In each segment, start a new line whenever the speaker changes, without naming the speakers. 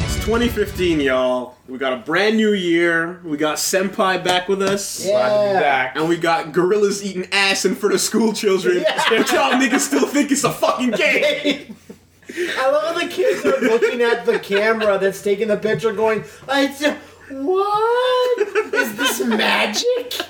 2015, y'all. We got a brand new year. We got Senpai back with us.
Glad to be back.
And we got gorillas eating ass in front of school children.
Yeah.
And y'all niggas still think it's a fucking game.
I love how the kids are looking at the camera that's taking the picture, going, "I just, what is this magic?"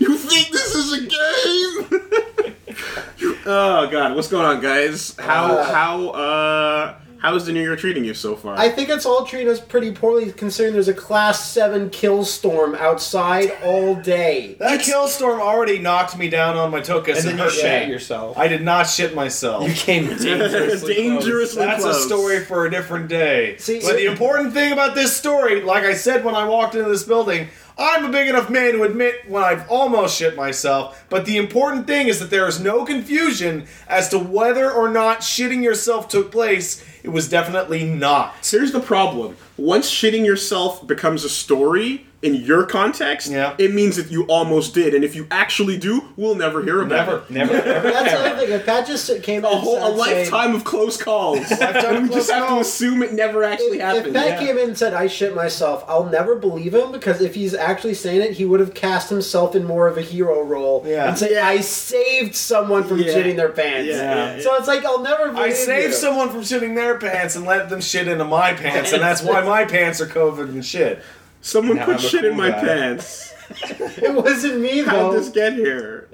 You think this is a game? oh god, what's going on, guys? How
Uh,
how uh how is the new year treating you so far?
I think it's all treating us pretty poorly, considering there's a class seven kill storm outside all day.
That kill storm already knocked me down on my tokas and,
and then you
hurt
shit
me.
yourself.
I did not shit myself.
you came dangerously.
Dangerously
That's
close.
a story for a different day.
See,
but the important thing about this story, like I said when I walked into this building, I'm a big enough man to admit when I've almost shit myself. But the important thing is that there is no confusion as to whether or not shitting yourself took place. It was definitely not.
Here's the problem. Once shitting yourself becomes a story in your context,
Yeah.
it means that you almost did. And if you actually do, we'll never hear about
Never,
it.
never, ever,
That's the
ever.
other thing. If Pat just came in
A whole a
and said-
lifetime of close calls.
Lifetime of
we
close
just have to
calls.
assume it never actually
If,
happened.
if Pat
yeah.
came in and said, I shit myself, I'll never believe him because if he's actually saying it, he would have cast himself in more of a hero role
Yeah.
and say, I saved someone from
Yeah.
shitting their pants.
Yeah, yeah, yeah.
So it's like, I'll never believe
I saved
you.
someone from shitting their pants and let them shit into my pants, and that's why my pants are covered in shit.
Someone
Now
put
I'm a
shit in
cool
my
guy.
pants.
It wasn't me,
How'd
though.
this get here?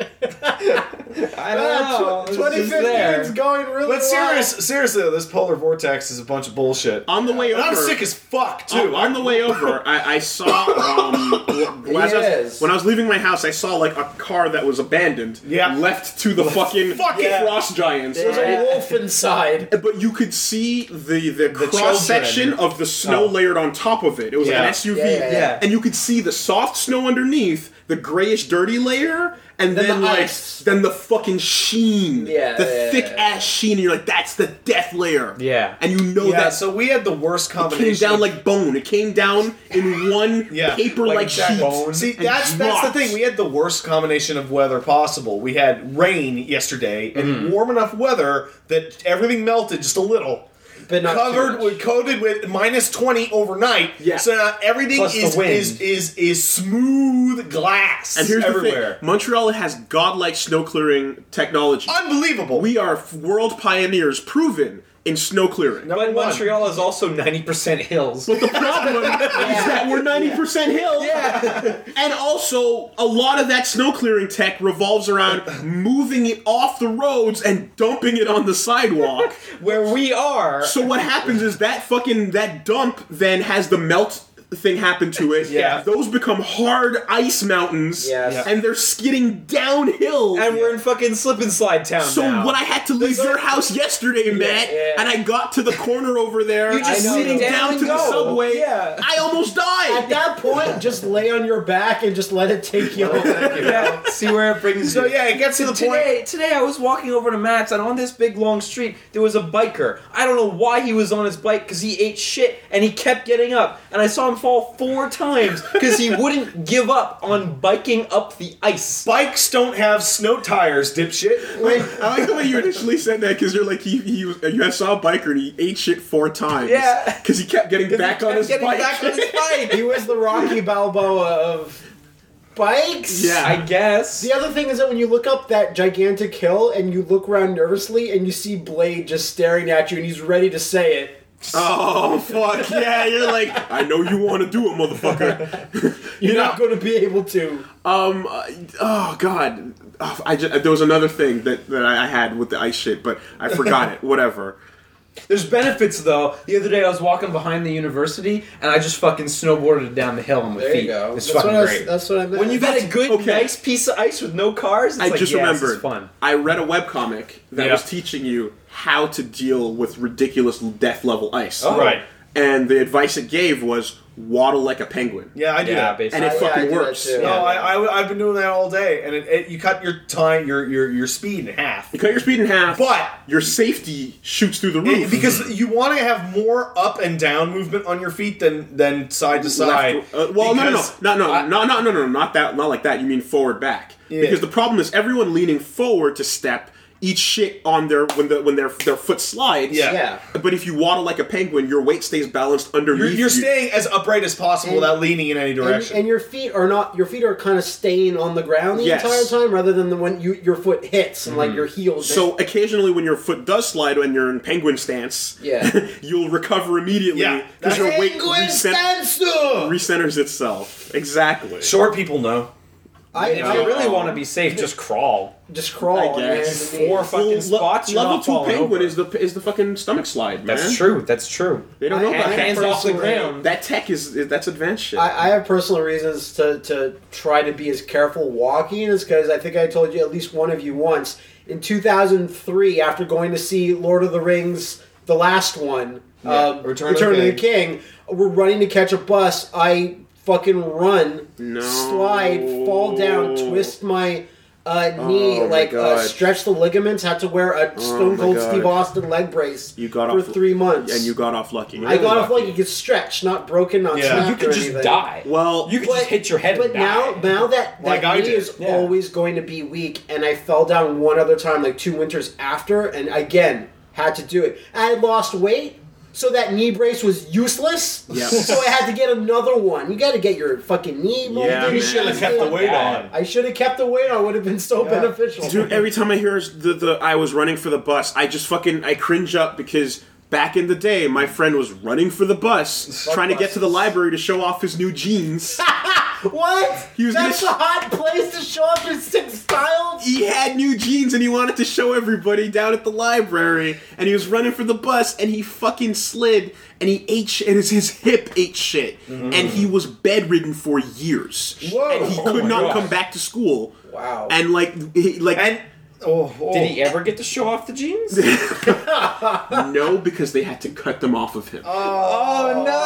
I
Ah,
don't
tw-
know. It was just
2015's
there.
going really well.
But serious, seriously, though, this polar vortex is a bunch of bullshit.
On the way
And
over.
I'm sick as fuck
on-
too.
on the way over, I, I saw um, w- as I was-
Yes.
when I was leaving my house, I saw like a car that was abandoned,
Yeah.
left to the fucking,
fucking-
frost giants.
There's
right?
a wolf inside.
But you could see the the, cross section
children.
of the snow
Oh.
layered on top of it. It was like
Yeah.
an SUV,
Yeah, yeah,
yeah.
and you could see the soft snow underneath, the grayish, dirty layer, and then,
Then the
like
ice.
then the fucking sheen,
Yeah,
the
yeah,
thick
yeah.
ass sheen. And you're like, that's the death layer,
Yeah.
and you know
yeah,
that
so we had the worst combination.
came down
of-
like bone. It came down in one
Yeah,
paper-like
like Jack
sheet.
Bone.
See,
and
that's that's the
dropped.
thing. We had the worst combination of weather possible. We had rain yesterday and warm enough weather that everything melted just a little.
But not too
covered
much.
with coated with minus 20 overnight
Yeah.
so now everything
Plus the
is,
wind.
is is is smooth glass
And here's
everywhere
the thing: Montreal has godlike snow clearing technology.
unbelievable
we are f- world pioneers, proven in snow clearing.
But
one.
Montreal is also 90% hills.
But the problem is that we're ninety percent hill, and also a lot of that snow clearing tech revolves around moving it off the roads and dumping it on the sidewalk.
Where we are.
So what happens is that fucking that dump then has the melt thing happen to it.
Yeah.
Those become hard ice mountains.
Yes. Yeah.
And they're skidding downhill.
and we're in fucking slip and slide town
so
now.
when I had to leave your house yesterday, Matt,
yeah.
and I got to the corner over there,
You just
I know,
sit
sitting
down
down,
and
to the
go.
subway,
Yeah.
I almost
At
died.
that point, just lay on your back and just let it take you over.
yeah, see where it brings
so
you.
yeah it gets to the point
Today, today I was walking over to Matt's, and on this big long street there was a biker. I don't know why he was on his bike because he ate shit and he kept getting up. And I saw him fall four times because he wouldn't give up on biking up the ice.
Bikes don't have snow tires, dipshit.
Wait, I like the way you initially said that because you're like he, he was, you saw a biker and he ate shit four times.
Yeah.
because he kept getting back on
Kept
his
getting
bike.
back on his bike.
He was the Rocky Balboa of bikes.
Yeah.
I guess.
The other thing is that when you look up that gigantic hill and you look around nervously and you see Blade just staring at you and he's ready to say it,
Oh fuck yeah! You're like, I know you want to do it, motherfucker.
you're
know-
not going to be able to.
um, uh, oh god, oh, I just, there was another thing that that I had with the ice shit, but I forgot it. Whatever.
There's benefits though. The other day I was walking behind the university and I just fucking snowboarded down the hill on my
There
feet.
you go.
It's
that's
fucking
what I was-
great.
that's what I meant.
when you've had a good,
Okay.
nice piece of ice with no cars, it's
I
like,
just
yes,
remembered.
It's fun.
I read a webcomic that
Yeah.
was teaching you how to deal with ridiculous death level ice.
Oh.
Right.
And the advice it gave was waddle like a penguin.
Yeah, I do
Yeah,
that.
And
basically.
it
Yeah, I
fucking
do that
works.
too.
No, I, I, I've been doing that all day, and it, it, you cut your time, your your your speed in half.
You cut your speed in half,
But-
your safety shoots through the roof
It- because you want to have more up and down movement on your feet than than side to side.
Left- uh, well, no, no,
Because-
no, no,
I-
no, no, no, no, no, not that, not like that. You mean forward back?
Yeah.
Because the problem is everyone leaning forward to step eat shit on their when the when their their foot slides.
Yeah.
Yeah.
But if you waddle like a penguin, your weight stays balanced underneath.
You're, you're
you.
staying as upright as possible
And-
without leaning in any
And,
direction.
and your feet are not your feet are kind of staying on the ground the
Yes.
entire time rather than the when you your foot hits and
Mm-hmm.
like your heels
So occasionally, when your foot does slide when you're in penguin stance,
Yeah.
you'll recover immediately
Yeah.
because your weight
Penguin
recent-
standstill!
recenters itself. Exactly.
Short people know.
I,
If
I
you really want to be safe, just crawl.
just crawl
I
on your
guess.
hands and
Four
knees.
fucking
Well, le-
spots. you're
level
not
two
falling
penguin
over.
is the is the fucking stomach slide, man.
That's true. That's true.
They don't know about that.
Hands off the
personally-
ground.
That tech is that's advanced shit.
I, I have personal reasons to, to try to be as careful walking is because I think I told you at least one of you once in 2003 after going to see Lord of the Rings the last one um, Return,
Return of the
of the King we're running to catch a bus I fucking run
No.
slide fall down twist my uh, knee
Oh my
like uh,
God. Oh
stretch the ligaments had to wear a
my
Stone Cold
God.
Steve Austin leg brace
you got
for
off
three months
and you got off lucky.
I got off like you could stretch not broken not
Yeah.
snapped
You
or
could just
anything.
die.
Well-
you could just
But-
hit your head.
But
and die.
now, now that that
Like I
knee
did.
is
Yeah.
always going to be weak, and I fell down one other time, like two winters after, and again had to do it. I had lost weight, so that knee brace was useless.
Yep.
so I had to get another one. You got to get your fucking knee. molded
Yeah,
and
man.
You should have kept the weight on.
I should have kept the weight on. Would have been so beneficial.
Dude, every time I hear the, the I was running for the bus, I just fucking I cringe up because back in the day, my friend was running for the bus,
Fuck
trying to get to the
buses.
library to show off his new jeans.
what?
He was
That's
gonna-
a hot place to show off your six styles.
he had new jeans and he wanted to show everybody down at the library, and he was running for the bus and he fucking slid and he ate shit, and his, his hip ate shit, and he was bedridden for years,
Whoa.
and he
Oh
could
my
not
God.
come back to school.
Wow.
And like, he, like,
And oh, oh.
Did he ever get to show off the jeans?
no, because they had to cut them off of him. Oh, And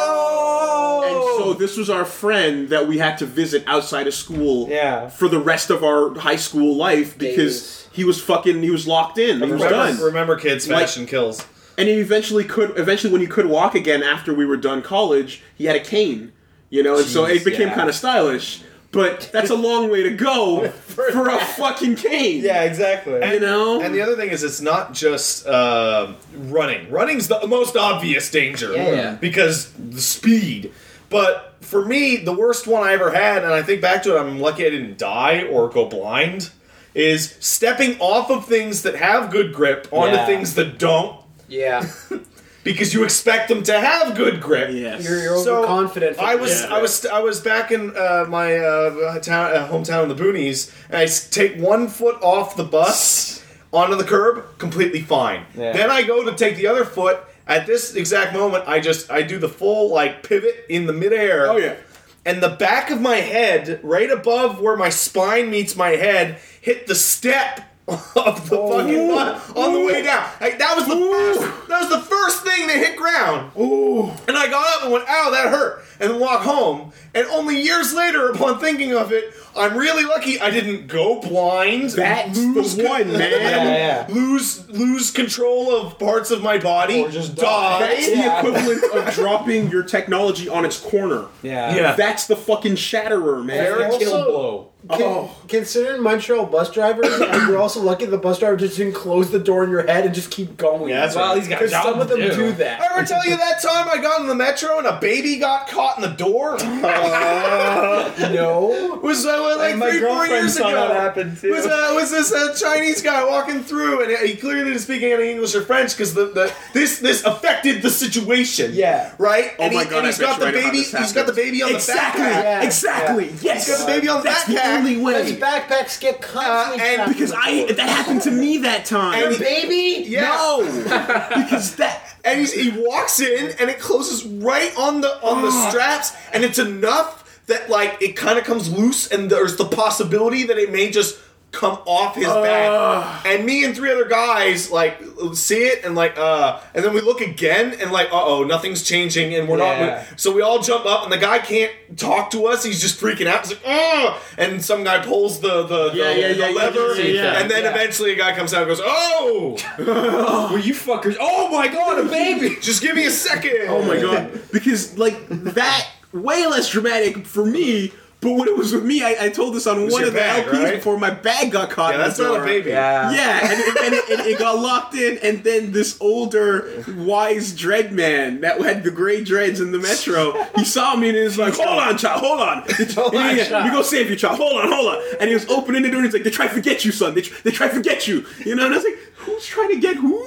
oh
so this was our friend that we had to visit outside of school
Yeah.
for the rest of our high school life because
Days.
he was fucking he was locked in. He was done.
remember, remember, kids, fashion kills.
And he eventually could eventually when he could walk again after we were done college, he had a cane. You know, and so it
Jeez,
became
yeah.
kind of stylish. But that's a long way to go for a fucking cane.
exactly.
You know?
And the other thing is, it's not just um running. Running's the most obvious danger
Yeah, yeah.
because the speed. But for me, the worst one I ever had, and I think back to it, I'm lucky I didn't die or go blind, is stepping off of things that have good grip onto
Yeah.
things that don't
Yeah,
because you expect them to have good grip.
yes.
you're, you're
So,
overconfident.
I was
Yeah.
I was I was back in uh, my uh, town, uh, hometown in the boonies, and I s- take one foot off the bus onto the curb, completely fine.
Yeah.
Then I go to take the other foot. At this exact moment, I just I do the full like pivot in the midair.
Oh, yeah.
And the back of my head, right above where my spine meets my head, hit the step of the
Oh.
fucking bus on the way down. Like, that was the first, that was the first thing that hit ground. And I got up and went, ow, that hurt, and walked home. And only years later, upon thinking of it, I'm really lucky I didn't go blind.
That's the one, man.
Yeah, yeah.
Lose lose control of parts of my body.
Or just
That's
die. Yeah.
the equivalent of dropping your technology on its corner.
yeah.
Yeah.
That's the fucking shatterer, man.
Very
Also-
kill blow.
Con-
Oh.
Considering Montreal bus drivers, you're also lucky the bus driver just didn't close the door in your head and just keep going.
Yeah, that's
Well, he's got a
Because
job
some of them
to
do,
do.
I
that.
ever tell you that time I got in the metro and a baby got caught in the door?
No.
was uh, like,
my
three, four
girlfriend
years
saw
ago.
that happen, too.
Was, uh, was this uh, Chinese guy walking through, and he clearly didn't speak any English or French because the, the this this affected the situation.
Yeah.
Right.
Oh
and
my
he,
God,
and
I
he's
bet
got
you
the
I know how
baby.
this
He's got the
happens.
baby on
exactly,
the backpack.
Yeah,
exactly. Yes,
He's got the baby on the
That's
backpack.
the only
His
way.
backpacks get constantly
Uh, and
trapped in
Because
the
I
door.
that happened to me that time.
And-
baby.
Yeah.
No, because that
And he's, he walks in, and it closes right on the on the
Ah.
straps, and it's enough that like it kind of comes loose, and there's the possibility that it may just come off his
Ah.
back. And me and three other guys like see it, and like uh, and then we look again, and like uh oh, nothing's changing, and we're
Yeah.
not. So we all jump up, and the guy can't talk to us. He's just freaking out. He's like, oh, and some guy pulls the the, the,
Yeah, yeah,
the
yeah, yeah,
lever,
yeah, yeah.
and then
Yeah.
eventually a guy comes out and goes, oh,
Were you fuckers? Oh my god, a baby!
just give me a second.
Oh my god. Because like that way less dramatic for me, But when it was with me, I, I told this on
was
one
your
of the
bag,
LPs
right?
before my bag got caught.
Yeah,
in the
that's not a
door.
baby.
Yeah.
Yeah, and, it- and, it- and it got locked in, and then this older, wise dread man that had the gray dreads in the metro, he saw me and he was like, "Hold on, child, hold on,
Hold on,
yeah,
child.
you go save your child, hold on, hold on." And he was opening the door, and he's like, "They try to forget you, son. They, tr- they try to forget you, you know." And I was like, "Who's trying to get who?"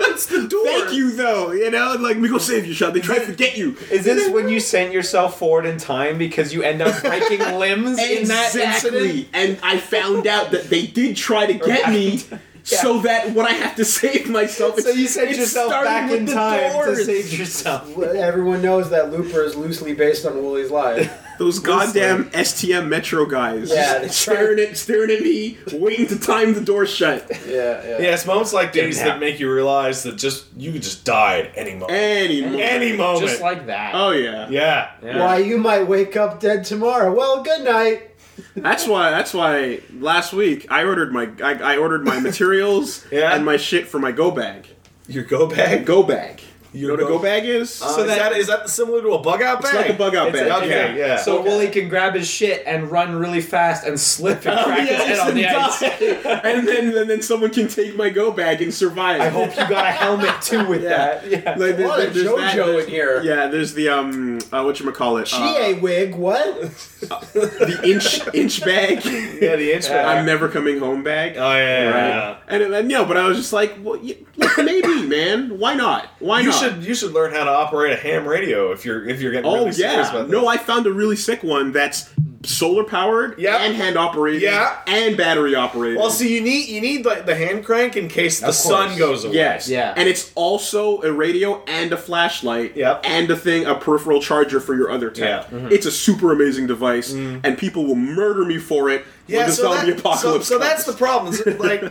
It's the door. Thank you, though. You know, and like we go save your child. They try to forget you.
Is this when you sent yourself forward in time because you end up breaking limbs in that accident?
Exactly. And I found out that they did try to get me. So that when I have to save myself,
So you sent
it
yourself
started
back
with
in
the
time to
doors.
save yourself.
Well, Everyone knows that Looper is loosely based on Wooly's life.
Those goddamn STM Metro guys,
Yeah, they
just staring at staring at me, waiting to time the door shut.
Yeah, yeah.
Yeah, it's moments like these that
happen.
make you realize that just you could just die at any moment.
Any moment.
Any moment.
Just like that.
Oh yeah.
yeah.
Yeah.
Why you might wake up dead tomorrow? Well, good night.
That's why. That's why. Last week I ordered my I, I ordered my materials
Yeah.
and my shit for my go bag.
Your go bag.
Go bag. You
Your
know what a
go-
go bag Uh, is?
Uh,
so is that is that similar to a bug out
it's
bag?
like a bug out
It's
bag.
a-
okay, yeah.
So
Okay.
Wooly can grab his shit and run really fast and slip
Oh,
and crack his head on the ice.
and, die. and then and then someone can take my go bag and survive.
I hope you got a helmet too with
Yeah.
that. Yeah.
Like,
A lot of JoJo
that, there's-
in here.
Yeah, there's the um, uh, what you call it?
She a wig. What?
the inch inch bag.
Yeah, the inch bag.
I'm never coming home bag.
Oh yeah, yeah, yeah.
And, and no, but I was just like, well, y yeah, maybe, man. Why not? Why
You
not?
should you should learn how to operate a ham radio if you're if you're getting
Oh
really serious
yeah.
about
No, I found a really sick one that's solar powered
Yep.
and hand operated
Yeah.
and battery operated.
Well, see, you need you need like the hand crank in case the
Of
sun
course.
goes away.
Yes.
Yeah.
And it's also a radio and a flashlight
Yep.
and a thing, a peripheral charger for your other tech.
Yeah. Mm-hmm. Mm.
It's a super amazing device, and people will murder me for it
Yeah.
when the
so,
zombie
that- so-
apocalypse.
so that's the
comes.
problem. So, like,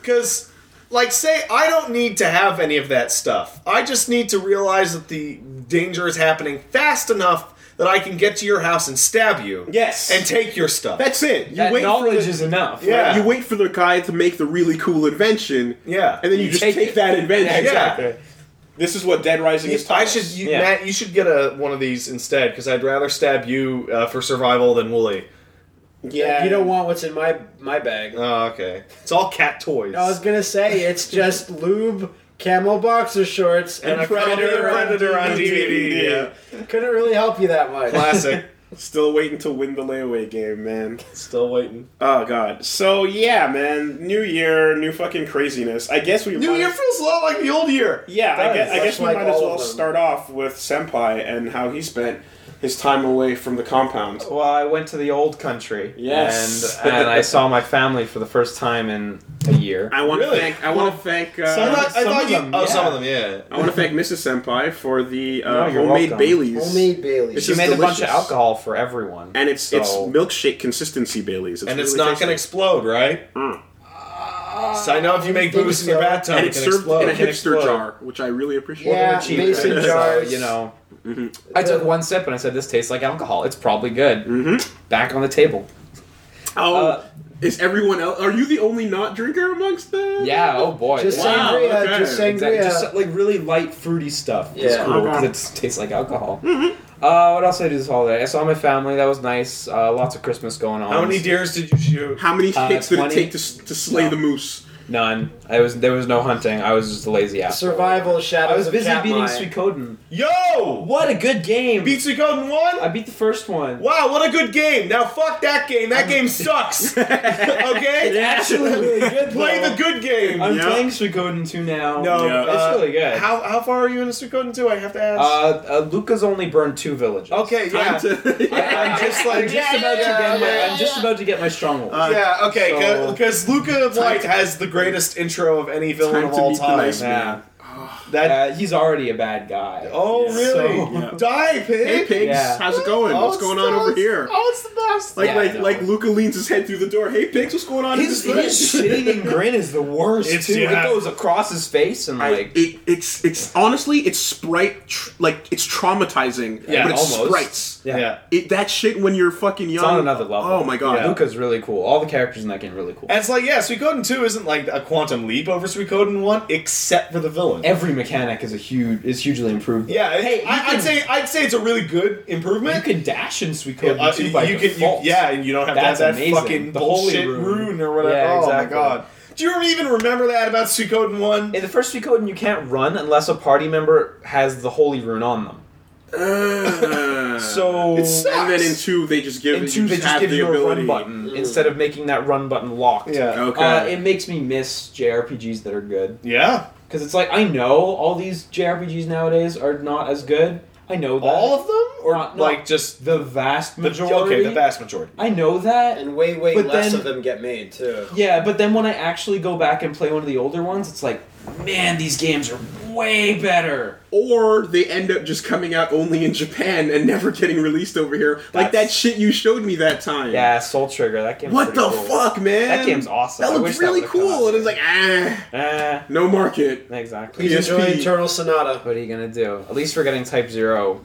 because like say I don't need to have any of that stuff. I just need to realize that the danger is happening fast enough that I can get to your house and stab you.
Yes.
And take your stuff.
That's it. You
That
wait for
knowledge
the-
is enough.
Yeah.
You wait for the guy to make the really cool invention.
Yeah.
And then you, just take,
take it.
that invention.
Yeah,
exactly.
This is what Dead Rising is.
I
telling
should
us.
you,
Yeah.
Matt. You should get a one of these instead because I'd rather stab you uh, for survival than Wooly.
Yeah.
You don't want what's in my my bag.
Oh, okay. It's all cat toys.
I was gonna say it's just lube, camel boxer shorts, and,
and
a predator,
Predator, Predator on DVD.
Yeah. Couldn't really help you that much.
Yeah. Classic.
Still waiting to win the layaway game, man.
Still waiting.
Oh god. So yeah, man. New year, new fucking craziness. I guess we
New
might-
year feels a lot like the old year.
Yeah, I
Does.
guess, I
That's
guess we
like
might as
all of
well
them.
start off with Senpai and how he spent his time away from the compound.
Well, I went to the old country.
Yes.
And, and I saw my family for the first time in a year.
I want to
Really?
thank I want to thank uh,
I thought, I
Some
thought
of
you.
them,
oh,
yeah.
some of them. Yeah.
I want to thank Mrs. Senpai for the
No,
uh,
you're
homemade
welcome.
Baileys.
Homemade Bailey.
It's
She
just
made a bunch of
delicious.
alcohol for everyone.
And it's it's
So-
milkshake consistency Baileys.
And it's
really
not going
tasty.
to explode, right?
Mm.
so I know if you make
think
booze in your
so.
bathtub,
and
it
it's
can
served
explode.
in a
It can
hipster
explode.
jar, which I really appreciate.
Yeah,
Cheap.
mason
So,
jars.
you know. I took one sip and I said, "This tastes like alcohol. It's probably good."
Mm.
Back on the table.
Mm-hmm. Oh,
Uh,
is everyone else? Are you the only not drinker amongst them?
Yeah. Oh boy.
Just
Yeah.
Wow,
sangria.
okay.
Just sangria.
Exactly. Just uh, like really light fruity stuff. It's
Yeah.
cool because
Okay.
it tastes like alcohol. Uh, what else did I do this holiday? I saw my family. That was nice. Uh, lots of Christmas going on.
How many deers did you shoot?
How many
Uh,
hits did it
20?
take to, s- to slay
No.
the moose?
None. I was there was no hunting. I was just a lazy ass.
Survival shadows.
I was
of
busy
Katmai.
beating Suikoden.
Yo!
What a good game!
Beat Suikoden one.
I beat the first one.
Wow, what a good game! Now fuck that game. That game sucks. okay.
Actually, really good.
Play
though.
the good game.
I'm
Yeah.
playing Suikoden 2 now.
No,
Yeah.
uh,
it's really good.
How how far are you into Suikoden two? I have to ask.
uh, uh, Luca's only burned two villages.
okay, yeah.
Time to-
I, am just like I'm just
Yeah,
about
yeah,
to get my
yeah,
I'm just about to get my stronghold.
Uh,
yeah, okay,
So-
because Luca White has the greatest intro of any villain
Time
of
to
all
meet the
time.
nice man.
yeah.
That
Uh, he's already a bad guy.
oh
Yeah.
really?
So- Yeah.
Die, pig!
hey pigs,
Yeah.
how's it going?
Oh,
what's
it's
going
the-
on over here?
Oh, it's the best.
Like
Yeah, I
like
know.
like Luca leans his head through the door. Hey pigs, what's going on? in
His,
this
his
village?"
shitting and grin is the worst
It's-
too.
yeah.
It goes across his face and
I-
like
it, it's it's honestly it's sprite tr- like it's traumatizing,
Yeah,
but it's
almost.
sprites.
yeah.
It, that shit when you're fucking young.
It's on another level.
Oh my god.
Yeah.
Luca's really cool. All the characters in that game are really cool.
And it's like, yeah, Suikoden 2 isn't like a quantum leap over Suikoden 1, except for the villain.
every mechanic is a huge is hugely improved.
Yeah.
Hey,
Hey,
you
I,
can-
I'd say I'd say it's a really good improvement.
You can dash in Suikoden
Yeah, uh,
too by
you can, you,
default.
yeah, and you don't have
That's
to have that
amazing.
fucking
The holy
bullshit
rune.
rune or whatever.
Yeah,
oh
exactly.
my god! Do you even remember that about Suikoden one?
In the first Suikoden, you can't run unless a party member has the holy rune on them.
Uh,
So
It sucks.
and then in two they just give
in
you
two, they
just
just
have
give
the
you a
ability.
run button instead of making that run button locked.
Mm. yeah,
Okay.
Uh, it makes me miss JRPGs that are good
yeah,
because it's like I know all these JRPGs nowadays are not as good. I know that.
all of them, or
Not- not-
like just
the vast
the
Uh, majority.
okay, the vast majority.
I know that.
and way way
But
less
then-
of them get made too.
Yeah, but then when I actually go back and play one of the older ones, it's like, man, these games are way better.
Or they end up just coming out only in Japan and never getting released over here. like that
That's-
shit you showed me that time.
Yeah, Soul Trigger. That game.
What the fuck, man?
That game's awesome.
That
I
looked
wish
really
would've come
cool.
out.
And it's like, ah,
Eh,
no market.
exactly.
Please enjoy
PSP.
Eternal Sonata.
What are you gonna do? At least we're getting Type Zero.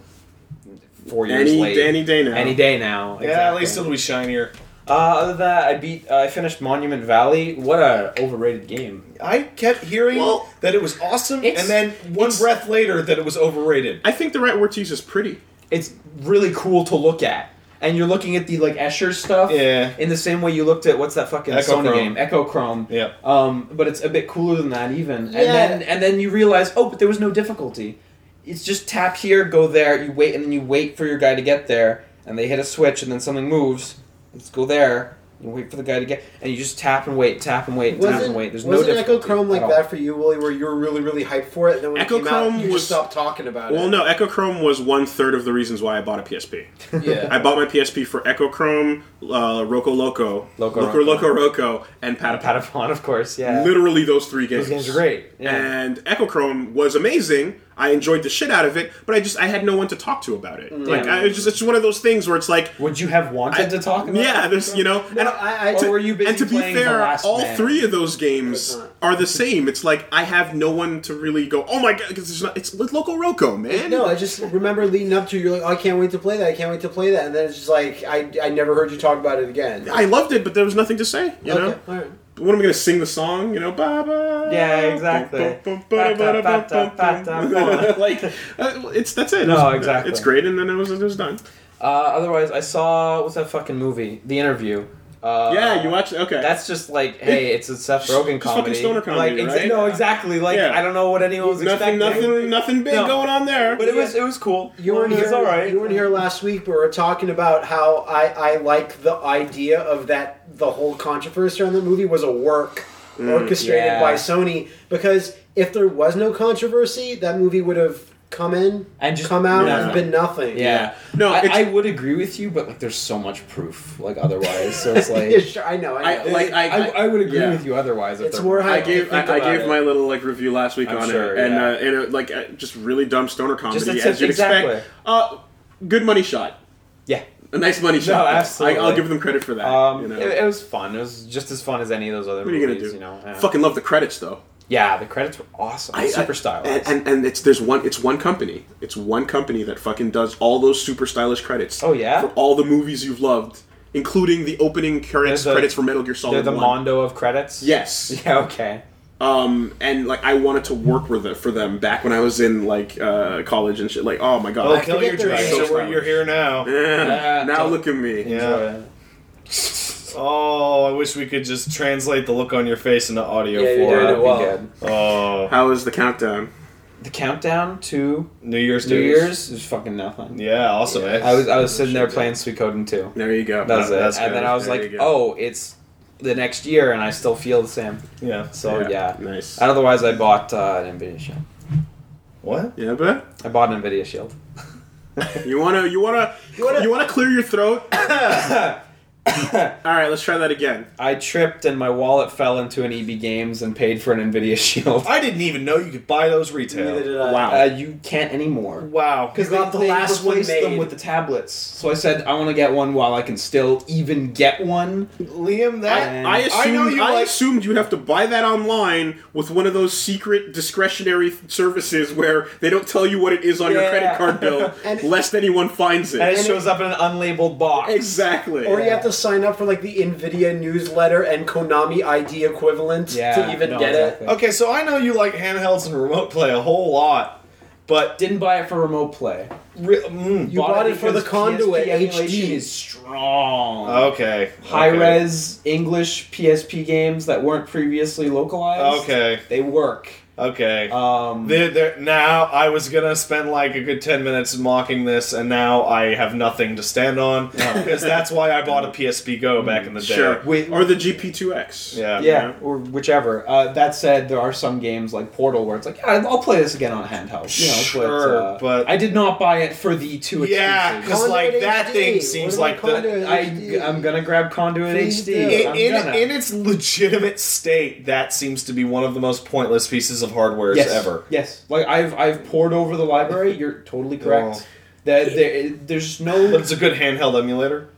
Four years
Any,
late.
any day now.
Any day now.
Yeah, at
exactly.
least it'll be shinier.
Uh, other than that, I beat. Uh, I finished Monument Valley. What a overrated game.
I kept hearing
Well,
that it was awesome,
it's-
and then one
it's-
breath later that it was overrated.
I think the right word to use is pretty.
It's really cool to look at, and you're looking at the like Escher stuff.
Yeah.
In the same way you looked at what's that fucking
Echo
Sony
Chrome.
game, Echo Chrome.
Yeah.
Um, but it's a bit cooler than that even.
Yeah.
And then and then you realize, oh, but there was no difficulty. It's just tap here, go there, you wait, and then you wait for your guy to get there, and they hit a switch, and then something moves. Let's go there. You wait for the guy to get, and you just tap and wait, tap and wait, tap and wait. There's no
wasn't Echo
difficulty
Chrome like
at all.
that for you, Willie, where you were really really hyped for it, and then when
Echo
it came
Chrome
out, you
was-
just stopped talking about
Well,
it.
no, Echo Chrome was one third of the reasons why I bought a PSP. I
Yeah.
bought my PSP for Echo Chrome, uh, Roco Loco,
Loco
Loco
Roco.
Loco Roco, and Patapata.
Patapon, of course. Yeah.
Literally those three games.
Those games are great. Yeah.
And Echo Chrome was amazing. I enjoyed the shit out of it, but I just I had no one to talk to about it.
Mm.
Like I, it's just it's one of those things where it's like,
Would you have wanted to talk about?
yeah,
it?
there's you know, and
No, I, I
Or
took-
were you busy
and to be
playing The
fair,
Last
all
Man?
three of those games are the same. It's like I have no one to really go. Oh my god, because it's not. It's with Loco Roco, man.
No, I just remember leading up to you're like, oh, I can't wait to play that. I can't wait to play that, and then it's just like I, I never heard you talk about it again.
I loved it, but there was nothing to say. You know,
Okay, all right.
when am I going to sing the song? You know, ba ba.
Yeah, exactly.
Bum, bum, bum, ba, da, bum, bum,
Ba, da, ba, da, ba, da, ba.
bum. Like uh, it's that's it.
No,
It was-
exactly.
It's great, and then it was it was done.
Uh, otherwise, I saw what's that fucking movie? The Interview. Uh,
yeah, you watched. Okay,
That's just like, hey, it's a Seth Rogen
just fucking
comedy.
stoner comedy,
like, exa-
right?
No, exactly. Like,
Yeah.
I don't know what anyone was
nothing,
expecting.
nothing, nothing big
No.
going on there.
But it was it was cool.
You weren't
it
here.
was all right.
You weren't here last week, but we were talking about how I, I like the idea of that the whole controversy around the movie was a work orchestrated
Yeah.
by Sony because if there was no controversy, that movie would have come in
And just-
come out
Yeah.
and been nothing.
Yeah.
No,
I,
it's-
I would agree with you, but like, there's so much proof. Like otherwise, so it's like,
Yeah, sure, I know. I
I-
know.
like,
I, I would agree
yeah.
with you otherwise. if
It's
there-
more how
I
you
gave
think
I, I
about
gave
it.
my little like review last week
I'm
on
sure,
it, and
yeah.
uh, and it, like uh, just really dumb stoner comedy
that's
as
it,
you'd
exactly.
expect. Uh, good money shot,
Yeah.
a nice money shot.
absolutely.
I, I'll give them credit for that.
Um,
you know?
it, it was fun. It was just as fun as any of those other
what are
movies.
you gonna do?
know, yeah.
Fucking love the credits though.
Yeah, the credits were awesome.
I-
Super
I-
stylized.
And, and and it's there's one it's one company. It's one company that fucking does all those super stylish credits.
Oh, yeah?
For all the movies you've loved, including the opening credits
They're the-
credits for Metal Gear
They're
Solid
the
1.
Mondo of credits.
Yes.
Yeah. Okay.
Um and like I wanted to work with it for them back when I was in like uh college and shit like oh my god.
Oh,
I
kill
forget
your
their
dreams.
names.
So where you're here now.
Yeah,
Uh,
now
don't-
look at me.
Yeah. Oh, I wish we could just translate the look on your face into audio
Yeah, you
for
did
it.
it well.
Oh,
How is the countdown?
The countdown to
New Year's
New
Day.
Year's is fucking nothing.
Yeah, awesome. eh?
I was I was sitting there playing Suikoden 2.
There you go.
That was it.
That's
and then
good.
I was
There
like,
you go.
oh, it's the next year, and I still feel the same.
yeah.
So yeah.
Nice.
And otherwise, I bought uh, an Nvidia Shield.
What?
Yeah, but
I bought an Nvidia Shield.
you wanna you wanna you wanna,
wanna-
clear your throat? Alright, let's try that again.
I tripped and my wallet fell into an EB Games and paid for an Nvidia Shield.
I didn't even know you could buy those
Neither
retail.
did I.
Wow.
Uh, you can't anymore.
Wow.
Because
You
they,
got the
they
last one
replaced them
made.
with the tablets. So I said, I want to get one while I can still even get one.
Liam, that
And-
I assumed, I,
know you like-
assumed you have to buy that online with one of those secret discretionary th- services where they don't tell you what it is on your
Yeah.
credit card bill,
And-
lest anyone finds it.
And it
And
shows up in an unlabeled box.
exactly.
Or you have to sign up for like the Nvidia newsletter and Konami ID equivalent to even
no,
get
exactly.
it.
Okay, so I know you like handhelds and remote play a whole lot, but
Didn't buy it for remote play.
re- mm,
You bought it for the
because
conduit Oh,
PSP emulation
HD.
is strong.
okay,
High
okay.
res English PSP games that weren't previously localized.
Okay,
They work.
okay.
Um,
There- there- now I was gonna spend like a good ten minutes mocking this, and now I have nothing to stand on because that's why I bought a PSP Go back in the day.
Sure.
Wait-
or the GP2X.
Yeah.
yeah, or whichever. Uh, that said, there are some games like Portal where it's like, "Yeah, I'll play this again on handheld. You know,
Sure,
but, uh,
but-
I did not buy it for the two.
Yeah,
exclusives.
'Cause, like,
Conduit
that
HD.
thing
What
seems
about
like the-
Conduit
I
HD?
I'm gonna grab Conduit
Please do.
HD.
In,
I'm
in,
gonna.
in its legitimate state, that seems to be one of the most pointless pieces of hardware
yes,
ever.
Yes, like I've I've poured over the library. You're totally correct.
Oh.
That there, there's
But
no
it's a good handheld emulator.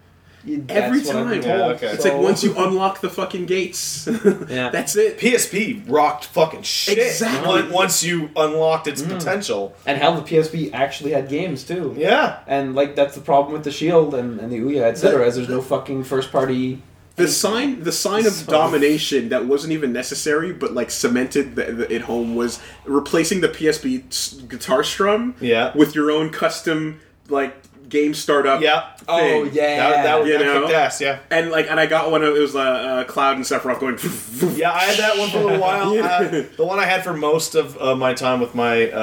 Every
that's what I've been
time.
Yeah,
told,
okay.
It's
so-
like once you unlock the fucking gates,
Yeah.
that's it.
PSP rocked fucking shit
Exactly.
on- once you unlocked its
Mm.
potential.
and how the PSP actually had games too.
Yeah.
And like that's the problem with the Shield and, and the Ouya, etc. Is there's no fucking first party.
The sign, the sign of
So-
domination that wasn't even necessary, but like cemented the, the, it home was replacing the PSP s- guitar strum,
Yeah.
with your own custom like game startup,
Yeah.
Oh
Thing.
yeah,
That, that,
You
that
know?
kicked ass, yeah.
and like and I got one of it was uh, uh, Cloud and Sephiroth going,
Yeah, I had that one for a little while. Uh, the one I had for most of uh, my time with my uh,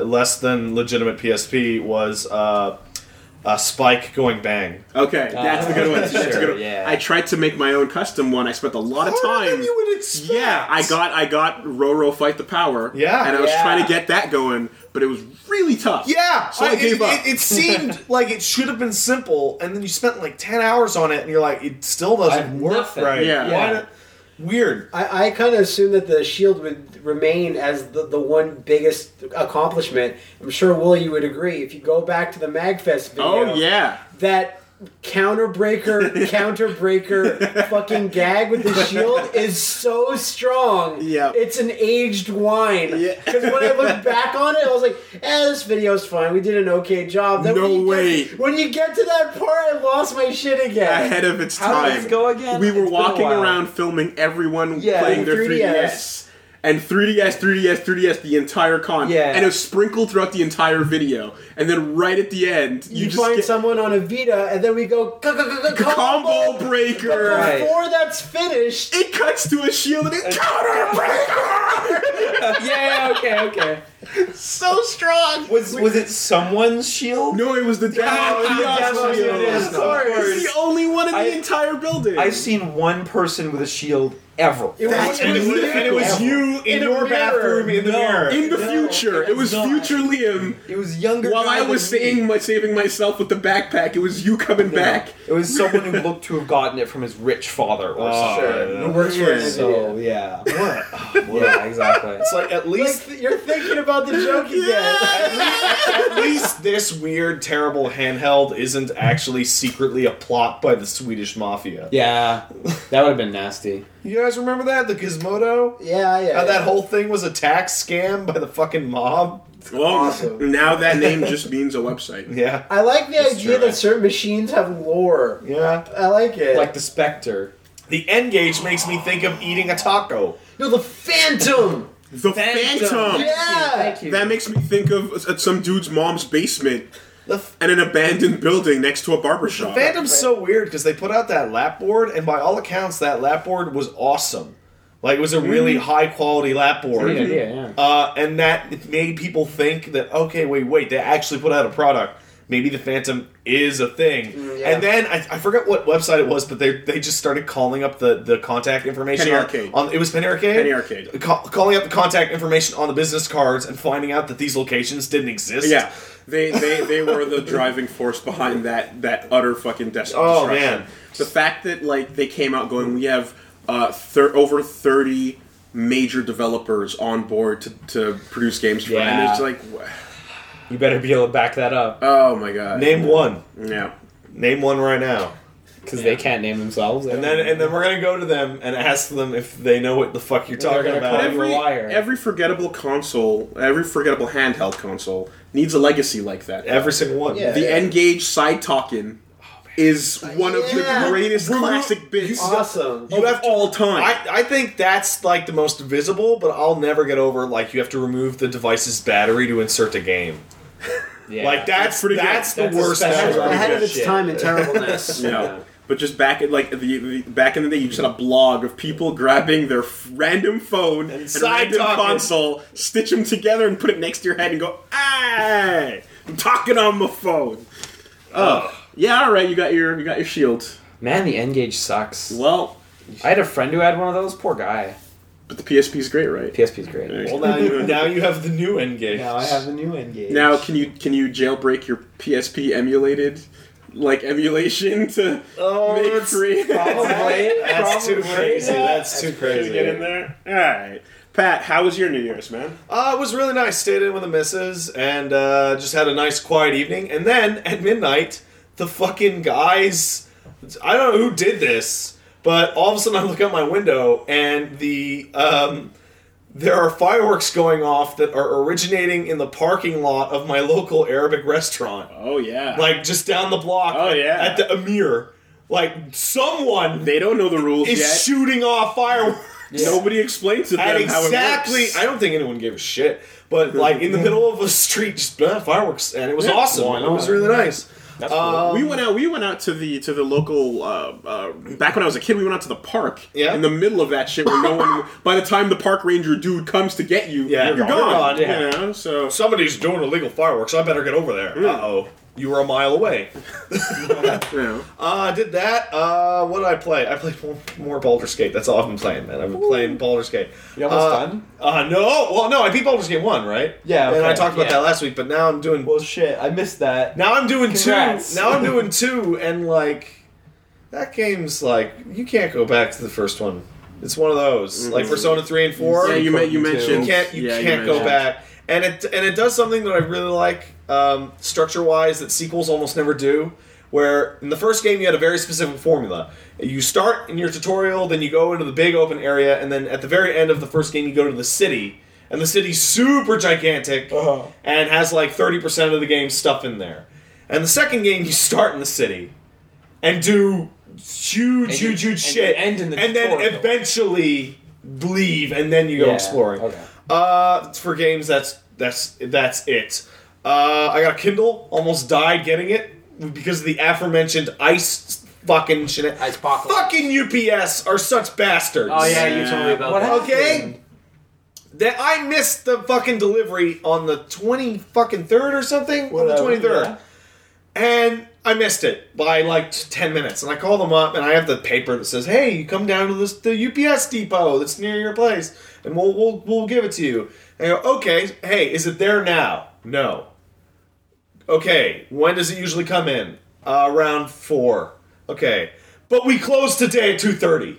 uh, less than legitimate PSP was uh, a Spike going bang.
Okay, that's the good one. That's a good one.
Uh, yeah.
I tried to make my own custom one. I spent a lot of
Harder
time.
than you would expect.
Yeah, I got I got Roro fight the power.
Yeah.
and I was
Yeah.
trying to get that going, but it was really tough.
Yeah,
So I
it-
gave
it,
up.
It, it seemed like it should have been simple, and then you spent like ten hours on it, and you're like, it still
I have
doesn't work
nothing.
right.
Yeah.
Why
Yeah.
not- weird.
I, I kind of assumed that the shield would remain as the, the one biggest accomplishment. I'm sure Will you would agree. If you go back to the Magfest video,
Oh yeah.
that counterbreaker counterbreaker fucking gag with the shield is so strong.
Yeah.
It's an aged wine.
Yeah.
Because when I look back on it, I was like, eh, this video's fine. We did an okay job. Then
No
when you
way.
Get, when you get to that part, I lost my shit again.
Ahead of its
How
time.
did this go again?
We were
It's been a
walking
while.
around filming everyone
Yeah,
playing their 3DS.
3DS.
And 3DS, 3DS, 3DS, the entire con.
Yeah.
And it was sprinkled throughout the entire video. And then right at the end, you,
you,
just
find
get
someone on a Vita, and then we go
combo
combo
breaker.
Right.
Before that's finished,
It cuts to a shield and it's counterbreaker.
yeah, okay, okay.
so strong.
Was was it someone's Shield?
No, it was the demo.
Oh,
kiosk
yeah,
shield.
yeah, yeah, yeah, of
Sorry.
course.
It's the only one in the
I-
entire building.
I've seen one person with a shield ever.
It was-
That's
And it, was, and it was you in,
In a
your
mirror.
bathroom in the
No.
mirror.
in the
No,
future. It was
not.
future Liam.
It was younger.
While
guy
I
than
was
me.
saving my saving myself with the backpack, it was you coming back.
It was someone who looked to have gotten it from his rich father or
Oh,
something.
yeah.
it works for
Yeah.
an
So
so,
yeah. What? yeah, exactly.
it's like at least
You're thinking about the joke again.
at least this weird, terrible handheld isn't actually secretly a plot by the Swedish mafia.
Yeah, that would have been nasty.
You guys remember that the Gizmodo?
Yeah, yeah.
How
yeah.
that whole thing was a tax scam by the fucking mob.
Well,
Awesome.
now that name just means a website.
Yeah.
I like the
It's
idea
true.
that certain machines have lore.
Yeah.
I like it.
Like the Spectre.
The N gauge makes me think of eating a taco.
no, the Phantom.
The Phantom.
Yeah.
Thank you.
That makes me think of s- uh, some dude's mom's basement
The f-
and an abandoned building next to a barber shop.
Phantom's so weird because they put out that lap board, and by all accounts, that lap board was awesome. Like it was a really high quality lap board.
Great idea, Mm-hmm. yeah.
Uh, and that it made people think that okay, wait, wait, they actually put out a product. Maybe the Phantom is a thing.
yeah.
And then I, I forget what website it was, but they they just started calling up the, the contact information.
Penny
on-
Arcade.
On, it was Penny Arcade.
Penny Arcade.
Ca- calling up the contact information on the business cards and finding out that these locations didn't exist.
Yeah. They, they, they were the driving force behind that that utter fucking des- destruction.
Oh, man.
The fact that like they came out going, we have uh, thir- over thirty major developers on board to, to produce games for, and it's
Yeah.
like, wha-
You better be able to back that up
oh my god,
Name one.
yeah.
Name one right now.
because they can't name themselves.
And then and then we're gonna go to them and ask them if they know what the fuck you're
They're
talking
gonna
about.
call you-
every,
a liar.
every forgettable console, every forgettable handheld console needs a legacy like that.
Every single one.
Yeah.
The N gauge side talking is one of
Yeah.
the greatest
Oh, We're-
classic bits
Awesome.
of all time.
I, I think that's like the most visible, but I'll never get over like you have to remove the device's battery to insert a game.
Yeah.
Like that's
That's pretty good.
that's,
That's
the
a
worst.
special
ever.
Ahead,
That's
ahead of
good
its
shit.
time and terribleness.
Yeah. But just back at like the, the back in the day, you just had a blog of people grabbing their f- random phone and,
side
random
talking.
console, stitch them together, and put it next to your head, and go, "Hey, I'm talking on my phone." Oh, yeah. All right, you got your you got your shield.
Man, the N gauge sucks.
Well,
I had a friend who had one of those. Poor guy.
but the PSP's great, right?
PSP's great.
Well, now you, now you have the new end game.
the new Uh, N gauge.
Now, can you can you jailbreak your PSP emulated like emulation to
Oh,
make
that's-
free?
Probably.
That's too
Probably.
crazy. That's too
Can
crazy.
you get in there. All right, Pat. How was your New Year's, man?
Uh, it was really nice. Stayed in with the missus and uh, just had a nice quiet evening. And then at midnight, the fucking guys. I don't know who did this, but all of a sudden I look out my window and the. Um, there are fireworks going off that are originating in the parking lot of my local Arabic restaurant.
Oh yeah.
Like just down the block.
Oh, yeah.
At the Amir. Like someone
They don't know the rules
is
yet.
shooting off fireworks.
Nobody explains to them
At
how it works.
exactly, I don't think anyone gave a shit, but like in the middle of a street, just uh, fireworks, and it was
Yeah.
awesome.
Why
It was
not?
really nice. Um,
uh,
we went out. We went out to the to the local. Uh, uh, back when I was a kid, we went out to the park.
Yeah.
In the middle of that shit, where no one. By the time the park ranger dude comes to get you,
Yeah.
you're,
You're
gone.
gone,
yeah.
You know, so
Somebody's doing illegal fireworks. I better get over there. Uh oh, you were a mile away.
you know.
Uh, I did that. Uh, what did I play? I played one more Baldur's Gate. That's all I've been playing, man. I've been playing Baldur's Gate.
You almost
Uh,
done?
Uh, no. Well, no, I beat Baldur's Gate one, right?
Yeah,
And I
okay,
talked about
yeah.
that last week, but now I'm doing
Well, shit, I missed that.
Now I'm doing
Congrats.
two. Now I'm doing two, and like that game's like you can't go back to the first one. It's one of those like Persona three and four.
Mm-hmm. yeah, you,
you
ma- you
too.
mentioned
can't you
yeah,
can't go
mentioned.
back. And it and it does something that I really like um, structure wise that sequels almost never do. Where in the first game you had a very specific formula. You start in your tutorial, then you go into the big open area, and then at the very end of the first game you go to the city. And the city's super gigantic
Uh-huh.
and has like 30% of the game's stuff in there. And the second game, you start in the city and do huge,
And you-
huge, huge
and you
shit.
end in the
and then
tutorial.
eventually leave, and then you go
Yeah,
exploring.
okay.
Uh, for games, that's that's that's it. Uh, I got a Kindle. Almost died getting it because of the aforementioned ice fucking shit.
Icepocalypse.
Fucking UPS are such bastards.
Oh yeah, you told me about
What
that.
happened?
Okay. That I missed the fucking delivery on the twenty fucking third or something on the
Whatever,
twenty third,
yeah.
and I missed it by like t- ten minutes. And I call them up, and I have the paper that says, "Hey, you come down to this the UPS depot that's near your place, and we'll we'll we'll give it to you." And I go, "Okay, hey, is it there now?" No. Okay, when does it usually come in? Uh, around four. Okay, but we close today at two thirty.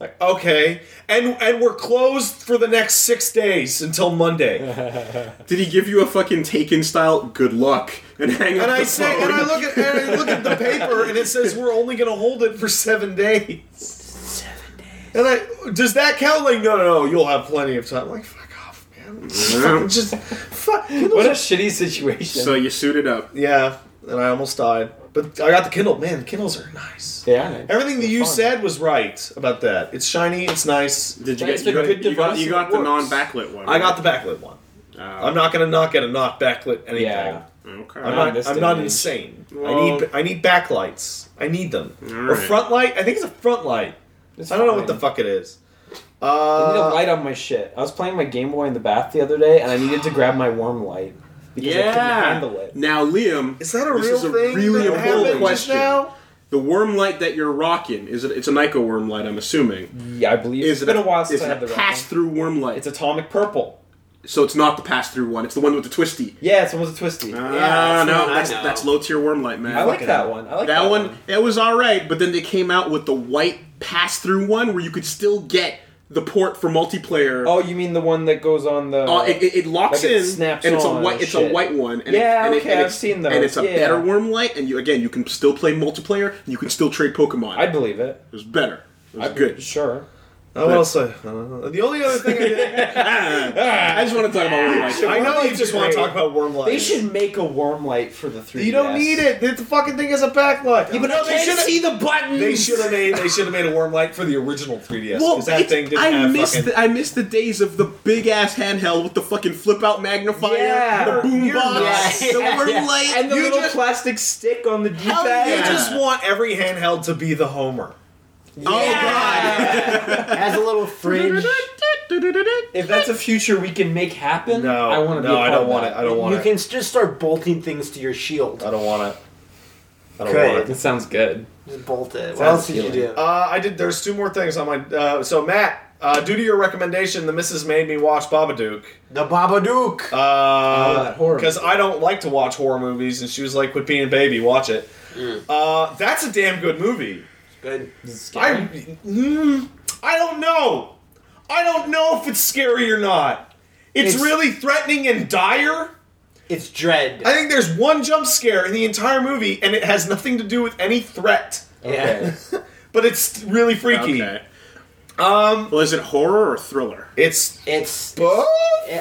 Like okay, and and we're closed for the next six days until Monday.
Did he give you a fucking Taken style "Good luck" and hang up
And I
the
say,
phone?
and I look at and I look at the paper, and it says we're only going to hold it for seven days. Seven days. And I does that count? Like no, no, no, you'll have plenty of time. Like fuck off, man. Fucking Just fuck.
What a shitty situation.
so you suited up.
Yeah, and I almost died, but I got the Kindle. Man, Kindles are nice.
yeah.
Everything that
They're
you
fun.
said was right about that. It's shiny. It's nice.
Did you
But it's
get you
a
got,
good
you got,
device
you
and
got
it
the
works.
non-backlit one? Oh,
I got the backlit one. I'm not gonna not get a not backlit anything.
Yeah.
Okay.
I'm
Not
not.
in this
I'm
day
not
and age.
insane. I
Well-
need. I need backlights. I need them. Or
right.
front light. I think it's a front light.
It's
I don't know
fine.
what the fuck it is.
I need a
Uh,
light on my shit. I was playing my Game Boy in the bath the other day, and I needed to grab my warm light because I couldn't
yeah.
handle it.
Now, Liam,
is that a
this
real
is a
thing?
really
that happened
important
just
question.
now?
The worm light that you're rocking is it, it's a Nyko worm light, I'm assuming.
Yeah, I believe
Is
it's
it
been a while since
is
I
it
had the
a
red one.
pass through worm light?
It's atomic purple.
so it's not the pass through one. It's the one with the twisty.
Yeah, it's almost a twisty.
Ah,
Uh,
that's the
no,
one I
that's
know.
that's low tier worm light, man.
I like that one. I like
that one. It was all right, but then they came out with the white pass through one where you could still get the port for multiplayer.
Oh, you mean the one that goes on the?
Oh,
Uh, it, it, it locks
Like it
in,
snaps
and it's a
on
white.
and
It's
shit.
a white one. And
Yeah,
it, and it-
okay,
and
I've
it's-
seen those,
And it's a
yeah.
better worm light, and you again, you can still play multiplayer. and You can still trade Pokemon.
I believe it.
It was better. It was
I-
good.
Sure.
Uh, what else? I, uh, the only other thing I did.
Ah, I just want to talk about Wormlight.
Ah,
I know you just want
great.
to talk about worm life.
They should make a worm light for the three.
You don't need it. The fucking thing is a backlight.
Yeah, but I
they
can't
should've-
see the buttons.
They should have made. They should have made a worm light for the original 3ds.
Well,
because that
it's-
thing didn't
I
have
miss
fucking.
the, I miss the days of the big ass handheld with the fucking flip out magnifier,
Yeah.
the boom
You're
box,
nuts.
the worm light.
and the
You
little
just-
plastic stick on the D
Hell
pad.
You just want every handheld to be the Homer.
oh god!
Has a little fridge.
If that's a future we can make happen,
No,
I want to be
no,
a
I
part
don't
of
want
that.
it. I don't want
You
it.
can just start bolting things to your shield.
I don't want it. I don't want
That
it.
sounds good.
Just bolt it. What
Sounds
else did you do?
appealing.
Uh, I did. There's two more things on my. Uh, so Matt, uh, due to your recommendation, the missus made me watch Babadook.
the Babadook.
Uh,
Oh, that horror
because I don't like to watch horror movies, and she was like, "Quit being a baby, watch it." Uh, that's a damn good movie.
Good.
I, mm, I don't know. I don't know if it's scary or not. It's,
It's-
really threatening and dire.
It's dread.
I think there's one jump scare in the entire movie, and it has nothing to do with any threat.
Yeah.
But it's really freaky.
Okay.
Um,
Well, is it horror or thriller?
it's
It's.
both,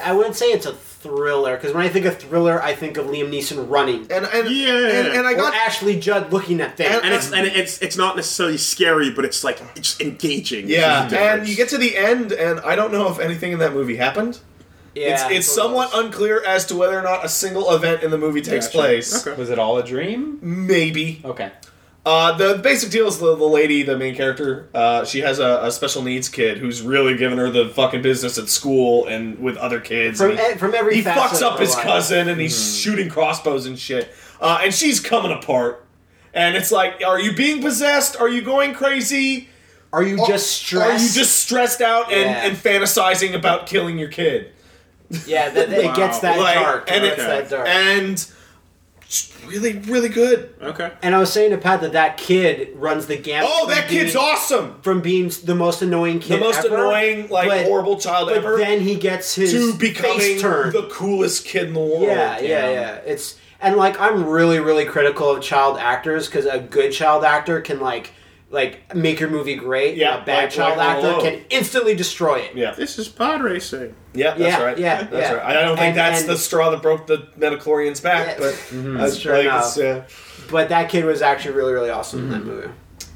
I wouldn't say it's a thriller because when I think of thriller, I think of Liam Neeson running
and and
Yeah.
and, and I
or
got
Ashley Judd looking at things.
And it's and it's it's not necessarily scary, but it's like it's engaging.
yeah,
It's different.
and you get to the end, and I don't know if anything in that movie happened.
yeah,
it's it's
so-
somewhat unclear as to whether or not a single event in the movie takes place.
Okay.
Was it all a dream?
Maybe.
Okay.
Uh, the basic deal is the, the lady, the main character, uh, she has a, a special needs kid who's really giving her the fucking business at school and with other kids.
from
And he
e- from every.
he
facet
fucks
of her
up his
life.
cousin and he's
Mm-hmm.
shooting crossbows and shit. Uh, and she's coming apart. And it's like, are you being possessed? Are you going crazy?
Are you just
Oh, Are you
stressed?
just stressed out and,
Yeah.
and fantasizing about killing your kid?
Yeah, that, that-
Wow.
it gets that
Like,
dark.
and
it gets
it's-
that dark.
And it's really, really good.
Okay.
And I was saying to Pat that that kid runs the gamut.
Oh,
from
that kid's
being-
awesome.
From being the most annoying kid,
The most
ever,
annoying, like
but-
horrible child
But
ever,
then he gets his
to
face
becoming
turned.
the coolest kid in the world.
yeah, yeah, yeah. It's and like I'm really, really critical of child actors because a good child actor can like like make your movie great.
Yeah,
and a bad
like-
child
like
actor
Alone.
can instantly destroy it.
yeah,
This is pod racing.
yeah. That's
Yeah,
right.
yeah,
that's
yeah.
right. I don't think
And-
that's
and-
the straw that broke the Metachlorians back,
Yeah. Mm-hmm.
but that's
Sure
it's, uh,
But that kid was actually really, really awesome in
Mm-hmm.
that movie.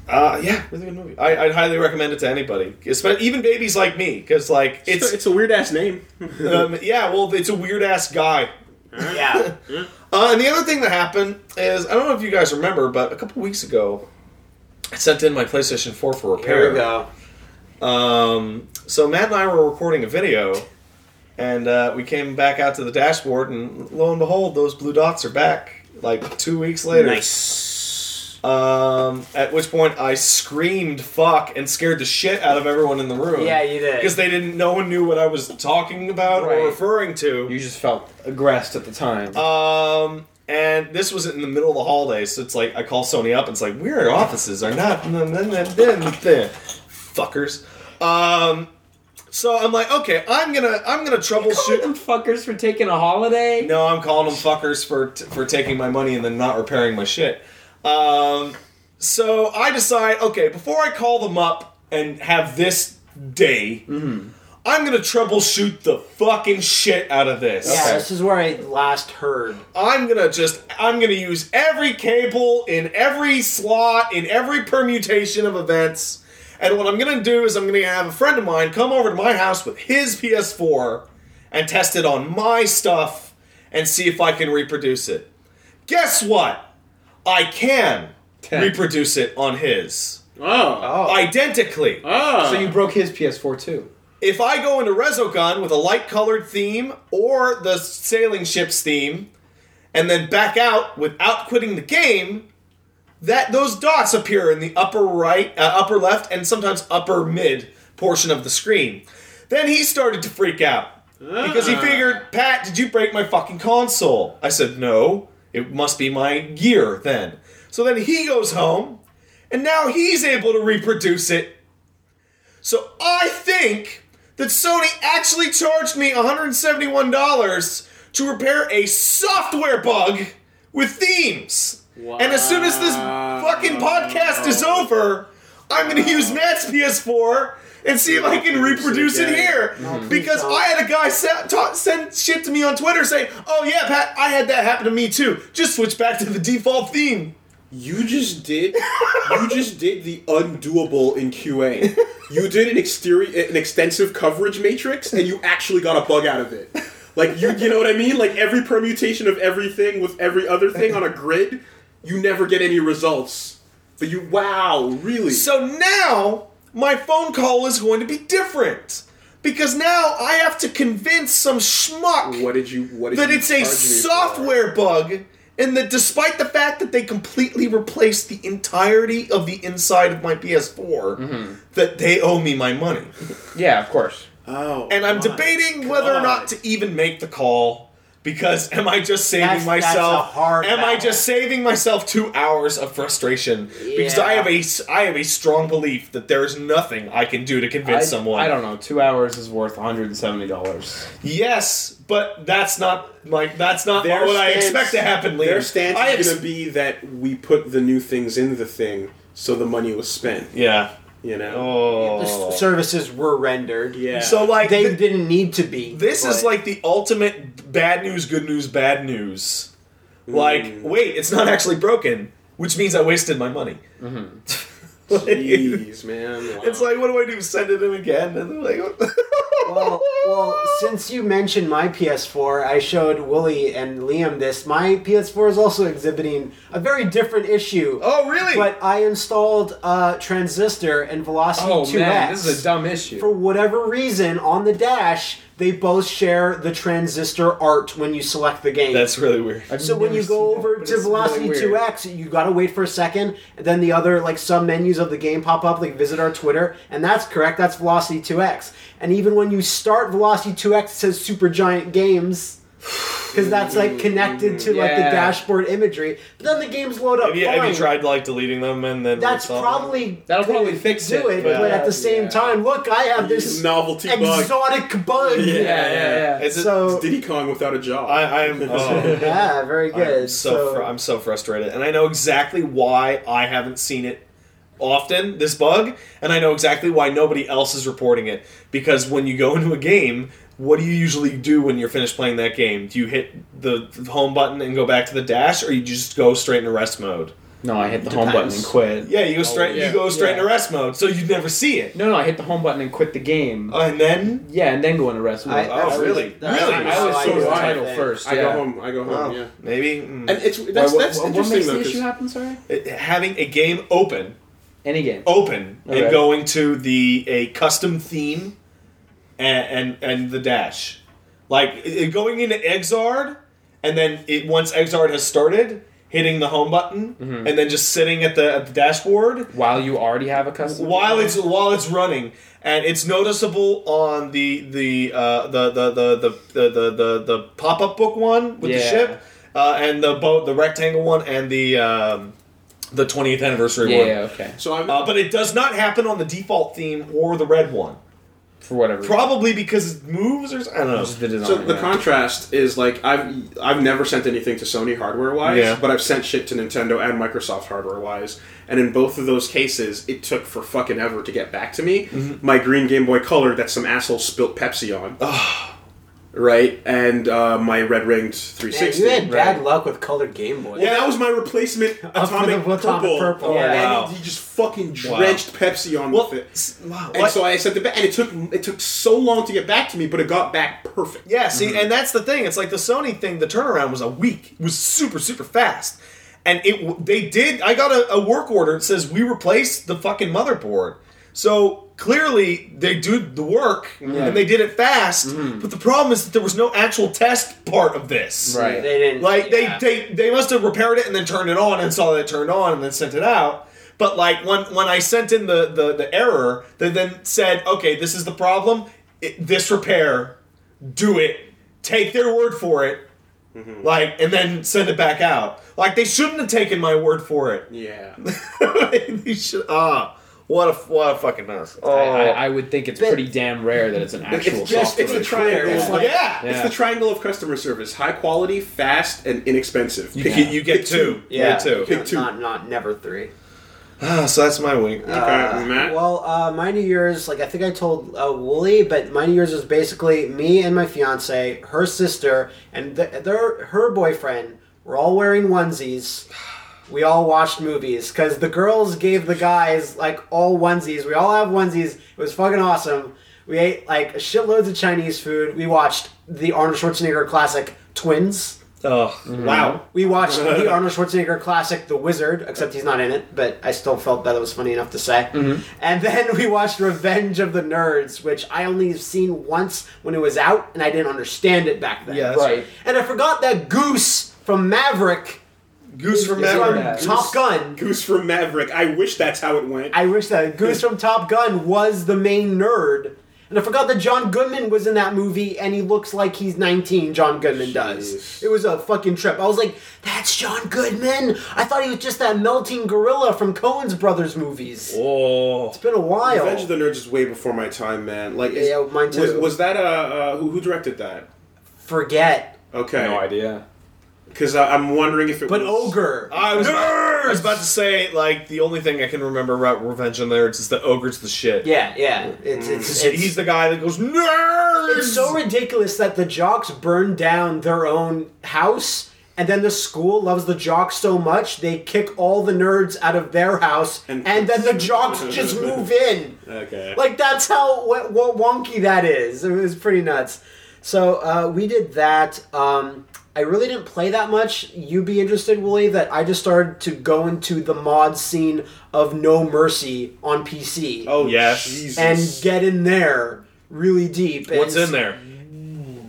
uh, yeah, really good movie. I, I'd highly recommend it to anybody, Espe- even babies like me, because like
It's
it's
it's a weird ass name.
um, yeah, well, it's a weird ass guy.
Yeah,
Uh, and the other thing that happened is I don't know if you guys remember, but a couple weeks ago, I sent in my PlayStation Four for repair.
here we go.
Um, so Matt and I were recording a video, and uh, we came back out to the dashboard, and lo and behold, those blue dots are back. Like two weeks later.
Nice.
Um, at which point I screamed "fuck" and scared the shit out of everyone in the room.
Yeah, you did.
Because they didn't. No one knew what I was talking about
Right.
or referring to.
You just felt aggressed at the time.
Um, and this was in the middle of the holidays, so it's like I call Sony up and it's like we're offices are not fuckers. Um, so I'm like, okay, I'm gonna I'm gonna
Shoot
troubleshoot.
them fuckers for taking a holiday.
No, I'm calling them fuckers for t- for taking my money and then not repairing my shit. Um, so I decide, okay, before I call them up and have this day. I'm gonna troubleshoot the fucking shit out of this.
Yeah,
Okay.
this is where I last heard.
I'm gonna just I'm gonna use every cable in every slot in every permutation of events. And what I'm gonna do is I'm gonna have a friend of mine come over to my house with his PS4 and test it on my stuff and see if I can reproduce it. Guess what? I can reproduce it on his.
Oh.
Oh.
Identically.
Oh.
so you broke his PS4 too.
If I go into Resogun with a light colored theme or the sailing ship's theme, and then back out without quitting the game, that those dots appear in the upper right, uh, upper left, and sometimes upper mid portion of the screen. Then he started to freak out because he figured, Pat, did you break my fucking console? I said, no, it must be my gear then. So then he goes home, and now he's able to reproduce it so I think that Sony actually charged me $171 to repair a software bug with themes. And as soon as this fucking podcast is over, I'm going to use Matt's PS4 and see if I can reproduce it here. Because I had a guy sa- ta- send shit to me on Twitter saying, "Oh yeah, Pat, I had that happen to me too. Just switch back to the default theme."
You just did. You just did the undoable in QA. You did an exterior, an extensive coverage matrix, and you actually got a bug out of it. Like you, you know what I mean? Like every permutation of everything with every other thing on a grid, you never get any results. But you, wow, really?
So now my phone call is going to be different because now I have to convince some schmuck
what did you? What did
that
you
it's a
charge me for?
software bug and that despite the fact that they completely replaced the entirety of the inside of my PS4
Mm-hmm.
that they owe me my money.
Yeah, of course.
Oh,
And I'm
my
debating whether
God.
or not to even make the call because am I just saving
That's- that's
myself
a hard
am I
battle.
just saving myself 2 hours of frustration because
Yeah.
I have a s- I have a strong belief that there is nothing I can do to convince
I,
someone.
I don't know. Two hours is worth $170.
Yes, but that's not my that's not
Their
what I
stance-
expect to happen later.
Their stance
I
is
ex-
going to be that we put the new things in the thing, so the money was spent.
Yeah.
You know.
Oh.
The s- services were rendered.
Yeah.
So like
They
thi-
didn't need to be.
this is
but-
like the ultimate bad news, good news, bad news. Like, wait, it's not actually broken, which means I wasted my money. Like,
Jeez, man. Wow.
it's like, what do I do? Send it in again? And they're like,
well, well, since you mentioned my PS4, I showed Wooly and Liam this. My PS4 is also exhibiting a very different issue.
oh, really?
But I installed uh, Transistor and Velocity
Oh,
2X.
dumb issue.
For whatever reason, on the dash, they both share the Transistor art when you select the game.
that's really weird.
So when you go over
but
to
it's
Velocity
really
Two
weird.
X, you gotta wait for a second, and then the other like sub menus of the game pop up, like visit our Twitter, and that's correct. That's Velocity Two X. And even when you start Velocity Two X, it says Super Giant Games. Because that's like connected to like the
Yeah.
dashboard imagery, but then the games load up.
Have you, have you
fine.
tried like deleting them and then
That's
install them?
probably
That'll
gonna
probably fix
do
it,
it, but,
but-
at the same
yeah.
time, look, I have this
novelty bug.
exotic bug.
Yeah, yeah, yeah.
Is it,
So
It's Diddy Kong without a job.
I, I'm. Oh.
yeah, very good.
I'm so fr- I'm so frustrated, and I know exactly why I haven't seen it often this bug, and I know exactly why nobody else is reporting it because when you go into a game. What do you usually do when you're finished playing that game? Do you hit the the home button and go back to the dash, or you just go straight into rest mode?
No, I hit the home button and
Depends.
quit.
Yeah, you go straight.
yeah.
You go straight
Yeah.
into rest mode, so you'd never see it.
No, no, I hit the home button and quit the game.
Uh, and then,
yeah, and then go into rest mode.
I-
I,
I-
oh,
was-
really?
that was
really?
my
I was
I
so
do
the
that
title
thing.
first.
I
yeah.
go home. I go home.
Wow.
Yeah.
Maybe. mm.
And it's that's
Why, what-
that's
what, what
interesting
makes the
though. 'cause-
issue happen? Sorry.
It- having a game open
Any game.
open and
Okay.
going to the a custom theme and and, and the dash like i- i- going into exard and then it once exard has started hitting the home button
Mm-hmm.
and then just sitting at the, at the dashboard
While you already have a custom.
while it's while it's running and it's noticeable on the the uh, the, the, the, the, the the the the pop-up book one with the
Yeah.
ship uh, and the boat the rectangle one and the um, the 20th anniversary
Yeah,
one
yeah, okay.
So I'm
uh, but it does not happen on the default theme or the red one.
For whatever. reason.
Probably because it moves or s- I don't know.
Just the design.
so the
yeah.
contrast is like I've I've never sent anything to Sony hardware wise,
Yeah.
but I've sent shit to Nintendo and Microsoft hardware wise, and in both of those cases, it took for fucking ever to get back to me. My green Game Boy Color that some asshole spilt Pepsi on. Right and uh, my red ringed
Man,
360.
you had
right?
bad luck with colored Game Boy.
Well, that was my replacement atomic
the-
purple.
Atomic Purple.
And
Wow.
he just fucking drenched Pepsi on
Well,
with it.
s- wow.
And
what-
so I sent it back, and it took it took so long to get back to me, but it got back perfect.
yeah, see, and that's the thing. It's like the Sony thing. The turnaround was a week. It was super super fast, and it w- they did. I got a, a work order. that says we replaced the fucking motherboard. So clearly they do the work and they did it fast.
Mm-hmm.
But the problem is that there was no actual test part of this.
Right.
They didn't.
Like
yeah.
they, they they must have repaired it and then turned it on and saw that it turned on and then sent it out. But like when when I sent in the the, the error, they then said, okay, this is the problem. It, this repair, do it. Take their word for it. Like and then send it back out. Like they shouldn't have taken my word for it.
Yeah.
they should. Ah, what a what a fucking mess. Oh.
I, I, I would think it's pretty damn rare that it's an actual
It's just
software.
it's the triangle.
It's
of,
like-
yeah.
It's
Yeah.
the triangle of customer service: high quality, fast, and inexpensive. Pick
You, you get
Pick two.
two. You get two.
Pick two.
Not, not never three.
Ah, so that's my week.
Okay, Matt.
Well, uh, my New Year's, like I think I told uh, Wooly, but my New Year's was basically me and my fiance, her sister, and th- their her boyfriend were all wearing onesies. We all watched movies because the girls gave the guys like all onesies. We all have onesies. It was fucking awesome. We ate like shitloads of Chinese food. We watched the Arnold Schwarzenegger classic Twins.
Oh,
Mm-hmm.
wow.
We watched the Arnold Schwarzenegger classic, The Wizard, except he's not in it, but I still felt that it was funny enough to say. And then we watched Revenge of the Nerds, which I only have seen once when it was out, and I didn't understand it back then.
Yeah, that's right.
Right.
And I forgot that Goose from Maverick,
Goose from
Yes,
from
Maverick.
Yeah.
Top Gun.
Goose from Maverick. I wish that's how it went.
I wish that Goose from Top Gun was the main nerd. And I forgot that John Goodman was in that movie, and he looks like he's 19, John Goodman does.
Jeez.
It was a fucking trip. I was like, that's John Goodman? I thought he was just that melting gorilla from Cohen's Brothers movies.
Oh.
It's been a while.
Revenge of the Nerds is way before my time, man. Like, is-
Yeah, mine too.
Was, was that uh, uh who, who directed that?
Forget.
Okay,
No idea.
Because I'm wondering if it.
But
was...
Ogre.
I was, I was about to say, like, the only thing I can remember about Revenge of the Nerds is the ogre's the shit.
yeah, yeah. It's, it's,
Mm.
it's,
He's the guy that goes, nerds!
it's so ridiculous that the jocks burn down their own house, and then the school loves the jocks so much they kick all the nerds out of their house, and,
And-
then the jocks just move in.
Okay.
Like that's how what, what wonky that is. It was pretty nuts. So uh, we did that. Um, I really didn't play that much. You'd be interested, Wooly, that I just started to go into the mod scene of No Mercy on PC
oh
Yes.
Jesus.
and get in there really deep. and
What's in there?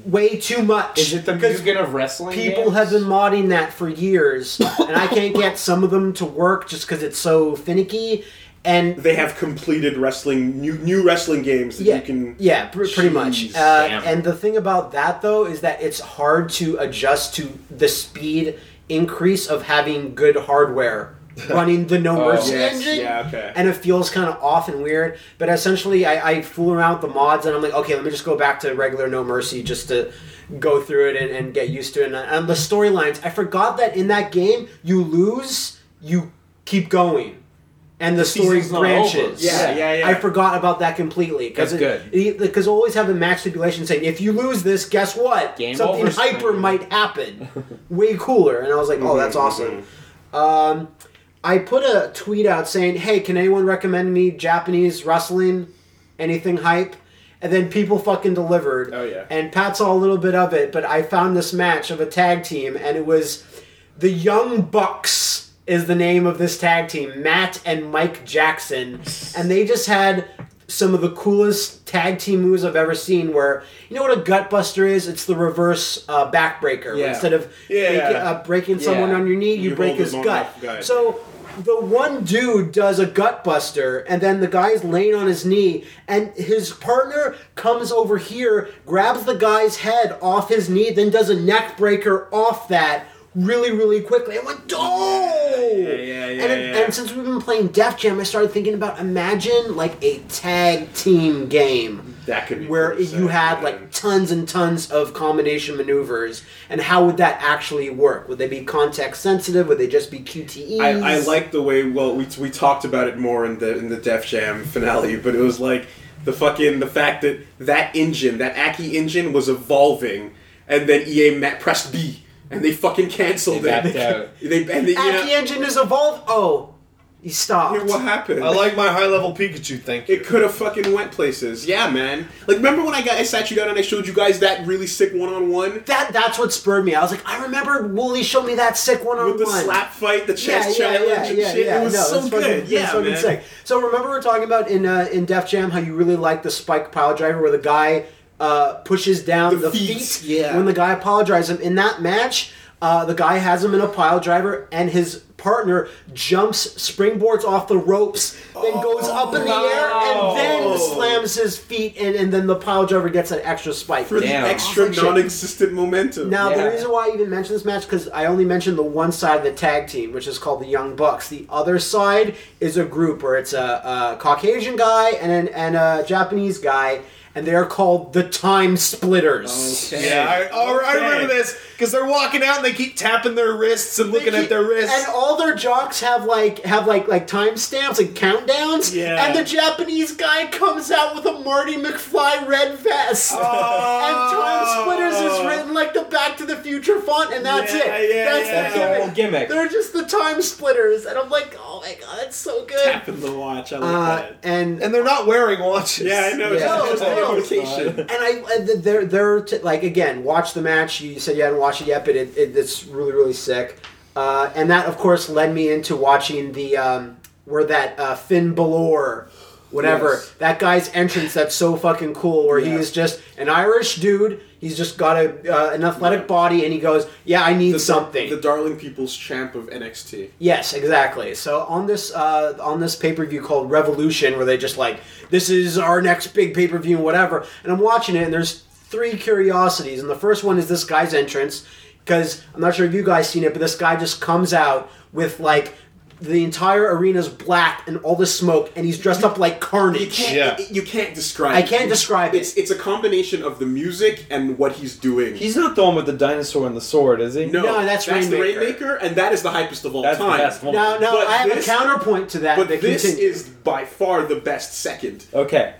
Way too much.
Is it the
Because
music of wrestling?
People have been modding that for years, and I can't get some of them to work just because it's so finicky. And
they have completed wrestling new new wrestling games that
yeah,
you can.
yeah, pr- pretty much.
Jeez,
Uh,
damn.
and the thing about that though is that it's hard to adjust to the speed increase of having good hardware running the No
Oh,
Mercy
yes,
engine.
yeah, okay.
And it feels kind of off and weird. But essentially, I, I fool around with the mods and I'm like, okay, let me just go back to regular No Mercy just to go through it and, and get used to it. And, and the storylines, I forgot that in that game, you lose, you keep going. And the story
season's not over.
branches.
Yeah, yeah, yeah.
I forgot about that completely because
That's good.
because always have a max stipulation saying if you lose this, guess what?
Game
Something
over.
hyper might happen. Way cooler, and I was like, oh,
Mm-hmm,
that's awesome. Um, I put a tweet out saying, hey, can anyone recommend me Japanese wrestling? Anything hype? And then people fucking delivered.
Oh, yeah.
And Pat saw a little bit of it, but I found this match of a tag team, and it was the Young Bucks is the name of this tag team, Matt and Mike Jackson, and they just had some of the coolest tag team moves I've ever seen. Where you know what a gutbuster is? It's the reverse uh, backbreaker.
Yeah.
Instead of
Yeah.
making- uh, breaking someone
Yeah.
on your knee, you,
You
break
hold
his
his own
gut.
up, guy.
So the one dude does a gut buster, and then the guy's laying on his knee, and his partner comes over here, grabs the guy's head off his knee, then does a neck breaker off that really, really quickly. I went, oh!
Yeah, yeah, yeah,
and, it-
yeah.
and since we've been playing Def Jam, I started thinking about imagine like a tag team game
That could be
where
pretty
you
sick,
had
man.
like tons and tons of combination maneuvers, and how would that actually work? Would they be context sensitive? Would they just be QTEs?
I, I like the way. Well, we, we talked about it more in the in the Def Jam finale, but it was like the fucking the fact that that engine, that Aki engine, was evolving, and then EA ma- pressed B, and they fucking canceled
They
it.
backed out.
They and they,
Aki
yeah,
engine is evolved. Oh, he
Hey,
stopped.
what happened?
I like my high level Pikachu, thank you.
It could have fucking went places. Yeah, man. Like, remember when I got I sat you down and I showed you guys that really sick one on one
That that's what spurred me. I was like, I remember Wooly showed me that sick one on
with the
one.
slap fight, the chest challenge, and shit. it was so
it's
good.
fucking- it's
yeah,
fucking
man.
sick. So remember we we're talking about in uh, in Def Jam how you really like the spike pile driver where the guy uh, pushes down the,
The feet,
Yeah. When the guy apologizes him in that match, uh, the guy has him in a pile driver and his partner jumps springboards off the ropes, then goes
Oh,
up in the air and
wow.
then slams his feet and, and then the pile driver gets an extra spike.
For
Damn.
the extra
Awesome shit.
non-existent momentum.
Now
Yeah.
the reason why I even mentioned this match because I only mentioned the one side of the tag team, which is called the Young Bucks. The other side is a group where it's a, a Caucasian guy and an, and a Japanese guy, and they're called the Time Splitters.
Okay.
Yeah, I, oh,
Okay.
I remember this. because they're walking out and they keep tapping their wrists and looking
They
at
keep-
their wrists.
And all their jocks have like have like like timestamps and countdowns.
Yeah.
And the Japanese guy comes out with a Marty McFly red vest.
Oh.
And Time Splitters is written like the Back to the Future font, and that's
Yeah,
it.
yeah,
that's
yeah.
That's
the
the
gimmick.
whole gimmick.
They're just the Time Splitters, and I'm like, oh my god, that's so good.
Happen to watch. I like
Uh,
that.
and
And they're not wearing watches.
Yeah, I know. It's
Yeah.
just- it's
No, no,
just the quotation.
And I, uh, th- they're they're t- like again, watch the match. You said you hadn't watched it yet, but it, it, it's really really sick. Uh, and that of course led me into watching the um, where that uh, Finn Balor, whatever
Yes.
that guy's entrance. That's so fucking cool. Where he
Yeah.
is just an Irish dude. He's just got a uh, an athletic body, and he goes, "Yeah, I need
The-
something."
The Darling People's Champ of NXT.
Yes, exactly. So on this uh, on this pay per view called Revolution, where they just like this is our next big pay per view and whatever, and I'm watching it, and there's three curiosities, and the first one is this guy's entrance because I'm not sure if you guys seen it, but this guy just comes out with like the entire arena's black and all the smoke, and he's dressed up like
You
Carnage.
can't,
Yeah.
you can't describe
I can't describe
It's,
it.
it's a combination of the music and what he's doing.
He's not the one with the dinosaur and the sword, is he?
no,
No, that's
that's, the
Rainmaker.
Rainmaker, and that is the hypest of all
That's the
time.
best one.
Now, now
But
I have
this-
a counterpoint to that.
But
that
this
continues.
is by far the best second.
Okay.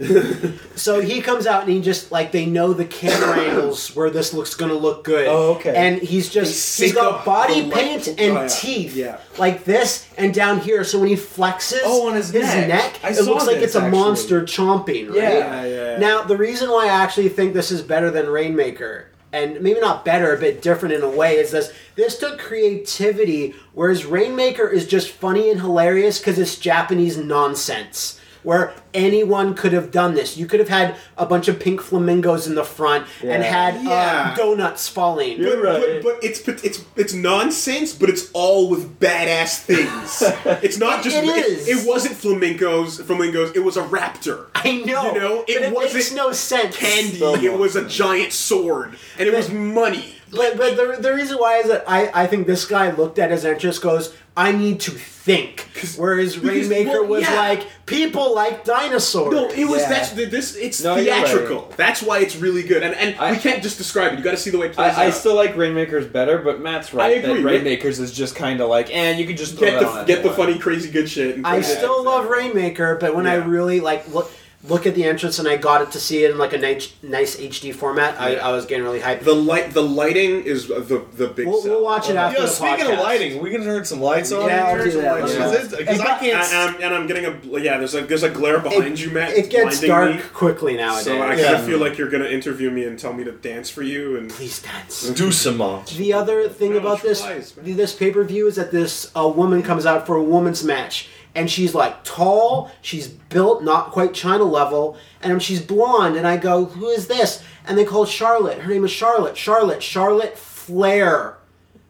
So he comes out and he just like they know the camera angles where this looks gonna look good.
Oh, okay.
And he's just
They
he's
sync
got
up
body
the light-
paint and
Oh, yeah.
teeth
Yeah.
like this and down here. So when he flexes,
Oh, on his neck. I
it
saw
looks like
this,
it's a
actually.
monster chomping. Right?
Yeah.
Yeah, yeah, yeah.
Now the reason why I actually think this is better than Rainmaker. And maybe not better, but different in a way. Is this this took creativity, whereas Rainmaker is just funny and hilarious because it's Japanese nonsense where anyone could have done this. You could have had a bunch of pink flamingos in the front and
Yeah.
had
Yeah.
uh, donuts falling.
You're
But,
right.
but, but it's but it's it's nonsense, but it's all with badass things. it's not just
It is.
It, it wasn't flamingos. Flamingos. It was a raptor.
I know.
You know,
but
it
it makes
wasn't
no sense.
Candy.
So
it was a giant sword, and it was money.
But, but the, the reason why is that I, I think this guy looked at his entrance goes, I need to think. Whereas
because-
Rainmaker
well,
was
yeah.
like, people like dinosaurs.
No, it was
Yeah.
that's this. It's
No, you're right.
theatrical. That's why it's really good, and and
I-
we can't just describe it. You got to see the way it plays
I, I
out.
still like Rainmakers better, but Matt's right.
I agree.
That Rainmakers is just kind of like, and you can just throw
get
that on
the get the
anyone.
funny, crazy, good shit. and
I
put it
still
out.
love Rainmaker, but when I
Yeah.
really like look look at the entrance and I got it to see it in like a nice, nice HD format, I, I was getting really hyped.
the light. The lighting is the the big.
we'll,
sell.
we'll watch it after
Yo,
the
speaking
podcast.
of lighting, we can turn some lights on.
Yeah, I'll
here?
do
Some
that.
lights.
Yeah.
Is it- 'cause
It
I
got-
can't.
And I'm, and I'm getting a yeah. There's a there's a glare behind you, Matt.
It gets
blinding
dark
me.
quickly nowadays.
So I kind
Yeah.
of feel like you're gonna interview me and tell me to dance for you. And
Please dance.
do some montage.
The other thing
No,
about
she
this
lies, man.
this pay per view is that this a woman comes out for a woman's match, and she's like tall, she's built not quite China level, and she's blonde. And I go, who is this? And they call Charlotte. Her name is Charlotte. Charlotte. Charlotte Flair.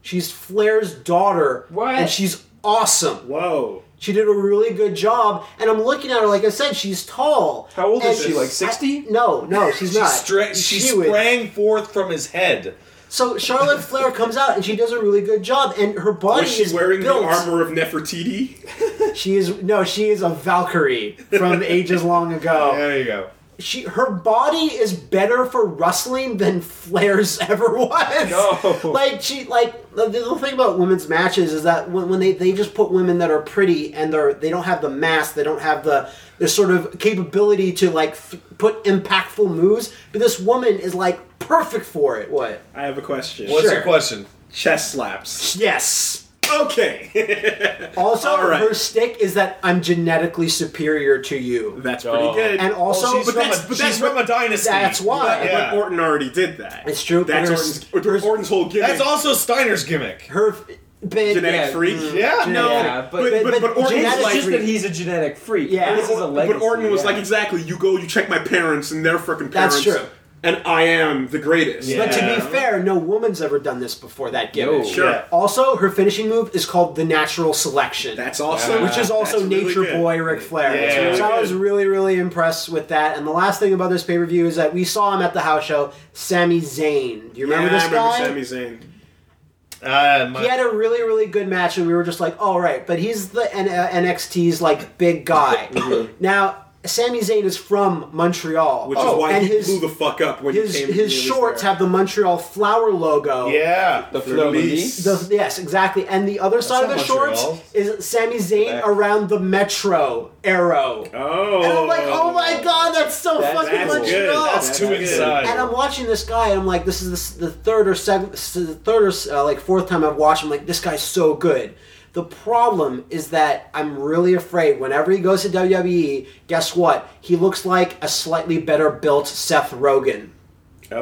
She's Flair's daughter,
What?
and she's awesome.
whoa,
She did a really good job, and I'm looking at her. Like I said, she's tall.
How old is
And
she? Like
I-
60?
no, no, she's
She,
not.
stra- she
was-
sprang forth from his head.
So Charlotte Flair comes out, and she does a really good job. And her body
was she
is
wearing
built.
the armor of Nefertiti?
She is no, she is a Valkyrie from ages long ago.
There you go.
She her body is better for wrestling than Flair's ever was.
No.
Like she like the, the thing about women's matches is that when, when they, they just put women that are pretty and they're they don't have the mass, they don't have the the sort of capability to like th- put impactful moves, but this woman is like perfect for it. What?
I have a question.
What's
Sure.
your question?
Chest slaps.
Yes.
Okay,
Also,
All right.
her stick is that I'm genetically superior to you.
that's
Oh.
pretty good.
And also,
Well, she's
but
from,
that's-
a,
but
she's
that's
from a dynasty.
that's why.
But
Yeah.
Orton already did that.
It's true, but
That's
there's-
Orton's, Orton's, Orton's whole gimmick.
That's also Steiner's gimmick.
Her bit,
genetic
Yeah.
freak.
Mm. Yeah.
no,
Yeah, but-
but, but,
but-
but Orton's
genetic-
It's
like.
just that he's a genetic freak.
Yeah.
This is a legacy.
but Orton was
yeah.
like, exactly. You go, you check my parents and their freaking parents.
That's true.
And I am the greatest.
Yeah.
But to be fair, no woman's ever done this before that gimmick.
No.
Sure.
Yeah.
Also, her finishing move is called the natural selection.
That's also
which is also
that's really
Nature
good.
Boy Ric Flair.
Yeah. That's really
so I
good.
was really, really impressed with that. And the last thing about this pay per view is that we saw him at the house show, Sami Zayn. Do you remember
yeah,
this
I remember
guy?
Sami Zayn.
Uh, my-
he had a really, really good match, and we were just like, all right, but he's the N- uh, NXT's like big guy. now, Sami Zayn is from Montreal, Oh.
Which is why
and
he
his
blew the fuck up when
his
he came.
his shorts have the Montreal flower logo.
Yeah.
The Fleur de Lis.
The- yes, exactly. And the other side of the
not
shorts
Montreal.
is Sami Zayn
That-
around the Metro arrow.
Oh,
And I'm like, oh my god, that's so
That's
fucking
that's
Montreal.
good.
That's too
good.
inside.
And I'm watching this guy, and I'm like, this is the, the third or second, the third or uh, like fourth time I've watched him. Like, this guy's so good. The problem is that I'm really afraid whenever he goes to WWE, guess what? He looks like a slightly better built Seth Rogen.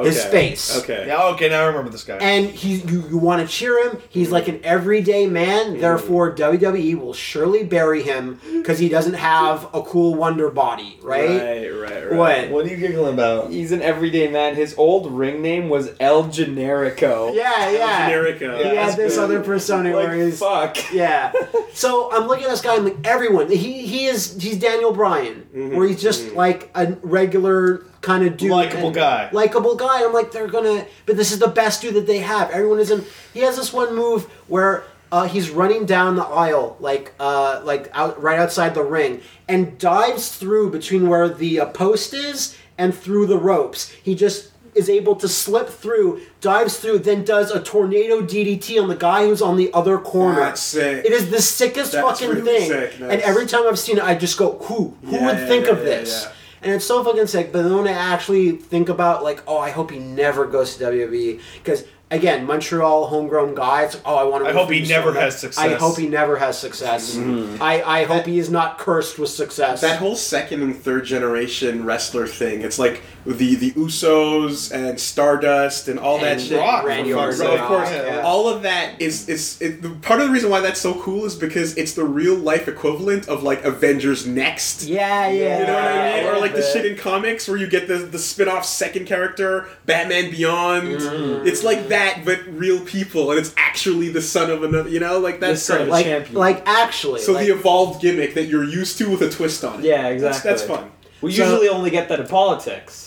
His
Okay.
face.
Okay.
Yeah, okay, now I remember this guy.
And he, you, you want to cheer him. He's like an everyday man. Therefore, WWE will surely bury him because he doesn't have a cool wonder body, right?
Right, right, right.
What?
what are you giggling about?
He's an everyday man. His old ring name was El Generico.
Yeah, yeah.
Generica.
He had this
good.
other persona where
Like,
he's
fuck.
yeah. So I'm looking at this guy. I'm like, everyone. He he is he's Daniel Bryan, where he's just like a regular kind of dude,
Likeable
and-
guy.
likable guy. I'm like, they're gonna. But this is the best dude that they have. Everyone is in. He has this one move where. Uh, he's running down the aisle, like uh, like out, right outside the ring, and dives through between where the uh, post is and through the ropes. He just is able to slip through, dives through, then does a tornado DDT on the guy who's on the other corner.
That's sick.
It is the sickest
That's
fucking
really
thing.
sick.
And
That's-
every time I've seen it, I just go, who? Who
Yeah,
would
yeah,
think
yeah,
of
yeah,
this?
yeah.
And it's so fucking sick. But then when I actually think about, like, oh, I hope he never goes to WWE. Because, again, Montreal, homegrown guy, it's, oh, I want to.
I hope he never has success.
I hope he never has success. I, I hope he is not cursed with success.
That whole second and third generation wrestler thing, it's like the the Usos and Stardust and all that
And
shit.
Rock,
Randy
for
Orton.
Bro,
fuck's
of course,
sake.
Yeah.
all of that is is it, the- part of the reason why that's so cool is because it's the real life equivalent of like Avengers Next.
Yeah, yeah.
You know what
yeah,
I mean?
yeah.
Or like the
Yeah.
shit in comics where you get the the spin-off second character, Batman Beyond.
Mm.
It's like that, but real people, and it's actually the son of another. You know, like that's
The son
great.
of
like,
champion.
like, actually.
so
like-
the evolved gimmick that you're used to with a twist on it.
Yeah,
That's-
exactly.
That's, fun.
We
So-
usually only get that in politics.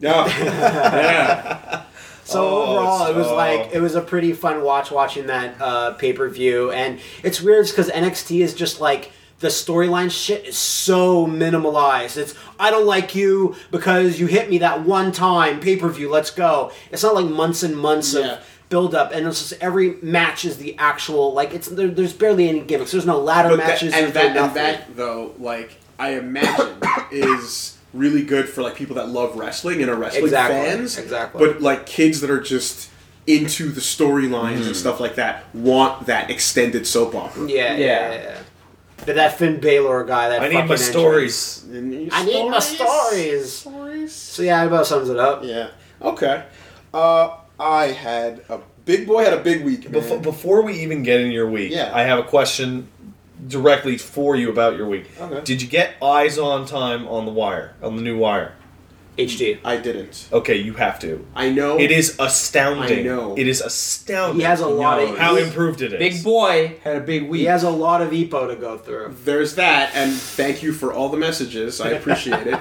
Yeah, yeah.
So
Oh,
overall,
it's-
it was
oh.
like it was a pretty fun watch watching that uh, pay per view, and it's weird because NXT is just like the storyline shit is so minimalized. It's I don't like you because you hit me that one time pay per view. Let's go. It's not like months and months
Yeah.
of build up, and it's just every match is the actual like it's there, there's barely any gimmicks. There's no ladder
But that-
matches.
and
there's
that,
no
and
nothing.
that though, like I imagine, is really good for like people that love wrestling and are wrestling
Exactly,
fans.
exactly.
But like kids that are just into the storylines and stuff like that want that extended soap opera.
yeah, yeah,
Yeah.
yeah, yeah. But that Finn Balor guy, that
I need my
fucking
stories.
And
entrance. I need my stories. So yeah, it about sums it up.
Yeah. Okay. Uh, I had a big boy had a big week. man.
Before, before we even get in your week,
Yeah.
I have a question directly for you about your week.
Okay.
Did you get eyes on time on the wire, on the new wire?
HD.
I didn't.
Okay, you have to.
I know.
It is astounding.
I know.
It is astounding.
He has a lot
No.
of
how
he-
improved it is.
Big boy had a big
He
week.
has a lot of EPO to go through.
There's that, and thank you for all the messages. I appreciate it.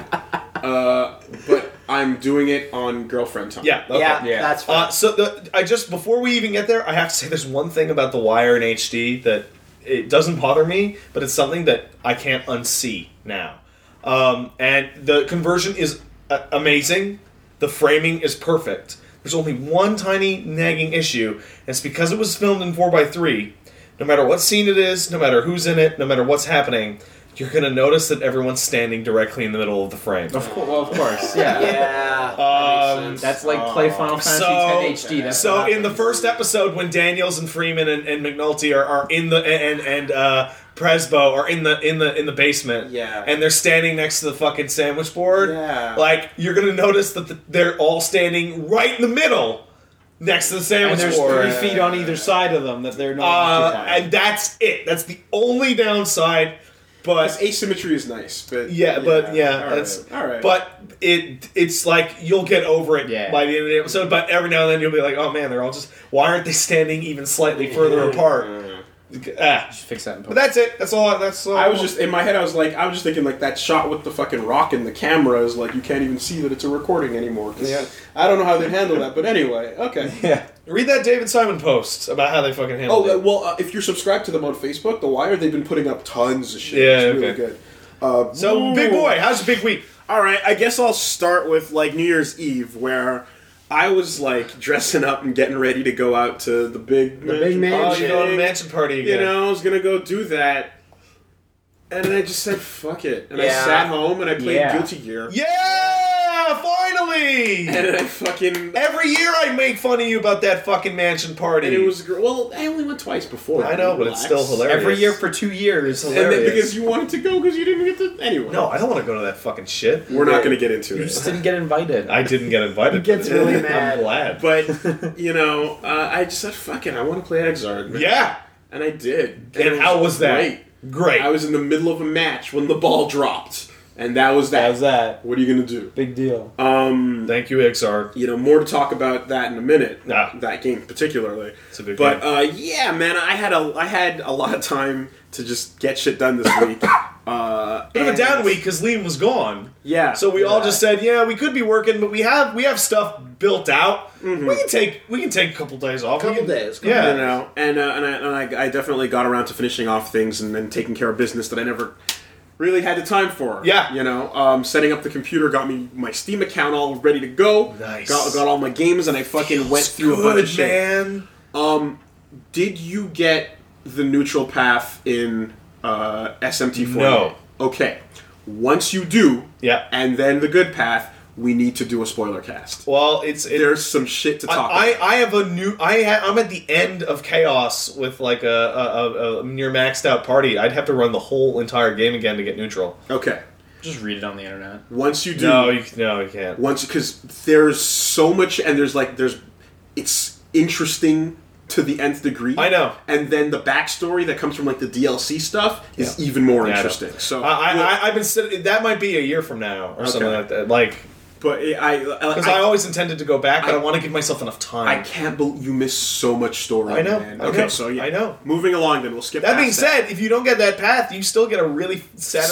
Uh, but I'm doing it on girlfriend time.
Yeah. Okay.
Yeah,
Yeah.
that's fine.
Uh, so the, I just before we even get there, I have to say there's one thing about the wire in HD that it doesn't bother me, but it's something that I can't unsee now. Um, and the conversion is uh, amazing. The framing is perfect. There's only one tiny nagging issue, and it's because it was filmed in 4x3. No matter what scene it is, no matter who's in it, no matter what's happening, you're gonna notice that everyone's standing directly in the middle of the frame.
of course, well, of course, yeah.
yeah.
Um,
That's like play Final Fantasy X HD. That's
so
what
in the
happens.
first episode, when Daniels and Freeman and, and McNulty are, are in the and and uh, Presbo are in the in the in the basement,
Yeah.
and they're standing next to the fucking sandwich board,
Yeah.
like you're gonna notice that the, they're all standing right in the middle next to the
and
sandwich
there's
board,
three feet on either side of them that they're not.
uh,
occupying.
and that's it. That's the only downside. But
This asymmetry is nice, but
yeah, but yeah,
all right,
that's
all right.
But it it's like you'll get over it
Yeah.
by the end of the episode. But every now and then you'll be like, oh man, they're all just why aren't they standing even slightly further apart? ah.
fix that. In
But that's it. That's all. That's all.
I was just in my head. I was like, I was just thinking like that shot with the fucking rock in the camera is like you can't even see that it's a recording anymore. 'cause
Yeah.
I don't know how they handle that, but anyway, okay.
yeah.
read that David Simon post about how they fucking handled
Oh
it.
uh, well, uh, if you're subscribed to them on Facebook, The Wire, they've been putting up tons of shit.
Yeah,
it's really
okay.
good.
Uh,
So, big boy, how's your big week?
All right, I guess I'll start with like New Year's Eve, where I was like dressing up and getting ready to go out to the big the
big man
Oh,
shit.
you go to a mansion party
You
again.
know, I was gonna go do that, and I just said fuck it, and I
Yeah.
sat home and I played
Yeah.
Guilty Gear,
Yeah, finally!
and I fucking
Every year I make fun of you about that fucking mansion party.
and it was gr- well, I only went twice before.
I know, but it's still
Relax.
hilarious.
Every year for two years.
And then because you wanted to go because you didn't get to anyway.
No, I don't want to go to that fucking shit.
we're not gonna get into
You
it.
just didn't get invited.
I didn't get invited.
He gets
for this.
really
I'm
mad.
glad.
But you know, uh, I just said fuck it, I want to play Exard, man.
yeah,
and I did.
and,
it
how was that?
Great.
Great.
I was in the middle of a match when the ball dropped, and that was that.
How's that?
What are you gonna do?
Big deal.
Um,
Thank you, XR.
you know, more to talk about that in a minute.
Ah.
That game particularly.
It's a big
but
game.
uh, yeah, man, I had a I had a lot of time to just get shit done this week. Uh,
Bit of a
and-
down week because Liam was gone.
Yeah.
So we all just said, yeah, we could be working, but we have we have stuff built out.
Mm-hmm.
We can take we can take a couple days off. We
Couple
can-
days, couple
Yeah.
you know, and uh, and, I, and I, I definitely got around to finishing off things and then taking care of business that I never really had the time for.
Yeah.
you know, um, setting up the computer got me my Steam account all ready to go.
Nice.
Got, got all my games and I fucking went
It's
through a bunch
good,
of shit.
man.
Did you get the neutral path in uh, SMT4?
No.
Okay. Once you do,
Yeah.
and then the good path, we need to do a spoiler cast.
Well, it's it,
There's some shit to talk
I,
about.
I, I have a new I ha, I'm at the end of chaos with like a, a, a, a near maxed out party. I'd have to run the whole entire game again to get neutral.
okay.
Just read it on the internet.
Once you do,
No, you, no, you can't.
once because there's so much and there's like there's it's interesting to the nth degree
I know.
and then the backstory that comes from like the dlc stuff is even more
Yeah, I know.
interesting so
I,
we'll-
I, I, I've been sit- that might be a year from now or something
Okay.
like that. Like
but it- i
because
I,
I,
I,
always intended to go back, but I,
I-
want to give myself enough time.
I can't believe you miss so much story
I know,
man.
I
okay
know,
so yeah
I know.
moving along then we'll skip
that being
past
said, if you don't get that path, you still get a really satisfying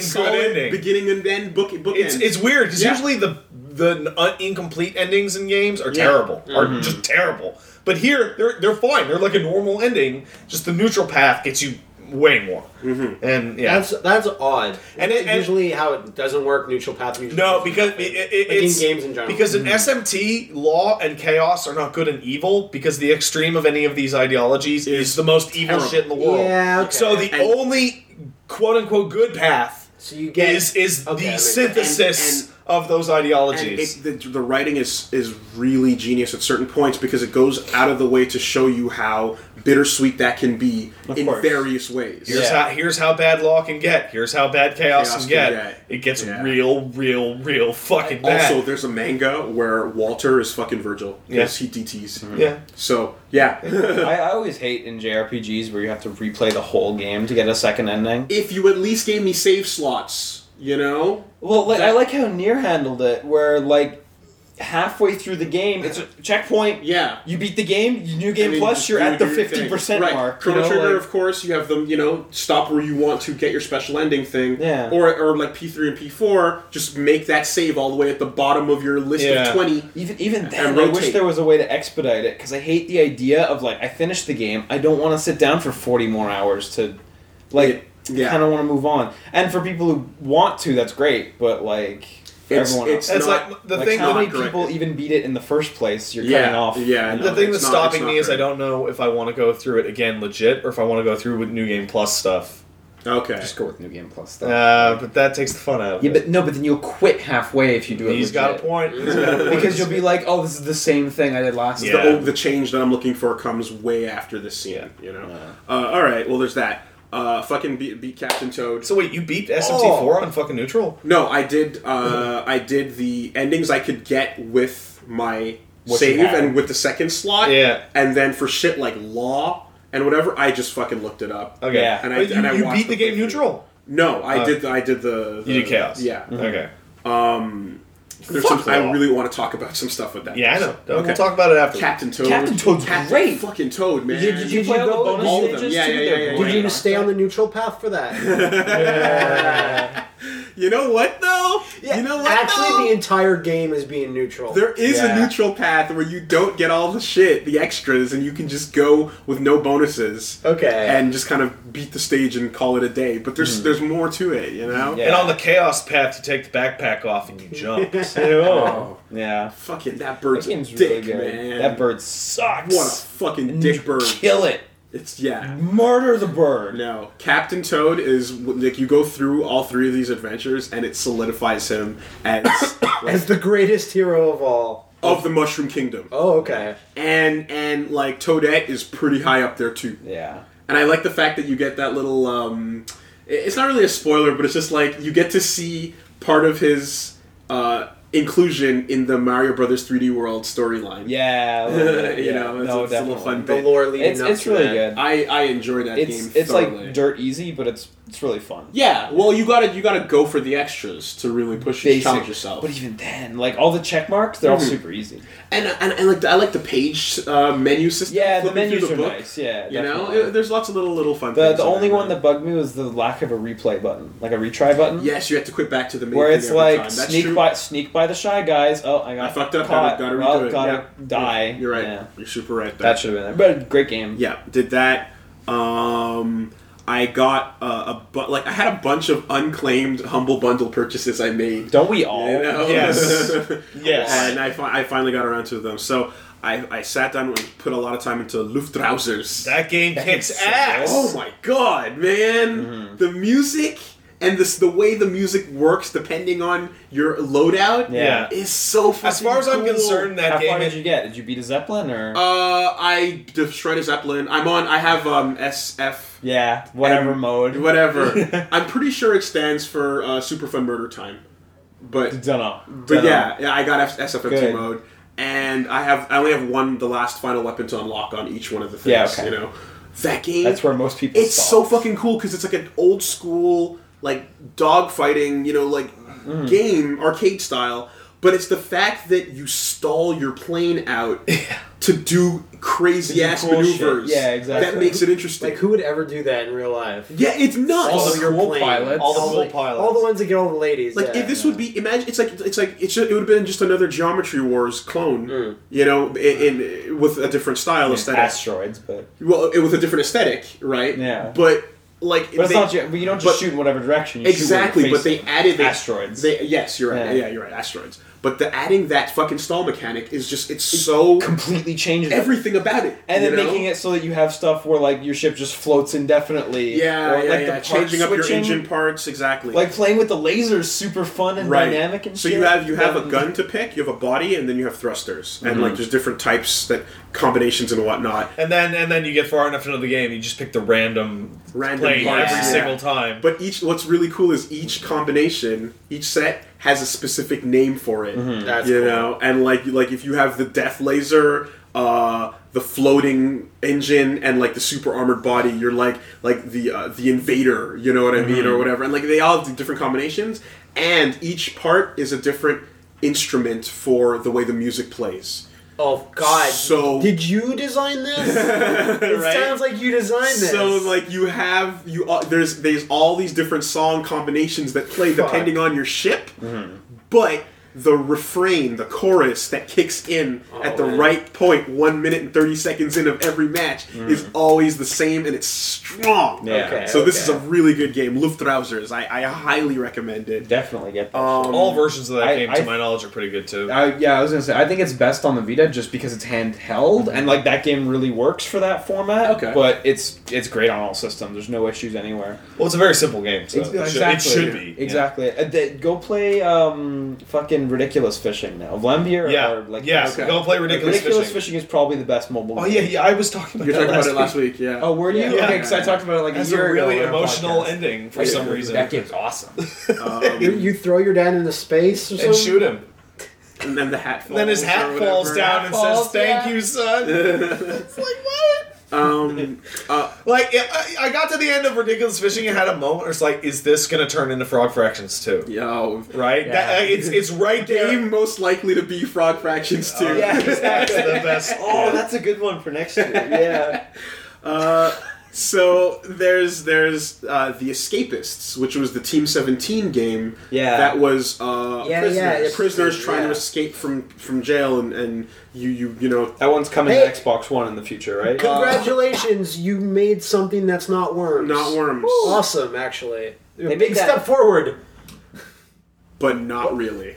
solid,
good
solid
ending.
beginning and end book book
It's,
end.
it's weird because
Yeah.
usually the the uh, incomplete endings in games are
Yeah. Mm-hmm.
terrible, are just terrible. But here they're they're fine. They're like a normal ending. Just the neutral path gets you way more.
Mm-hmm.
And yeah,
That's that's odd.
And it- and-
usually how it doesn't work. Neutral path. Usually
no, because it, it,
Like in
it's
games in general.
Because in SMT, law and chaos are not good and evil because the extreme of any of these ideologies is, the most evil
terrible.
shit in the world.
Yeah, okay.
So the
And-
only quote unquote good path
So you get
is is
okay, that
the
makes
synthesis
sense.
of those
and
ideologies.
it, the, the writing is is really genius at certain points because it goes out of the way to show you how bittersweet that can be in
course.
various ways.
Here's
Yeah.
how here's how bad law can get. Here's how bad chaos,
Chaos
can,
can
get.
get.
It gets
Yeah.
real, real, real fucking bad.
Also, there's a manga where Walter is fucking Virgil because
Yeah. Mm-hmm.
he DTs.
yeah.
So yeah,
I, I always hate in JRPGs where you have to replay the whole game to get a second ending.
if you at least gave me save slots, you know,
Well, like, I like how Nier handled it, where like halfway through the game, it's a checkpoint.
yeah.
You beat the game, you new
I
game
mean,
plus,
just
you're
do-
at the
do your thing.
fifty percent
right.
mark. you
Chrono
know,
Trigger,
like-
of course, you have them, you know, stop where you want to get your special ending thing.
Yeah.
Or, or like P3 and P4, just make that save all the way at the bottom of your list
Yeah.
of 20.
Even even then,
And
I wish
rotate.
there was a way to expedite it because I hate the idea of like I finished the game. I don't want to sit down for forty more hours to, like,
Yeah, yeah.
kind of want to move on. And for people who want to, that's great. But like for
It's-
everyone,
it's-
else,
It's
not-
like the
like,
thing.
how
That,
many
correct.
people even beat it in the first place? You're
Yeah,
cutting off.
yeah,
you
no,
the
know,
thing
it's
that's
not-
stopping
it's not
me is I
great.
don't know if I want to go through it again legit or if I want to go through with New Game Plus stuff.
Okay.
just go with New Game Plus stuff.
Uh, but that takes the fun out of
yeah,
it.
but no, but then you'll quit halfway if you do it.
He's got a
legit.
point. He's got a point.
because you'll be like, oh, this is the same thing I did last.
Yeah.
time.
the, oh, the change that I'm looking for comes way after this scene,
Yeah.
you know? Uh, all right, well, there's that. Uh, fucking beat, beat Captain Toad.
So wait, you beat SMT4 on fucking neutral?
No, I did. Uh, I did the endings I could get with my
What you
save
had.
and with the second slot.
Yeah.
and then for shit like law and whatever, I just fucking looked it up.
Okay.
Yeah.
And I-
But you,
and I
you
watched
beat
the
the game
playthrough.
neutral.
No, I
Uh,
did. The, I did the,
You did chaos.
Yeah.
Okay.
There's
Fuck
some, I
Law.
really want to talk about some stuff with that.
Yeah, I know.
So,
We'll talk about it after.
Captain Toad.
Captain Toad's
Captain
great.
Fucking Toad, man.
Did- did you
play
go
all the
bonus
bonus
all of them?
stages
Yeah,
too?
yeah, yeah,
They're
yeah, yeah.
Did
great,
you
aren't
stay
they?
on the neutral path for that?
Yeah.
You know what though?
Yeah,
you know what though?
Actually, the entire game is being neutral.
There is
Yeah.
a neutral path where you don't get all the shit, the extras, and you can just go with no bonuses.
Okay.
And just kind of beat the stage and call it a day. But
Hmm.
there's there's more to it, you know?
And on the chaos path, you take the backpack off and you jump.
Oh. Yeah.
Fucking that bird's
That game's
a
really
dick,
good.
man.
That bird sucks.
What a fucking dick bird.
Kill it.
It's yeah.
Murder the bird.
No, Captain Toad is like you go through all three of these adventures, and it solidifies him as like,
As the greatest hero of all.
of the Mushroom Kingdom.
Oh, okay.
And and like Toadette is pretty high up there too.
Yeah.
And I like the fact that you get that little. Um, it- it's not really a spoiler, but it's just like you get to see part of his uh, inclusion in the Mario Brothers 3D World storyline.
Yeah.
you
yeah, yeah.
know, it's,
no,
it's a little
definitely.
fun
The
bit.
lore leading
It's,
up
it's
to
really
that.
good.
I, I enjoy that game.
It's it's
thoroughly.
like dirt easy, but it's it's really fun.
Yeah, well, you gotta you gotta go for the extras to really push
Basic.
challenge yourself.
But even then, like all the check marks, they're all
Mhm.
super easy.
and, and and like the- I like the page uh, menu system.
Yeah, the
flipping through
menus
the
are
book,
nice. Yeah,
You know,
definitely.
It- there's lots of little little fun.
the
things
the
in
only
there.
one that bugged me was the lack of a replay button, like a retry button.
yes, you have to quit back to the main
Where
thing
it's
every
like
time. That's
sneak
true.
by, sneak by the shy guys. Oh, I got
I fucked up.
Caught.
Gotta, gotta redo
well,
it.
gotta
yeah.
die.
You're right.
Yeah.
You're super right. There.
That should have been there. But great game.
yeah. Did that. Um, I got uh, a but like I had a bunch of unclaimed humble bundle purchases I made.
Don't we all?
You know?
Oh, Yes.
And I, fi- I finally got around to them. So I, I sat down and put a lot of time into Luftrausers.
That game kicks
game's so
ass.
oh my god, man!
Mm-hmm.
The music and this the way the music works depending on your loadout
Yeah.
is so fucking
As far as I'm
cool.
concerned, that
How
game
far did you get? Did you beat a zeppelin or?
Uh, I destroyed a Zeppelin. I'm on. I have um SF
yeah, whatever
and-
mode.
whatever. I'm pretty sure it stands for uh, Super Fun Murder Time, but
Dunno.
but yeah, yeah, I got F- SFMT
Good.
mode, and I have I only have one the last final weapon to unlock on each one of the things.
Yeah, okay.
You know, that game.
That's where most people.
it's so
stop.
fucking cool because it's like an old school like dogfighting, you know, like
Mm.
game arcade style. But it's the fact that you stall your plane out to do crazy ass
cool shit.
maneuvers.
Yeah, exactly.
That makes it interesting.
Like, who would ever do that in real life?
yeah, it's nuts.
All
Also,
of your
cool
plane.
pilots.
All the
All
cool
the-
pilots.
All the ones that get all the ladies.
Like
yeah.
if this would be imagine it's like it's like it's it would have been just another Geometry Wars clone, you know, in, in with a different style aesthetic.
asteroids, but
well, it, with a different aesthetic, right?
Yeah.
But like,
but it's
they-
not. ju- But you don't just
but-
shoot in whatever direction. You
exactly.
Shoot where
But they added the,
Asteroids.
They, yes, you're right.
Yeah.
Yeah. you're right. Asteroids. But the adding that fucking stall mechanic is just it's so
completely changes it.
everything about it,
and
you
then
know?
making it so that you have stuff where like your ship just floats indefinitely.
yeah,
or,
yeah,
like
yeah.
the part
changing up your
switching,
engine parts exactly.
Like playing with the lasers, super fun and
right.
dynamic and
so
shit.
you have you have a
Then- Mm-hmm.
gun to pick, you have a body, and then you have thrusters, and like there's different types that combinations and whatnot.
And then and then you get far enough into the game, you just pick the random,
Random
plane
parts,
every
yeah.
single time.
But each what's really cool is each combination, each set has a specific name for it.
That's
you
cool.
know, and like like if you have the death laser, uh, the floating engine, and like the super armored body, you're like like the uh, the invader. You know what I mean, or whatever. And like they all have different combinations, and each part is a different instrument for the way the music plays.
Oh God!
So-
did you design this? it
Right?
sounds like you designed this.
So like you have you all, there's there's all these different song combinations that play
Fuck.
depending on your ship, but the refrain, the chorus that kicks in at the
man.
right point, one minute and thirty seconds in of every match, is always the same and it's strong.
Yeah.
Okay,
so this is a
okay.
really good game, Luftrausers. I, I highly recommend it.
definitely get that.
Um,
All versions of that
I-
game,
I-
to my knowledge, are pretty good too.
I, yeah, I was gonna say I think it's best on the Vita just because it's handheld and like that game really works for that format.
Okay.
but it's it's great on all systems. There's no issues anywhere.
Well, it's a very simple game, so
Ex-
it should-
exactly.
it should be yeah.
Exactly. Uh, they- go play um, fucking ridiculous fishing now. Vlambeer.
Yeah,
Or, like,
yeah.
Like,
Go play ridiculous,
ridiculous fishing.
fishing.
is probably the best mobile.
Oh
game.
yeah, yeah. I was talking about
You're
that
talking about it last
week.
week, yeah.
Oh, were you?
Yeah.
Okay, 'cause okay, because I
Yeah.
talked about it like
That's
a year
a really
ago. on our
emotional
podcast.
ending for
Yeah.
some reason.
That game's awesome.
Um,
you, you throw your dad into space or something.
and shoot him.
and then the hat. Falls
And then his hat
or
falls
whatever.
down and says,
Falls,
"Thank
yeah.
you, son."
um,
It's like what?
uh,
Like I, I got to the end of ridiculous fishing and had a moment. Where it's like, is this going to turn into frog fractions too?
yo,
Right? That, like, it's it's right there.
game most likely to be Frog Fractions 2.
Oh,
yeah.
That's the best.
Oh, that's a good one for next year. Yeah.
Uh, So there's there's uh, the Escapists, which was the Team Seventeen game.
Yeah.
That was uh,
Yeah,
prisoners,
yeah, yeah,
prisoners
yeah.
trying to escape from from jail, and, and you you you know
That one's coming
Hey.
to Xbox One in the future, right?
Congratulations, you made something that's not worms.
not worms,
Awesome, actually.
They
Big
made that-
step forward.
but not really.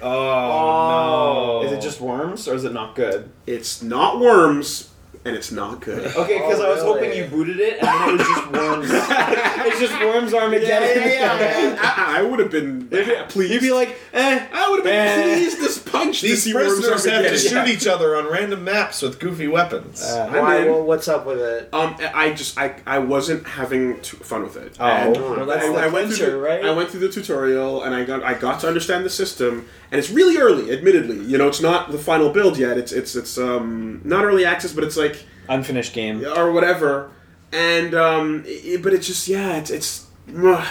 oh, no! Is it just worms or is it not good?
It's not worms, and it's not good.
Okay, because
Oh,
I was hoping
really?
you booted it and then it was just worms. it's just worms Armageddon. uh,
I, I would have been pleased.
You'd be like, eh.
I would have been
Eh.
pleased as punch to
These
see worms
prisoners have to
Armageddon.
shoot each other on random maps with goofy weapons.
Uh,
Why?
in.
Well, what's up with it?
Um, I just I, I wasn't having t- fun with it.
Oh,
And
well,
I,
that's the
I went through
clincher,
the,
right?
I went through the tutorial and I got I got to understand the system. And it's really early, admittedly. You know, it's not the final build yet. It's it's it's um not early access, but it's like
Unfinished game.
or whatever. And um, i- but it's just yeah, it's it's ugh.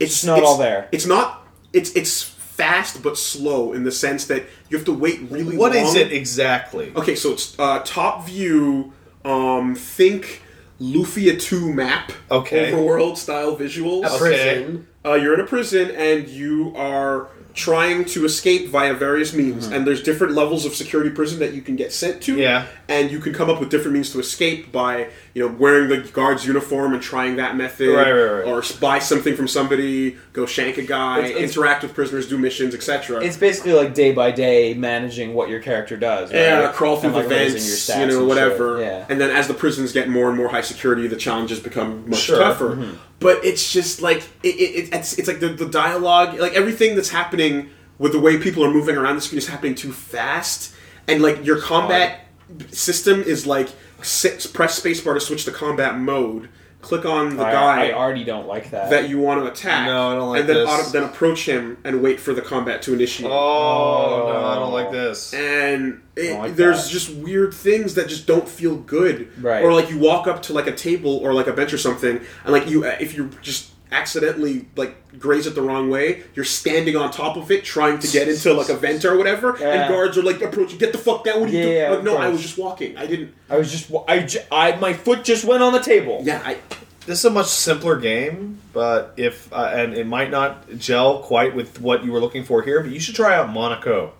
it's,
It's not all there.
It's not it's it's fast but slow in the sense that you have to wait really.
What
long.
is it exactly?
Okay, so it's uh, top view. Um, think Lufia Two map.
Okay.
Overworld style visuals.
A prison.
Uh, you're in a prison and you are trying to escape via various means.
Mm-hmm.
And there's different levels of security prison that you can get sent to.
Yeah.
And you can come up with different means to escape by, you know, wearing the guard's uniform and trying that method.
Right, right, right.
Or s- buy something from somebody, go shank a guy,
It's- it's-
interact with prisoners, do missions, etc.
It's basically like day by day managing what your character does. Right?
Yeah, crawl through
And,
the
like, raising your
vents,
stats
you know,
and
whatever.
shit. Yeah.
And then as the prisons get more and more high security, the challenges become much
Sure.
tougher.
Mm-hmm.
But it's just like it, it, it, it's, it's like the, the dialogue, like everything that's happening with the way people are moving around the screen is happening too fast, and like your combat system is like sit, press spacebar to switch to combat mode, click on the
I,
guy
I already don't like that.
that you want to attack.
No, I don't like
and then
this.
auto- then approach him and wait for the combat to initiate
Oh, no, I don't like this.
and it,
like
there's
that.
just weird things that just don't feel good.
Right.
Or like you walk up to like a table or like a bench or something, and like you, uh, if you just accidentally like graze it the wrong way, you're standing on top of it trying to get into like a vent or whatever,
Yeah.
and guards are like approaching, get the fuck down, what are you
Yeah,
doing?
yeah,
like,
of
no, I
course.
was just walking. I didn't.
I was just I, ju- I my foot just went on the table.
Yeah, I.
This is a much simpler game, but if uh, and it might not gel quite with what you were looking for here, but you should try out Monaco.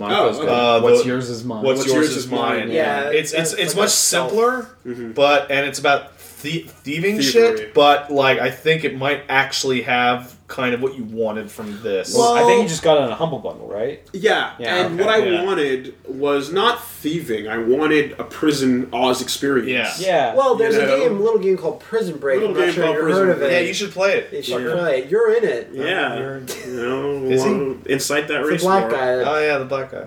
Monaco's
Oh, okay.
good.
Uh,
what's
the-
yours is mine.
What's, yours, is mine.
Yeah,
it's it's
that's
it's
like
much
a self-
simpler, but and it's about thie- thieving
Thievery.
shit. But like, I think it might actually have kind of what you wanted from this.
Well, I think
Well-
you just got it on a humble bundle, right?
Yeah,
Yeah,
and
okay,
what I
yeah.
wanted was not thieving. I wanted a prison Oz experience.
Yeah.
Yeah.
Well, there's
You know.
a game, little game called Prison Break.
Little
I'm not
game
sure
called
you've
Prison
heard of it.
yeah, you should play it.
You should
Yeah.
play it. You're in it.
Yeah, you know,
Is he?
wanna incite that
The
race
black
war.
guy.
Oh yeah, the black guy.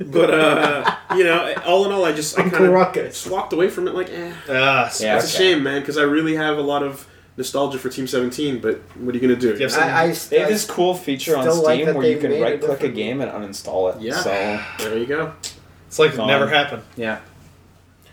But uh, you know, all in all, I just I
Uncle
kind of
Ruckus.
just walked away from it like, eh.
Ah,
Yeah.
It's a shame, man, because I really have a lot of nostalgia for Team 17. But what are you gonna do?
Yes.
I, I,
They
I-
have this cool feature on
Still like
Steam
that
where
they
you can
made a
right click a
different-
game and uninstall it.
Yeah.
So
There you go.
it's like it
Gone.
never happened.
yeah.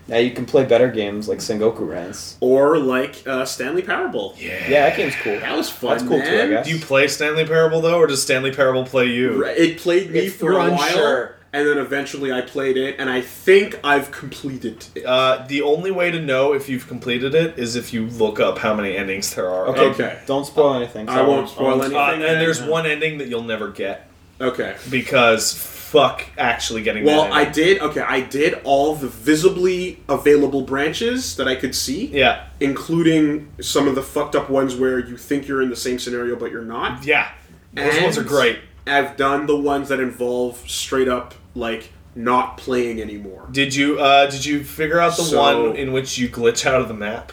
Now you can play better games like Sengoku Ranks.
Or like uh, Stanley Parable.
Yeah, that game's cool.
That was fun.
That's cool
man.
too, I guess.
Do you play Stanley Parable though, or does Stanley Parable play you?
Right, It played me
It's
for a while,
Grunsher.
and then eventually I played it, and I think I've completed it.
Uh, the only way to know if you've completed it is if you look up how many endings there are. Um,
Okay.
Okay.
Don't spoil anything. so
I won't spoil
Uh,
anything.
and there's
then.
one ending that you'll never get
Okay.
because fuck actually getting
Well,
that
I
ending.
did. Okay, I did all the visibly available branches that I could see.
yeah
including some of the fucked up ones where you think you're in the same scenario but you're not.
yeah those ones are
And
great
I've done the ones that involve straight up like not playing anymore.
did you uh did you figure out the
So-
one in which you glitch out of the map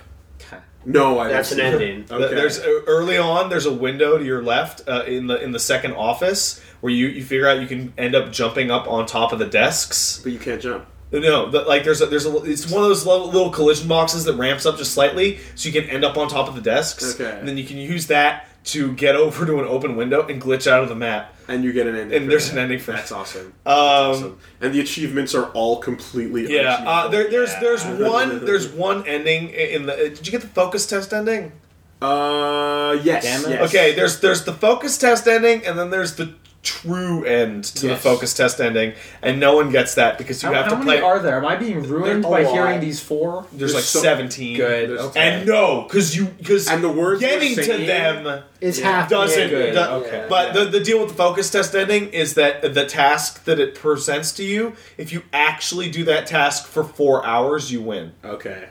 No, I
That's an
haven't seen it.
ending.
Okay.
there's uh, early on there's a window to your left uh, in the in the second office where you you figure out you can end up jumping up on top of the desks Uh,
but you can't jump.
No, the, like there's a, there's a it's one of those little, little collision boxes that ramps up just slightly, so you can end up on top of the desks.
Okay.
And then you can use that to get over to an open window and glitch out of the map.
And you get an ending.
And
for
there's
that.
an ending for that.
That's awesome.
Um,
awesome. And the achievements are all completely
yeah, uh,
unachievable.
there, there's there's
Yeah.
one there's one ending i- in the. uh, Did you get the focus test ending?
uh yes,
Damn it.
yes.
Okay, there's there's the focus test ending, and then there's the true end to
Yes.
the focus test ending, and no one gets that because you
How,
have
how
to play.
many are there? Am I being ruined
There-
by
a lot.
hearing these four?
there's, like
so-
seventeen.
Good.
There's-
Okay.
And no, because you because
And the words we're
getting to
saying-
them
It's
Yeah.
half
doesn't.
good,
do-
okay.
But
Yeah.
the, the deal with the focus test ending is that the task that it presents to you, if you actually do that task for four hours, you win.
Okay.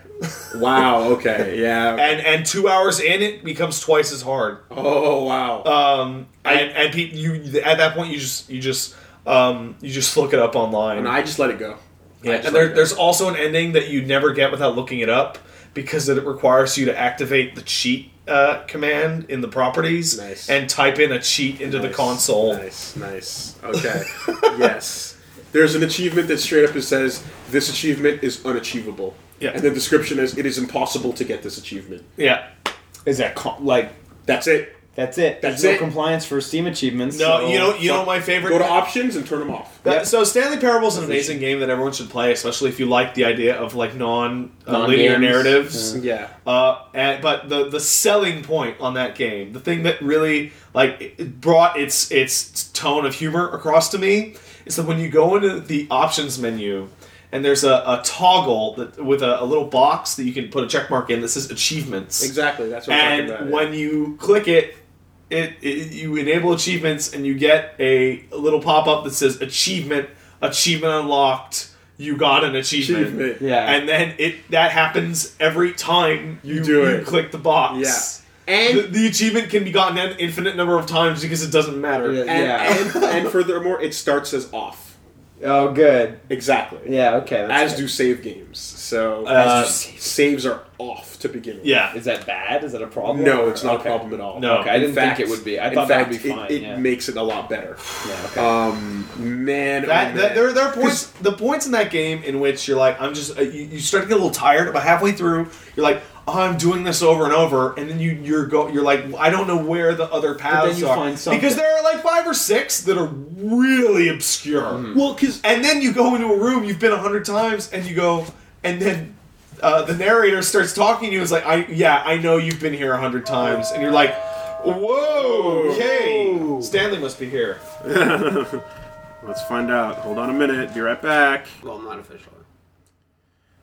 Wow. Okay. Yeah.
And and two hours in, it becomes twice as hard.
Oh wow.
Um, and and pe- you at that point you just you just um you just look it up online.
and I just let it go.
Yeah,
I just
and there,
like it.
there's also an ending that you never get without looking it up because it requires you to activate the cheat uh, command in the properties
Nice.
and type in a cheat into the
Nice,
console.
Nice, nice. Okay. yes. There's an achievement that straight up it says this achievement is unachievable.
Yeah.
And the description is it is impossible to get this achievement.
Yeah.
Is that con- like
That's it.
that's it?
That's
There's no
it.
compliance for Steam achievements.
No,
so-
you know, you know, my favorite.
Go to options and turn them off.
That-
Yep.
So Stanley Parable is an amazing game that everyone should play, especially if you like the idea of like non uh, linear
Non-games.
narratives.
Yeah.
Uh, and, but the the selling point on that game, the thing that really like it- it brought its its tone of humor across to me, is that when you go into the options menu, and there's a, a toggle that with a, a little box that you can put a check mark in that says achievements.
Exactly. That's what I'm talking
And
about.
when you click it, it, it you enable achievements and you get a little pop up that says achievement achievement unlocked. You got an achievement.
Achievement.
Yeah.
And then it that happens every time you,
do it.
click the box.
Yeah.
And
And
the, the achievement can be gotten an infinite number of times because it doesn't matter.
Yeah.
and,
yeah.
and, and furthermore, it starts as off.
oh, good.
Exactly.
Yeah. Okay.
As
that's good.
do save games. So
Uh,
saves are off to begin with.
Yeah.
Is that bad? Is that a problem?
No, it's not
Okay.
a problem at all.
No.
Okay, I
In
didn't
fact-
think it would be. I
in
thought that would
fact,
be
it-
fine.
It,
yeah.
makes it a lot better.
yeah. Okay.
Um, man, oh,
That, that
man.
there, there are points the points in that game in which you're like I'm just uh, you, you start to get a little tired about halfway through you're like oh, I'm doing this over and over and then you you're go you're like I don't know where the other paths
you
are
find something.
because there are like five or six that are really obscure
Mm-hmm.
Well, because
and then you go into a room you've been a hundred times and you go and then uh, the narrator starts talking to you is like I yeah I know you've been here a hundred times and you're like whoa okay Stanley must be here
Let's find out. Hold on a minute. Be right back.
Well, not official.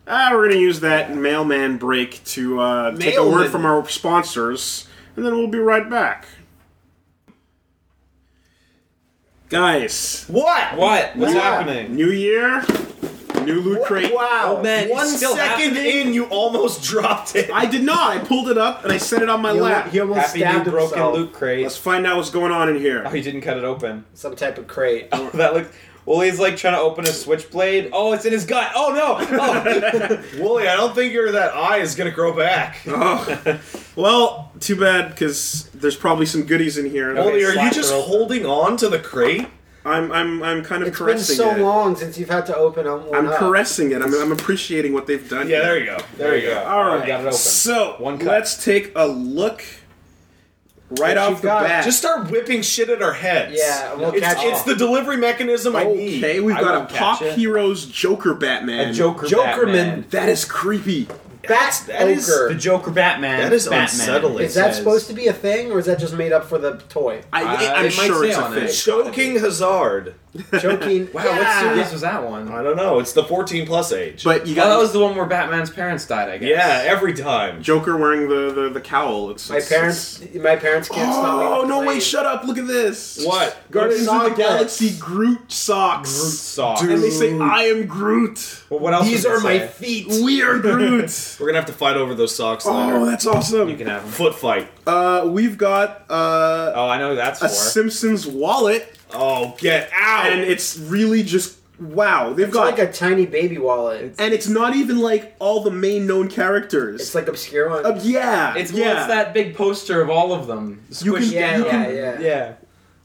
Ah, we're gonna use that mailman break to uh, take a word
Mailman.
from our sponsors, and then we'll be right back. Guys,
what
What? What's
Wow.
happening?
new year, new loot crate.
Wow.
Oh, man, it's
One
still
second
happening?
in, you almost dropped it.
I did not. I pulled it up and I set it on my
He almo-
lap.
he almost
Happy new
stabbed
broken
himself.
loot crate.
Let's find out what's going on in
Oh,
here.
he didn't cut it open.
Some type of crate.
Oh, that looked. Well, he's like trying to open a switchblade. Oh, it's in his gut. Oh no! Oh.
Wooly, I don't think your that eye is gonna grow back.
Oh. well, too bad because there's probably some goodies in here.
Wooly, are you
slap
just
her open.
holding on to the crate?
I'm I'm I'm kind of
It's been
caressing
so
it.
long since you've had to open up one
I'm
up.
caressing it. I'm, I'm appreciating what they've done.
Yeah,
here.
there you go. There you go.
All
Got it
right.
open.
So
One cut.
let's take a look right
What you
off the
got?
bat.
Just start whipping shit at our heads.
Yeah, we'll
it's,
catch
it's
up.
the delivery mechanism I need.
okay, we've
I
got
won't
a Pop
catch it.
Heroes Joker Batman.
a Joker.
Jokerman.
Batman.
That is creepy.
That's
That is
ogre.
The Joker Batman.
That is
Batman.
unsettling.
is that
says-
supposed to be a thing, or is that just made up for the toy?
I,
Uh,
I'm
it might
sure
say
it's a
on
thing.
it.
Choking Hazard.
Joking.
Wow,
Yeah.
what series was that one?
I don't know. It's the 14 plus age.
But you
Oh,
got
that was the one where Batman's parents died. I guess.
yeah, every time.
Joker wearing the, the, the cowl. It's,
My
it's-
parents,
it's-
my parents can't stop me.
Oh
from
no! Wait!
playing.
Shut up! Look at this.
What?
Guardians of the
Sonic
Galaxy
X.
Groot socks.
Groot socks.
And they say,
Dude.
"I am Groot.
Well, what else?
These
would they
are my
say?
feet.
We are Groot."
We're gonna have to fight over those socks
oh,
later.
that's awesome.
You can have them.
Foot fight.
Uh, we've got uh,
Oh, I know who that's
a
for.
Simpsons wallet,
Oh, get out!
and it's really just wow. They've
It's
got
like a tiny baby wallet. It's,
and it's not even like all the main known characters.
like obscure one.
Uh, yeah,
It's
yeah,
well, it's that big poster of all of them.
You can-
squished
yeah,
down.
yeah,
can-
yeah,
Yeah.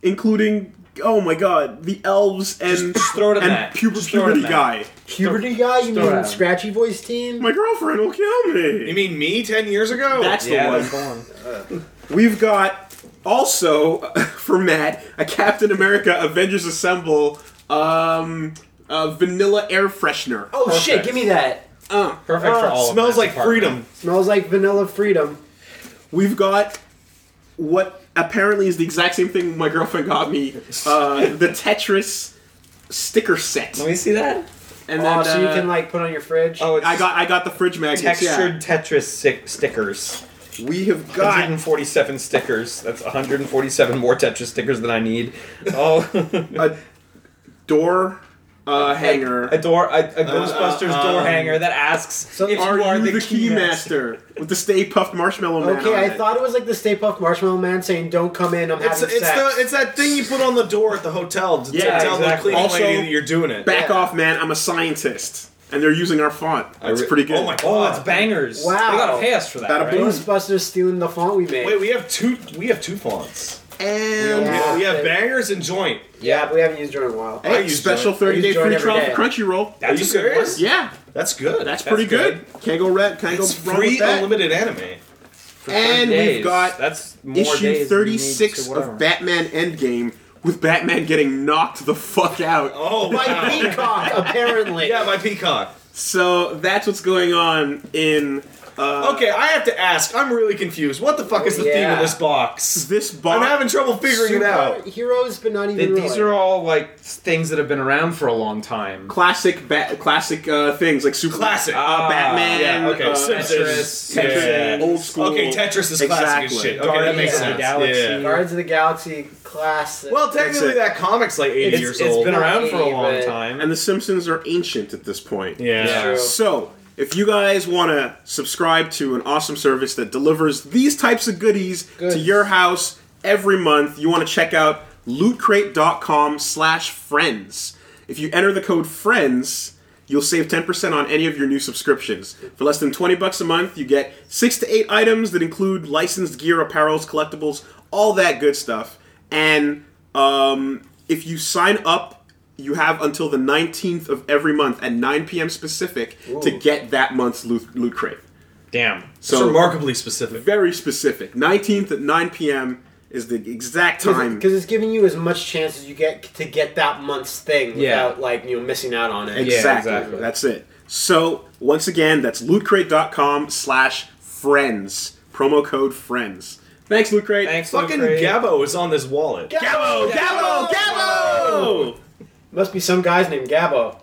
including oh my god, the elves and
just throw it in
and
that.
puber-
Just throw it in
puberty
that.
guy.
Puberty guy, you
Store
mean
it.
scratchy voice team?
My girlfriend will kill me.
you mean me 10 years ago?
That's
Yeah,
the
that's
one.
the one.
We've got also for Matt a Captain America Avengers Assemble um, uh, vanilla air freshener.
oh shit,
Perfect.
give me that.
Uh,
Oh, Perfect for all. of
smells
Matt's
like
apartment.
freedom.
Smells like vanilla freedom.
We've got what apparently is the exact same thing my girlfriend got me uh, the Tetris sticker set.
Let me see that.
And then
Oh, so you
uh,
can like put on your fridge.
Oh, it's
I got I got the fridge magnets.
textured Tetris si- stickers.
Yeah. We have got
147 stickers. That's 147 more Tetris stickers than I need. Oh,
a door uh, hanger.
a door, a, a Ghostbusters door
um,
hanger that asks if
are you, the, key master with the Stay Puffed Marshmallow Man?
okay,
on
I
it.
thought it was like the Stay Puft Marshmallow Man saying, "Don't come in. I'm
It's,
having
it's, the,
sex."
it's that thing you put on the door at the hotel to, to
Yeah,
tell
exactly.
the cleaning
Also-
lady that you're doing it.
Back
Yeah.
off, man! I'm a scientist, and they're using our font. That's
re-
pretty good.
Oh my god!
Oh, that's bangers.
Wow.
They got a pass for that.
Bada
right?
boom.
Ghostbusters stealing the font we made.
Wait, we have two. We have two fonts.
And
Yeah.
We have bangers and joint.
yeah, but we haven't used it in a while.
I
hey,
use
special
joint.
thirty day
I use joint
free
every
trial for
day.
Crunchyroll.
Are
That's
you
a good
serious?
one.
Yeah,
That's good.
that's,
That's
pretty good.
good.
Can't go red. Can't
It's
go wrong with
free
that.
unlimited anime.
For
And
30
we've
days.
got
that's more days
Issue
than you need
thirty six
to whatever.
of Batman Endgame with Batman getting knocked the fuck out.
Oh
By
wow!
Peacock, apparently.
yeah, my peacock.
So that's what's going on in uh,
Okay, I have to ask. I'm really confused. What the fuck is the theme
Yeah.
of this box?
this box.
I'm having trouble figuring it out.
Heroes, but not even
Th-
really.
These are all like things that have been around for a long time.
classic ba- classic uh, things like super
Classic.
uh, Batman
yeah,
okay,
uh,
Simpsons,
Tetris,
yeah.
old school
Okay, Tetris is classic as
Exactly.
shit. Okay, that
Guardians
makes
of the
sense.
Galaxy.
Yeah.
Guardians of the Galaxy classic.
Well, technically,
it.
that comic's like 80
It's-
years
it's
old.
been around for a
Maybe,
long
but-
time.
and the Simpsons are ancient at this point.
yeah.
True.
So, if you guys want to subscribe to an awesome service that delivers these types of goodies to
Goods.
your house every month, you want to check out lootcrate.com slash friends. If you enter the code friends, you'll save 10% on any of your new subscriptions. For less than 20 bucks a month, you get 6 to 8 items that include licensed gear, apparels, collectibles, all that good stuff. And um, if you sign up you have until the 19th of every month at 9 p.m. specific to get that month's loot, loot crate.
Damn.
It's
So
remarkably specific.
very specific. 19th at 9 p.m. is the exact time.
Because it's giving you as much chance as you get to get that month's thing
Yeah.
without, like, you know, missing out on it.
Exactly.
exactly.
That's it. So once again, that's lootcrate.com slash friends. Promo code friends. Thanks, Loot Crate.
Thanks,
Fucking
Luke Ray.
Gabbo is on this wallet.
Gabbo! Gabbo! Gabbo!
Must be some guy's named Gabbo.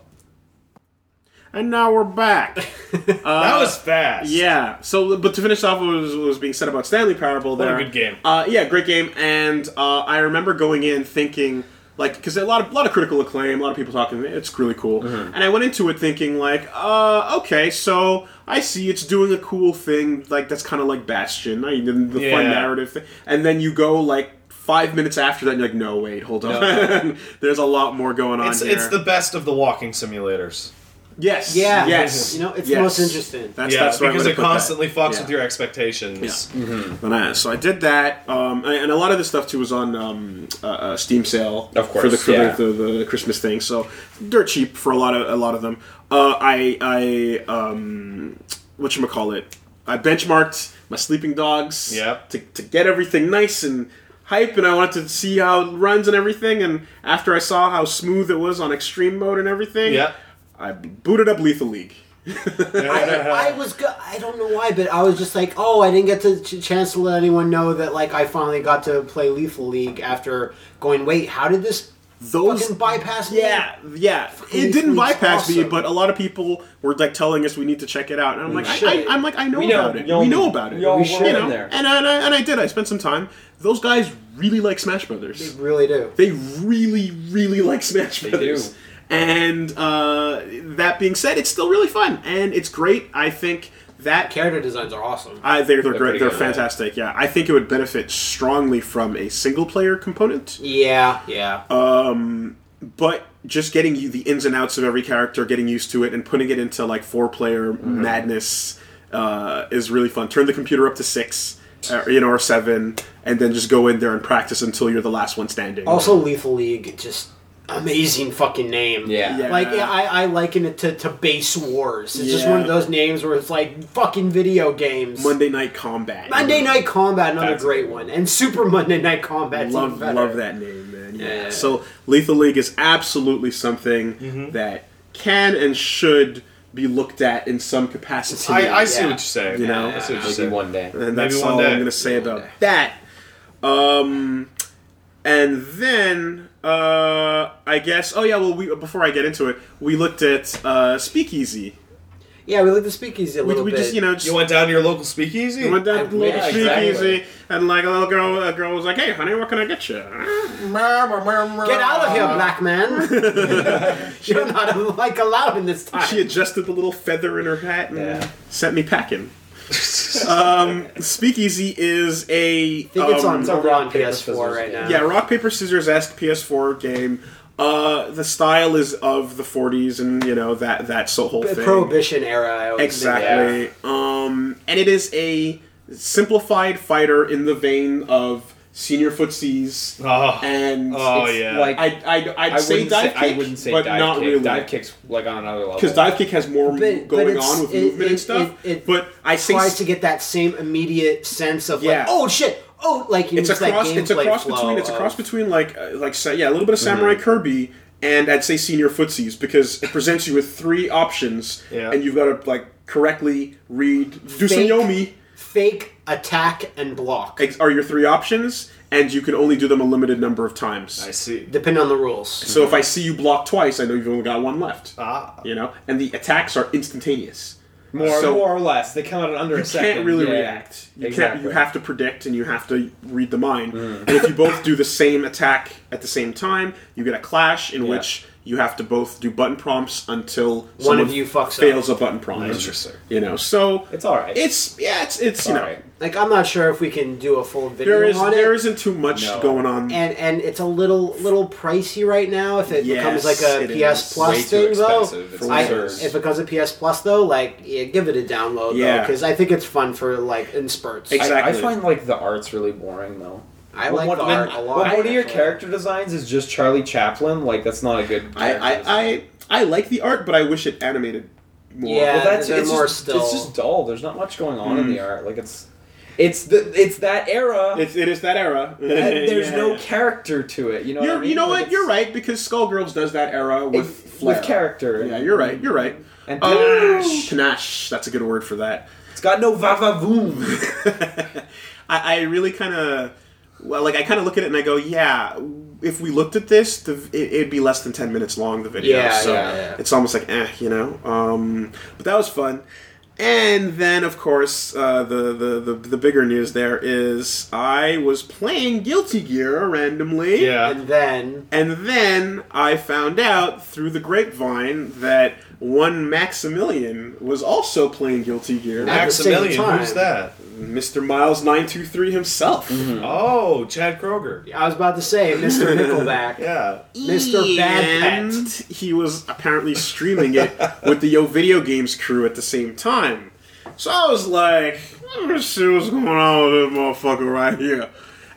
And now we're back.
that was fast.
Yeah. So, but to finish off what was, what was being said about Stanley Parable,
a
there.
good game.
Uh, yeah, great game. And uh, I remember going in thinking, like, because a lot of lot of critical acclaim, a lot of people talking, it's really cool. And I went into it thinking, like, uh, okay, so I see it's doing a cool thing, like that's kind of like Bastion, I the, the fun
Yeah.
narrative thing. And then you go like. Five minutes after that, and you're like, no, wait, hold on. There's a lot more going on
It's,
here.
it's the best of the walking simulators.
yes,
Yeah.
yes,
You know, it's
yes.
the most interesting.
That's,
yeah,
that's the right
because
way
it
to put that.
constantly fucks
Yeah.
with your expectations.
But, uh, so I did that, um, and and a lot of this stuff too was on um, uh, uh, Steam sale,
Of course,
for the for
yeah.
the, the, the Christmas thing. So dirt cheap for a lot of a lot of them. Uh, I I um, what you call it? I benchmarked my sleeping dogs,
Yep.
to to get everything nice and hype, and I wanted to see how it runs and everything. And after I saw how smooth it was on extreme mode and everything,
Yeah.
I booted up Lethal League.
I, I was good. I don't know why, but I was just like, oh, I didn't get the ch- chance to let anyone know that like I finally got to play Lethal League after going. Wait, how did this
Those
fucking bypass? me?"
Yeah, yeah. It
Leaf
didn't
League's
bypass me,
awesome.
but a lot of people were like telling us we need to check it out, and I'm like,
should.
I, I, am like, I know
We know.
about it.
We all-
we know about it.
we all
We were should.
you know,
in there.
and and I, and I did. I spent some time. Those guys really like Smash
they
Brothers.
really do.
They really, really like Smash Brothers.
do.
And uh, that being said, it's still really fun and it's great. I think that
Character designs are awesome.
I, they're, they're,
pretty
great. They're
good, yeah.
fantastic. Yeah, I think it would benefit strongly from a single player component.
yeah, yeah.
Um, but just getting you the ins and outs of every character, getting used to it, and putting it into like four player
Mm-hmm.
madness uh, is really fun. Turn the computer up to six, uh, you know, or seven, and then just go in there and practice until you're the last one standing.
also, Lethal League just amazing fucking name.
Yeah.
Yeah.
Like yeah, I, I liken it to, to Base Wars. It's just
Yeah.
one of those names where it's like fucking video games.
Monday Night Combat.
Monday Night Combat, another
That's-
great one, and Super Monday Night Combat.
love love that name, man. Yeah.
Yeah.
So Lethal League is absolutely something
Mm-hmm.
that can and should be looked at in some capacity.
I, I see
Yeah.
what you're saying.
You know?
I see what you're
Maybe
saying.
one day.
and
maybe
that's
one
all
day.
I'm going to say about that. Um, and then uh, I guess. Oh yeah. Well, we before I get into it, we looked at uh, Speakeasy.
Yeah, we like the speakeasy a
We,
little
we
bit.
just you know just
You went down to your local speakeasy?
went down to the little
Yeah,
speakeasy,
exactly.
and like a little girl, a girl was like, "Hey, honey, what can I get you?"
Get out of here, black man. You're not like allowed in this time.
She adjusted the little feather in her hat and
Yeah.
sent me packing. um, Speakeasy is a
I think it's
um,
on,
on
we're on
Rock, Paper,
PS4 right now.
Scissors.
yeah rock paper scissors esque PS4 game. Uh, the style is of the 40s and you know that that's the whole
The
thing.
Prohibition era. I always Think,
Exactly. Um, and it is a simplified fighter in the vein of senior footsies
Oh.
and
Oh,
it's-
yeah.
like-
I'd, I'd, I'd
I
say
wouldn't
dive
say,
kick,
I wouldn't say
but
dive
not
kick.
really.
Dive kicks like on another level.
because dive kick has more
But- but
going
it's-
on with
it-
movement
it-
and stuff.
it- it
but I
yeah.
say
Tries to get that same immediate sense of
Yeah.
like, oh shit, oh like you
it's a
just that
cross. It's a
gameplay
cross
flow
between. It's a
of- Mm.
cross between like uh, like sa- yeah, a little bit of Samurai Kirby and I'd say senior footsies because it presents you with three options,
Yeah.
and you've got to like correctly read do some
Fake.
yomi
fake attack and block,
ex- are your three options, and you can only do them a limited number of times.
I see.
depending on the rules.
So if I see you block twice, I know you've only got one left.
Uh.
Ah.
You know, and the attacks are instantaneous.
more,
so-
more or less. They come out in under a
You
second.
can't really
Yeah.
react. You
exactly.
can't. You have to predict, and you have to read the mind. And if you both do the same attack at the same time, you get a clash in
Yeah.
which you have to both do button prompts until one
of you fucks up.
fails a button prompt.
Interesting.
You know, so
It's all right.
It's yeah, it's it's you
all
know
right.
Like I'm not sure if we can do a full video
there is
on
there
it.
isn't too much
No.
going on.
and and it's a little little pricey right now. If it becomes
Yes,
like a
it
PS
is.
Plus
Way too
thing though,
expensive. It's
I,
absurd.
if it becomes a PS Plus though, like yeah, give it a download though,
Yeah.
because I think it's fun for like in spurts.
Ex-
I,
I, I
Exactly.
find like the art's really boring though.
I like
When-
the
when-
art a lot.
When one of your
actually.
character designs is just Charlie Chaplin, like that's not a good.
I,
character
I
design.
I I like the art, but I wish it animated more. Hmm.
Yeah.
well, that's
they're
it's
more
just,
still-
It's just dull. There's not much going on in the art. Like it's, it's the it's that era.
It's, it is that era.
and there's
Yeah.
no character to it. You know.
You're,
what I mean?
you know
Like,
what?
it's-
You're right because Skullgirls does that era
it-
with flair.
with character.
Yeah, you're right. You're right.
And
Um,
panache.
panache. That's a good word for that.
It's got no va va voom.
I, I really kind of, well, like I kind of look at it and I go, yeah. If we looked at this, the, it, it'd be less than ten minutes long. The video,
Yeah,
so
yeah, yeah.
it's almost like, eh, you know. Um, but that was fun. And then, of course, uh, the, the the the bigger news there is I was playing Guilty Gear randomly.
Yeah.
And then
And then I found out through the grapevine that one Maximilian was also playing Guilty Gear.
Max- At the
Maximilian,
same
who's
time.
that?
Mm-hmm. Mr. Miles 923 himself.
Mm-hmm.
Oh, Chad Kroger.
I was about to say Mr. Nickelback,
Yeah.
Mr. Bad
And
Pet.
he was apparently streaming it with the Yo Video Games crew at the same time. So I was like, let me see what's going on with this motherfucker right here.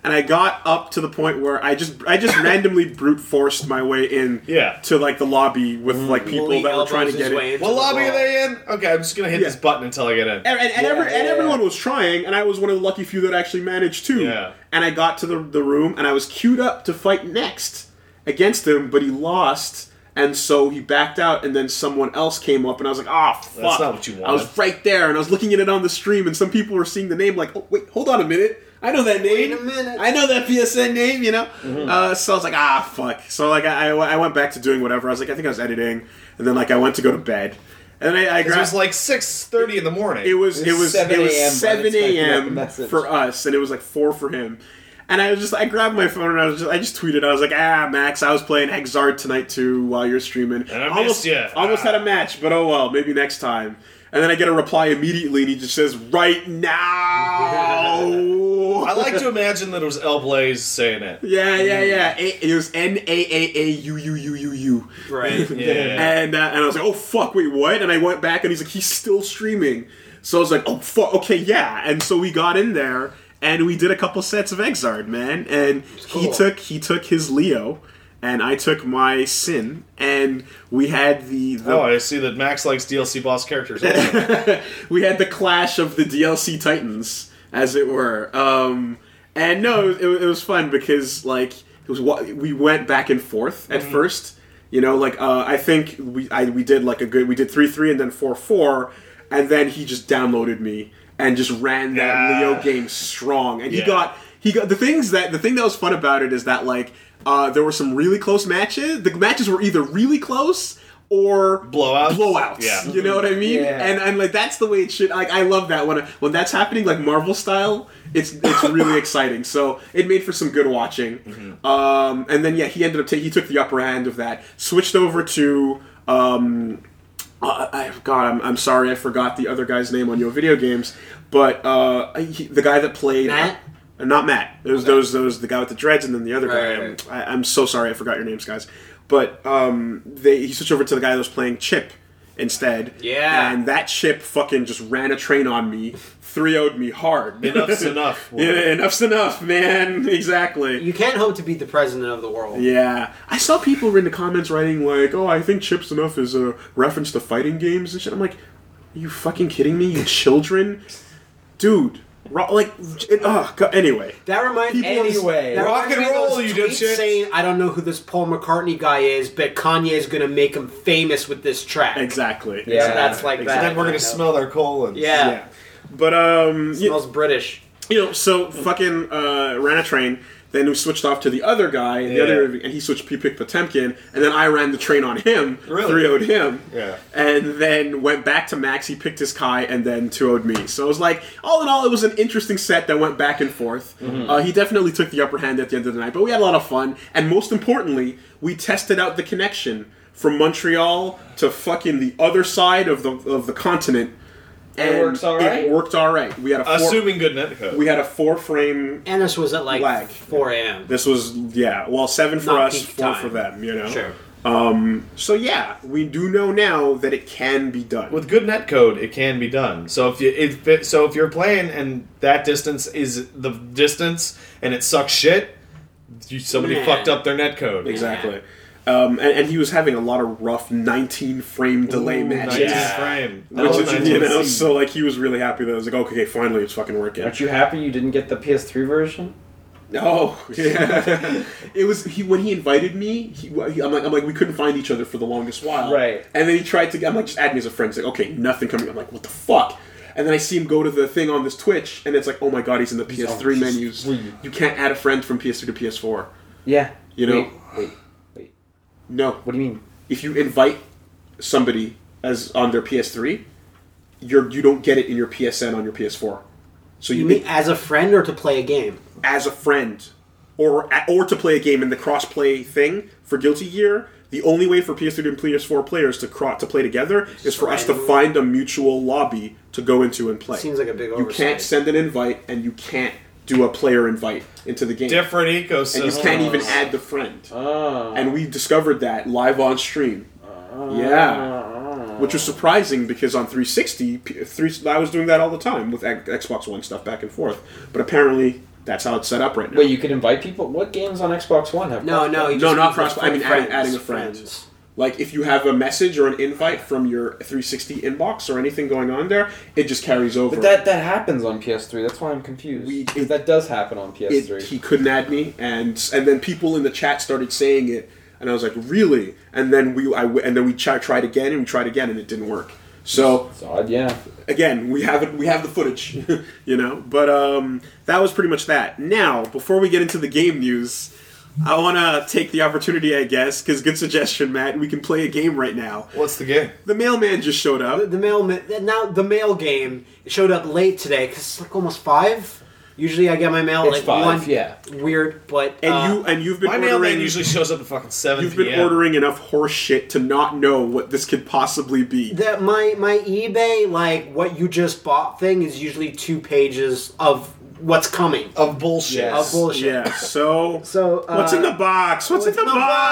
And I got up to the point where I just I just randomly brute forced my way in
Yeah.
to like the lobby with like people
Lee
that were trying
elbows
to get
his
in.
way into
What
the
lobby
wall.
are they in? Okay, I'm just gonna hit
Yeah.
this button until I get in.
and, and, and
Yeah,
every, and
yeah,
everyone
yeah.
was trying, and I was one of the lucky few that actually managed to.
Yeah.
And I got to the, the room, and I was queued up to fight next against him, but he lost, and so he backed out, and then someone else came up, and I was like, ah, fuck.
That's not what you
I was
wanted.
right there, and I was looking at it on the stream, and some people were seeing the name, like, oh, wait, hold on a minute. I know that name.
Wait a minute.
I know that PSN name, you know?
Mm-hmm.
Uh, so I was like, ah, fuck. So, like, I, I I went back to doing whatever. I was like, I think I was editing, and then, like, I went to go to bed. And then I, I
It
grabbed-
was like six thirty in the morning.
it was it was
7
it was
a.m. by the
seven
time you got the
a.m.
message.
for us, and it was like four for him. And I was just I grabbed my phone and I was just I just tweeted I was like ah Max I was playing Exard tonight too while you're streaming and
I
almost
missed ya.
almost
Ah."
had a match but oh well maybe next time and then I get a reply immediately and he just says right now
I like to imagine that it was El Blaze saying it.
yeah yeah yeah it, it was N A A A U U U U U
Right.
Yeah.
and uh, and I was like, oh fuck, wait, what? And I went back, and he's like, he's still streaming. So I was like, oh fuck, okay, yeah. And so we got in there, and we did a couple sets of Exard, man. And he
cool.
took he took his Leo, and I took my Sin, and we had the, the
Oh, I see that Max likes DLC boss characters. Also.
we had the clash of the DLC titans, as it were. Um, and no, it, it was fun because like it was what we went back and forth at
Mm-hmm.
first. You know, like uh, I think we I, we did like a good we did three three and then four four, and then he just downloaded me and just ran that
Yeah.
Leo game strong, and he
Yeah.
got. he got the things that the thing that was fun about it is that like uh, there were some really close matches. The matches were either really close or
Blowouts?
Blowouts.
Yeah.
You know what I mean?
Yeah.
And and like that's the way it should. Like I love that when when that's happening like Marvel style. It's it's really exciting. So it made for some good watching.
Mm-hmm.
Um, and then yeah, he ended up taking he took the upper hand of that. Switched over to. Um, uh, I, God, I'm, I'm sorry, I forgot the other guy's name on your video games, but uh, he, the guy that played
Matt?
uh, not Matt. There's those those the guy with the dreads and then the other guy.
Right,
I'm-
right.
I, I'm so sorry, I forgot your names, guys. But um, they he switched over to the guy that was playing Chip instead.
Yeah.
and that Chip fucking just ran a train on me, three would me hard.
Enough's enough.
yeah, enough's enough, man. Exactly.
You can't hope to beat the president of the world.
Yeah, I saw people in the comments writing like, "Oh, I think Chips Enough is a reference to fighting games and shit." I'm like, "Are you fucking kidding me? You children, dude." Ro- like, it, oh, God, anyway.
That reminds me.
People-
Anyway, that
Rock
reminds
and
me of
roll,
those
you
tweets
dipshit.
Saying I don't know who this Paul McCartney guy is, but Kanye is gonna make him famous with this track.
Exactly.
Yeah, that's like
Exactly.
that.
Then we're
you know?
gonna smell their colon.
Yeah,
Yeah. But um, you,
smells British.
you know, so fucking uh, ran a train. Then we switched off to the other guy, and the
Yeah.
other, and he switched P. Pick Potemkin, and then I ran the train on him,
Really?
three would him,
Yeah.
and then went back to Max. He picked his Kai, and then two would me. So it was like, all in all, it was an interesting set that went back and forth. Uh, he definitely took the upper hand at the end of the night, but we had a lot of fun, and most importantly, we tested out the connection from Montreal to fucking the other side of the of the continent. And
works all right?
It worked all right. We had a four,
Assuming good netcode.
we had a four frame.
And this was at like
Lag.
4 a.m.
This was yeah, well seven for
Not
us,
peak
four
time.
for them. You know.
Sure.
So yeah, we do know now that it can be done.
with good netcode, it can be done. So if you if it, so if you're playing and that distance is the distance and it sucks shit, you, somebody
Nah.
fucked up their netcode.
exactly. Um, and, and he was having a lot of rough 19 frame delay
Ooh,
matches.
19
Yeah.
frame.
Which
Oh,
is, you
19
know,
seed.
so like he was really happy that I was like, okay, finally it's fucking working.
Aren't you happy you didn't get the PS3 version?
Oh, yeah. it was he when he invited me. He, he, I'm like, I'm like, we couldn't find each other for the longest while.
Right.
And then he tried to. I'm like, just add me as a friend. He's like, okay, nothing coming. I'm like, what the fuck? And then I see him go to the thing on this Twitch, and it's like, oh my god, he's in the PS3 menus. You can't add a friend from PS3 to PS4.
Yeah.
You know-
Wait, wait, wait.
No.
What do you mean?
If you invite somebody as on their PS3, you're you don't get it in your PSN on your PS4. So you,
You mean as a friend or to play a game?
as a friend or or to play a game in the cross-play thing for Guilty Gear. The only way for PS3 and PS4 players to cro- to play together is for us to find a mutual lobby to go into and play.
Seems like a big
you
oversight.
can't send an invite and you can't do a player invite into the game.
Different
and
ecosystem.
you can't even add the friend.
Oh.
And we discovered that live on stream.
Oh.
Yeah. Which was surprising because on 360, P- three, I was doing that all the time with X- Xbox One stuff back and forth. But apparently, that's how it's set up right now.
Wait, you could invite people? What games on Xbox One have
No, no, you
No,
just
not
use
cross-
the
I mean,
friends,
adding- adding a friend.
friends.
Like if you have a message or an invite from your 360 inbox or anything going on there, it just carries over.
But that, that happens on PS3. That's why I'm confused.
We-
'Cause that does happen on
It-
PS3.
he couldn't add me, and and then people in the chat started saying it, and I was like, really? And then we I w- and then we ch- tried again and we tried again, and it didn't work. So
it's odd, yeah.
again, we have it, we have the footage, you know. But um, that was pretty much that. Now, before we get into the game news. I want to take the opportunity, I guess, because good suggestion, Matt. We can play a game right now.
What's the game?
The mailman just showed up.
The mail now the mail game showed up late today because it's like almost five. Usually I get my mail
It's
like
five,
one.
yeah.
Weird, but
and
uh,
you and you've been
My mailman
ordering
usually shows up at fucking seven.
you've been
PM.
ordering enough horse shit to not know what this could possibly be.
that my my eBay like what you just bought thing is usually two pages of what's coming
of bullshit.
Yes.
of bullshit.
Yeah. So
So uh,
what's in the box? What's, in the,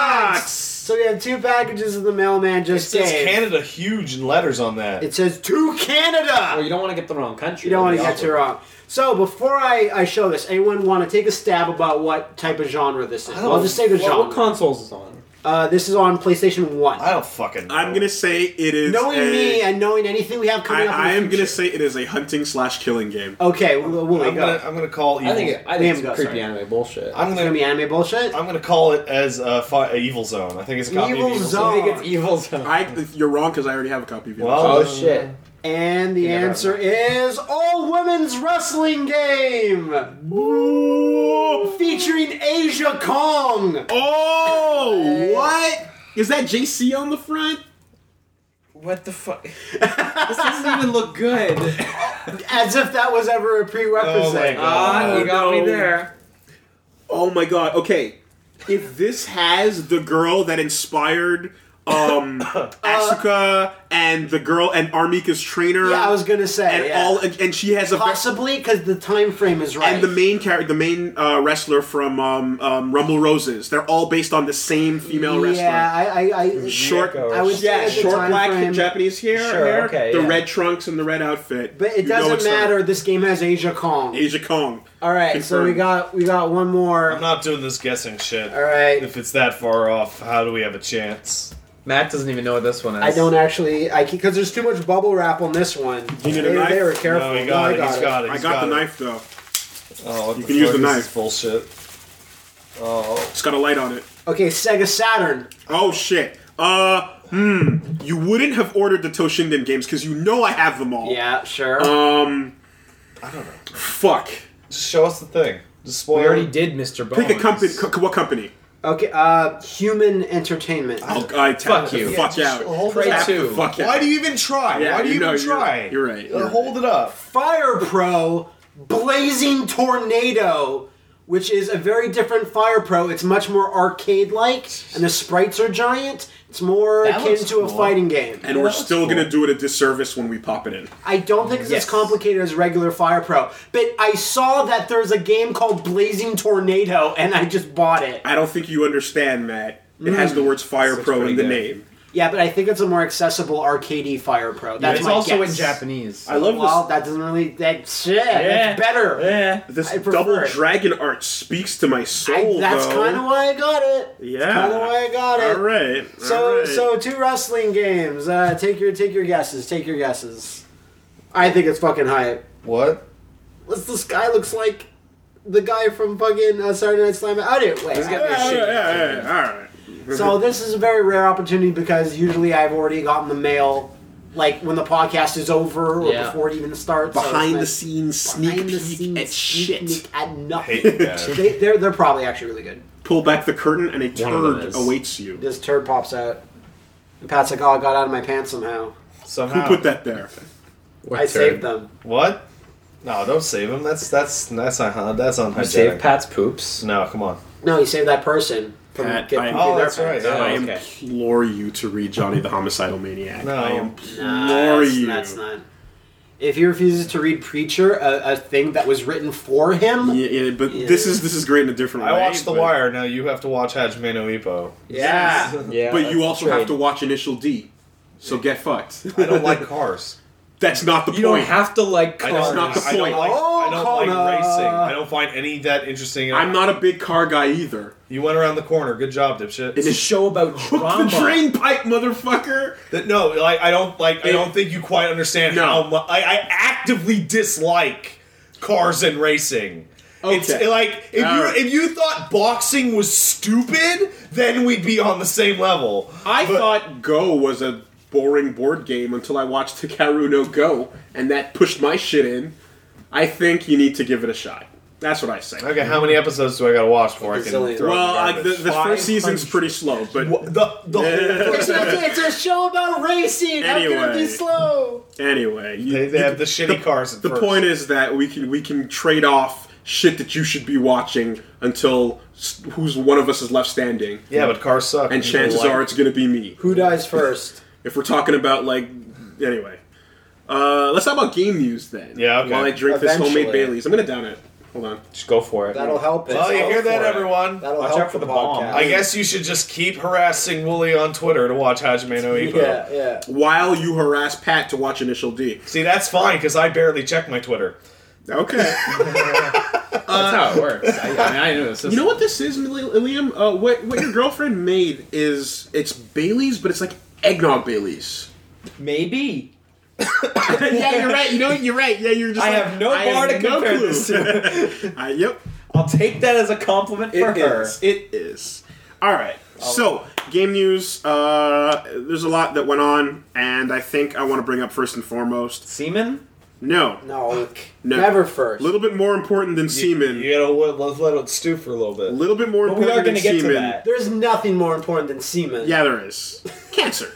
box?
So we have two packages of the mailman
It
just
says
gave.
Canada huge in letters on that.
It says to Canada.
Well, you don't want to get the wrong country.
You don't want to
That'd
get
be
too
awkward.
wrong. So before I, I show this, anyone want to take a stab about what type of genre this is?
I don't
Well, just say the
what, What
genre.
consoles is on?
Uh, this is on PlayStation One.
I don't fucking. Know.
I'm gonna say it is.
knowing
a-
me and knowing anything we have
I,
coming up, in the
I am gonna
future.
say it is a hunting slash killing game.
Okay, we'll, we'll
I'm
go.
gonna. I'm gonna call. Evil.
I think it, I
Liam
think it's
goes,
creepy
sorry.
anime bullshit.
I'm
It's gonna
gonna.
be anime bullshit.
I'm gonna call it as a, fi- a evil zone. I think it's a copy
Evil
of evil
Zone.
zone.
I think it's evil zone.
I you're wrong because I already have a copy of it.
Well,
oh shit!
And the answer is All Women's Wrestling Game! Featuring Asia Kong!
Oh, what? Is that JC on the front?
What the fuck? this doesn't even look good.
As if that was ever a prerequisite.
Oh my God.
Ah, you got
no.
me there.
Oh my god. Okay. If this has the girl that inspired um
Uh,
Asuka and the girl and Armika's trainer
yeah, I was gonna say.
and
yeah.
all and she has a ve-
Possibly because the time frame is right.
and the main character, the main uh, wrestler from um, um, Rumble Roses, they're all based on the same female wrestler.
Yeah, I, I, I
Short,
Yoko or
I would say
yeah,
at the
short
time
black
frame-
Japanese hair,
Sure,
hair,
okay,
the
yeah.
red trunks and the red outfit.
But
You
it
know
doesn't
it's her.
matter. This game has Asia Kong.
Asia Kong.
All right, so we
Confirmed.
got we got one more.
I'm not doing this guessing shit.
All right.
If it's that far off, how do we have a chance?
Matt doesn't even know what this one is.
I don't actually. I because there's too much bubble wrap on this one.
You need a
they,
knife?
they were careful.
No, he got
I
it. He's got it.
I
he's
got the
it.
knife though.
Oh, what
You can use
fuck
the
is
knife.
this Bullshit. Oh,
It's got a light on it.
Okay, Sega Saturn.
Oh shit. Uh, hmm. You wouldn't have ordered the Toshinden games because you know I have them all.
Yeah, sure.
Um.
I don't know.
Fuck.
Just show us the thing. Just spoil.
We already did Mr. Bones.
Pick
Oh,
a company. Co- what company?
okay, uh, Human Entertainment.
I'll, I tap
Fuck
the
you.
Fuck
Yeah, just
out.
hold
Pray
it up.
Tap the
to.
Fuck out.
Why do you even try?
Yeah,
Why do you,
know,
even
you're-
try?
You're, right.
Uh,
you're
Hold it up.
Fire Pro Blazing Tornado, which is a very different Fire Pro. It's much more arcade like, and the sprites are giant. It's more
That
akin
looks
to a
cool.
fighting game.
And we're still gonna do it a disservice when we pop it in.
I don't think it's
Yes.
as complicated as regular Fire Pro, but I saw that there's a game called Blazing Tornado, and I just bought it.
I don't think you understand, Matt. It has
Mm.
the words Fire
Looks
Pro in
pretty
the
good.
name.
Yeah, but I think it's a more accessible arcadey Fire Pro. That's
It's
my
also
guess.
in Japanese.
I love
Well, that doesn't really that shit.
Yeah.
That's better.
Yeah.
this.
I
This
prefer
double
it.
dragon art speaks to my soul.
I, that's
though.
kind of why I got it.
Yeah.
kind of why I got it.
All right. all
So
right.
so two wrestling games. Uh, take your take your guesses. Take your guesses. I think it's fucking hype.
What?
What's this guy looks like? The guy from fucking uh, Saturday Night Slam. I didn't wait.
Yeah, yeah, yeah, yeah, All right.
So this is a very rare opportunity because usually I've already gotten the mail, like when the podcast is over or
Yeah.
before it even starts. so it's
behind the
nice.
scenes sneak
Behind the
peek
scenes
at
sneak
shit.
peek at
Hate
nothing.
you guys.
they, they're they're probably actually really good.
Pull back the curtain and a
One of them
turd
is.
awaits you.
This turd pops out, and Pat's like, "Oh, I got out of my pants somehow.
Who
Somehow.
put that there?
I saved them."
What? No, don't save him. That's that's that's uh, that's unhygienic.
Save Pat's poops.
No, come on.
No, you saved that person from
Pat,
get-
I-
from
Oh,
their
that's right,
pants.
yeah.
I
Oh, okay.
implore you to read Johnny the Homicidal Maniac.
No.
I
Nah,
implore
that's,
you.
that's not. If he refuses to read Preacher, a, a thing that was written for him,
Yeah, yeah, but this is this is great in a different
I
way.
watched The
but,
Wire. Now you have to watch Hajime no Ippo.
yeah.
Yeah.
but you also
trade.
have to watch Initial D. So get fucked.
I don't like cars.
that's not the
You don't
point.
have to like
I don't,
That's
cars.
not the
I don't
point.
like, I don't
Oh, Connor.
like racing. I don't find any that interesting.
I'm not a big car guy either.
You went around the corner. Good job, dipshit.
It's a show about
Hook
drama.
the drain pipe, motherfucker.
That- no, like I don't like. I don't think you quite understand
No.
how much I, I actively dislike cars and racing. It's
Okay.
like if you
Alright.
if you thought boxing was stupid, then we'd be on the same level.
I
But-
thought Go was a boring board game until I watched Hikaru no Go, and that pushed my shit in. I think you need to give it a shot. That's what I say.
Okay, how many episodes do I gotta watch before I can
Gazillion.
throw
Well, I,
it in
the,
the,
the first season's pretty slow, but
garbage? Wha- the the whole
It's,
first
a, it's a show about racing. I'm gonna
Anyway.
be slow.
anyway, you-
They, they
you-
have the shitty cars. At
the
first.
point is that we can we can trade off shit that you should be watching until s- who's one of us is left standing.
yeah, but cars suck.
and chances
Like-
are it's going to be me.
Who dies first?
If we're talking about like, anyway, uh, let's talk about game news then.
Yeah, okay.
While I drink this homemade
Eventually.
Bailey's, I'm gonna down it. Hold on.
just go for it.
That'll help it.
Well, you hear that,
for it.
everyone?
That'll
Watch
help
out for
the
the bomb.
podcast.
I guess you should just keep harassing Wooly on Twitter to watch Hajime no Ippo.
Yeah, yeah.
While you harass Pat to watch Initial D.
See, that's fine because I barely check my Twitter.
Okay.
That's how it works. I, I, mean, I knew this.
you know what this is, Mil- Liam? Uh, what what your girlfriend made is it's Bailey's, but it's like eggnog Bailey's.
Maybe.
yeah, you're right. You know, you're right. Yeah, you're just.
I
like,
have no bar to
no
compare
clue.
this to.
Uh, yep.
I'll take that as a compliment for
It
her.
is. It is. All right. So, game news. Uh, there's a lot that went on, and I think I want to bring up first and foremost.
Seaman?
No,
No,
No.
never
a
first.
little bit more important than semen.
You gotta let, let's let it stew for a little
A
bit.
little bit more
But we
important than
are going to get
semen.
to that.
There's nothing more important than semen.
Yeah, there is cancer,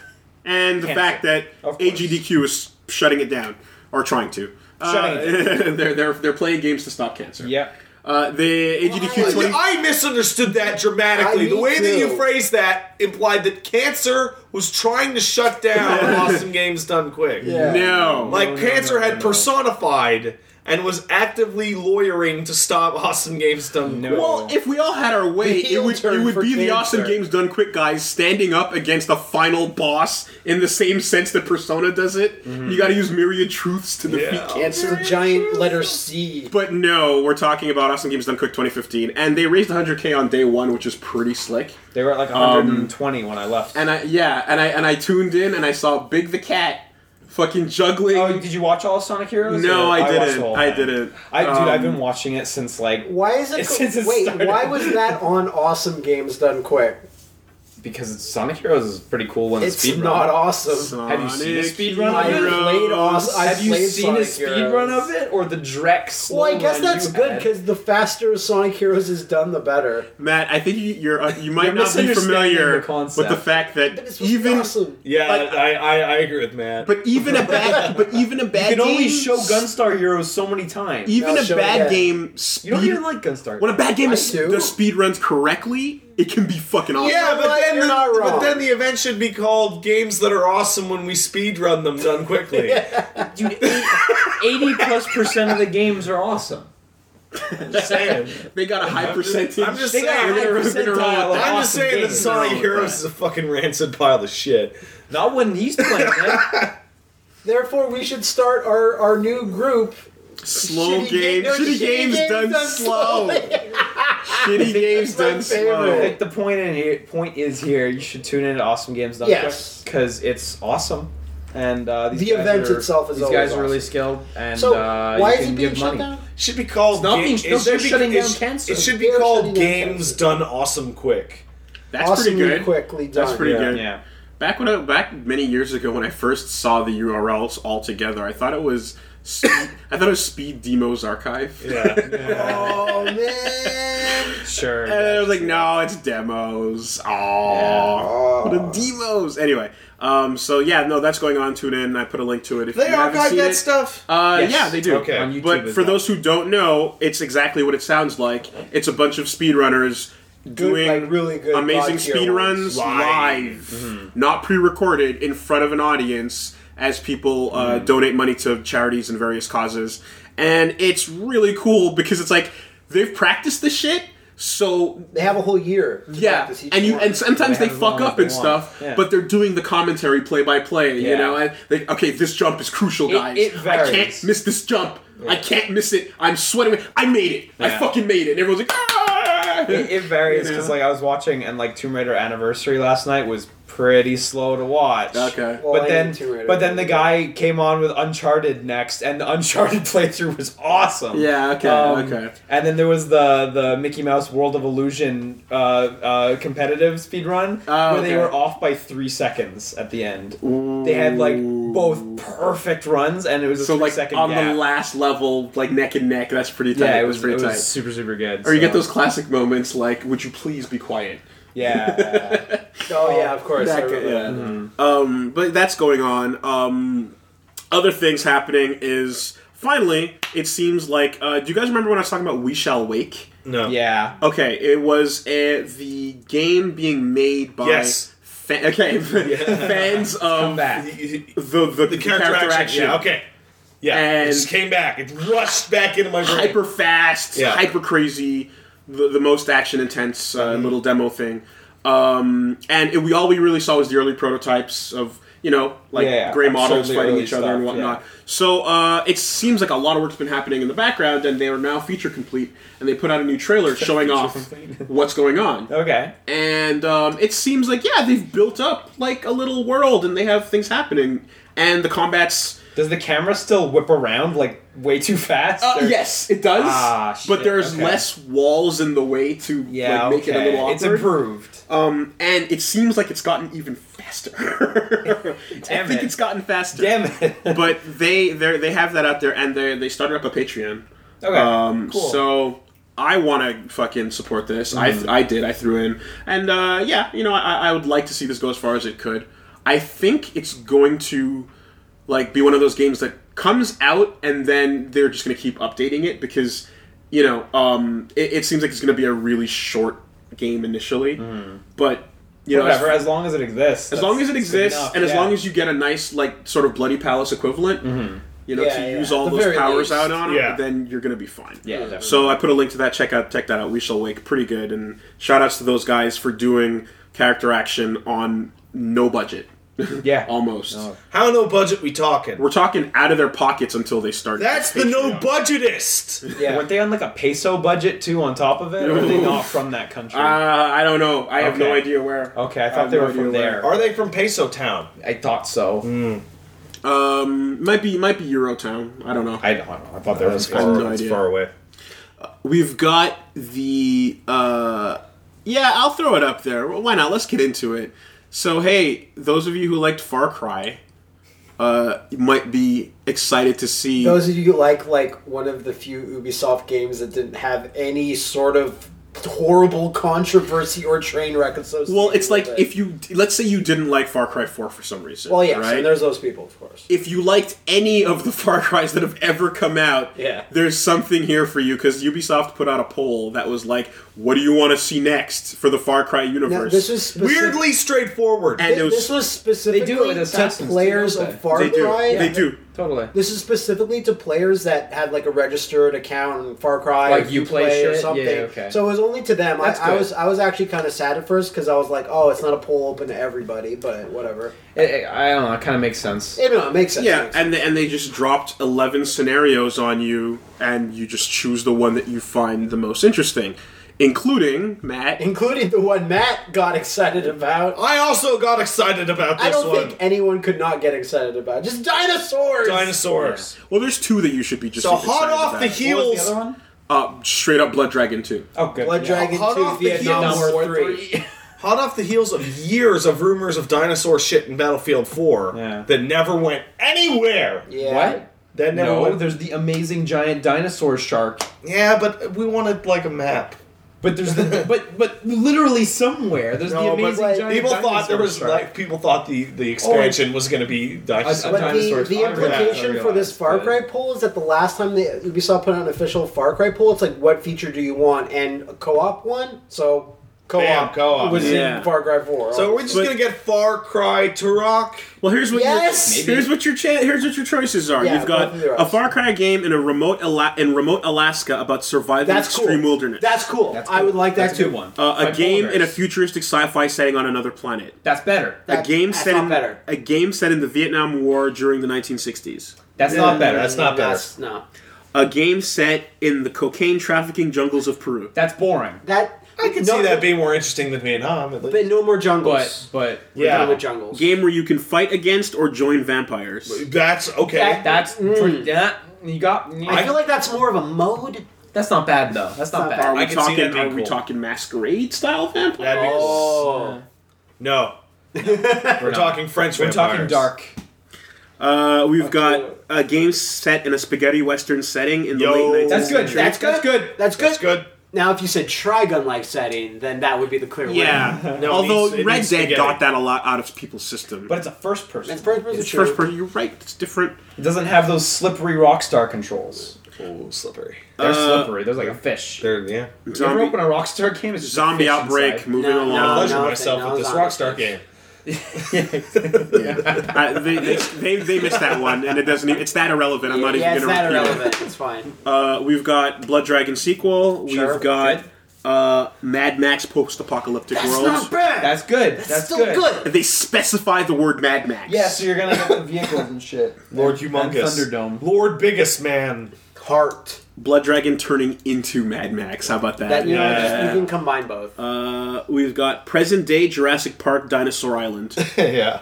and the
Cancer.
fact that
Of course.
AGDQ is shutting it down or trying to.
Shutting it
uh, they're they're they're playing games to stop cancer.
Yeah.
Uh, the AGDQ twenty.
I misunderstood that dramatically.
I-
the
me
way that
too.
you phrased that implied that cancer was trying to shut down Awesome Games Done Quick.
Yeah.
No.
Like
No, no,
cancer
no,
had
no.
personified and was actively lawyering to stop Awesome Games Done
No.
Quick.
Well, if we all had our way,
The
it
heel
would, it
turn
would
for
be the
cancer.
Awesome Games Done Quick guys standing up against the final boss in the same sense that Persona does it.
Mm-hmm.
You gotta use myriad truths to defeat
Yeah.
cancer.
It's a giant letter C.
But no, we're talking about Awesome Games Done Quick 2015, and they raised 100k on day one, which is pretty slick.
They were at like 120 when I left.
And I yeah, and I and I tuned in and I saw Big the Cat fucking juggling.
oh, did you watch all Sonic Heroes?
no,
or-
I
watched
didn't.
all of
I
them.
didn't.
I dude,
Um,
I've been watching it since like
Why is it?
Since it
wait,
started.
why was that on Awesome Games Done Quick?
because it's- Sonic Heroes is pretty cool when
It's
speed
not awesome.
Have you seen the
Sonic
speedrun
I
of it?
Heroes.
played Awesome. I
Have you
played
seen a
Sonic
speed
Heroes.
run of it or the Drex? slow
Well, I guess
run
that's
you
good
had?
because the faster Sonic Heroes is done, the better.
Matt, I think you, you're uh, you might not
You're
be
misunderstanding
familiar
the concept.
with the fact that
But it's
even
awesome.
yeah,
Like-
I, I, I agree with Matt.
but even a bad but even a bad
You can
game
only show Gunstar Heroes so many times.
even
No,
a
show
bad
again.
game
you don't
speed
even like Gunstar.
when a bad game
I
is,
do.
does speed runs correctly, it can be fucking awesome.
yeah,
You know
but
what?
then,
You're
the,
not
but
wrong.
then the event should be called Games That Are Awesome When We Speed Run Them Done Quickly.
Dude, 80, 80 plus percent of the games are awesome.
Just saying.
They got a high percentage.
I'm just
They
saying.
got a high
They're gonna roll
percentile.
with
Of
I'm
awesome
just saying that
games.
Sonic
Wrong with
Heroes
that.
is a fucking rancid pile of shit.
Not when he's playing it.
Therefore, we should start our, our new group.
slow games.
Shitty game- no,
shitty, games, done, slow. shitty games
my
done
I
slow.
favorite.
think the point in here, point is here. You should tune in to Awesome Games Done
Yes.
because it's awesome, and uh, these
The
guys
event
are-
itself is
these
always
guys are really
awesome.
skilled, and
So
uh,
why
you
is
can
it being
give
shut
money.
down?
Should be called.
not being-
it
no, they're
should be-
shutting
it
down
sh-
cancer.
It should be
They're
called
shutting down
Games
cancer.
Done Awesome Quick.
That's pretty
awesome
good.
quickly done.
That's pretty
Yeah.
good.
Yeah,
Back when I, back many years ago when I first saw the URLs all together, I thought it was speed, I thought it was Speed Demos Archive.
Oh man!
sure.
And I was like, no, it's demos. Aww. What a demos. Anyway, um, so yeah, no, that's going on. Tune in. I put a link to it if
They
you haven't
archive
seen
that
it.
stuff.
Uh,
Yes.
Yeah, they do.
Okay.
On YouTube
But
as
for
well.
those who don't know, it's exactly what it sounds like. It's a bunch of speedrunners doing
like, really good
amazing
God-tier ones. Mm-hmm.
speedruns live, not pre-recorded, in front of an audience as people uh,
Mm-hmm.
donate money to charities and various causes. And it's really cool because it's like they've practiced the shit. So
They have a whole year. to
yeah,
practice each
and you
one.
and sometimes
They
they,
have as
fuck
long as
up
they
and
want.
stuff,
Yeah.
but they're doing the commentary play by play. You
Yeah.
know, and they, okay, this jump is crucial,
It-
guys.
it
I
varies.
can't miss this jump. I can't miss it. I'm sweating. I made it. I
Yeah.
fucking made it. And everyone's like, ah!
it, it varies
You know?
because like I was watching, and like Tomb Raider Anniversary last night was pretty slow to watch.
okay.
Well,
but
I
then,
need to read
but
it.
then the guy came on with Uncharted next, and the Uncharted playthrough was awesome.
Yeah, okay,
Um,
okay.
And then there was the the Mickey Mouse World of Illusion uh, uh, competitive speed run
Oh,
where
okay.
they were off by three seconds at the end. They had like both perfect runs, and it was a
So
three
like
second
on
gap.
the last level, like neck and neck. That's pretty tight.
yeah, it
That's
was, it
pretty
was
tight.
super super good.
or you
so-
get those classic moments like, "Would you please be quiet?"
yeah.
oh yeah, of course. I
That guy,
remember.
yeah.
Mm-hmm.
Um, but that's going on. Um, other things happening is finally it seems like. Uh, do you guys remember when I was talking about We Shall Wake?
No.
yeah.
Okay, it was uh, the game being made by
Yes.
fa- okay fans of
Come back.
The,
the the,
the character, action. Yeah, okay. Yeah.
And-
it just came back. It rushed back into my brain.
hyper fast,
Yeah.
hyper crazy, the, the most action intense uh,
Mm-hmm.
little demo thing. Um, and it, we all we really saw was the early prototypes of you know like
Yeah,
gray
absurdly
models fighting
early
each other and
stuff,
whatnot. So uh, it seems like a lot of work's been happening in the background, and they are now feature complete. And they put out a new trailer showing off what's going on.
Okay.
And um, it seems like yeah, they've built up like a little world, and they have things happening, and the combat's
Does the camera still whip around like way too fast?
Uh,
or-
yes, it does.
Ah,
but
shit,
there's
okay.
less walls in the way to
Yeah,
like, make it a
okay.
little awkward.
It's improved.
Um, and it seems like it's gotten even faster. I
Damn
think
it.
it's gotten faster.
Damn it.
but they they they have that out there, and they they started up a Patreon.
okay.
Um,
cool. Mm-hmm.
So I want to fucking support this. I th- I did. I threw in, and uh, yeah, you know, I, I would like to see this go as far as it could. I think it's going to like be one of those games that comes out and then they're just going to keep updating it because you know um, it, it seems like it's going to be a really short game initially,
Mm-hmm.
but you know. as-
Whatever, as long as it exists.
as long as it exists, and as long as you get a nice, like, sort of bloody palace equivalent,
Mm-hmm.
you know,
Yeah,
to
yeah.
use all
The
those
very
powers
least.
out on it,
Yeah.
then you're gonna be fine.
Yeah, definitely.
So I put a link to that. Check out, check that out. We shall wake. Pretty good. And shout outs to those guys for doing character action on no budget.
yeah,
Almost.
No.
How no budget we talking?
We're talking out of their pockets until they start.
That's the no budgetist.
yeah, weren't they on like a peso budget too on top of it? Or were they not from that country?
Uh, I don't know. I have no
Okay.
idea where.
okay, I
I
thought
have
they
no
were
idea
from
where.
there.
Are they from Peso Town?
I thought so.
Um, might be might be Eurotown. I don't know.
I don't know. I thought
They're from
I have
far,
no
it's
idea.
far away.
We've got the uh yeah, I'll throw it up there. Well, why not? Let's get into it. So, hey, those of you who liked Far Cry uh you might be excited to see
Those of you who like like one of the few Ubisoft games that didn't have any sort of horrible controversy or train wreck associated.
Well, it's like
with it.
if you let's say you didn't like Far Cry 4 for some reason,
well, yes,
right?
and there's those people, of course.
if you liked any of the Far Cries that have ever come out,
Yeah.
there's something here for you because Ubisoft put out a poll that was like, "What do you want to see next for the Far Cry universe?"
Now, this is specific-
Weirdly straightforward.
And- it was-
this was specifically
They do it with
to
Assassins too,
players
don't they?
of Far
they do.
Cry.
They do.
Totally.
This is specifically to players that had like a registered account in Far Cry,
Like you play
Uplay
shit?
or
Yeah,
something.
okay.
So it was only to them. I,
That's
I
good.
was I was actually kind of sad at first because I was like, oh, it's not a poll open to everybody, but whatever.
I don't know. It kind of makes sense.
You know, it makes sense.
Yeah,
Makes sense.
and they, and they just dropped eleven scenarios on you, and you just choose the one that you find the most interesting, including Matt.
including the one Matt got excited about.
I also got excited about Oh, this
I don't
one.
think anyone could not get excited about. Just dinosaurs.
Dinosaurs.
Well, there's two that you should be just
So
as
hot
excited
off
about.
the heels.
one?
uh, straight up Blood Dragon two.
Oh, good.
Blood Dragon
Hot
Two,
off the
Vietnam
heels.
War Three.
hot off the heels of years of rumors of dinosaur shit in Battlefield 4
Yeah.
that never went anywhere.
Yeah.
What?
That never
No,
went.
there's the amazing giant dinosaur shark.
Yeah, but we wanted like a map.
But there's the but but literally somewhere there's the
No, but
amazing
like,
giant
People
dinosaur
thought there was
shark.
like people thought the the expansion was going to be dinosaur.
I- I-
But the,
Dinosaurs
the
are real.
implication
Yeah,
for this Far
but-
Cry poll is that the last time that Ubisoft put out an official Far Cry poll, it's like, what feature do you want? And a co-op one, so
Bam,
co-op
co-op.
was
Yeah.
in Far Cry Four.
So are we just
But-
going to get Far Cry Turok?
Well, here's what
Yes!
your, here's what your cha- here's what your choices are.
Yeah,
You've got
both of your
a Far Cry game in a remote Ala- in remote Alaska about surviving
that's cool.
extreme wilderness.
That's cool.
That's
I
cool.
would like that
That's a
too.
good one.
uh,
By
a game in a
Poltergeist.
futuristic sci-fi setting on another planet.
That's better.
A
That-
game
that's
set
not
in
better.
a game set in the Vietnam War during the 1960s.
That's
Yeah,
not better.
That's not better.
That's no.
a game set in the cocaine trafficking jungles of Peru.
That's boring.
That
I can
no,
see that being more interesting than Vietnam. At least.
But no more
But
jungles.
but
We're done
yeah,
with jungles.
Game where you can fight against or join vampires.
that's okay.
That-
that's
Mm.
pretty, that you got.
I feel like that's more of a mode.
that's not bad though. That's not,
not
bad.
bad.
Are we
I can see
talking?
that being
Are we
cool.
talking masquerade style vampires?
That'd be
Oh.
cool. No, we're talking French.
We're talking
vampires.
dark.
Uh, we've
Okay.
got a game set in a spaghetti western setting in the
Yo.
late 19th
That's good.
century.
That's good.
That's good.
That's good.
Now, if you said Trigun-like setting, then that would be the clear winner.
Yeah.
No, it
Although
needs- it
Red
needs
Dead
spaghetti.
got that a lot out of people's system.
But it's a first person.
It's first person
it's
shooter.
first person. You're right. It's different.
it doesn't have those slippery rockstar controls.
Oh, slippery.
They're
Uh,
slippery. They're like a fish.
There, yeah.
You ever
Zombie,
open a rockstar game? It's just a
zombie
fish
outbreak.
inside.
Moving
No,
I
no,
along.
pleasure
no,
myself
no,
with this
zombie
Rockstar
fish.
game.
Yeah. Uh, they, they, they, they missed that one, and it doesn't. Even, it's that irrelevant. I'm not
yeah,
even
it's
going to
that
repeat it.
irrelevant. It's fine.
Uh, we've got Blood Dragon sequel.
Sure,
we've got
good.
uh, Mad Max post apocalyptic
That's
world.
not bad.
That's good. That's,
That's, still good.
They specify the word Mad Max.
Yeah, so you're gonna get the vehicles and shit.
Lord
And
Humongous.
Thunderdome.
Lord Biggest Man.
Heart.
Blood Dragon turning into Mad Max. How about that?
That you know,
Yeah.
just, you can combine both.
uh, we've got present day Jurassic Park Dinosaur Island.
yeah.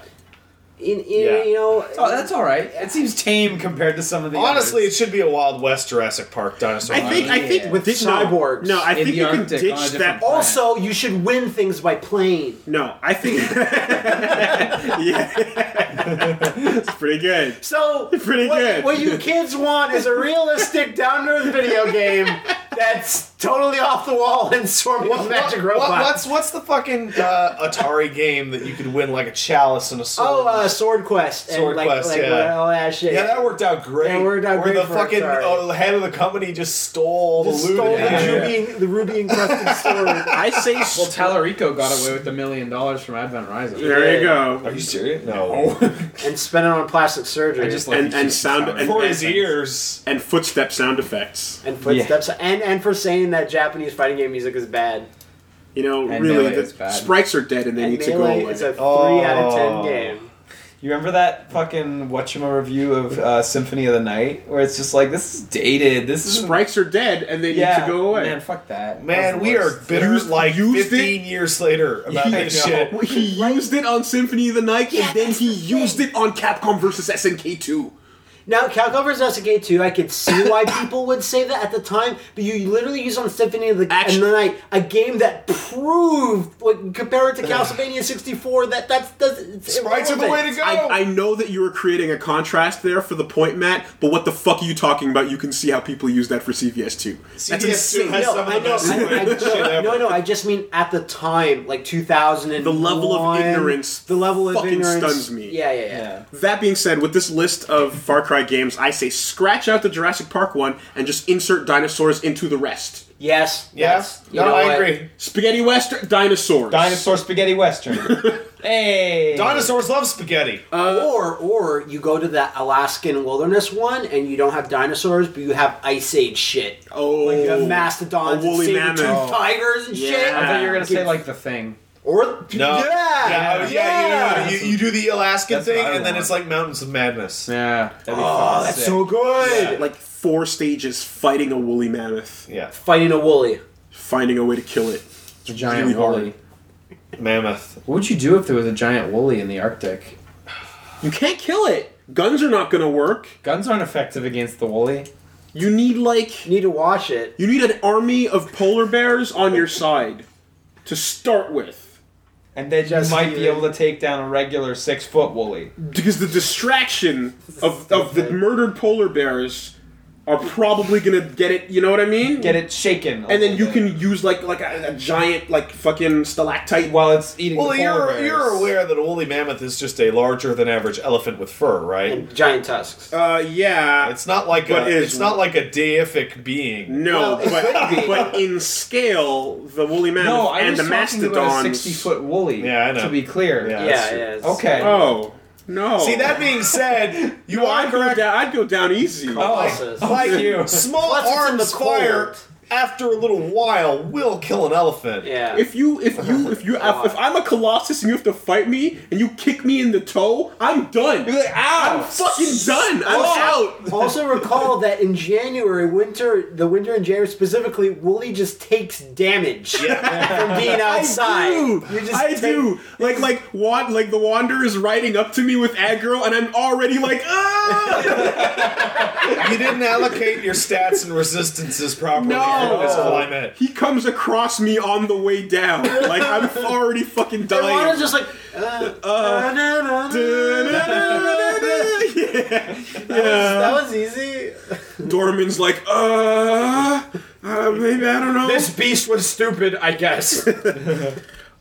in, in
Yeah.
you know.
Oh, that's all right. It seems tame compared to some of the.
Honestly, it
others.
should be a Wild West Jurassic Park dinosaur.
I think
island.
I think
With
no,
cyborgs
No, I
in
think
the
you can
Arctic on
ditch
a different
that.
planet.
also, you should win things by playing.
No, I think. yeah, it's pretty good.
So
Pretty
what,
good.
what you kids want is a realistic down to earth video game that's totally off the wall and swarming with magic
What-
robots.
what's what's the fucking uh, Atari game that you could win like a chalice and a sword?
oh, uh, Sword Quest and
Sword
like,
Quest,
like
yeah.
all that shit.
yeah, that worked out great.
That worked out
Where
great
the
for
fucking
Atari.
uh, head of the company just stole all the
Just
loot.
stole
and everything.
the ruby, the ruby encrusted sword.
I say.
well, Talarico got away with the million dollars from Advent Rising.
there you go.
Are you serious? No.
and spend it on plastic surgery.
I just like
And-
these
and
huge
sound-
sounds.
and-
For his ears.
And footstep sound effects.
and footsteps, and and for saying that Japanese fighting game music is bad.
You know,
And
really,
Melee
the
is bad.
sprites are dead, and they
and
need to go
Melee
away.
is a three
Oh.
out of ten game.
You remember that fucking whatchama review of uh, Symphony of the Night, where it's just like this is dated. This is
sprites are dead, and they
Yeah,
need to go away.
Man, fuck that. That
Man,
was the
we are
worst.
bitter
Used-
like
used
15 years later about
Yeah,
this
I know.
shit.
He used it on Symphony of the Night, and then he used it on Capcom versus SNK 2.
Now, Calcom vs. SNK 2, I could see why people would say that at the time, but you literally used on Symphony of the,
Actu-
and the Night a game that proved, like, compared to Castlevania 64, that that's, that's it's
Sprites are the way to
irrelevant.
go.
I, I know that you were creating a contrast there for the point, Matt, but what the fuck are you talking about? You can see how people use that for CVS 2. That's
CVS2
insane.
has-
No,
Some of
I
the
know,
best
I, I,
shit
no,
ever.
no, no, I just mean at the time, like 2000
The level of ignorance
the level of
fucking
ignorance
stuns me.
Yeah, yeah, yeah.
Yeah.
That being said, with this list of Far Cry games, I say scratch out the Jurassic Park one and just insert dinosaurs into the rest.
Yes,
Yes.
yes. you
No,
know
I
what?
agree.
Spaghetti Western, dinosaurs.
Dinosaur spaghetti western. hey,
Dinosaurs love spaghetti.
Uh,
or or you go to the Alaskan wilderness one and you don't have dinosaurs, but you have ice age shit.
Oh,
like the mastodons
a
and
woolly
saber
mammoth.
toothed tigers and shit.
I thought you were gonna say
Fucking-
like the thing.
or
No.
yeah,
Yeah,
yeah,
yeah, yeah, You,
That's
you, you do the Alaskan
that's
thing,
what I
and then
want.
it's like Mountains of Madness.
Yeah. That'd be
Oh, that's so good.
Like four stages fighting a woolly mammoth,
Yeah,
Fighting a woolly.
finding a way to kill it.
a giant
really hard.
woolly.
mammoth.
What would you do if there was a giant woolly in the Arctic?
You can't kill it. Guns are not gonna work.
Guns aren't effective against the woolly.
You need like
You need to watch it.
you need an army of polar bears on your side to start with.
And then
Just
you might be
you.
able to take down a regular six foot woolly.
Because the distraction of, of the murdered polar bears are probably gonna get it you know what I mean?
Get it shaken. a
And then
little
you
bit.
can use like like a, a giant like fucking stalactite
while it's eating.
Well,
the polar
you're
bears.
you're aware that a woolly mammoth is just a larger than average elephant with fur, right?
And giant tusks.
uh yeah.
It's not like
But
a,
it is
it's not like a deific being.
no,
Well, it could
but
be.
but in scale, the woolly mammoth
No, I
and
was
the
talking about a
mastodons.
sixty foot woolly.
Yeah, I know.
To be clear.
Yeah.
yeah,
that's
yeah.
true.
it's-
Okay.
Oh no!
See, that being said, you
No,
are
I'd go
correct.
down. I'd go down easy.
Oh,
Bosses.
Like
you.
small
Plus it's in the
arms fire
cold.
after a little while will kill an elephant.
Yeah.
If you, if you, if you, if, if I'm a colossus and you have to fight me and you kick me in the toe, I'm done.
You're like, ow!
I'm fucking done. I'm out.
also recall that in January, winter, the winter in January specifically, Wooly just takes damage from being outside.
I do.
You just
I
take-
do. Like, like, want, like the wanderer is riding up to me with aggro, and I'm already like, ah.
You didn't allocate your stats and resistances properly
No.
for this climate.
He comes across me on the way down. Like I'm already fucking
And Lana's
dying.
just like, uh, na, na, na, na.
yeah.
that
yeah.
was easy.
Dorman's like, uh, uh, maybe I don't know.
beast was stupid, I guess.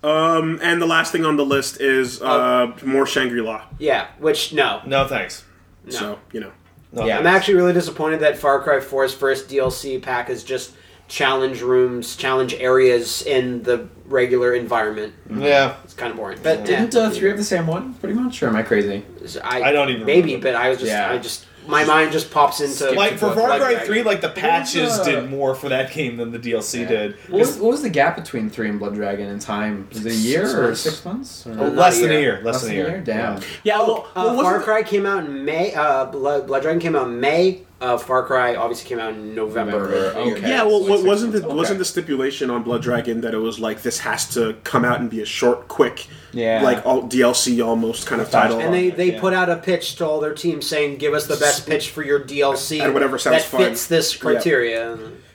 And the last thing on the list is
Oh.
uh, more Shangri La.
yeah, which no.
No thanks.
So you know,
No
Yeah.
I'm actually really disappointed that Far Cry 4's first DLC pack is just challenge rooms, challenge areas in the regular environment.
thanks. Yeah.
It's kind of boring. But yeah.
Didn't uh, three have the same one? Pretty much, or am I crazy?
I,
I don't even
maybe,
remember.
but I was just
Yeah.
I just my mind just pops into
Like for Far
Like,
Cry
like-
Three, like the patches
uh,
did more for that game than the DLC did.
What was, what was the gap between three and Blood Dragon in time? Was it a year
Six
or
months.
six months? Or
Well,
not
less
a
than a
year.
year. Less, than a year.
Damn.
yeah.
Uh, Far Cry came out in May. Uh, Blood, Blood uh, Dragon came out in May Uh, Far Cry obviously came out in November.
November,
of the year.
okay.
Yeah,
it's
well,
like
wa-
six
wasn't the
months.
wasn't the stipulation on Blood Dragon that it was like this has to come out and be a short, quick,
Yeah.
like all DLC almost kind of title,
And they, they
Yeah.
put out a pitch to all their teams saying, "Give us the best pitch for your DLC
And whatever sounds
that
fun."
fits this criteria."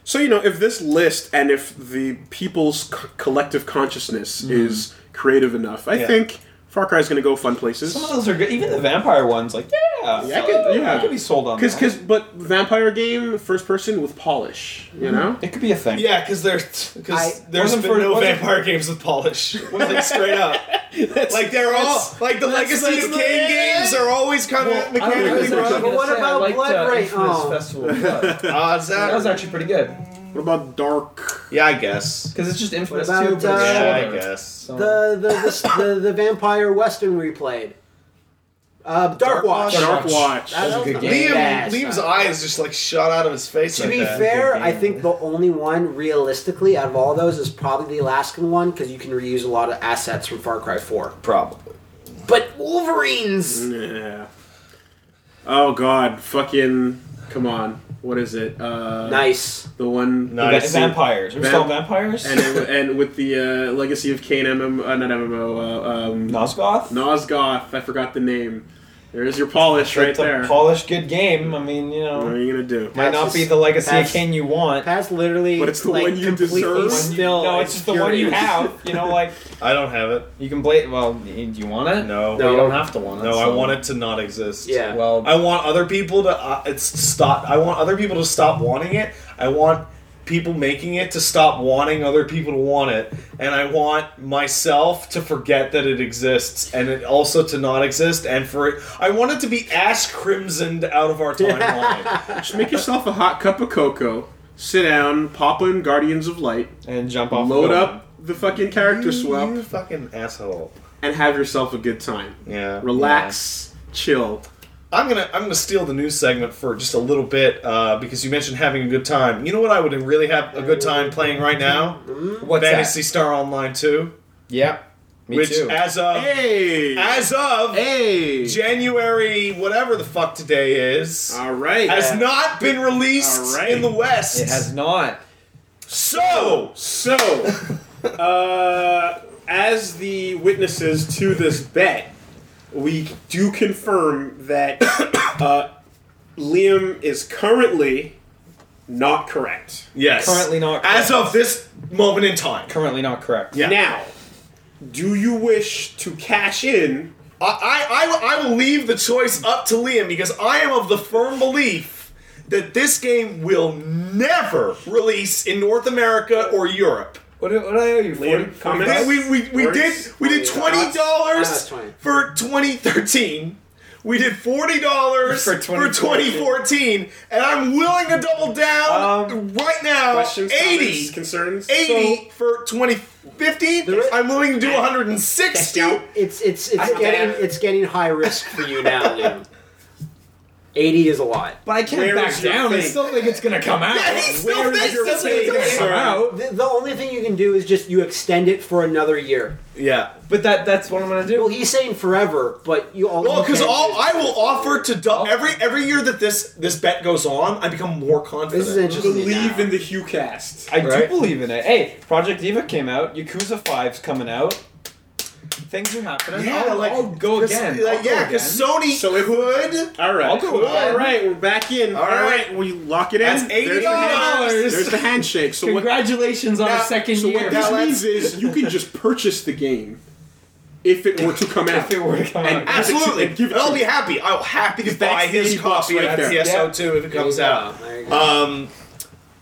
So you know, if this list and if the people's c- collective consciousness is creative enough, I
Yeah.
think Far Cry is going to go fun places.
Some of those are good. Even the vampire ones, like yeah,
Yeah, I could- yeah.
I could be sold on.
Cause,
that.
'cause- but vampire game, first person with polish, you know.
it could be a thing.
Yeah, because there's
I-
because there's
wasn't
been
for-
no
wasn't-
vampire games with polish. like straight up, like they're all like the legacy
that's
of
the-
Kane
yeah.
games are always kind of
I don't think
mechanically
that's what I was
run.
But what
gonna say. I
about
liked,
Blood
uh,
Rain?
Infamous
Oh.
Festival of Blood.
Ah, is that-
That was actually pretty good
What about dark?
yeah, I guess.
because it's just Infamous
What
too.
about,
but it's
uh,
Yeah, I
shorter.
guess.
So-
The the, the the the vampire western we played, uh, Dark, Watch.
Watch.
Dark Watch.
That
was a
was
good
my
game.
Liam,
best.
Liam's eye is just like shot out of his face.
To
like
be
that.
fair,
Good
I
game.
think the only one realistically out of all those is probably the Alaskan one because you can reuse a lot of assets from Far Cry Four.
Probably.
But
Mm.
Wolverines.
Yeah. Oh God, fucking! Come on, what is it? Uh,
Nice.
The one.
Nice.
Va- vampires. Are we
Vamp-
still vampires?
And, it, and with the uh, legacy of Kane, MM, uh, not MMO, uh, um,
Nosgoth.
Nosgoth. I forgot the name. There's your polish right
It's a
there.
Polished good game. I mean, you
what
know,
are you gonna do?
might not
That's
be
just-
the legacy of
that's-
Kane you want.
That's literally.
But it's the
like,
one you
completely
deserve.
Still,
no, it's just the one you
infuriating.
have. You know, like
I don't have it.
you can blame. Well, y- do you want it?
No.
Well, you don't have to want it.
No, I
so-
want it to not exist.
Yeah.
Well,
I want other people to uh, it's stop. I want other people to stop wanting it. I want people making it to stop wanting other people to want it, and I want myself to forget that it exists, and it also to not exist, and for it, I want it to be ash crimsoned out of our timeline.
Just make yourself a hot cup of cocoa. Sit down, pop in Guardians of Light,
and jump off.
load
the
up the fucking character swap,
you fucking asshole.
and have yourself a good time.
Yeah.
Relax, chill.
I'm gonna I'm gonna steal the news segment for just a little bit uh, because you mentioned having a good time. You know what I would really have a good time playing right now?
building. What's
Fantasy Star Online 2,
that? Yep. Me
which
too.
as of
Hey,
as of
hey.
January whatever the fuck today is
All right.
has not been
All
released
right.
in the West.
it has not.
So
So, uh, as the witnesses to this bet, we do confirm that uh, Liam is currently not correct.
yes,
Currently not
as
correct.
of this moment in time.
Currently not correct.
Yeah.
Now, do you wish to cash in?
I, I, I will leave the choice up to Liam because I am of the firm belief that this game will never release in North America or Europe.
What, do- what do I owe you?
Liam,
40,
comments?
We, we, we, we did we did twenty dollars
That's fine.
for twenty thirteen. We did forty dollars
For
for
2014.
twenty fourteen, and I'm willing to double down
Um,
right now.
Questions,
eighty.
comments, concerns?
80 for 2015.
There is-
I'm willing to do 160.
It's it's it's
don't
getting
care.
it's getting high risk for you now, Liam. Eighty is a lot.
But I can't
Where
back
is your
down. I
faith?
still think it's gonna come out.
Yeah, he still
Where is
thinks
your
that's what
faith
he's
gonna
doing.
come out?
The, the only thing you can do is just you extend it for another year.
Yeah.
But that that's what I'm gonna do.
Well, he's saying forever, but you all.
Well,
you
because
can't
all
do-
I will offer to du- every every year that this this bet goes on, I become more confident.
This is interesting.
Believe
now.
in the Hue cast.
I
Right.
do believe in it. Hey, Project Eva came out. Yakuza 5's coming out. Things are happening.
yeah,
I'll,
like
I'll go
'cause,
again.
Like,
I'll go
yeah,
again.
because Sony
So if-
could.
All right.
I'll go again.
All right, we're back in. All
right.
right, we lock it in.
That's
There's the hand-
$80.
There's the handshake. So what?
Congratulations on
Now-
our second
So
year.
what this
Now
means is you can just purchase the game if it were to come out.
if it were to come
And-
out.
Absolutely,
Give it to- give it
and I'll
to
be happy. I'll happy to
Because that's
buy his
80 bucks
copy
right
of
there.
TSO2 if
There
it
you
comes
go.
out.
There you go.
Um,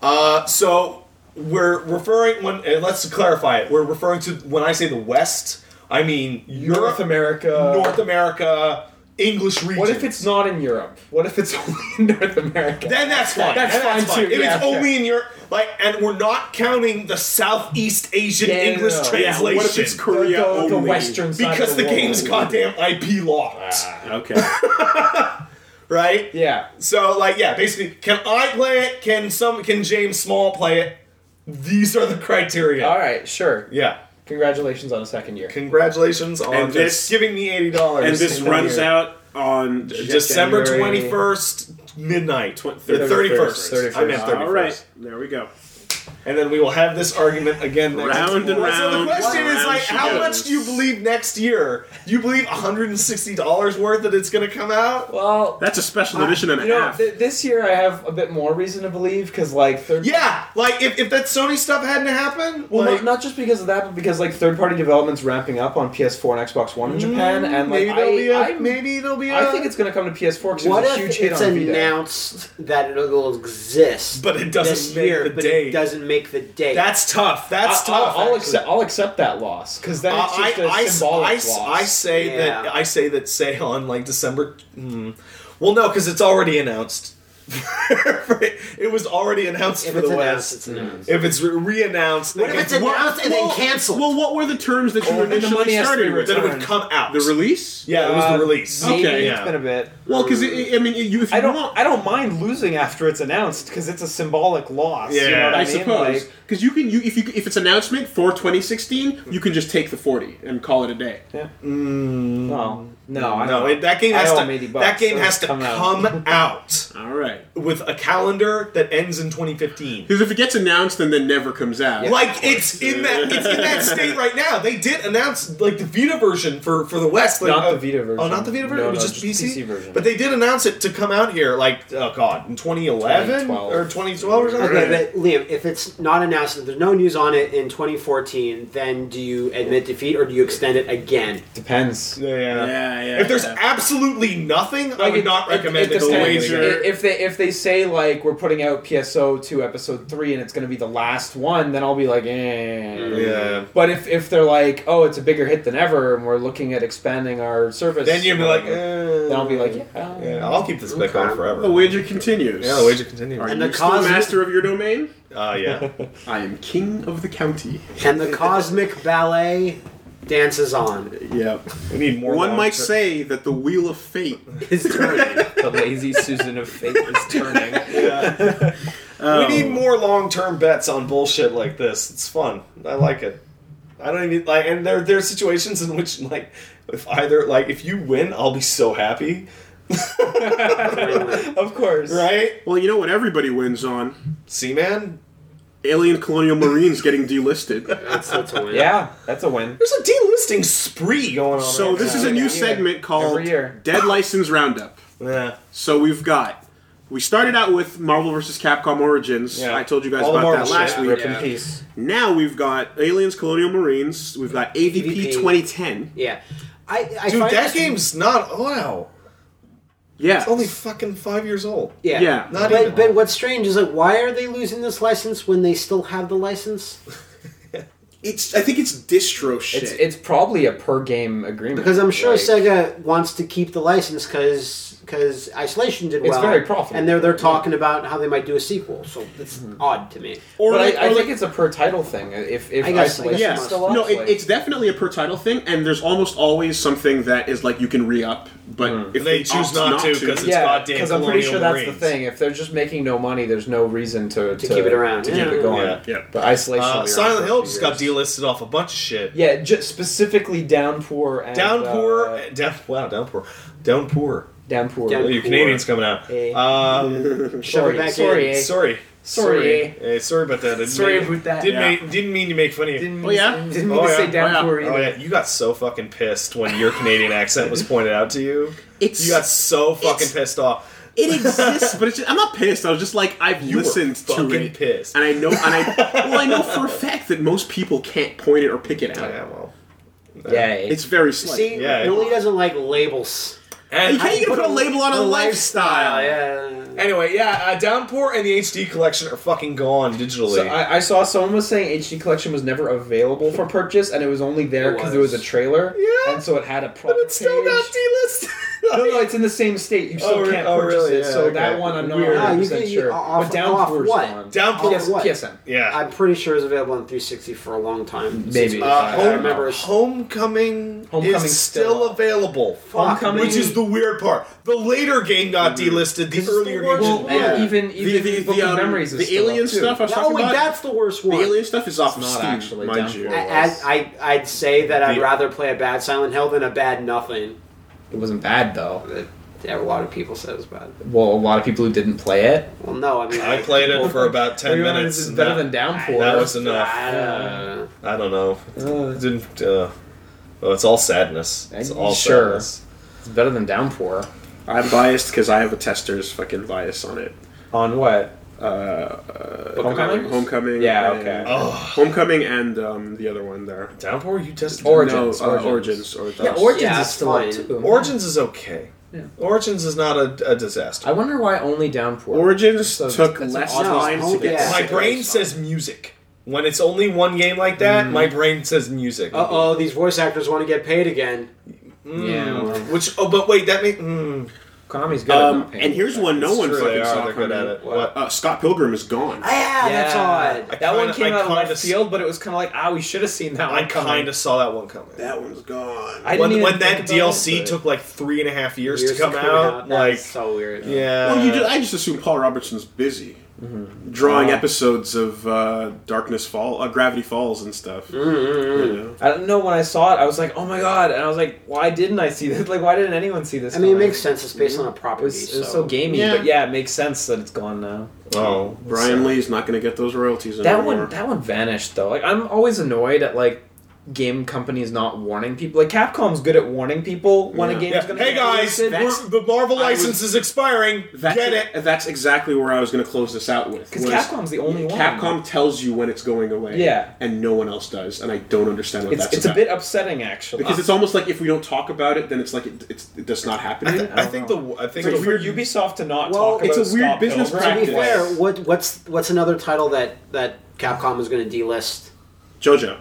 uh, so we're referring when uh, let's clarify it. We're referring to when I say the West, I mean Europe,
North America.
North America, English region.
What if it's not in Europe? What if it's only in North America?
Then that's fine.
That's
Then
fine, too,
If
yeah.
it's only in Europe, like, and we're not counting the Southeast Asian
Yeah, no,
English
no.
Yeah,
translation
what if it's
the,
Korea
the- the
only?
western side of
because the,
world. Ah.
game's goddamn IP locked,
Okay.
right?
Yeah.
So, like, yeah, basically, can I play it? Can some? Can James Small play it? These are the criteria.
All right, sure.
Yeah.
Congratulations on a second year.
Congratulations on
And
just
this-
giving me eighty dollars.
and this runs out on
December
January-
21st, midnight. Tw-
Thir-
31st.
31st.
I meant 31st.
All right, there we go.
And then we will have this argument again next
Round and
Well, So the
round,
question
round
is like,
she
how
goes.
much do you believe next year? Do you believe $160 worth that it's going to come out?
Well,
That's a special edition and a
Ah, you know,
half.
th- this year I have a bit more reason to believe because like third.
Yeah, like if, if that Sony stuff hadn't happened,
Well,
like,
not, not just because of that, but because like third-party development's ramping up on PS4 and Xbox One in Japan,
Mm,
and like
maybe there'll
I,
be a,
I-
maybe uh, there'll be a
I think it's going to come to PS4 because it
What
was a
if
huge hit
it's
on Vita.
announced that it'll exist,
But it doesn't
this
make
year,
the
but
date.
It doesn't make the date.
that's tough. That's
I- I'll-
tough.
I'll,
actually.
accept. I'll accept that loss because then
Uh,
it's just a
I, I,
symbolic
I,
loss.
I say
Yeah.
that I say that say on like December. Hmm. Well, no, because it's already announced. it was already announced
if
for
it's
the
announced, it's
West.
announced.
If it's re- announced
What if it's announced and then canceled?
Well, what were the terms that you
Oh, and the money
initially
has to be
started with?
then it would
returned.
come out.
The release?
yeah, it was
Uh,
the release.
Maybe
Okay,
it's
yeah.
been a bit.
Well, because I mean, you, if you
I don't.
want,
I don't mind losing after it's announced because it's a symbolic loss. you know
Yeah.
what I,
I
mean?
suppose
Like,
because you can you if you if it's announcement for 2016, you can just take the 40 and call it a day.
no, no, I
Mm. No,
don't-
it, that game
I
has
owe
to.
him 80 bucks,
that game
so
has to
come
come,
out.
out
All right,
with a calendar that ends in 2015.
because if it gets announced and then never comes out,
Like it's in that it's in that state right now. They did announce like the Vita version for for the West. Like,
Not the
uh,
Vita version.
Oh, not the Vita version.
No,
it was
no,
just,
just
PC?
PC version.
But they did announce it to come out here. Like oh god, in 2011
2012.
or 2012 or something.
Okay, but Liam, if it's not announced, if there's no news on it in 2014, then do you admit defeat or do you extend it again?
depends.
yeah,
yeah,
yeah.
yeah.
If there's
yeah.
absolutely nothing, I
Like,
would
it-
not recommend it.
it,
to
depends.
wager.
I- If they if they say like we're putting out PSO two episode three and it's going to be the last one, then I'll be like, eh.
Yeah.
But if if they're like, oh, it's a bigger hit than ever, and we're looking at expanding our service,
Then you'd be like, eh.
then I'll be like, yeah.
yeah, I'll keep this back
Okay.
on forever.
the wager continues.
yeah, the wager continues.
Are
And
you
the
still
cause-
master of your domain?
Uh, yeah.
I am king of the county.
And the cosmic ballet dances on.
Yeah.
We need more.
One
long-
might say that the wheel of fate.
Is turning.
the lazy Susan of fate is turning.
Yeah.
Um,
we need more long-term bets on bullshit like this. It's fun. I like it. I don't even like, and there there are situations in which like, if either like if you win, I'll be so happy,
of course,
right?
Well, you know what everybody wins on?
Seaman,
Alien colonial marines getting delisted.
that's, that's a win.
Yeah, that's a win.
there's a delisting spree going on.
So
right
this
now.
is a new
Yeah.
segment called
Every year.
Dead License Roundup.
yeah.
So we've got we started out with Marvel vs. Capcom Origins.
Yeah.
I told you guys
All the
about that
Marvel
last
shit.
week.
Rip
Yeah.
in peace.
Now we've got Aliens Colonial Marines. We've got AVP
AVP.
2010.
Yeah. I, I
Dude,
find this-
that game's not oh, wow.
Yeah.
It's only fucking five years old.
Yeah.
yeah.
Not even.
But, but what's strange is like, why are they losing this license when they still have the license?
It's I think it's distro shit.
It's it's probably a per game agreement
Because I'm sure
like-
Sega wants to keep the license because Isolation did
It's
well.
very profitable. Mm-hmm.
And they're they're talking about how they might do a sequel, so it's odd to me.
or
But
like-
I, I
or like-
think it's a per title thing. If if
I guess- I
Isolation's
guess
yeah.
it's
still up,
no, it,
like-
it's definitely a per title thing, and there's almost always something that is like you can re up, but if
Hmm. They
they,
choose
opt
not to 'cause it's-
yeah,
goddamn
because I'm pretty
Colonial
sure that's
Marines.
the thing. If they're just making no money, there's no reason to
To keep it around,
to
yeah.
keep it going.
Yeah.
Yeah.
But isolation. will
Uh,
be around for
Silent
a
Hill
few
just got
years.
delisted off a bunch of shit.
Yeah, just specifically downpour and
Downpour, eh,
uh,
down, wow, downpour, downpour.
downpour.
Down-
Oh, you Canadians coming out.
Eh.
Um,
Shove
Sorry,
it back
sorry,
in.
eh?
sorry,
Sorry.
Eh, sorry about that. I didn't
Sorry
mean-
about that.
Didn't
Yeah.
make, didn't mean to make fun of you.
Didn't mean,
Oh, yeah?
didn't mean
Oh,
to
yeah.
say downpour
Oh,
Oh
either.
yeah, you got so fucking pissed when your Canadian accent was pointed out to you.
It's-
you got so fucking
it's-
pissed off.
it exists, but it's just, I'm not pissed. I was just like I've
You were
listened to
fucking
it,
pissed.
and I know, and I well, I know for a fact that most people can't point it or pick it out.
Oh, Yeah, well,
Yeah, eh?
It's very slight.
See,
Yeah.
Noli doesn't like labels.
and
How are you gonna put a label on a lifestyle?
Yeah.
anyway, yeah, uh, Downpour and the HD collection are fucking gone digitally.
So I, I saw someone was saying HD Collection was never available for purchase, and it was only there
It
because there was a
was.
trailer,
Yeah.
and so it had a
but
product
it's still
page.
got delisted.
no, no, it's in the same state. You still
Oh, re-
can't
oh,
purchase
really?
it.
Yeah,
so that
okay.
one, I'm not
Weird.
100
Ah,
percent
you can-
sure.
off-
but
off
Downpour's
what?
gone.
Downpour-
PS-
what?
PSN.
yeah,
I'm pretty sure it was available on 360 for a long time.
Maybe.
Since-
Uh,
Uh,
I
home,
remember-
Homecoming,
Homecoming's
is
still
still
up.
available.
Homecoming- Mm-hmm.
which is the weird part. The later game got delisted. The earlier game.
Well,
didn't.
Yeah.
and even
The-
even
the- the,
Book of
um,
memories is
the
still
alien
up, too.
uh,
stuff I was
Oh,
talking
wait,
about.
that's the worst
the
one.
alien stuff is off
It's
of
not
Steam,
actually
mind
down
you.
for-
I, I, I'd say that I'd
The-
rather play a bad Silent Hill than a bad nothing.
It wasn't bad though.
Yeah, a lot of people said it was bad.
Well, a lot of people who didn't play it.
Well, no, I mean,
I played it for about ten
Everyone
minutes.
is
and
better
that-
than Downpour.
That was enough.
I don't know.
I don't know.
Uh,
It didn't. Uh, well, it's all sadness. It's all
Sure.
sadness.
it's better than Downpour.
I'm biased because I have a tester's fucking bias on it.
On what?
Homecoming. Homecoming.
Yeah,
and-
okay.
Oh,
Homecoming and um, the other one there.
downpour. You tested
Or-
or-
Origins,
No, uh,
Origins.
Origins. Origins.
Oh, Yeah, Origins
Yeah,
is still up
it's fine.
too.
Origins is okay. Origins is not a, a disaster.
I wonder why only Downpour.
Origins
So
took
that's an
less
odd
time
result.
to get.
Yeah.
my brain says music. When it's only one game like that,
Mm.
my brain says music. Mm.
Uh oh, these voice actors want to get paid again.
Yeah.
Which? Oh, but wait, that means. Mm,
Konami's good. at
Um,
not paying
and here's one no
it's
one
true, they
fucking
are,
saw
They're
coming.
good at it. What?
Uh, Scott Pilgrim is gone.
Yeah, that's
Ah, Yeah.
odd.
I
That one
kinda-
came
I
out of left
kinda s-
field, but it was kind of like, ah, we should have seen that
I
one coming.
kind of saw that one coming.
that one's gone.
I didn't
when
even
when that
think about
DLC
it, but-
took like three and a half years,
Years
to come out, like
that's so weird.
yeah.
well, you
uh,
just, I just assume Paul Robertson's busy
Mm-hmm.
drawing episodes of uh, Darkness Fall, uh, Gravity Falls, and stuff.
Mm-hmm.
You know?
I don't know when I saw it. I was like, "Oh my god!" And I was like, "Why didn't I see this? Like, why didn't anyone see this?"
I mean, it
coming?
makes sense. It's based on a
It
property.
was, it was
so.
so gamey,
Yeah.
but yeah, it makes sense that it's gone now.
oh,
Brian
so-
Lee's not going to get those royalties
That
anymore.
one, that one vanished though. Like, I'm always annoyed at like game companies not warning people. Like, Capcom's good at warning people when
Yeah.
a game's
Yeah.
gonna.
Hey
get
guys,
released.
we're- the Marvel
I was-
license is expiring.
that's,
Get it?
That's exactly where I was going to close this out with.
because
was
Capcom's the only one.
Capcom tells you when it's going away,
Yeah.
and no one else does, and I don't understand what
It's,
that's
it's a
about.
bit upsetting actually.
because it's almost like if we don't talk about it, then it's like it, it's, it does not happen.
I, th- I think the I think
It's
the
for Ubisoft to not
Well,
talk
it's
about.
a weird
Scott
business
Pilgrim.
To be
practice.
fair, what what's what's another title that that Capcom is going to delist?
JoJo.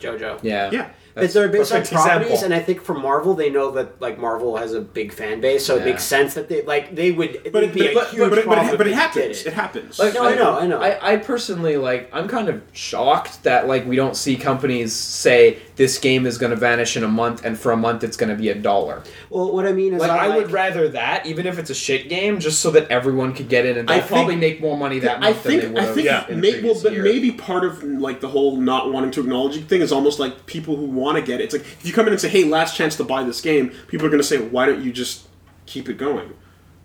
JoJo.
Yeah.
Yeah.
But they're based on
perfect
properties,
example.
and I think for Marvel, they know that like Marvel has a big fan base, so
Yeah.
it makes sense that they like they would. It
But
would
it,
be a
but,
huge
but, but,
problem
it, but it
if they did
happens. It happens.
Like,
No, I know, I know.
I, I personally like. I'm kind of shocked that like we don't see companies say this game is going to vanish in a month, and for a month it's going to be a dollar.
Well, what I mean is,
Like
I,
I would
like,
rather that, even if it's a shit game, just so that everyone could get in, and
I
they
think-
probably make more money that
I
month than
think
they would.
I think
yeah,
in the
may, well,
previous
but
year.
maybe part of like the whole not wanting to acknowledge it thing is almost like people who want to get it. It's like if you come in and say, "Hey, last chance to buy this game," people are going to say, "Why don't you just keep it going?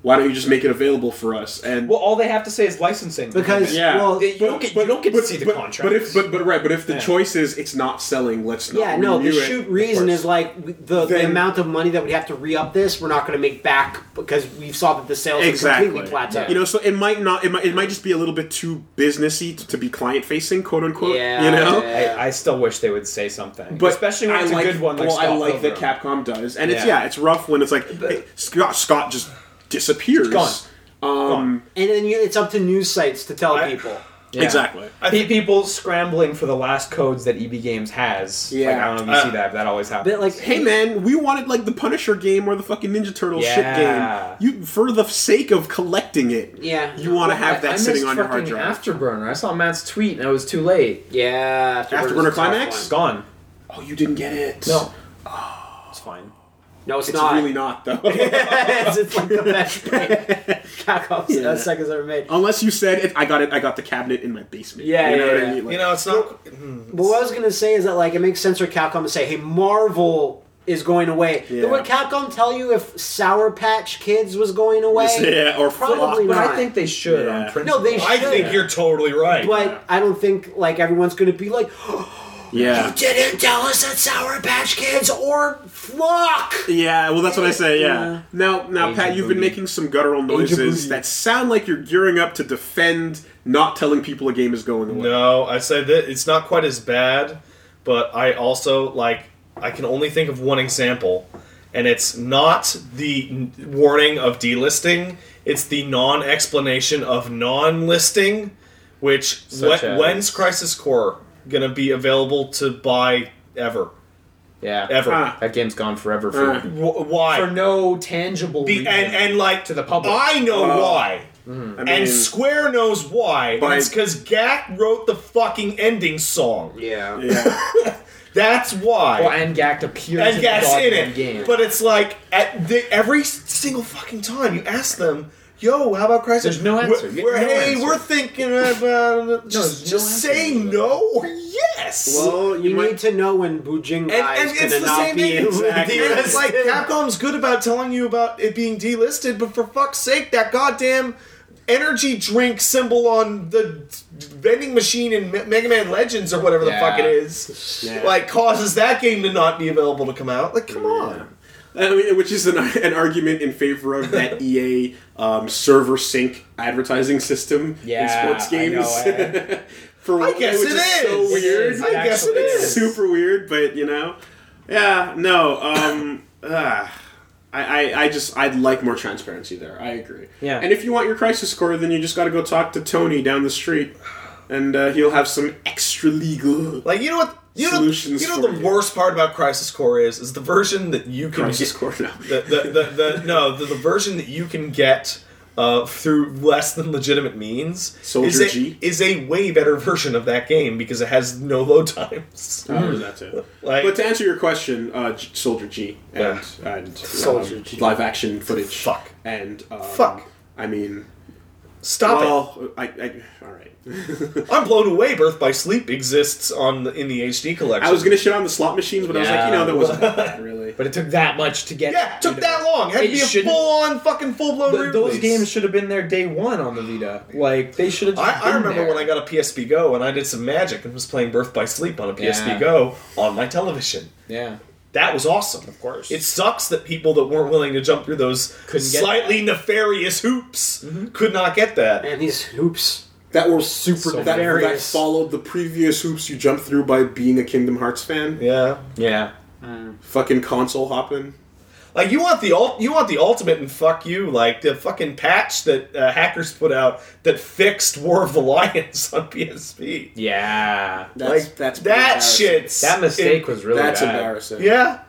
Why don't you just make it available for us?" And
Well, all they have to say is licensing
because
Yeah.
well,
They- you don't get- you don't get to see the
but,
contract.
But if but, but right, but if the
Yeah.
choice is it's not selling, let's not
yeah, no. The
renew it,
shoot
of
reason
course.
is like the, the
Then-
amount of money that we have to re up this, we're not going to make back because we saw that the sales had
exactly
completely plateaued.
You know, so it might not. It might, it might just be a little bit too businessy to, to be client facing, quote unquote.
Yeah,
you know.
yeah.
I, I still wish they would say something,
But
especially when
I
it's
like,
a good one. Like
well, I
Scott
like that Capcom
Pilgrim.
does, and it's
Yeah.
yeah, it's rough when it's like hey, Scott Scott just disappears.
Gone.
Um,
and then you, it's up to news sites to tell
I-
people.
Yeah.
Exactly.
I
Pe-
think-
people scrambling for the last codes that EB Games has. Like,
Yeah.
I don't know if you see that, but that always happens.
But like,
Hey man, we wanted like the Punisher game or the fucking Ninja Turtle
Yeah.
shit game. You for the sake of collecting it,
Yeah.
you want to
Well,
have
I-
that
I
sitting
missed
on your hard
fucking
drive.
Afterburner. I saw Matt's tweet and I was too late.
yeah,
Afterburner
is a tough
climax?
It's
one.
gone.
oh, you didn't get it.
No. It's fine.
No, it's,
it's
not.
really not though.
it's, it's like the best thing Capcom's
Yeah.
uh, Sega's ever made.
Unless you said it, I got it. I got the cabinet in my basement.
Yeah,
you know
yeah,
what
yeah.
I mean. Like,
you know, it's not.
But what I was gonna say is that like it makes sense for Capcom to say, "Hey, Marvel is going away."
Yeah.
But would Capcom tell you if Sour Patch Kids was going away?
yeah, or
Probably
flop.
But I
not.
think they should
Yeah.
on principle.
No, they should.
I think you're totally right.
But I don't think like everyone's gonna be like,
Yeah,
"You didn't tell us that Sour Patch Kids or Flock."
yeah. Well, that's what I say. Yeah.
Yeah.
Now, now,
Agent
Pat, you've been
Booty.
making some guttural
Booty.
noises that sound like you're gearing up to defend not telling people a game is going away.
No, I say that it's not quite as bad, but I also like I can only think of one example, and it's not the n- warning of delisting. It's the non-explanation of non-listing, which
Such
when-
as-
when's Crisis Core gonna be available to buy ever,
Yeah.
ever?
Ah.
That game's gone forever for,
Uh,
Wh- why?
for no tangible
The-
reason.
and and like
To the public. Uh, mm-hmm.
I know
Oh.
why.
I mean,
And Square knows why. and
By-
it's because Gak wrote the fucking ending song.
Yeah.
yeah.
That's why.
well, and Gact appears
and
in
Gak's
the
in
goddamn
it.
game.
But it's like at the, every single fucking time you ask them, yo, how about Chrysler?
There's no answer.
We're, we're-
No
hey,
answer.
we're thinking about just
there's no
just
answer.
say no or yes.
Well,
You,
you might
need to know when Bujing
and,
guy
and
is going
it's
to
the
not
same
be
thing.
in
And
the
it's like Capcom's good about telling you about it being delisted, but for fuck's sake, that goddamn energy drink symbol on the vending machine in Me- Mega Man Legends or whatever
Yeah.
the fuck it is,
Yeah.
like causes that game to not be available to come out. Like, come on.
I mean, which is an, an argument in favor of that EA um, server sync advertising system
Yeah,
in sports
I know,
games.
eh?
For
I guess
which
it
is
is.
so weird.
is,
I guess it
actually.
is.
It's super weird, but you know, yeah, no. Um, ah, I, I, I just, I'd like more transparency there. I agree.
Yeah.
And if you want your crisis score, then you just got to go talk to Tony down the street, and uh, he'll have some extra legal.
Like, you know what? You know,
Solutions
you know
for
what the
you.
worst part about Crisis Core is is the version that you can
Crisis
get-
score now.
the, the, the, the no the, the version that you can get uh, through less than legitimate means is
Soldier
a,
G?
is a way better version of that game because it has no load times.
Mm.
Oh, there's that too.
Like-
but to answer your question, uh, G- Soldier G and and
Soldier
um,
G.
live action footage.
Fuck.
and um,
Fuck.
I mean,
Stop
well, I, I, all right.
it! I'm blown away. Birth by Sleep exists on the, in the HD collection.
I was gonna shit on the slot machines, but I was like, you know, that wasn't
Yeah.
bad, really.
But it took that much to get.
yeah, it took
Vita.
that long. had
It
to be a
shouldn't-
full on fucking full blown.
Th- those games should have been there day one on the Vita. Like they should have. Just
I, I
been
remember
there.
when I got a PSP Go and I did some magic and was playing Birth by Sleep on a PSP
Yeah.
Go on my television.
Yeah.
That was awesome. Of
course.
It sucks that people that weren't willing to jump through those
Couldn't get
slightly nefarious hoops could not get that.
And these hoops.
That were super.
So
that, that
various.
followed the previous hoops you jumped through by being a Kingdom Hearts fan.
Yeah.
Yeah.
Fucking console hopping.
Like you want the ult- you want the ultimate and fuck you like the fucking patch that uh, hackers put out that fixed War of the Lions on PSP.
Yeah.
That's
like
that's pretty
that
embarrassing.
shit's
That mistake
it-
was really
that's
bad.
embarrassing.
Yeah.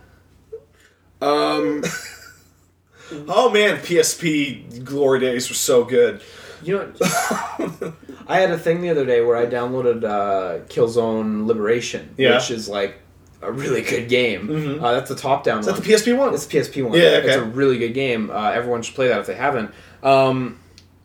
Um.
Oh man, PSP glory days were so good.
You know, I had a thing the other day where I downloaded uh, Killzone Liberation,
Yeah.
which is like a really good game. Uh, that's the top-down
Is
one.
that the PSP one?
It's PSP one.
Yeah, okay.
it's a really good game. Uh, everyone should play that if they haven't. Um,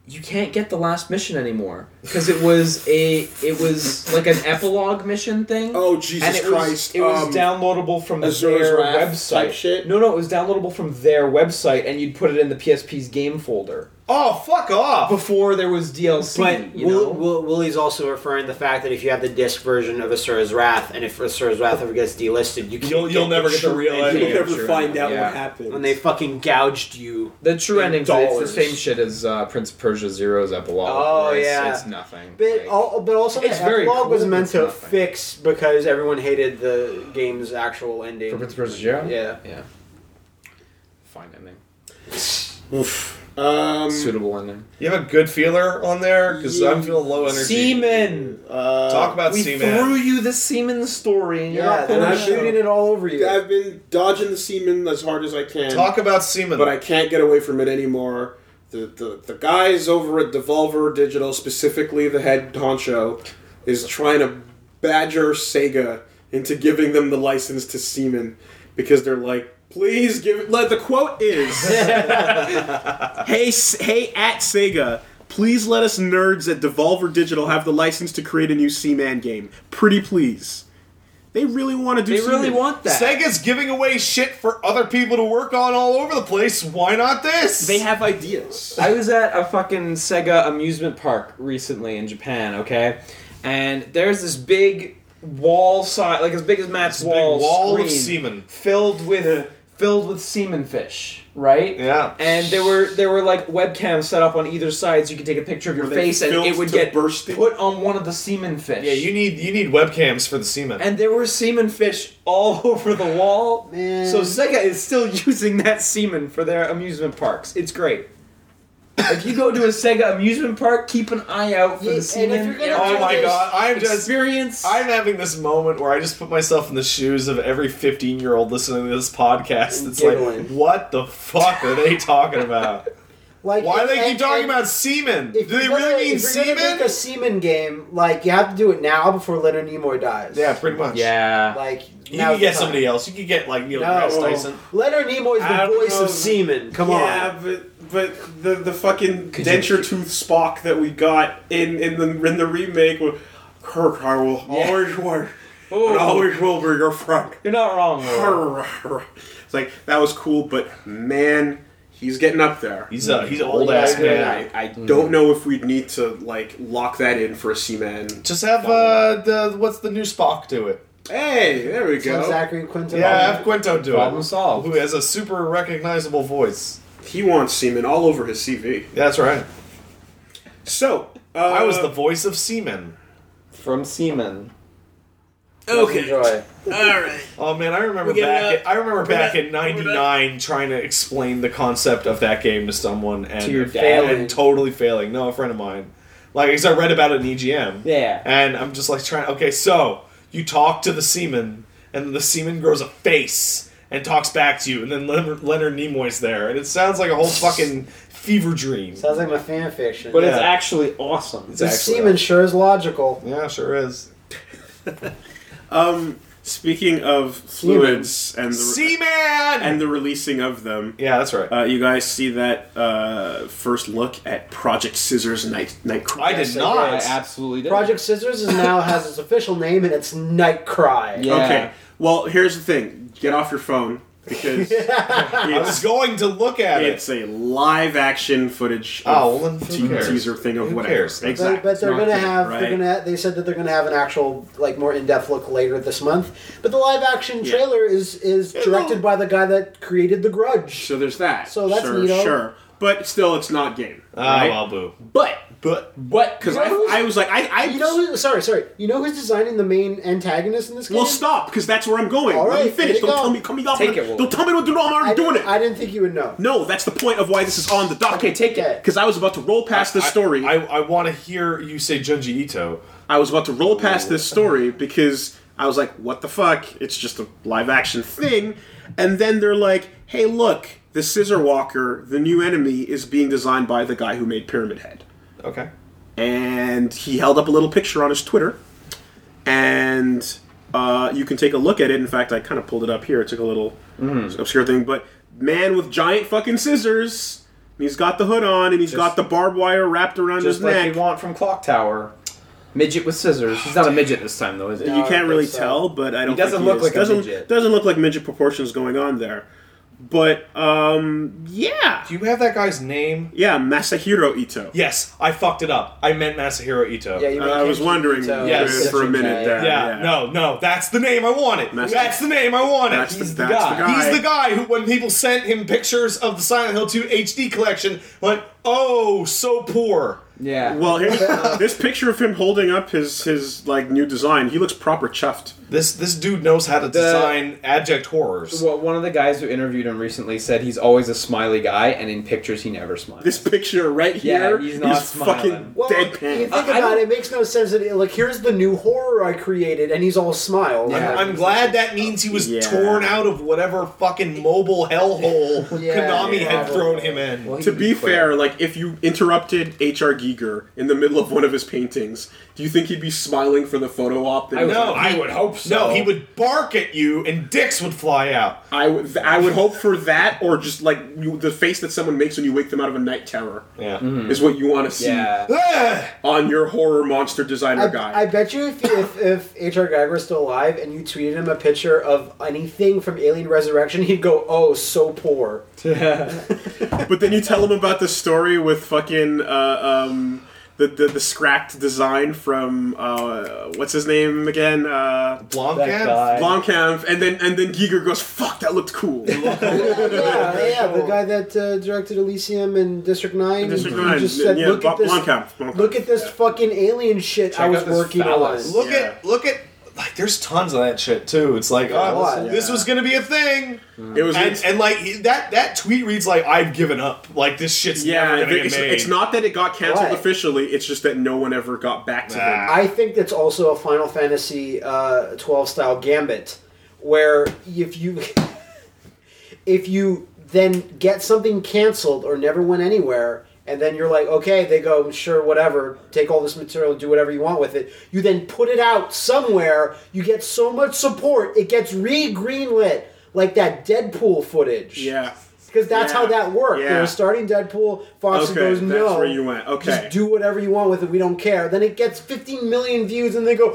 you can't get the last mission anymore because it was a it was like an epilogue mission thing.
Oh Jesus
and it
Christ!
was it was
um,
downloadable from
Azura's
their
Wrath
website.
type shit?
No, no, it was downloadable from their website, and you'd put it in the PSP's game folder
oh fuck off!
before there was DLC.
But
you know,
Will, Will, Willie's also referring to the fact that if you have the disc version of Asura's Wrath, and if Asura's Wrath ever gets delisted, you can't
You'll you'll never get the
true
real
ending.
You'll
idea.
never
true.
find out
Yeah.
what happened.
When they fucking gouged you.
the true
in
ending it's the
dollars.
same shit as uh, Prince of Persia Zero's epilogue.
Oh,
where it's,
yeah.
it's nothing.
But,
Like-
all, but also,
It's
the
very
epilogue was
cool,
meant
it's
to
nothing.
fix because everyone hated the game's actual ending.
For Prince of Persia Zero?
Yeah.
Yeah. Fine ending.
Oof. Um.
Suitable ending.
You have a good feeler on there because I'm feeling low energy.
Seaman!
uh,
Talk about
we
Seaman.
threw you the Seaman story and you're
Yeah,
not
and
pulling
I'm
it out.
shooting it all over you.
I've been dodging the semen as hard as I can.
Talk about Seaman.
but I can't get away from it anymore. The, the the guys over at Devolver Digital, specifically the head honcho, is trying to badger Sega into giving them the license to Seaman because they're like, please give. it-" Like, the quote is, "Hey, S- hey, at Sega." Please let us nerds at Devolver Digital have the license to create a new Seaman game. Pretty please. They really want to do
They really
Seaman.
want that.
Sega's giving away shit for other people to work on all over the place. Why not this?
They have ideas.
I was at a fucking Sega amusement park recently in Japan, okay? And there's this big wall side like as big as Matt's
big
wall,
wall
screen
of semen.
filled with filled with semen fish, right?
Yeah.
And there were there were like webcams set up on either side so you could take a picture of your
they
face and it
filled
would
to
get
bursting?
put on one of the semen fish.
Yeah, you need you need webcams for the semen.
and there were semen fish all over the wall.
Man.
So Sega is still using that semen for their amusement parks. It's great. if you go to a Sega amusement park, keep an eye out for
Yeah,
the
and
semen.
if you're gonna
oh
do
my
this-
god, I'm just
experience.
I'm having this moment where I just put myself in the shoes of every 15 year old listening to this podcast. It's like,
Giggling.
what the fuck are they talking about?
Like
Why
if-
do they keep
and-
talking
and
about semen? Do
if
they
you're gonna-
really mean
if you're gonna
semen?
Make a semen game, like you have to do it now before Leonard Nimoy dies.
Yeah, pretty much.
Yeah.
Like
You
now's
could get
the time.
somebody else. You could get like Neil
No,
deGrasse Tyson.
Leonard Nimoy is
I
the
don't
voice
know.
of semen. Come
yeah, but but the the fucking
Could you-
denture tooth Spock that we got in in the in the remake with Kirk Harwell,
Yeah.
Howard Ward,
Oh.
and Howard Wilbur, your Frank.
You're not wrong. Lord.
Oh.
It's like that was cool, but man, he's getting up there.
He's a he's an old ass
Yeah, Mm. yeah,
man.
I, I don't know if we'd need to like lock that in for a seaman.
Just have uh, the what's the new Spock do it?
Hey, there we
on,
go.
Zachary Quinto.
Yeah, have Quinto do
Problem
it.
solved.
Who has a super recognizable voice?
He wants seaman all over his CV.
That's right.
So uh,
I was the voice of semen.
From Seaman.
okay.
Enjoy.
All right.
Oh man, I remember
We get
back.
it.
At, I remember back
get-
in '99 trying to explain the concept of that game to someone and
To your dad.
and totally failing. No, a friend of mine. Like, because I read about it in E EGM.
Yeah.
And I'm just like trying. Okay, so you talk to the seaman, and the seaman grows a face and talks back to you, and then Leonard, Leonard Nimoy's there, and it sounds like a whole fucking fever dream.
Sounds like my fan fiction.
But
But
it's
Yeah.
actually awesome.
It's
the
actually-
semen sure is logical.
Yeah, sure is.
Um, speaking of fluids and the
Seaman.
and the releasing of them,
yeah, that's right.
uh, you guys see that uh, first look at Project Scissors Night Night.
I
Cry.
did
yes, I
not.
I absolutely did.
Project Scissors is now has its official name and it's Night Cry.
Yeah.
Okay. Well, here's the thing. Get off your phone because
I was
it's,
going to look at it.
it's a live action footage. Of
Oh, well, then who
te-
cares?
teaser thing of
Who
whatever.
cares? But-
Exactly.
But, but they're
It's not
gonna
good,
have
right?
they're gonna they said that they're gonna have an actual like more in depth look later this month. But the live action
Yeah.
trailer is is directed by the guy that created The Grudge.
So there's that.
So that's
sure,
neato.
sure. But still, it's not game.
Ah,
right?
well, boo.
But
But
but because
You know who's-
I, I was like I I
You know who? Sorry, sorry. You know who's designing the main antagonist in this game?
Well, stop, because that's where I'm going.
All
Let me
right,
finish.
there you
Don't
go.
tell me. Come me off.
Take it, Will.
Don't tell me what to do. I'm
I
already doing it.
I didn't think you would know.
no, that's the point of why this is on the dock.
Okay, take it.
Because I was about to roll past this story.
I,
I,
I, want to hear you say Junji Ito.
was about to roll past this story because I was like, what the fuck? It's just a live action thing. And then they're like, hey, look, the Scissor Walker, the new enemy, is being designed by the guy who made Pyramid Head.
Okay.
and he held up a little picture on his Twitter, and uh, you can take a look at it. In fact, I kind of pulled it up here. It took a little
Mm-hmm.
obscure thing, but man with giant fucking scissors. and He's got the hood on, and he's got the barbed wire wrapped around his
Just like
neck.
you want from Clock Tower. Midget with scissors. He's not a midget this time, though, is he?
you can't really
so.
tell, but I don't.
doesn't
think he
look
is.
like a
doesn't,
midget.
Doesn't look like midget proportions going on there, but um, yeah,
Do you have that guy's name?
yeah, Masahiro Ito.
Yes, I fucked it up. I meant Masahiro Ito.
Yeah, you
Uh, I was wondering
Yes.
for a minute there.
Yeah,
Yeah.
no, no, that's the name I wanted.
Mas-
that's the name I wanted.
That's the-
He's
that's the guy.
He's the guy who, when people sent him pictures of the Silent Hill 2 HD collection, went, "Oh, so poor."
Yeah.
Well, here, this picture of him holding up his his like new design, he looks proper chuffed.
This this dude knows how to design abject horrors.
Well, one of the guys who interviewed him recently said he's always a smiley guy, and in pictures he never smiles.
This picture right
Yeah,
here,
he's not smiling.
fucking
Well, if you
deadpan.
think
Uh, I
about
don't-
it, it makes no sense that it, like here's the new horror I created, and he's all smiles.
Yeah.
I'm glad that means he was
Yeah.
torn out of whatever fucking mobile hellhole
Yeah,
Konami had
probably.
thrown him in.
Well, he
To
didn't
be
quit.
fair, like if you interrupted H.R. Giger in the middle of one of his paintings, do you think he'd be smiling for the photo op? That
I would-
No,
I
he-
would hope so.
No, he would bark at you and dicks would fly out.
I would, I would hope for that, or just like you, the face that someone makes when you wake them out of a night terror
Yeah.
is what you want to see
Yeah.
Ah!
on your horror monster designer guy.
I, I bet you if you- if if H.R. Geiger was still alive and you tweeted him a picture of anything from Alien Resurrection, he'd go, "Oh, so poor."
But then you tell him about the story with fucking uh, um, the, the the scrapped design from uh, what's his name again, uh,
That
Blomkamp?
guy.
Blomkamp, and then and then Giger goes, "Fuck, that looked cool."
yeah, yeah, yeah, the guy that uh, directed Elysium and District Nine.
District
he
Nine,
just said,
yeah,
"Look
Bl-
at this,
Blomkamp, Blomkamp."
look at this fucking alien shit I
out
was
this
working
phallus.
on."
Look
Yeah.
at look at like there's tons of that shit too. It's like
Yeah, a
oh,
lot.
this was gonna be a thing.
It was
And, and like he- that that tweet reads like I've given up. Like this shit's
yeah.
never gonna
It's,
get made.
it's not that it got canceled
Right.
officially; it's just that no one ever got back to
Nah.
him.
I think that's also a Final Fantasy uh, 12 style gambit, where if you if you than get something canceled or never went anywhere. And then you're like, okay, they go, sure, whatever, take all this material and do whatever you want with it. You then put it out somewhere, you get so much support, it gets re greenlit, like that Deadpool footage.
Yeah.
Because that's
Yeah.
how that worked. They
Yeah.
were starting Deadpool, Fox
Okay,
goes,
that's
no.
where you went. Okay.
Just do whatever you want with it, we don't care. Then it gets 15 million views and they go,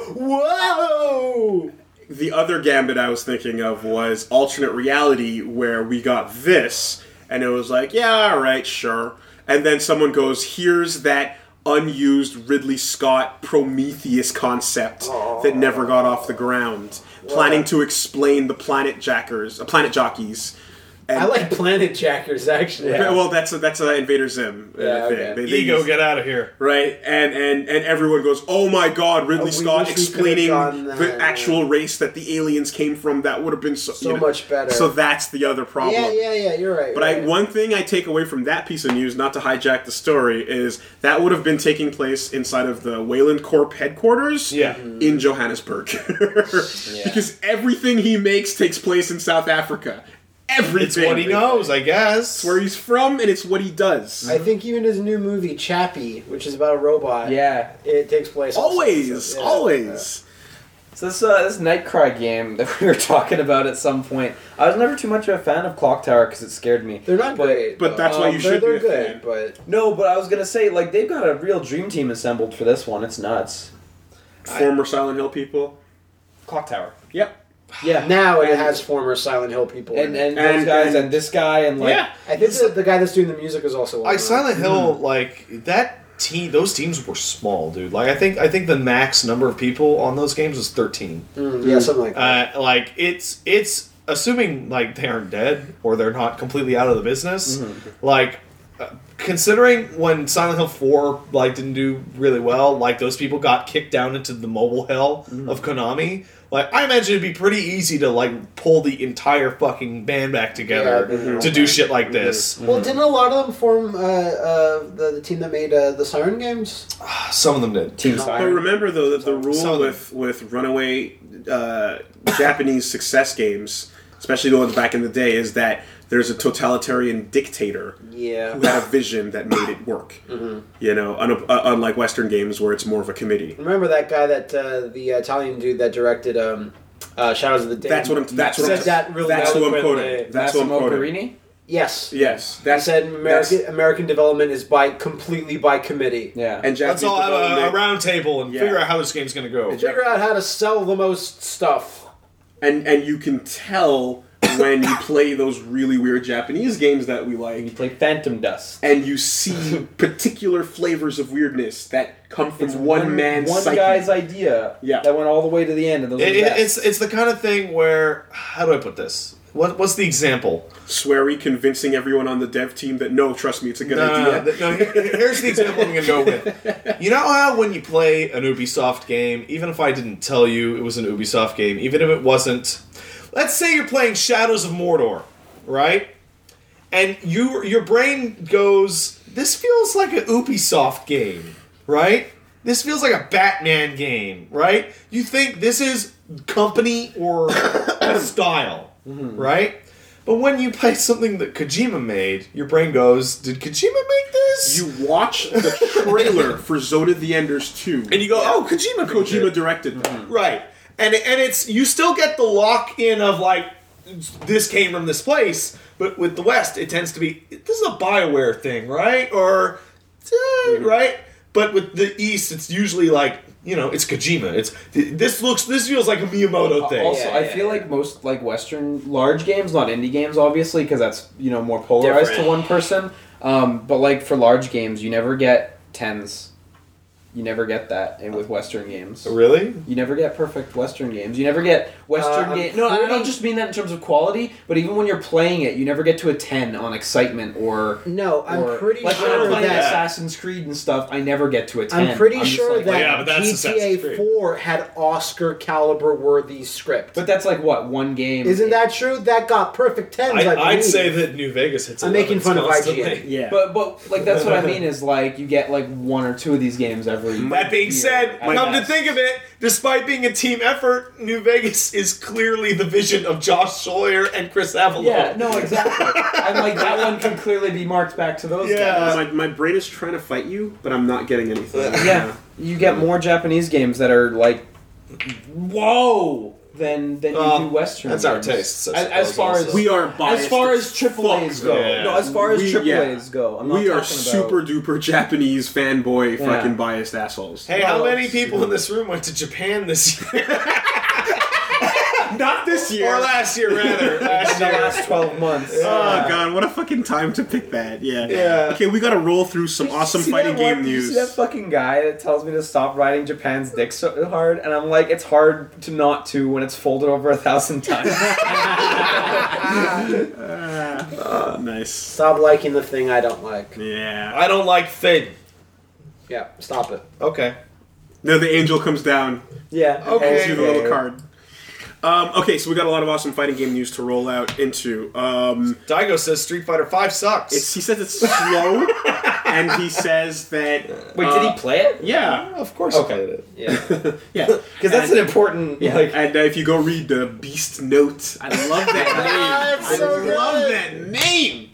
whoa!
the other gambit I was thinking of was alternate reality where we got this and it was like, yeah, all right, sure. And then someone goes, here's that unused Ridley Scott Prometheus concept that never got off the ground, planning to explain the planet jackers, uh, planet jockeys. And
I like Planet Jackers, actually.
Well, that's a, that's a Invader Zim uh,
Yeah,
thing.
okay.
They- they
Ego,
use-
get out of here.
right? And and and everyone goes, "Oh my God, Ridley
Oh, we
Scott
wish we
explaining
could've gotten that,
the
yeah.
actual race that the aliens came from. That would have been so,
So much better.
So that's the other problem.
Yeah, yeah, yeah, you're right.
But I,
right.
one thing I take away from that piece of news, not to hijack the story, is that would have been taking place inside of the Wayland Corp headquarters
Yeah.
in Johannesburg. Because everything he makes takes place in South Africa. Everything.
It's what he knows, I guess.
Where he's from, and it's what he does.
I think even his new movie Chappie, which is about a robot,
Yeah.
it takes place also-
always,
yeah.
always.
So this uh, this Nightcry game that we were talking about at some point, I was never too much of a fan of Clock Tower because it scared me.
They're not
But-
great,
but
though.
that's why you
they're,
should
They're
be a
good,
fan.
but
No, but I was gonna say like they've got a real dream team assembled for this one. It's nuts.
Former Silent Hill people.
Clock Tower.
Yep.
Yeah.
now it
And-
has former Silent Hill people. in
and
it.
and those
And-
guys
and-
and, this guy and like
yeah.
I think the, the guy that's doing the music is also. on
I
it.
Silent Hill
Mm-hmm.
like that team. Those teams were small, dude. Like I think I think the max number of people on those games was thirteen.
Mm, yeah, something like that.
Uh, like it's it's assuming like they aren't dead or they're not completely out of the business. Like uh, considering when Silent Hill Four like didn't do really well, like those people got kicked down into the mobile hell of Konami. Like I imagine it'd be pretty easy to like pull the entire fucking band back together
Yeah, mhm.
to do shit like this.
well, didn't a lot of them form uh, uh, the, the team that made uh, the Siren games?
Some of them did.
Team
But
Siren.
remember though that the
Some
rule
of them.
with with runaway uh, Japanese success games, especially the ones back in the day, is that there's a totalitarian dictator
Yeah. Mm-hmm.
who had a vision that made it work. You know, un- uh, unlike Western games where it's more of a committee.
Remember that guy that uh, the Italian dude that directed um, uh, Shadows of the Dead?
That's what I'm. That's what I'm.
Said that really
that's who I'm
eloquently.
quoting. That's who I'm
Massimo
quoting.
Carini?
Yes.
Yes,
I
that's
said
that's-
American, American development is by completely by committee.
Yeah.
And Japanese
Let's all uh, have a, a
development-
round table and
Yeah.
figure out how this game's gonna go.
Jack-
Figure out how to sell the most stuff.
and and you can tell when you play those really weird Japanese games that we like.
you play Phantom Dust.
and you see particular flavors of weirdness that come from one, man's
one
psyche.
guy's idea
Yeah.
that went all the way to the end and those are
It,
the
it-
best.
it's it's the kind of thing where how do I put this? What what's the example?
Sweary convincing everyone on the dev team that no, trust me, it's a good
No, no,
idea.
no, no, here- here's the example I'm gonna go with. You know how when you play an Ubisoft game, even if I didn't tell you it was an Ubisoft game, even if it wasn't, let's say you're playing Shadows of Mordor, right? And you your brain goes, this feels like an Ubisoft game, right? This feels like a Batman game, right? You think this is company or style, right? But when you play something that Kojima made, your brain goes, did Kojima make this?
You watch the trailer for Zoda the Enders 2.
and you go, oh, Kojima, Kojima,
Kojima directed that.
Mm-hmm.
right? And and it's you still get the lock in of like this came from this place, but with the West, it tends to be this is a Bioware thing, right? Or eh, right? But with the East, it's usually like you know, it's Kojima. It's this looks this feels like a Miyamoto thing.
Also,
Yeah,
I
yeah,
feel
yeah.
like most like Western large games, not indie games, obviously, because that's you know more polarized
Different.
to one person. Um, but like for large games, you never get tens. You never get that in
Oh.
with Western games.
Really?
You never get perfect Western games. You never get Western
Uh, I'm
games. No, I
pretty-
don't just mean that in terms of quality, but even when you're playing it, you never get to a ten on excitement or.
No, I'm
or-
pretty
like when I'm
sure
playing
that.
Assassin's Creed and stuff, I never get to a ten.
I'm pretty
just
sure
like-
that
Yeah, but that's Assassin's
GTA
Creed.
4 had Oscar caliber worthy script.
But that's like what one game.
Isn't that true? That got perfect tens. I,
I, would
believe.
say that New Vegas hits.
I'm making
11s
fun of
constantly.
IGN.
Yeah.
But but like that's what I mean is like you get like one or two of these games every
Probably.
That being said,
My
come to
best.
think of it, despite being a team effort, New Vegas is clearly the vision of Josh Sawyer and Chris Avalon.
Yeah, no, exactly. I'm like that one can clearly be marked back to those.
Yeah.
my, my brain is trying to fight you, but I'm not getting anything.
guys. yeah. You get more Japanese games that are like, whoa, than than you
Well,
do Western.
Um, That's our
games.
taste. I
As-
suppose,
as far
also.
as-
We are biased.
As far as triple
fuck,
A's go,
though.
no, as far as
We-
triple
yeah.
A's go, I'm not
we are
talking about-
super duper Japanese fanboy
Yeah.
fucking biased assholes.
hey, how
Well,
many people in this room went to Japan this year
not this year.
or last year rather? Last
in the
year.
last twelve months.
Oh god, what a fucking time to pick that. Yeah.
Yeah.
Okay, we gotta roll through some
Did you
awesome
see
fighting
that one-
game
did You
news.
see that fucking guy that tells me to stop riding Japan's dick so hard, and I'm like, it's hard to not to when it's folded over a thousand times.
nice.
Stop liking the thing I don't like.
Yeah.
I don't like Finn.
Yeah, stop it.
Okay.
No, the angel comes down.
yeah.
Okay.
Gives you the little card. Um, okay, so we got a lot of awesome fighting game news to roll out into. Um,
Daigo says Street Fighter Five sucks.
it's, he says it's slow, and he says that.
Wait, did
uh,
he play it?
Yeah,
of course.
Okay.
I did.
Yeah. Because
yeah.
that's an important.
Yeah,
Like,
and uh, if you go read the Beast Note, I love that name.
That's so
I love
good.
that name.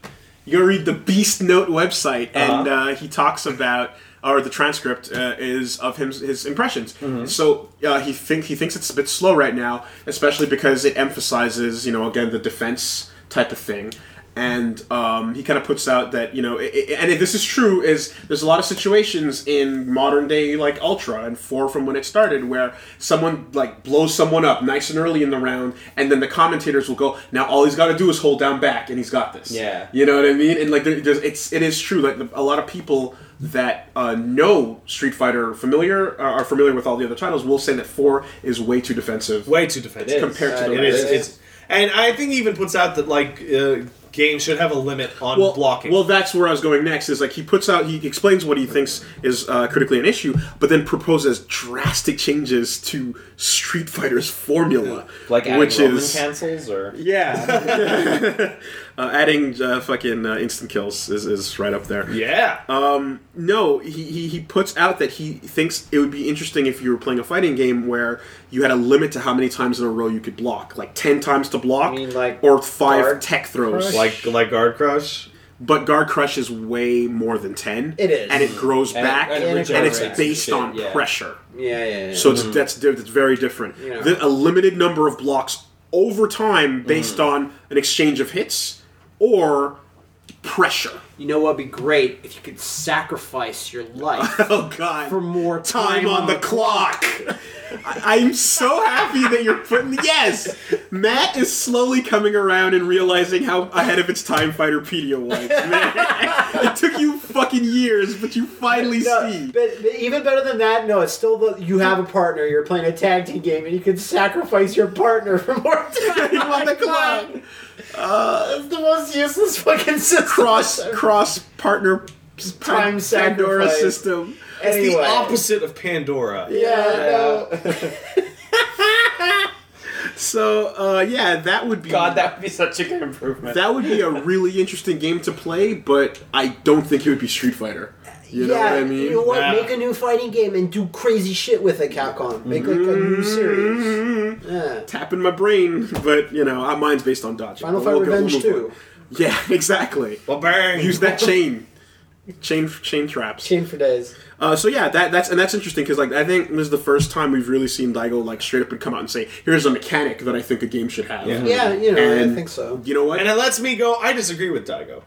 You go read the Beast Note website, and uh, he talks about, or the transcript uh, is of him his impressions. So uh, he think he thinks it's a bit slow right now, especially because it emphasizes, you know, again the defense type of thing. And um, he kind of puts out that you know, i i and if this is true, is there's a lot of situations in modern day like Ultra and Four from when it started where someone like blows someone up nice and early in the round, and then the commentators will go, now all he's got to do is hold down back, and he's got this.
Yeah.
You know what I mean? And like, there, there's, it's it is true. Like the, a lot of people that uh, know Street Fighter are familiar uh, are are familiar with all the other titles will say that four is way too defensive
Way too defensive.
compared to
Uh,
the
It
rest.
is. It's, and I think he even puts out that like uh, games should have a limit on
well,
blocking.
Well, that's where I was going next. Is like he puts out, he explains what he thinks is uh, critically an issue, but then proposes drastic changes to Street Fighter's formula,
like adding
which
Roman
is
cancels or
yeah, uh, adding uh, fucking uh, instant kills is, is right up there.
yeah.
No, he, he he puts out that he thinks it would be interesting if you were playing a fighting game where you had a limit to how many times in a row you could block, like ten times to block,
You mean like
or five
guard
tech throws,
crush?
like like guard crush.
but guard crush is way more than 10
It is.
and it grows
And it-
back
and
and,
it
it's
regenerates and
based
shit,
on
yeah.
pressure
Yeah, yeah, yeah.
so it's that's di- that's very different
Yeah.
Then a limited number of blocks over time based on an exchange of hits or pressure
you know what'd be great if you could sacrifice your life
oh god
for more
time, on the clock I- i'm so happy that you're putting yes matt is slowly coming around and realizing how ahead of its time fighterpedia was man. it took you fucking years but you finally see
No, but, but even better than that, no, it's still the you have a partner. You're playing a tag team game, and you can sacrifice your partner for more time on the clock. It's the most useless fucking system.
cross cross partner time
Time
Pandora
sacrifice.
system.
It's
anyway.
the opposite of Pandora.
Yeah, no.
So uh, yeah, that would be
God, that would be such a good improvement.
that would be a really interesting game to play, but I don't think it would be Street Fighter. You know
yeah,
what I mean?
You know what?
Yeah.
Make a new fighting game and do crazy shit with it, Capcom. Make like a new series.
Mm,
Yeah.
Tapping my brain, but you know, uh, mine's based on dodging.
Final
We'll
Fight
go- we'll
Revenge
move
Two,
on. Yeah, exactly.
Well, bang.
Use that chain, chain, chain traps.
Chain for Days.
Uh, so yeah, that that's and that's interesting because like I think this is the first time we've really seen Daigo like straight up and come out and say, "Here's a mechanic that I think a game should have."
Yeah, you know, I
And-
think so.
You know what?
And it lets me go. I disagree with Daigo.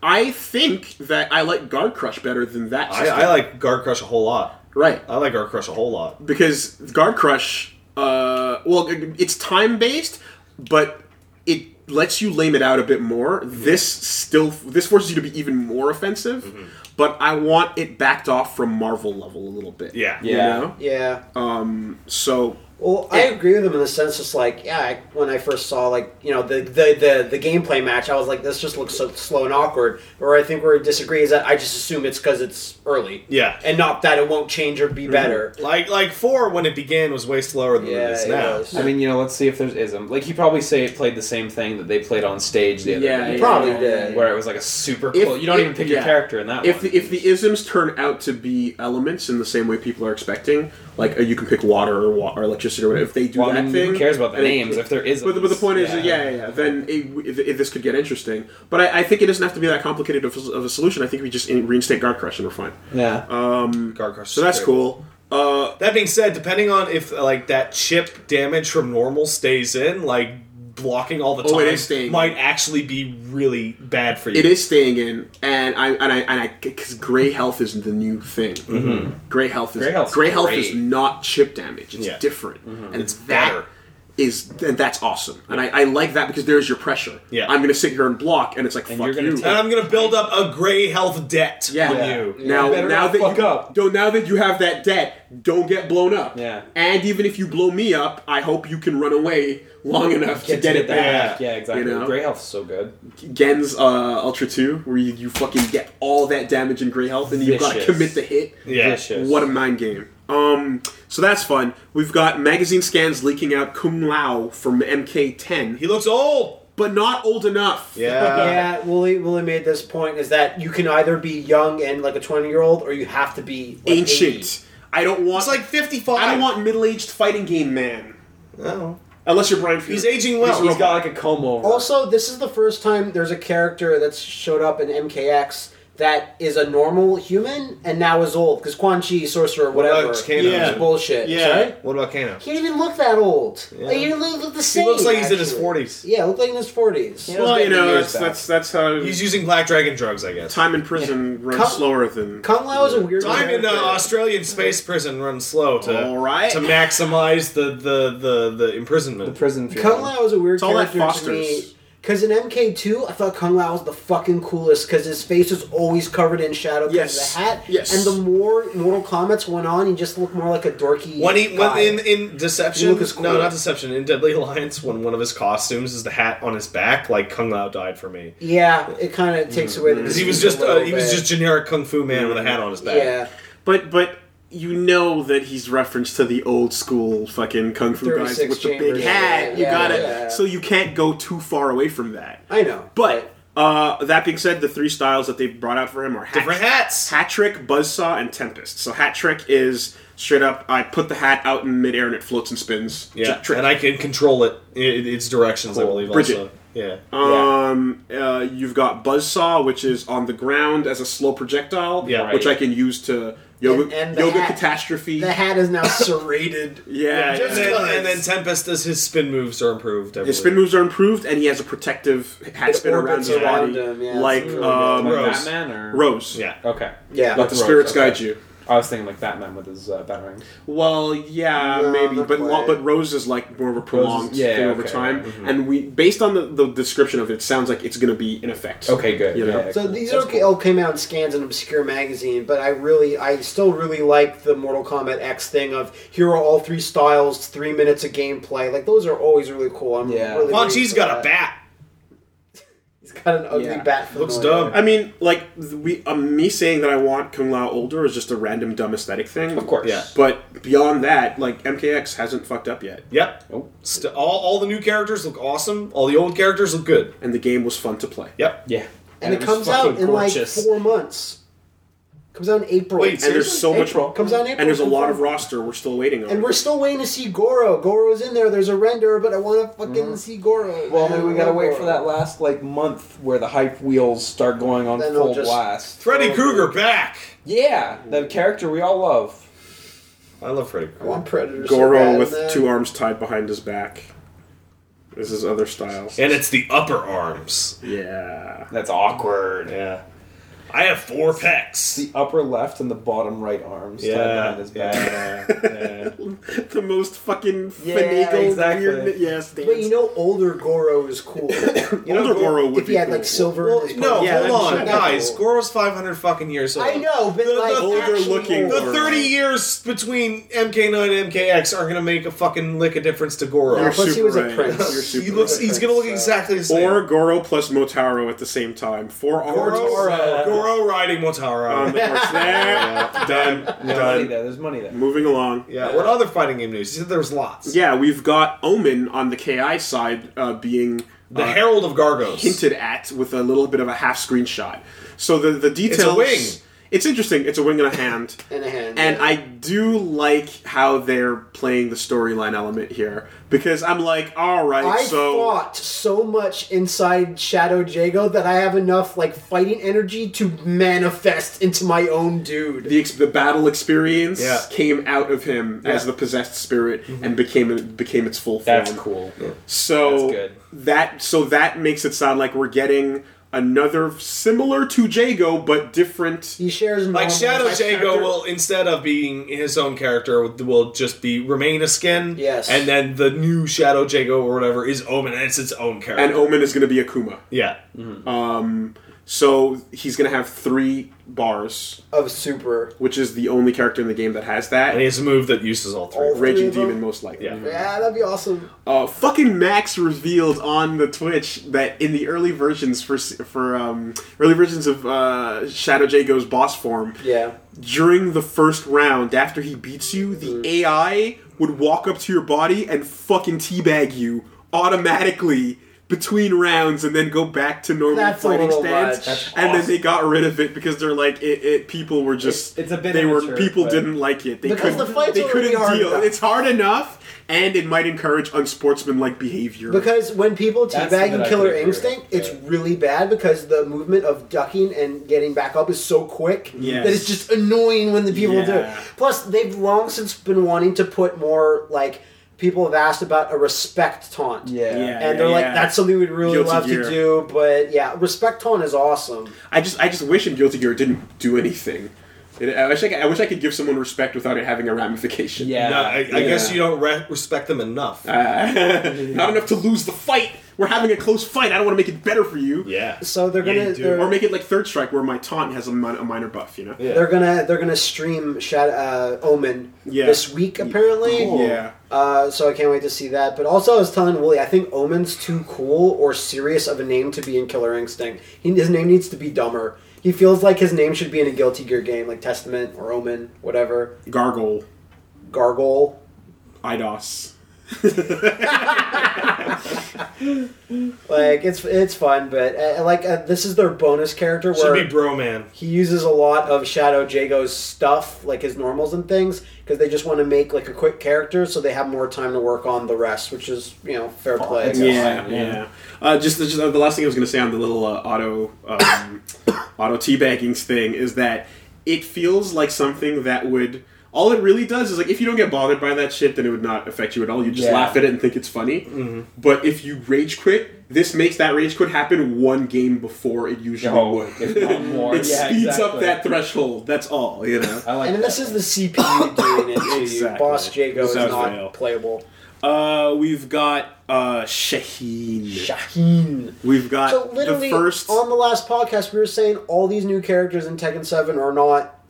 I think that I like Guard Crush better than that.
I,
system.
I like guard crush a whole lot.
right
I like guard crush a whole lot.
because Guard Crush, uh, well, it- it's time based, but it lets you lame it out a bit more. This still this forces you to be even more offensive, but I want it backed off from Marvel level a little bit.
Yeah.
You
Yeah.
know?
Yeah.
So
Well, I agree with him in the sense, it's like, yeah, I, when I first saw like you know the, the the the gameplay match, I was like, this just looks so slow and awkward. Where I think where we disagree is that I just assume it's because it's early,
Yeah.
and not that it won't change or be better.
Like like four when it began was way slower than
Yeah,
it is
it
now.
is.
I mean, you know, let's see if there's ism. Like he probably say it played the same thing that they played on stage the other
Yeah,
day.
yeah,
Probably yeah, did. yeah.
Where it was like a super
If-
close. You don't
if-
even pick your
yeah.
character in that
If
one.
the, if the isms turn out to be elements in the same way people are expecting, like uh, you can pick water or, wa- or electricity or whatever, if they do
well,
that
I mean,
thing,
who cares about the
and it-
names if there is?
But the, but the point is, that, yeah, yeah, yeah. Then it, it, it- this could get interesting. But I, I think it doesn't have to be that complicated of, a- of a solution. I think we just in, reinstate Guard Crush and we're fine.
yeah.
Uh, So that's cool. Uh,
That being said, depending on if like that chip damage from normal stays in, like blocking all the time
Oh, it is staying.
might actually be really bad for you.
it is staying in, and I and I and I because gray health is the new thing. Mm-hmm. Gray health is
Gray
gray
health's
health,
great.
is not chip damage. It's
Yeah.
different, and
It's
it's that
better.
is and that's awesome. And I, I like that because there's your pressure.
Yeah.
I'm gonna sit here and block, and it's like
And
fuck
you're gonna
you.
take-
And I'm gonna build up a gray health debt
Yeah.
on
Yeah.
you.
Now,
better
now
not
that
fuck
you,
up.
don't- now that you have that debt, don't get blown up.
Yeah.
And even if you blow me up, I hope you can run away long enough to get it back.
back.
Yeah, exactly.
You know?
Grey Health's so good.
Gen's uh, Ultra Two, where you, you fucking get all that damage in Grey Health, and you've got to
Vicious.
commit the hit.
Yeah.
Vicious.
What a mind game. Um, so that's fun. We've got magazine scans leaking out Kung Lao from MK10,
He looks old.
but not old enough.
uh,
yeah, Willie Willie made this point is that you can either be young and like a twenty year old, or you have to be like, 80.
Ancient. I don't want.
It's like 55.
I don't want middle-aged fighting game man.
No.
Unless you're Brian.
He's
Fury.
aging well.
he's got like a comb over.
Also, this is the first time there's a character that's showed up in MKX that is a normal human and now is old because Quan Chi, sorcerer,
What about
whatever,
Kano?
is
Yeah.
bullshit.
yeah.
Sorry?
What about Kano?
He didn't even look that old.
Yeah.
Like, he didn't look, look the
He
same.
looks like he's in his
actually.
40s.
Yeah, looked like in his forties.
Yeah.
Well, you know,
Years
that's,
back.
that's that's how
He's using black dragon drugs, I guess.
time in prison runs
Come-
slower than
Kung Lao is a weird.
Time in uh,
character.
Australian space prison runs slow to
All right.
to maximize the the the, the imprisonment.
the prison feeling.
Kung Lao was a weird
all that
character to me.
Foster's.
Because in MK2, I thought Kung Lao was the fucking coolest because his face was always covered in shadow because
Yes.
of the hat.
Yes.
And the more Mortal Kombat's went on, he just looked more like a dorky.
When he
guy.
when e, in in Deception,
You look as cool.
no, not Deception. In Deadly Alliance, when one of his costumes is the hat on his back, like Kung Lao died for me
Yeah, it kind of takes away the.
because he was
mystique
just
a
uh,
little
he was
bit.
just generic kung fu man with a hat on his back.
yeah.
But but you know that he's referenced to the old school fucking kung fu guys
36
with the big
chambers,
hat.
yeah,
you
yeah,
gotta
yeah.
so you can't go too far away from that.
I know,
But uh, that being said, the three styles that they brought out for him are
different
hat,
hats.
hat trick, buzzsaw, and tempest. So hat trick is straight up I put the hat out in midair and it floats and spins.
Yeah,
Trick.
and I can control it. i- i its directions, I
Cool.
believe.
Bridget.
Also, yeah.
Um, uh, you've got Buzzsaw, which is on the ground as a slow projectile,
Yeah,
which
right.
I can use to yoga,
And- and the
yoga
hat.
catastrophe.
the hat is now serrated.
Yeah,
and,
yeah.
then, and then Tempest does his spin moves are improved. I
his
believe.
spin moves are improved, and he has a protective hat spin around
orbits
his body,
around him, yeah,
like
it's really
um,
like
Rose.
Rose.
Batman or
Yeah.
Okay.
Yeah.
Let
Like
the
Rose,
spirits
okay.
guide you.
I was thinking like Batman with his uh, batarang.
Well, yeah,
No,
maybe,
not
but lo-
quite.
but Rose is like more of a prolonged
yeah,
thing over
okay, Mm-hmm.
time,
right,
and we based on the, the description of it, it sounds like it's going to be in effect.
Okay, good.
You know.
Yeah,
So
cool.
these
That's
all, ca- all came out in scans in obscure magazine, but I really, I still really like the Mortal Kombat X thing of here are all three styles, three minutes of gameplay. Like those are always really cool. I'm
Yeah.
really.
Quan
waiting
Chi's
for
got a
that.
bat.
He's got an ugly
Yeah.
bat. For
Looks
no
dumb.
I mean, like th- we, um, me saying that I want Kung Lao older is just a random dumb aesthetic thing.
Of course.
Yeah.
But beyond that, like MKX hasn't fucked up yet,
Yep.
Oh.
St- all, all the new characters look awesome. All the old characters look good.
and the game was fun to play.
Yep.
Yeah.
And, it
was
comes out
fucking
in
gorgeous.
like four months. Comes out in April.
Wait,
And there's so much,
April.
comes out in April.
and there's a lot of
confirmed.
roster we're still waiting on.
And we're still waiting to see Goro. Goro's in there. There's a render, but I want to fucking
Mm-hmm.
see Goro.
Well,
I
maybe we
love
gotta wait
Goro.
for that last like month where the hype wheels start going on
Then
full
it'll just-
blast.
Freddy Krueger back.
Yeah, the character we all love.
I love Freddy
I
Krueger.
want Predator. so
Goro
bad,
with
man.
two arms tied behind his back. This is other style.
And it's the upper arms.
Yeah.
That's awkward.
Yeah. I have four pecs.
The upper left and the bottom right arms. tied
Yeah,
behind his back.
yeah, yeah.
the most fucking
Yeah,
finagle
exactly.
weird yes dance.
But you know, older Goro is cool. you know,
Older Goro would
if
be
he had like
cool.
silver.
Well,
in his
no,
pocket.
Yeah,
hold
that'd
on,
be
guys.
cool.
Goro's five hundred fucking years old.
I know, but
The- the
like
older
actually
looking
older.
The thirty years between MK9 and MKX are gonna make a fucking lick of difference to Goro.
You're
Plus, he was a
super right.
prince.
You're
he
super
looks.
right.
He's gonna look
So-
exactly the same.
Or Goro plus Motaro at the same time. Four arms.
Goro,
Motara.
Goro riding
on
Motara.
the horse. There. Done.
There's money
Done.
there. There's money there.
Moving along.
yeah. What other fighting game news? He said there was lots.
Yeah, we've got Omen on the KI side uh, being
The
uh,
Herald of Gargos.
hinted at with a little bit of a half screenshot. So the the details.
wing.
It's interesting. It's a wing and a hand.
And a hand.
And
yeah.
I do like how they're playing the storyline element here because I'm like, all right,
I
so
fought so much inside Shadow Jago that I have enough like fighting energy to manifest into my own dude.
the ex- the battle experience
Yeah. Mm-hmm.
came out of him as the possessed spirit and became became its full form.
That's cool.
So
That's good.
that so that makes it sound like we're getting another similar to Jago but different.
he shares
Like
moments.
Shadow
Like
Jago
Oh, character-
will instead of being his own character will just be remain a skin.
Yes.
And then the new Shadow Jago or whatever is Omen and it's its own character.
And Omen is going to be Akuma.
yeah.
So he's going to have three bars,
of super.
which is the only character in the game that has
And he
that.
has a move that uses all three.
All
Raging
Three of
Demon,
them?
most likely.
Yeah.
Yeah, that'd be awesome.
Uh, fucking Max revealed on the Twitch that in the early versions for for um, early versions of uh, Shadow Jago's boss form,
Yeah.
during the first round, after he beats you, the
Mm.
AI would walk up to your body and fucking teabag you automatically between rounds and then go back to normal
That's a
fighting
little
stance.
much. That's
And then they got rid of it because they're like it, it people were just
It's- it's a bit
they were
immature,
people
but-
didn't like it. They
Because
couldn't
the fights
they
were
couldn't
really hard
deal.
enough.
It's hard enough and it might encourage unsportsmanlike behavior.
Because when people
That's the
teabag
bit
in
I
Killer
could've heard,
Instinct, it's
yeah.
really bad because the movement of ducking and getting back up is so quick
Yes.
that it's just annoying when the people do it.
Yeah.
Plus, they've long since been wanting to put more like people have asked about a respect taunt.
Yeah.
Yeah.
And they're like,
yeah.
that's something we'd really
Guilty
love
Gear.
to do, but yeah, respect taunt is awesome.
I just I just wish in Guilty Gear it didn't do anything. It, I wish I, could- I wish I could give someone respect without it having a ramification.
Yeah.
No, I, I guess
Yeah.
you don't re- respect them enough.
Uh, Not enough to lose the fight. We're having a close fight. I don't want to make it better for you.
yeah.
So they're
Yeah,
gonna
you do.
they're,
Or make it like Third Strike, where my taunt has a, min- a minor buff. You know.
Yeah.
they're gonna they're gonna stream Shad- uh, Omen
Yeah.
this week apparently.
Yeah.
Uh, so I can't wait to see that. But also, I was telling Wooly, I think Omen's too cool or serious of a name to be in Killer Instinct. He, his name needs to be dumber. He feels like his name should be in a Guilty Gear game, like Testament or Omen, whatever.
Gargle,
Gargoyle.
Idos.
Like it's it's fun, but uh, like uh, this is their bonus character
Should
where
be Bro Man.
he uses a lot of Shadow Jago's stuff, like his normals and things, because they just want to make like a quick character, so they have more time to work on the rest, which is you know fair play.
Yeah,
awesome,
yeah.
yeah.
Uh, just just uh, the last thing I was going to say on the little uh, auto um, auto teabaggings thing is that it feels like something that would. All it really does is like if you don't get bothered by that shit, then it would not affect you at all. You just
Yeah.
laugh at it and think it's funny. But if you rage quit, this makes that rage quit happen one game before it usually
Oh,
would.
if not more.
it
Yeah,
speeds up
exactly.
that threshold. That's all you know.
I like
And
that.
this is the CPU doing it to
Exactly.
you. Boss Jago is
Without
not
fail.
playable.
Uh, we've got uh, Shaheen.
Shaheen.
we've got
So
the
literally,
first.
on the last podcast, we were saying all these new characters in Tekken Seven are not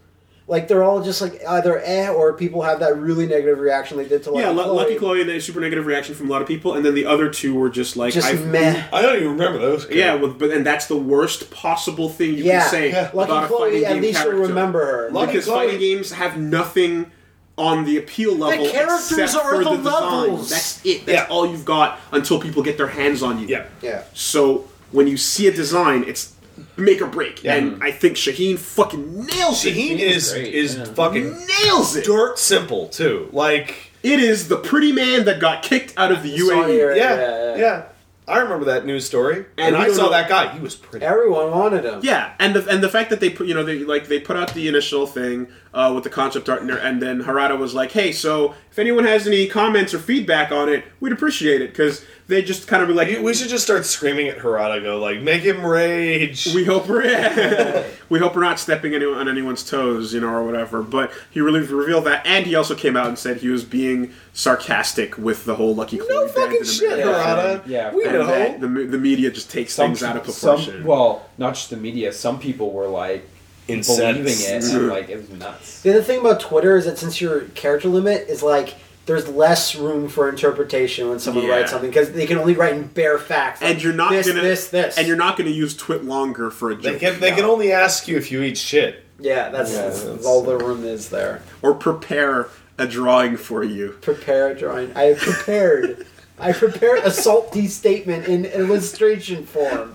like they're all just like either eh or people have that really negative reaction they did to like
yeah, Lu- Lucky Chloe and a super negative reaction from a lot of people, and then the other two were just like,
just
I've-
meh.
I don't even remember those.
yeah, well, but and that's the worst possible thing you
Yeah,
can say about
Lucky
a fighting
Chloe.
game
At least
character.
you'll remember her.
Lucky
because
Chloe-
fighting games have nothing on the appeal level.
characters
except
are
for
the
design.
levels.
That's it. That's
Yeah.
all you've got until people get their hands on you.
Yeah.
yeah.
So when you see a design, it's make or break, and I think Shaheen fucking nails it.
Shaheen is
great,
is
yeah.
fucking
nails it.
dirt simple too. Like
It is the E. pretty man that got kicked out of the
Saudi
UAE.
Arabia,
yeah, yeah. I remember that news story,
And
and,
we
I
don't
saw
know-
that guy. He was pretty.
Everyone wanted him.
Yeah, and the and the fact that they put you know they like they put out the initial thing uh, with the concept art, and, there- and then Harada was like, "Hey, so if anyone has any comments or feedback on it, we'd appreciate it," because they just kind of were like,
We should just start screaming at Harada. Go like, make him rage.
We hope we're we hope we're not stepping any, on anyone's toes, you know, or whatever. But he really revealed that, and he also came out and said he was being sarcastic with the whole Lucky Chloe
no
band
fucking
and
shit,
everything.
Harada.
Yeah.
we
And that the,
know.
me- the media just takes things out of proportion.
Some, well, not just the media. Some people were like believing it, and like it was nuts.
The other thing about Twitter is that since your character limit is like there's less room for interpretation when someone
Yeah.
writes something because they can only write in bare facts. like,
and you're not
this,
gonna
this, this.
and you're not gonna use twit longer for a
They
joke
can they can only ask you if you eat shit.
yeah, that's,
Yeah,
that's
that's-
all the room is there.
or prepare a drawing for you.
Prepare a drawing. I have prepared. I prepared a salty statement in illustration form.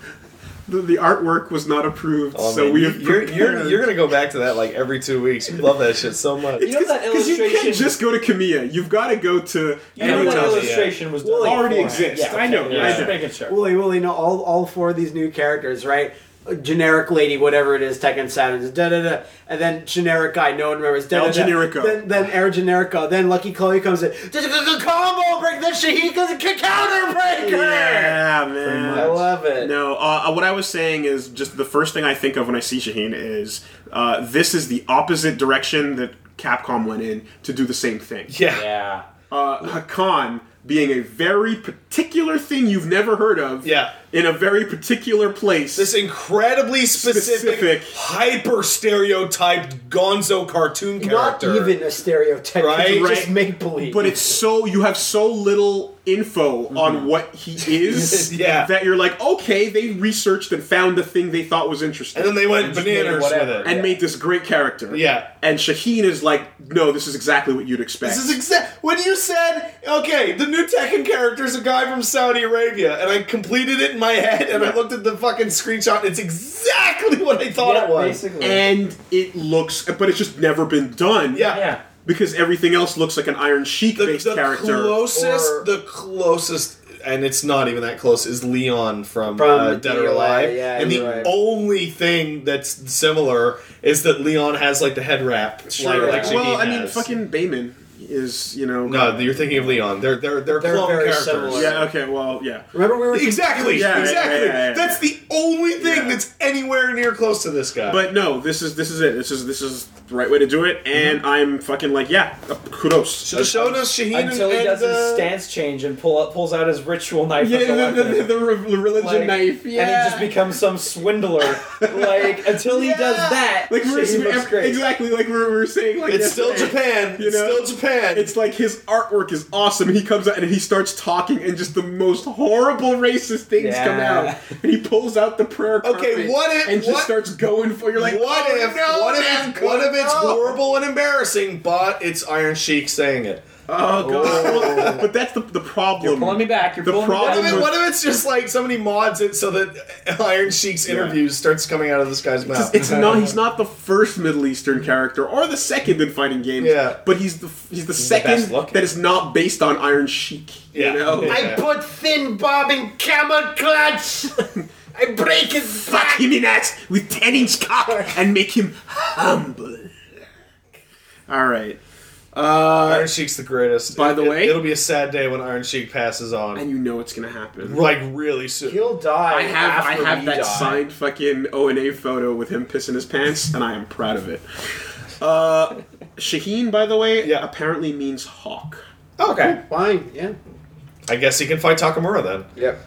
The, the artwork was not approved,
Oh,
so
man,
we
you-
have
you're,
prepared.
you're you're gonna go back to that like every two weeks. You love that shit so much.
You know that
Because you
illustration-
can't just go to Kamiya. You've got to go to
You know
anyone
that
else.
illustration was done
Well, it already
beforehand.
exists.
Yeah,
I know,
okay,
I
Yeah.
know.
Just making sure.
Wooly, Wooly, no, all, all four of these new characters, right? A Generic lady, whatever it is, Tekken 7, is da da da. And then generic guy, no one remembers. Da,
El
da, da.
Generico.
Then, then Air Generico. Then Lucky Chloe comes in. "Da, da, da, da, Combo break, then Shahika's a counter breaker!
Yeah,
I
man.
love it.
No, uh, what I was saying is just the first thing I think of when I see Shaheen is uh, this is the opposite direction that Capcom went in to do the same thing.
yeah.
Yeah.
Uh, Hakan being a very particular thing you've never heard of
Yeah.
in a very particular place.
This incredibly specific,
Specific.
hyper stereotyped gonzo cartoon
Not
character.
even a stereotype,
Right?
it's just
Right.
make believe.
but it's so you have so little info on what he is
Mm-hmm. Yeah.
that you're like okay they researched and found the thing they thought was interesting
And then they went
just made
bananas with
whatever.
it.
and
Yeah.
made this great character
Yeah.
and shaheen is like no this is exactly what you'd expect
This is exact. When you said, okay, the new Tekken character is a guy from Saudi Arabia, and I completed it in my head, and I looked at the fucking screenshot, it's exactly what I thought
yeah,
it was.
basically.
and it looks but it's just never been done
Yeah.
yeah.
because everything else looks like an iron sheik
The,
based
the
character
closest,
Or-
the closest, and it's not even that close, is Leon from,
From
uh, Dead or Alive.
yeah,
and the
you're right.
only thing that's similar is that Leon has like the head wrap.
Sure.
Like, like
well
Shaheen
i mean
has.
fucking bayman is you know
No, you're thinking of Leon. They're they're they're,
They're
clone
very
characters.
similar.
yeah okay well yeah
Remember we were
Exactly,
Yeah, yeah,
exactly.
yeah, yeah, yeah.
That's the only thing
Yeah.
that's anywhere near close to this guy.
But no, this is this is it. This is this is the right way to do it,
Mm-hmm.
and I'm fucking like, yeah, uh, kudos.
should have shown us Shaheen
Until he
and,
does his
uh,
stance change and pull up, pulls out his ritual knife. as a weapon.
religion
Like, And he just becomes some swindler. like, until he does
Yeah.
that,
like we
he
we're,
looks great.
exactly like we we're, we were saying like
It's still
yesterday.
Japan.
You
It's
know?
still Japan.
It's like his artwork is awesome. and He comes out and he starts talking, and just the most horrible racist things come
Yeah.
out. And he pulls out the prayer.
Okay,
carpet
what if-
and just
what-
starts going for? You're like,
what
oh,
if
no,
what
man,
if what if it's
no.
horrible and embarrassing, but it's Iron Sheik saying it?
Oh god! but that's the the problem.
You're pulling me back. You're
The
pulling
What
problem
me
if,
back.
it, what if it's just like somebody mods it so that Iron Sheik's interviews starts coming out of this guy's mouth?
It's, it's not. He's not the first Middle Eastern character or the second in fighting games.
Yeah.
But he's the f- he's the second
best looking.
that is not based on Iron Sheik.
Yeah.
You know?
Yeah.
I put thin Bob in camel clutch! I break his back!
Fuck him in ass with ten inch cock and make him humble. All right. Uh,
Iron Sheik's the greatest.
By the
It-
way-
it, will be a sad day when Iron Sheik passes on,
And you know what's gonna happen.
like really soon.
He'll die.
I have I
after
have
we
that
die.
signed fucking O and A photo with him pissing his pants, and I am proud of it. Uh, Shaheen, by the way,
Yeah.
apparently means hawk.
okay,
Fine. Yeah.
I guess he can fight Takamura then.
Yep.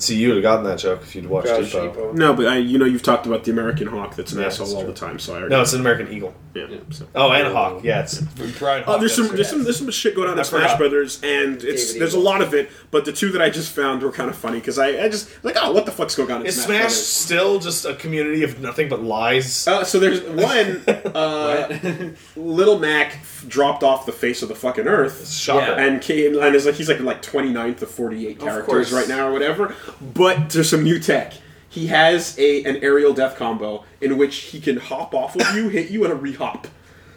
See, you'd have gotten that joke if you'd watched Depot.
No, but I, you know you've talked about the American hawk that's an
Yeah,
asshole
that's
all the
true.
time, so I already
No, it's an American Eagle.
Yeah. So.
Oh, and Hawk. Yeah, it's Brian Hawk.
Uh, there's some
that's
there's
it.
some there's some shit going on in Smash
forgot.
Brothers, and it's
David
there's a
Eagle.
lot of it. But the two that I just found were kind of funny because I, I just like oh what the fuck's going on in
Is
Smash,
Smash
Brothers?
still just a community of nothing but lies?
Uh, so there's one uh, little Mac f- dropped off the face of the fucking earth.
Shocker.
yeah.
And K and is like he's like in like 29th of 48
course.
characters right now or whatever. But there's some new tech. He has a an aerial death combo in which he can hop off of you, hit you, and a rehop.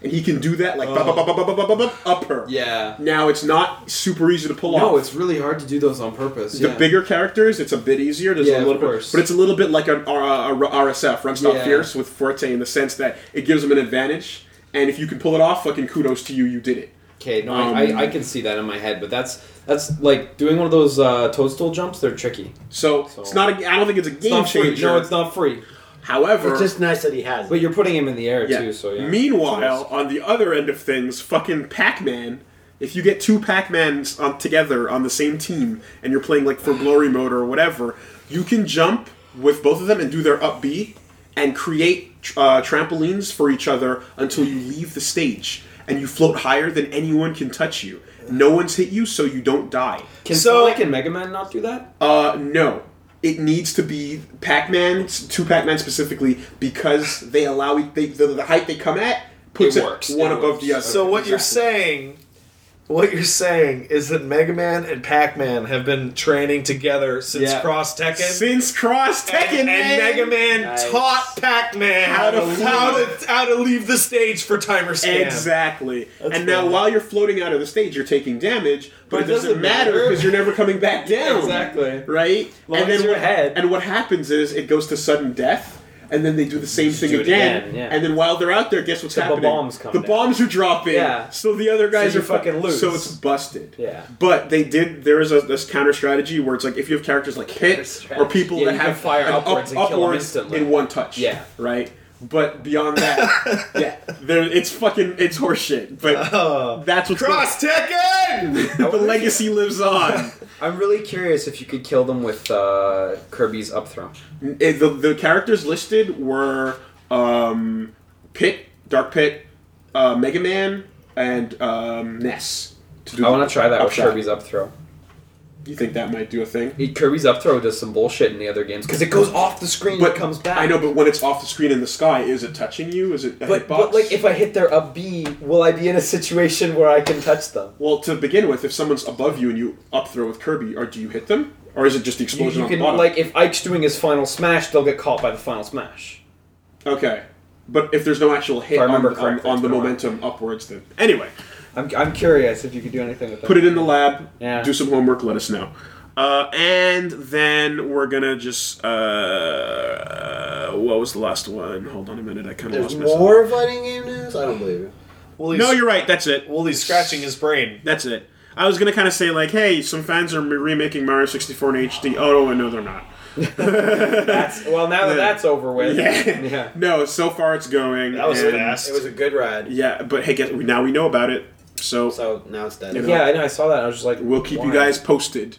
and he can do that like bop, bop, bop, bop, bop, bop, bop, bop, up her.
Yeah.
Now it's not super easy to pull off.
No, it's really hard to do those on purpose.
the
yeah.
bigger characters, it's a bit easier. There's
Yeah,
a
of
little bit,
course.
but it's a little bit like an R- R- RSF, Run Stop
Yeah.
Fierce, with Forte in the sense that it gives him an advantage, and if you can pull it off, fucking kudos to you, you did it.
Okay, no,
Um,
I, I, I can see that in my head, but that's that's like doing one of those uh, toadstool jumps. They're tricky.
So,
So-
it's not. A, I don't think it's a
It's
game
not free.
changer.
No, it's not free.
However,
It's just nice that he has.
But
it.
you're putting him in the air
yeah.
too. So yeah.
Meanwhile, on the other end of things, fucking Pac-Man. If you get two Pac-Mans on, together on the same team and you're playing like for glory mode or whatever, you can jump with both of them and do their up B and create uh, trampolines for each other until you leave the stage and you float higher than anyone can touch you. No one's hit you, so you don't die.
can
So-
Sonic and Mega Man not do that?
Uh, no. It needs to be Pac-Man, two Pac-Man specifically, because they allow e, they, the, the height they come at puts
It
it,
works.
one
It
above
works.
the other.
So what you're
Exactly.
saying, what you're saying is that Mega Man and Pac Man have been training together since
Yeah.
Cross Tekken.
since Cross Tekken
and,
man,
and Mega Man
Nice.
taught Pac Man
How to
how
float.
to how to leave the stage for timer scan.
exactly. and now
cool.
while you're floating out of the stage, you're taking damage, but, it doesn't, matter because you're never coming back down.
Exactly.
Right?
Long as you're
what,
ahead.
and what happens is it goes to sudden death. And then they do the same thing
do it
again.
again, yeah.
And then while they're out there, guess what's
The
happening?
bombs come
the
down.
bombs are dropping.
Yeah.
So the other guys
you
are fu-
fucking lose.
So it's busted.
Yeah.
But they did. There is a, this counter strategy where it's like if you have characters like Hit
Counter
or people
strategy. Yeah,
that
you can
have
fire
an up-
upwards and kill 'em
upwards
instantly.
in one touch.
Yeah.
Right. But beyond that, yeah, there it's fucking it's horseshit. But
Oh.
that's what's
Cross Tekken.
the, the legacy lives on.
I'm really curious if you could kill them with uh, Kirby's up throw.
It- eh, the, the characters listed were um, Pit, Dark Pit, uh, Mega Man, and um, Ness. To do
I want to try that with
upshot.
Kirby's up throw.
You think that might do a thing?
Kirby's up throw does some bullshit in the other games because it goes off the screen and
But
it comes back.
I know, but when it's off the screen in the sky, is it touching you? Is it a
But,
hitbox?
but like if I hit their up B, will I be in a situation where I can touch them?
Well, to begin with, if someone's above you and you up throw with Kirby, or do you hit them, or is it just the
You,
explosion
you
on
can
the bottom?
like if Ike's doing his final smash, they'll get caught by the final smash.
okay, but if there's no actual hit
If I
on,
remember
the- on,
correctly,
on the
it's been a while.
momentum upwards, then anyway,
I'm, I'm curious if you could do anything with that.
put it in the lab,
Yeah.
do some homework, let us know, uh, and then we're gonna just uh, what was the last one? Hold on a minute, I kind of
There's
lost myself.
more fighting game news. I don't believe it.
Wooly's,
No, you're right. That's it.
Wooly's scratching his brain.
That's it. I was gonna kind of say like, hey, some fans are remaking Mario 64 in HD. Oh no, they're not.
That's, well, now that that's over with,
Yeah. No, so far it's going.
That was
and-
fast.
It was a good ride.
Yeah, but hey, guess, now we know about it, so
So now it's dead.
You know.
yeah. I know. I saw that. and I was just like,
we'll keep you
why?
guys posted.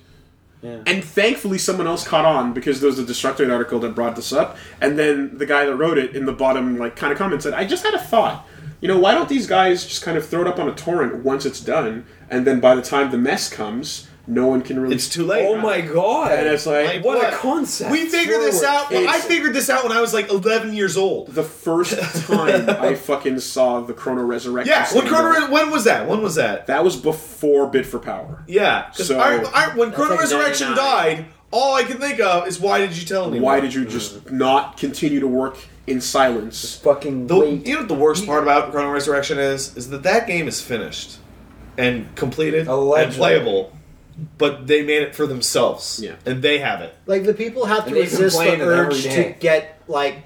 Yeah.
And thankfully, someone else caught on because there was a Destructoid article that brought this up, and then the guy that wrote it in the bottom, like, kind of comment said, "I just had a thought. You know, why don't these guys just kind of throw it up on a torrent once it's done, and then by the time the mess comes, no one can really."
It's too late.
Oh my god!
And it's like,
Like,
what,
what?
a concept.
We figured this out.
It's-
I figured this out when I was like 11 years old.
the first time I fucking saw the Chrono Resurrection.
Yeah. When
symbol,
Chrono, when was that? When was that?
That was before Bid for Power.
Yeah. 'cause
So-
I, I, when Chrono
like
Resurrection
99.
died, all I could think of is why did you tell me?
Why did you just
Mm.
not continue to work in silence?
fucking
The,
wait.
you know what the worst part about Chrono Resurrection is? Is that that game is finished and completed and
Allegedly.
playable, but they made it for themselves.
Yeah.
And they have it.
Like the people have to
And they
resist
complain
the
of every
urge to
day.
get like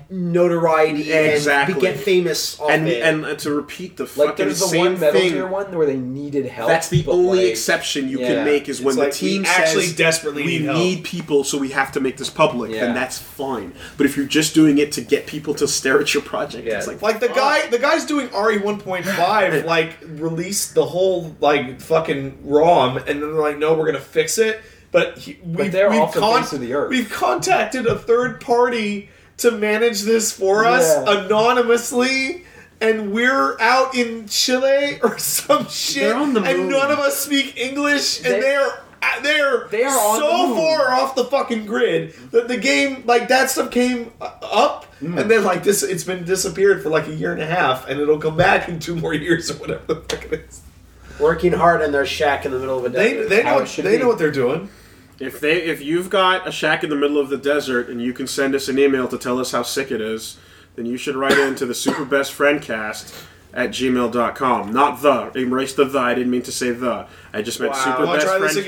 notoriety
Exactly.
and be- get famous off
And
it.
and uh, to repeat the
like
fucking
there's the
same
one Metal
thing.
Gear one where they needed help.
That's the
but,
only
like,
exception you
yeah.
can make is when
It's
the
like, we
team
actually
says
desperately
we
need help."
people, so we have to make this public.
Yeah.
Then that's fine. But if you're just doing it to get people to stare at your project,
Yeah.
it's like,
Like the guy, the guy's doing RE one point five. Like released the whole like fucking ROM, and then they're like, "No, we're gonna fix it." But he, we,
they're
we've
off the face of the earth.
We've contacted a third party to manage this for us
Yeah.
anonymously, and we're out in Chile or some shit,
They're on the
and
moon.
none of us speak English,
They-
and they're. They're
They are on the
so
moon.
far off the fucking grid that the game, like that stuff, came uh, up and then like this, it's been disappeared for like a year and a half, and it'll come back in two more years or whatever the fuck it is.
working hard in their shack in the middle of a
They,
desert.
they
How
know
it should
they
be.
know what they're doing.
if they if you've got a shack in the middle of the desert and you can send us an email to tell us how sick it is, then you should write into the Super Best Friend Cast at gmail.com. Not the. Erase the the. I didn't mean to say the. I just meant
Wow.
super
Wanna
best
try this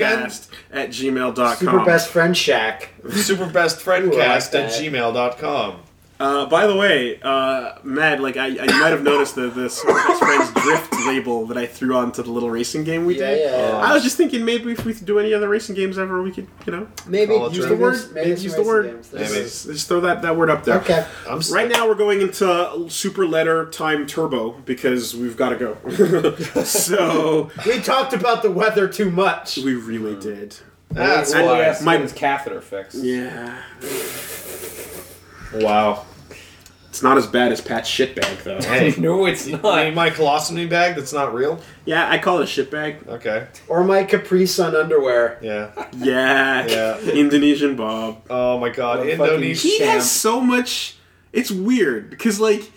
friendcast at gmail.com.
Super best friend Shack. Ooh, I like
Superbestfriendcast
that.
at gmail.com.
Uh, by the way, uh, Mad, like I, I you might have noticed the the Super Best Friends Drift label that I threw onto the little racing game we
Yeah,
did.
yeah, Uh, yeah.
I was just thinking maybe if we could do any other racing games ever, we could you know
Maybe
Call it
use the
Travis.
word.
maybe
some
use the
racing
word.
games.
Just,
There's-
Maybe.
just throw that that word up there.
Okay.
I'm s-
Right now we're going into Super Letter Time Turbo because we've got to go. so
We talked about the weather too much.
we really did.
That's
Well,
why-
why.
yes,
my-
his catheter fixed.
Yeah.
Wow.
It's not as bad as Pat's shitbag though.
Hey.
No, it's
I mean,
not.
my colostomy bag that's not real?
Yeah, I call it a shitbag.
Okay.
Or my Capri Sun underwear.
Yeah.
Yeah.
Yeah.
Indonesian Bob.
Oh my god.
What a
Indonesia.
he
Champ.
has so much it's weird because like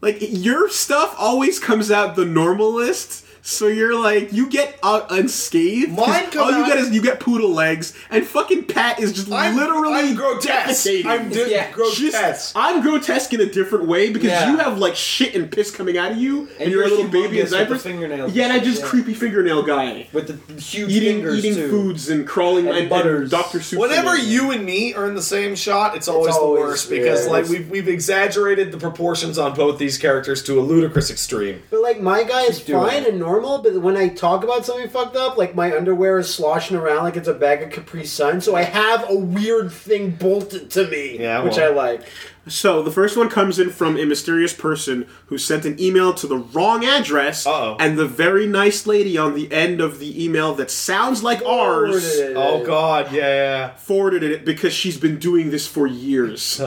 like your stuff always comes out the normal list so you're like you get uh, unscathed 'cause
Mine come
all you
out-
get is you get poodle legs and fucking pat is just
I'm
literally
I'm grotesque.
defecating.
I'm just
Yeah.
grotesque.
Just- I'm grotesque in a different way because
Yeah.
you have like shit and piss coming out of you, and, you're a
you're
little baby
humongous
in
with the
diapers.
fingernails.
Yeah, and I just
Yeah.
creepy fingernail guy,
With the huge
eating
fingers
eating
too.
foods and crawling
And
and,
butters.
Doctor Seuss.
Whenever
fingers.
you and me are in the same shot, it's always,
always-
the worst because
yeah.
like we've, we've exaggerated the proportions on both these characters to a ludicrous extreme.
But like my guy is
doing
fine and normal, but when I talk about something fucked up, like my underwear is sloshing around like it's a bag of Capri Sun, so I have a weird thing bolted to me,
Yeah,
which I
well.
like.
So the first one comes in from a mysterious person who sent an email to the wrong address,
Uh-oh.
and the very nice lady on the end of the email that sounds like ours
Forwarded it.
Oh god, yeah.
forwarded it because she's been doing this for years.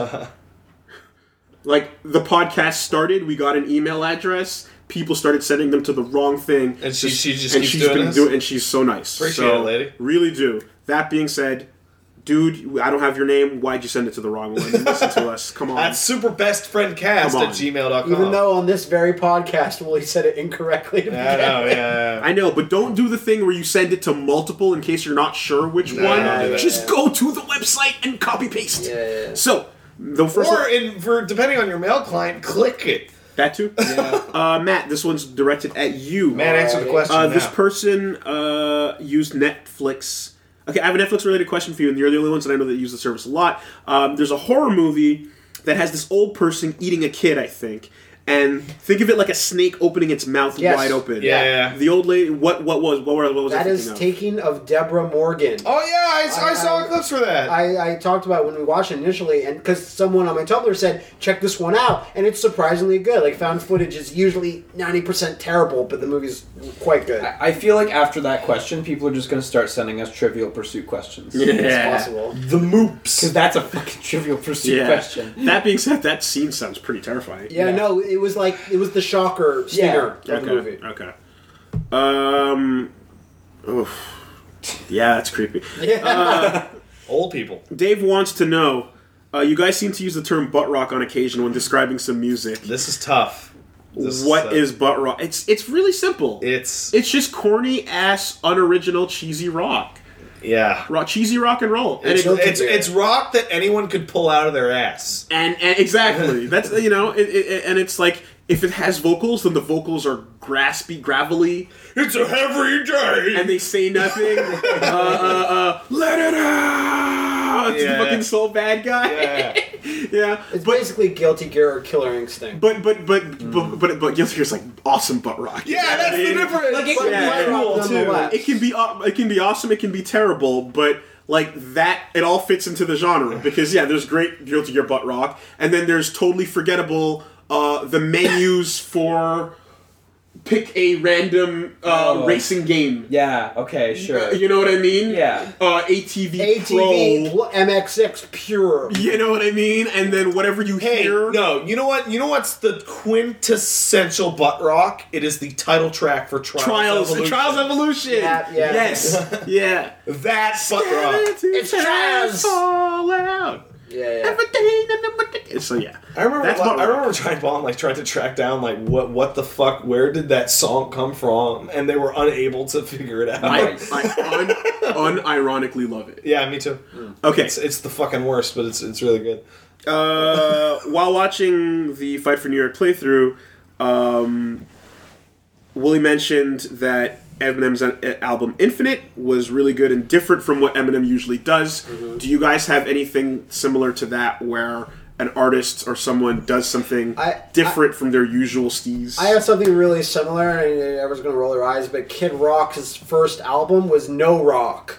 like the podcast started, we got an email address. People started sending them to the wrong thing,
And she- she just
and
keeps
she's
doing
been
this?
doing, and she's so nice.
Appreciate
So,
it, lady.
Really do. That being said, dude, I don't have your name. Why'd you send it to the wrong one? Listen to us. Come on.
That's superbestfriendcast
Come
at
on.
gmail.com.
Even though on this very podcast, Willie said it incorrectly. To
I
begin
know,
with.
yeah.
I know, but don't do the thing where you send it to multiple in case you're not sure which
Nah,
one.
don't do that.
Just go to the website and copy paste.
Yeah, yeah, yeah.
So the first
Or
one,
in for depending on your mail client, click it.
that too. Uh, Matt, this one's directed at you.
Man, answer the question.
uh, this
now.
person uh, used Netflix. Okay, I have a Netflix related question for you, and you're the only ones that I know that use the service a lot. Um, there's a horror movie that has this old person eating a kid, I think. And think of it like a snake opening its mouth
Yes.
wide open.
Yeah, yeah.
The old lady. What? What was? What, were- what was? I
That is
thinking of?
taking of Deborah Morgan.
Oh yeah, I, s- I
I-
saw
I-
clips for that.
I, I talked about when we watched it initially, and because someone on my Tumblr said, check this one out, and it's surprisingly good. Like, found footage is usually 90% terrible, but the movie's quite good.
I I feel like after that question, people are just going to start sending us Trivial Pursuit questions.
Yeah.
It's possible.
the moops.
Because that's a fucking Trivial Pursuit question.
That being said, that scene sounds pretty terrifying.
Yeah,
Yeah.
no, it was like, it was the shocker stinger of
Okay.
the movie.
Okay. Um. Oof. Yeah, that's creepy. Uh,
Old people.
Dave wants to know. Uh, you guys seem to use the term butt rock on occasion when describing some music.
This is tough. This
what
tough.
is butt rock? It's it's really simple.
it's
it's just corny ass, unoriginal, cheesy rock.
yeah.
Rock, cheesy rock and roll. And
It's,
it,
guilty
it's,
there.
it's rock that anyone could pull out of their ass.
and, and exactly that's you know, it, it, it- and it's like if it has vocals, then the vocals are graspy, gravelly.
It's a heavy day.
and they say nothing. uh, uh, uh, let it out. It's
Yeah.
the fucking soul bad guy.
yeah.
Yeah.
It's
but,
basically Guilty Gear or Killer Instinct.
but but but but but but Guilty Gear's like awesome butt rock.
Hmm. yeah, that's the difference.
Like, it
But
could
Yeah.
White
be
Rock
cool, too.
nonetheless.
It can be aw- it can be awesome. It can be terrible, but. Like that, it all fits into the genre because yeah, there's great Guilty Gear butt rock, and then there's totally forgettable uh, the menus for pick a random uh,
Oh.
racing game.
Yeah, okay, sure.
You know what I mean?
Yeah.
Uh, ATV, Pro.
ATV pl- MXX Pure.
You know what I mean? And then whatever you
Hey,
hear.
no, you know what? You know what's the quintessential butt rock? It is the title track for Trials.
Trials,
Evolution.
Trials Evolution.
Yeah, yeah.
Yes, yeah.
That butt rock.
It's
Trials.
Fall out.
Yeah, yeah.
Everything and everything. So yeah,
I remember.
That's
like,
butt
I
rock.
remember trying Bond like tried to track down like what what the fuck? Where did that song come from? And they were unable to figure it out.
I,
Nice.
I un, unironically love it.
yeah, me too.
Okay,
It's it's the fucking worst, but it's it's really good.
uh, while watching the Fight for New York playthrough, um, Willie mentioned that Eminem's a- album Infinite was really good and different from what Eminem usually does. Do you guys have anything similar to that where an artist or someone does something
I-
different from their usual steez?
I have something really similar, and everyone's gonna roll their eyes, but Kid Rock's first album was no rock.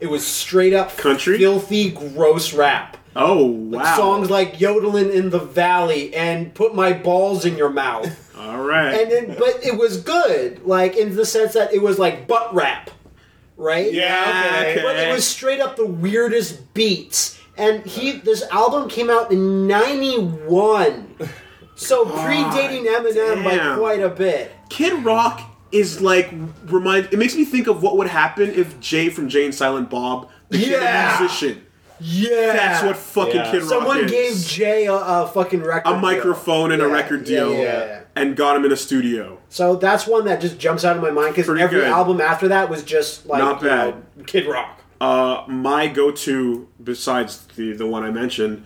It was straight up
Country?
filthy, gross rap.
oh wow!
Songs like "Yodeling in the Valley" and "Put My Balls in Your Mouth,"
All right.
and then, but it was good, like in the sense that it was like butt rap, right?
yeah, okay.
But it was straight up the weirdest beats. And he this album came out in '91, so predating Eminem by
damn.
quite a bit.
Kid Rock is like remind. It makes me think of what would happen if Jay from Jay and Silent Bob became
Yeah.
a musician.
Yeah,
That's what fucking
Yeah.
Kid Rock
someone
is.
gave Jay a, a fucking record,
a
deal.
microphone and a
Yeah,
record
yeah,
deal
yeah, yeah.
and got him in a studio.
So that's one that just jumps out of my mind because
Pretty
every
good.
album after that was just like
Not
you
bad.
know, Kid Rock.
Uh, my go-to, besides the the one I mentioned,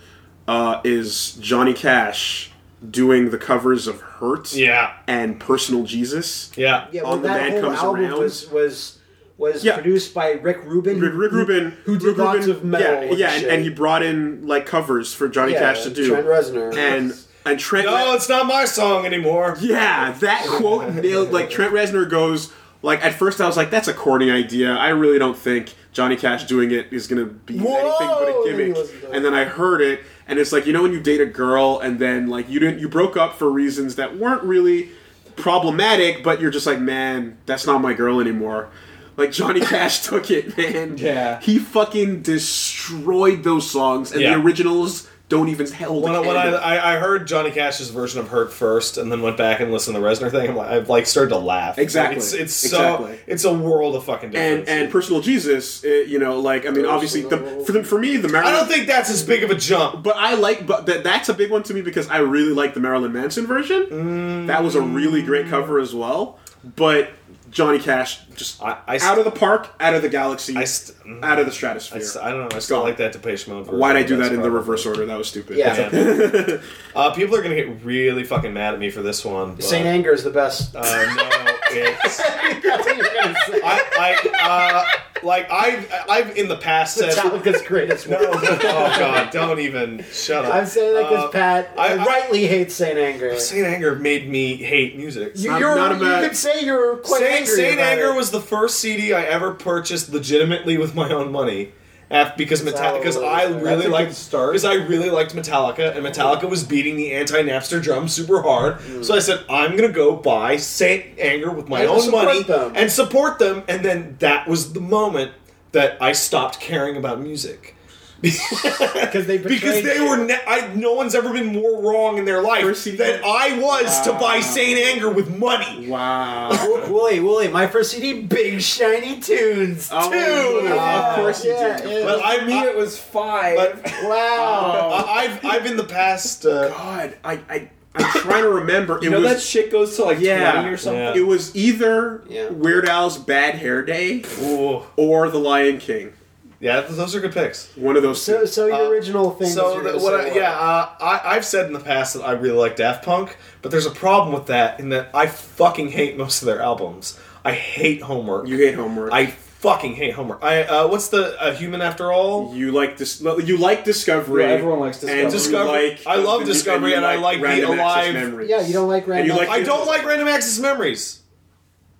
uh, is Johnny Cash doing the covers of "Hurt"
Yeah.
and "Personal Jesus."
Yeah.
Yeah,
On
when
the
that
Man
whole
Comes
album
Around.
was was was
Yeah.
produced by Rick Rubin.
Rick, Rick
who-
Rubin,
who did
Rick
lots
Rubin-
of metal.
yeah, yeah, and,
shit.
and he brought in like covers for Johnny
Yeah,
Cash to do.
Trent Reznor.
and and Trent.
No, it's not my song anymore.
Yeah, that quote nailed. Like Trent Reznor goes. Like at first, I was like, "That's a corny idea. I really don't think Johnny Cash doing it is gonna be anything but
Whoa!
a
And then he
gimmick."
wasn't doing
And then I heard it, and it's like you know when you date a girl, and then like you didn't you broke up for reasons that weren't really problematic, but you're just like, "Man, that's not my girl anymore." Like Johnny Cash took it, man.
Yeah.
he fucking destroyed those songs, and
Yeah.
the originals don't even hold.
When,
a
I, when I,
candle.
I, I heard Johnny Cash's version of Hurt first, and then went back and listened to the Reznor thing, I'm like, I've like started to laugh.
Exactly.
It's, it's so
Exactly.
it's a world of fucking difference.
and and personal Jesus, uh you know, like I mean, obviously, the, for the, for me, the
I
Marilyn.
don't think that's as big of a jump.
but I like, but that that's a big one to me because I really like the Marilyn Manson version. That was a really great cover as well. But Johnny Cash just
I- I
out of the park, out of the galaxy,
I st- mm,
out of the
I,
stratosphere.
st- I don't know. I still
Gone.
like that Depeche Mode. Version.
Why'd I do
That's
that in the
probably-
reverse order? That was stupid.
Yeah.
Yeah. uh, people are gonna get really fucking mad at me for this one. but,
Saint Anger is the best.
Uh, no, it's.
That's what you're gonna say.
I, I uh, like I I've in the past said
Metallica's greatest.
no.
work.
Oh God! Don't even shut up.
I'm saying that because
Uh,
Pat
I- I-
rightly hates Saint Anger.
Saint Anger made me hate music.
You,
not-
you're,
not
you
about-
could say you're quite
Saint,
angry
Saint
about
Anger
it.
was the first CD I ever purchased legitimately with my own money. af- Because
That's
Metallica, because I
how it
really
good
liked
start.
because I really liked Metallica, and Metallica was beating the anti-Napster drum super hard.
Mm.
So I said, I'm gonna go buy Saint Anger with my
And
own
support
money
them.
and support them. And then that was the moment that I stopped caring about music.
because they
Because
betrayed
they
you.
were, ne- I, no one's ever been more wrong in their life
First CD.
than I was to buy Saint Anger with money.
Wow.
Wo- Wooly, Wooly, my first CD, Big Shiny Tunes.
Oh,
Two.
yeah, of course you
yeah,
did.
it
But
was-
I,
me,
I
it was five.
but
Oh.
wow.
I- I've I've in the past. Uh,
God, I I I'm trying to remember. It
you know
was
that shit goes to like
Yeah.
twenty or something.
Yeah.
it was either
Yeah.
Weird Al's Bad Hair Day
ooh,
or The Lion King.
yeah, th- those are good picks.
One of those.
So,
two.
so your
Uh,
original thing.
So
was you're
th-
gonna
what?
say
I, yeah, uh, I I've said in the past that I really like Daft Punk, but there's a problem with that in that I fucking hate most of their albums. I hate Homework.
you hate homework.
I fucking hate Homework. I uh, what's the uh, Human After All?
You like this. You like Discovery.
Yeah, everyone likes Discovery.
And
Discovery-
You like,
I love
and you-
Discovery,
you
and I like the
Random Access
Alive-
Memories.
Yeah, you don't like
And you
random-
like
I don't like Random Access Memories.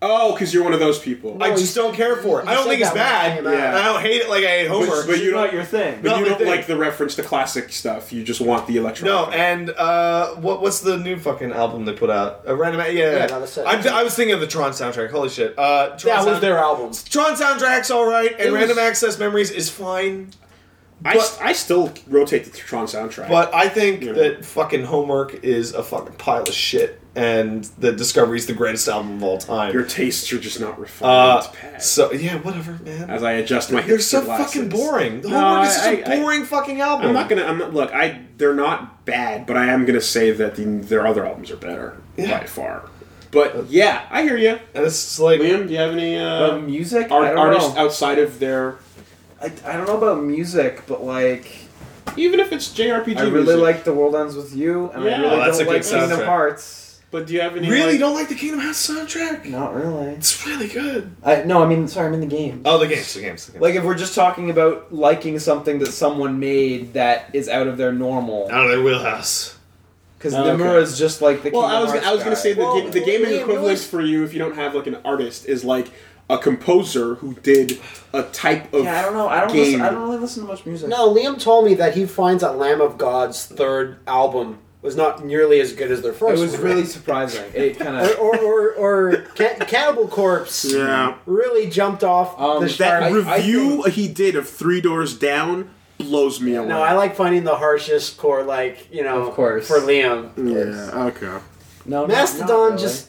Oh, because you're one of those people.
I
No,
just
you-
don't care for it.
you
I don't
said
think it's
that
bad.
when it came
out.
and I don't hate it like I hate
but
Homework.
But
you
you're
don't-
not your thing.
but
not
you
my
don't
thing.
like the reference to classic stuff. You just want the electronic.
No, and uh, what what's the new fucking album they put out? A random, yeah, yeah.
not a set.
I'm, I was thinking of the Tron soundtrack. Holy shit, uh, Tron
That was
sound-
their album.
Tron soundtrack's all right, and
was-
Random Access Memories is fine.
I,
but-
st- I still rotate the Tron soundtrack.
But I think
Yeah.
that fucking Homework is a fucking pile of shit, and the Discovery's the greatest album of all time.
your tastes are just not refined.
uh,
Pat.
so yeah, whatever, man.
as I adjust my.
They're so
hipster glasses.
fucking boring. The
No,
Homework is such a
I- I-
boring fucking album.
I'm not gonna. I'm not, look. I they're not bad, but I am gonna say that the, their other albums are better
Yeah.
by far. But yeah, I hear you.
And it's just like
Liam, do you have any uh,
But music, I
art,
don't
artists
know.
outside of their?
I, I don't know about music, but like
Even if it's JRPG,
I really
music.
like The World Ends with You, and
Yeah.
I really
Oh, that's a
don't
good
like Kingdom
soundtrack.
Hearts.
But do you have any?
Really
like-
don't like the Kingdom Hearts soundtrack?
Not really.
It's really good.
I, no, I mean, sorry, I'm in the game.
Oh, the games, the games, the games.
Uh, Like, if we're just talking about liking something that someone made that is out of their normal,
out of their wheelhouse.
because
Uh, oh, Okay.
Nomura is just like the.
Well, I
Kingdom
was
Hearts
I was gonna
guy.
say the,
Well,
ga- the gaming
yeah,
equivalent
really-
for you if you don't have like an artist is like a composer who did a type of
Yeah, I don't know. I don't.
game.
Listen, I don't really listen to much music.
No, Liam told me that he finds that Lamb of God's third album was not nearly as good as their
it
first.
was
one.
really surprising. It kind
or
of.
or or, or Ca- Cannibal Corpse
Yeah.
really jumped off
Um,
the
that
chart.
That
I- I
review he did of Three Doors Down blows me away.
no, I like finding the harshest core, like you know,
Of course.
for Liam.
Mm. yeah, okay.
No,
Mastodon just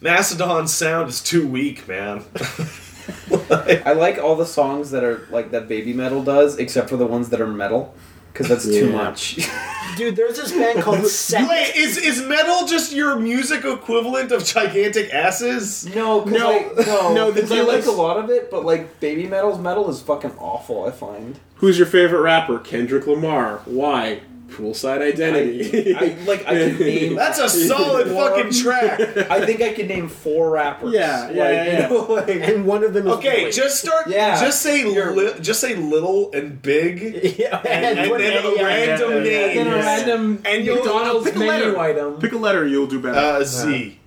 Mastodon's sound is too weak, man.
I like all the songs that are like that baby metal does, except for the ones that are metal, because that's too
Yeah.
much.
dude. There's this band called Sect.
Wait, is is metal just your music equivalent of gigantic asses?
No, 'cause
No,
I, no,
no, the
'cause I like
dealers-
a lot of it, but like baby metal's metal is fucking awful. I find.
Who's your favorite rapper? Kendrick Lamar. Why? Poolside Identity.
I- like, I can name-
That's a solid fucking track.
I think I could name four rappers.
Yeah,
like,
yeah, yeah, yeah.
You know, like,
and one of them is
Okay,
Wait.
just start.
Yeah.
Just say
You're-
li- just say little and big,
yeah,
and, and
one-
then a
yeah,
random
yeah, yeah,
name.
then a
Yes.
random
And you'll-
McDonald's
pick a
menu
letter.
item.
Pick a letter, you'll do better.
Uh, Z.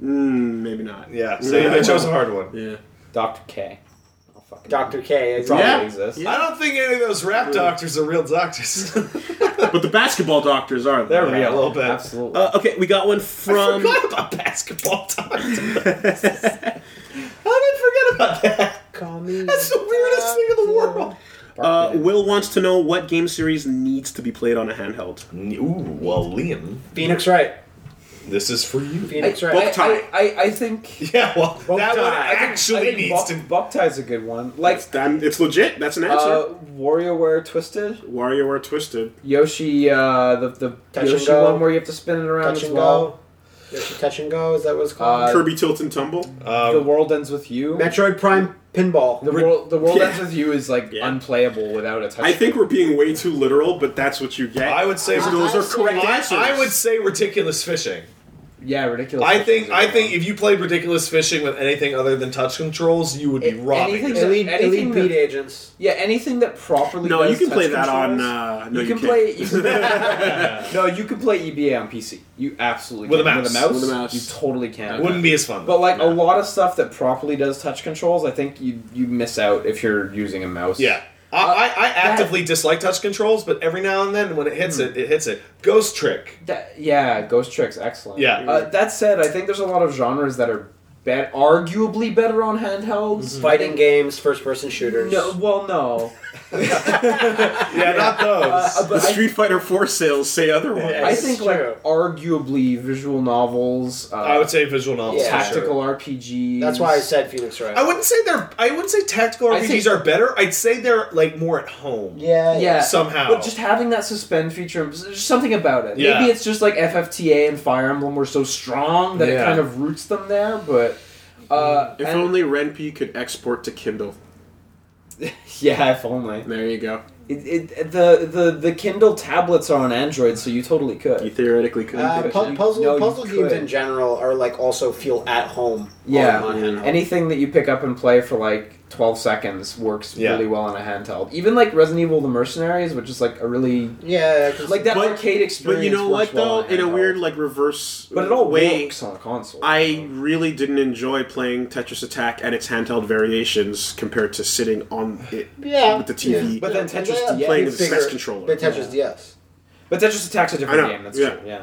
mm, maybe not.
Yeah. So I chose a hard one.
Yeah.
Dr. K. I'll fucking
Dr. K. is-
probably
Yeah.
exists.
Yeah.
I don't think any of those rap doctors are real doctors.
But the basketball doctors are they?
They're
Yeah, a
real.
little bit.
Absolutely.
Uh, okay, we got one
I
from.
forgot about basketball doctors. How did I forget about that?
Call me.
That's the weirdest thing in the world.
Uh, Will wants to know what game series needs to be played on a handheld.
Ooh, well, Liam,
Phoenix Wright.
this is for you.
Phoenix
I,
Wright.
book tie.
I, I, I think.
Yeah, well, that
Bucktie.
one
I think- I
actually
think
needs
Buck-
to.
Bucktie's a good one. Like
It's, I'm- it's legit. That's an
uh,
answer.
WarioWare Twisted,
WarioWare Twisted.
Yoshi, uh, the the
Touch and
Yoshi
go.
one where you have to spin it around
touch
as
and
well.
go. Yoshi touch and go. Is that what it's called?
Uh,
Kirby Tilt and Tumble.
the
Um,
world ends with you.
Metroid Prime Pinball.
the world, the world
Yeah.
ends with you is like
Yeah.
unplayable without a touch.
I think we're being way too literal, but that's what you get.
I would say
those, those are correct
I,
answers.
I would say ridiculous fishing.
yeah, ridiculous.
I think I think if you played ridiculous fishing with anything other than touch controls, you would be
A- anything-
robbing.
Is it
Elite,
anything
Elite
that-
Beat Agents.
yeah, anything that properly.
No,
does
you can
touch
play that on.
controls-
Uh, no,
you, can
can't.
play. You can, no, you can play EBA on PC. You absolutely
With a
can.
mouse.
With a mouse.
You totally can.
Wouldn't be as fun.
But like a
No.
lot of stuff that properly does touch controls, I think you you miss out if you're using a mouse.
yeah. I, I, I actively dislike touch controls, but every now and then when it hits it, it hits it. Ghost Trick.
That- yeah, Ghost Trick's excellent.
Yeah.
Uh, that said, I think there's a lot of genres that are be- arguably better on handhelds.
Fighting games, first person Mm-hmm. shooters.
Mm-hmm. No, well, no.
Yeah, not those.
Uh,
The
but I,
Street Fighter 4 sales say otherwise.
I
It's
think
true.
like arguably visual novels, uh,
I would say visual novels.
Yeah.
for sure.
tactical RPGs.
That's why I said Phoenix Wright.
I wouldn't say they're. I wouldn't say tactical
I'd say-
RPGs are better. I'd say they're like more at home.
yeah,
Yeah.
Somehow.
But just uh, having that suspend feature, there's just something about it.
Yeah.
Maybe it's just like FFTA and Fire Emblem were so strong that it
Yeah.
kind of roots them there, but. Uh,
If
and-
only Renpy could export to Kindle.
yeah, if only.
There you go.
It, it, the, the the Kindle tablets are on Android, so you totally could.
You theoretically could.
Uh,
do it.
pu- puzzle
No, you
puzzle games
could.
in general are like also feel at home.
Yeah.
on- on handheld.
Anything that you pick up and play for like 12 seconds works
Yeah.
really well on a handheld. Even like Resident Evil The Mercenaries, which is like a really.
yeah, 'cause-
Like that
But-
arcade experience.
but you know
works
what
well
though?
on
In a
handheld.
weird like reverse
But it all
way,
works on a console.
I really didn't enjoy playing Tetris Attack and its handheld variations compared to sitting on it
Yeah.
with the TV.
But then Tetris
Yeah.
DS.
playing with the
Bigger-
SNES controller.
But Tetris DS.
But Tetris Attack's a
I
different
know,
game. That's
yeah.
true. Yeah.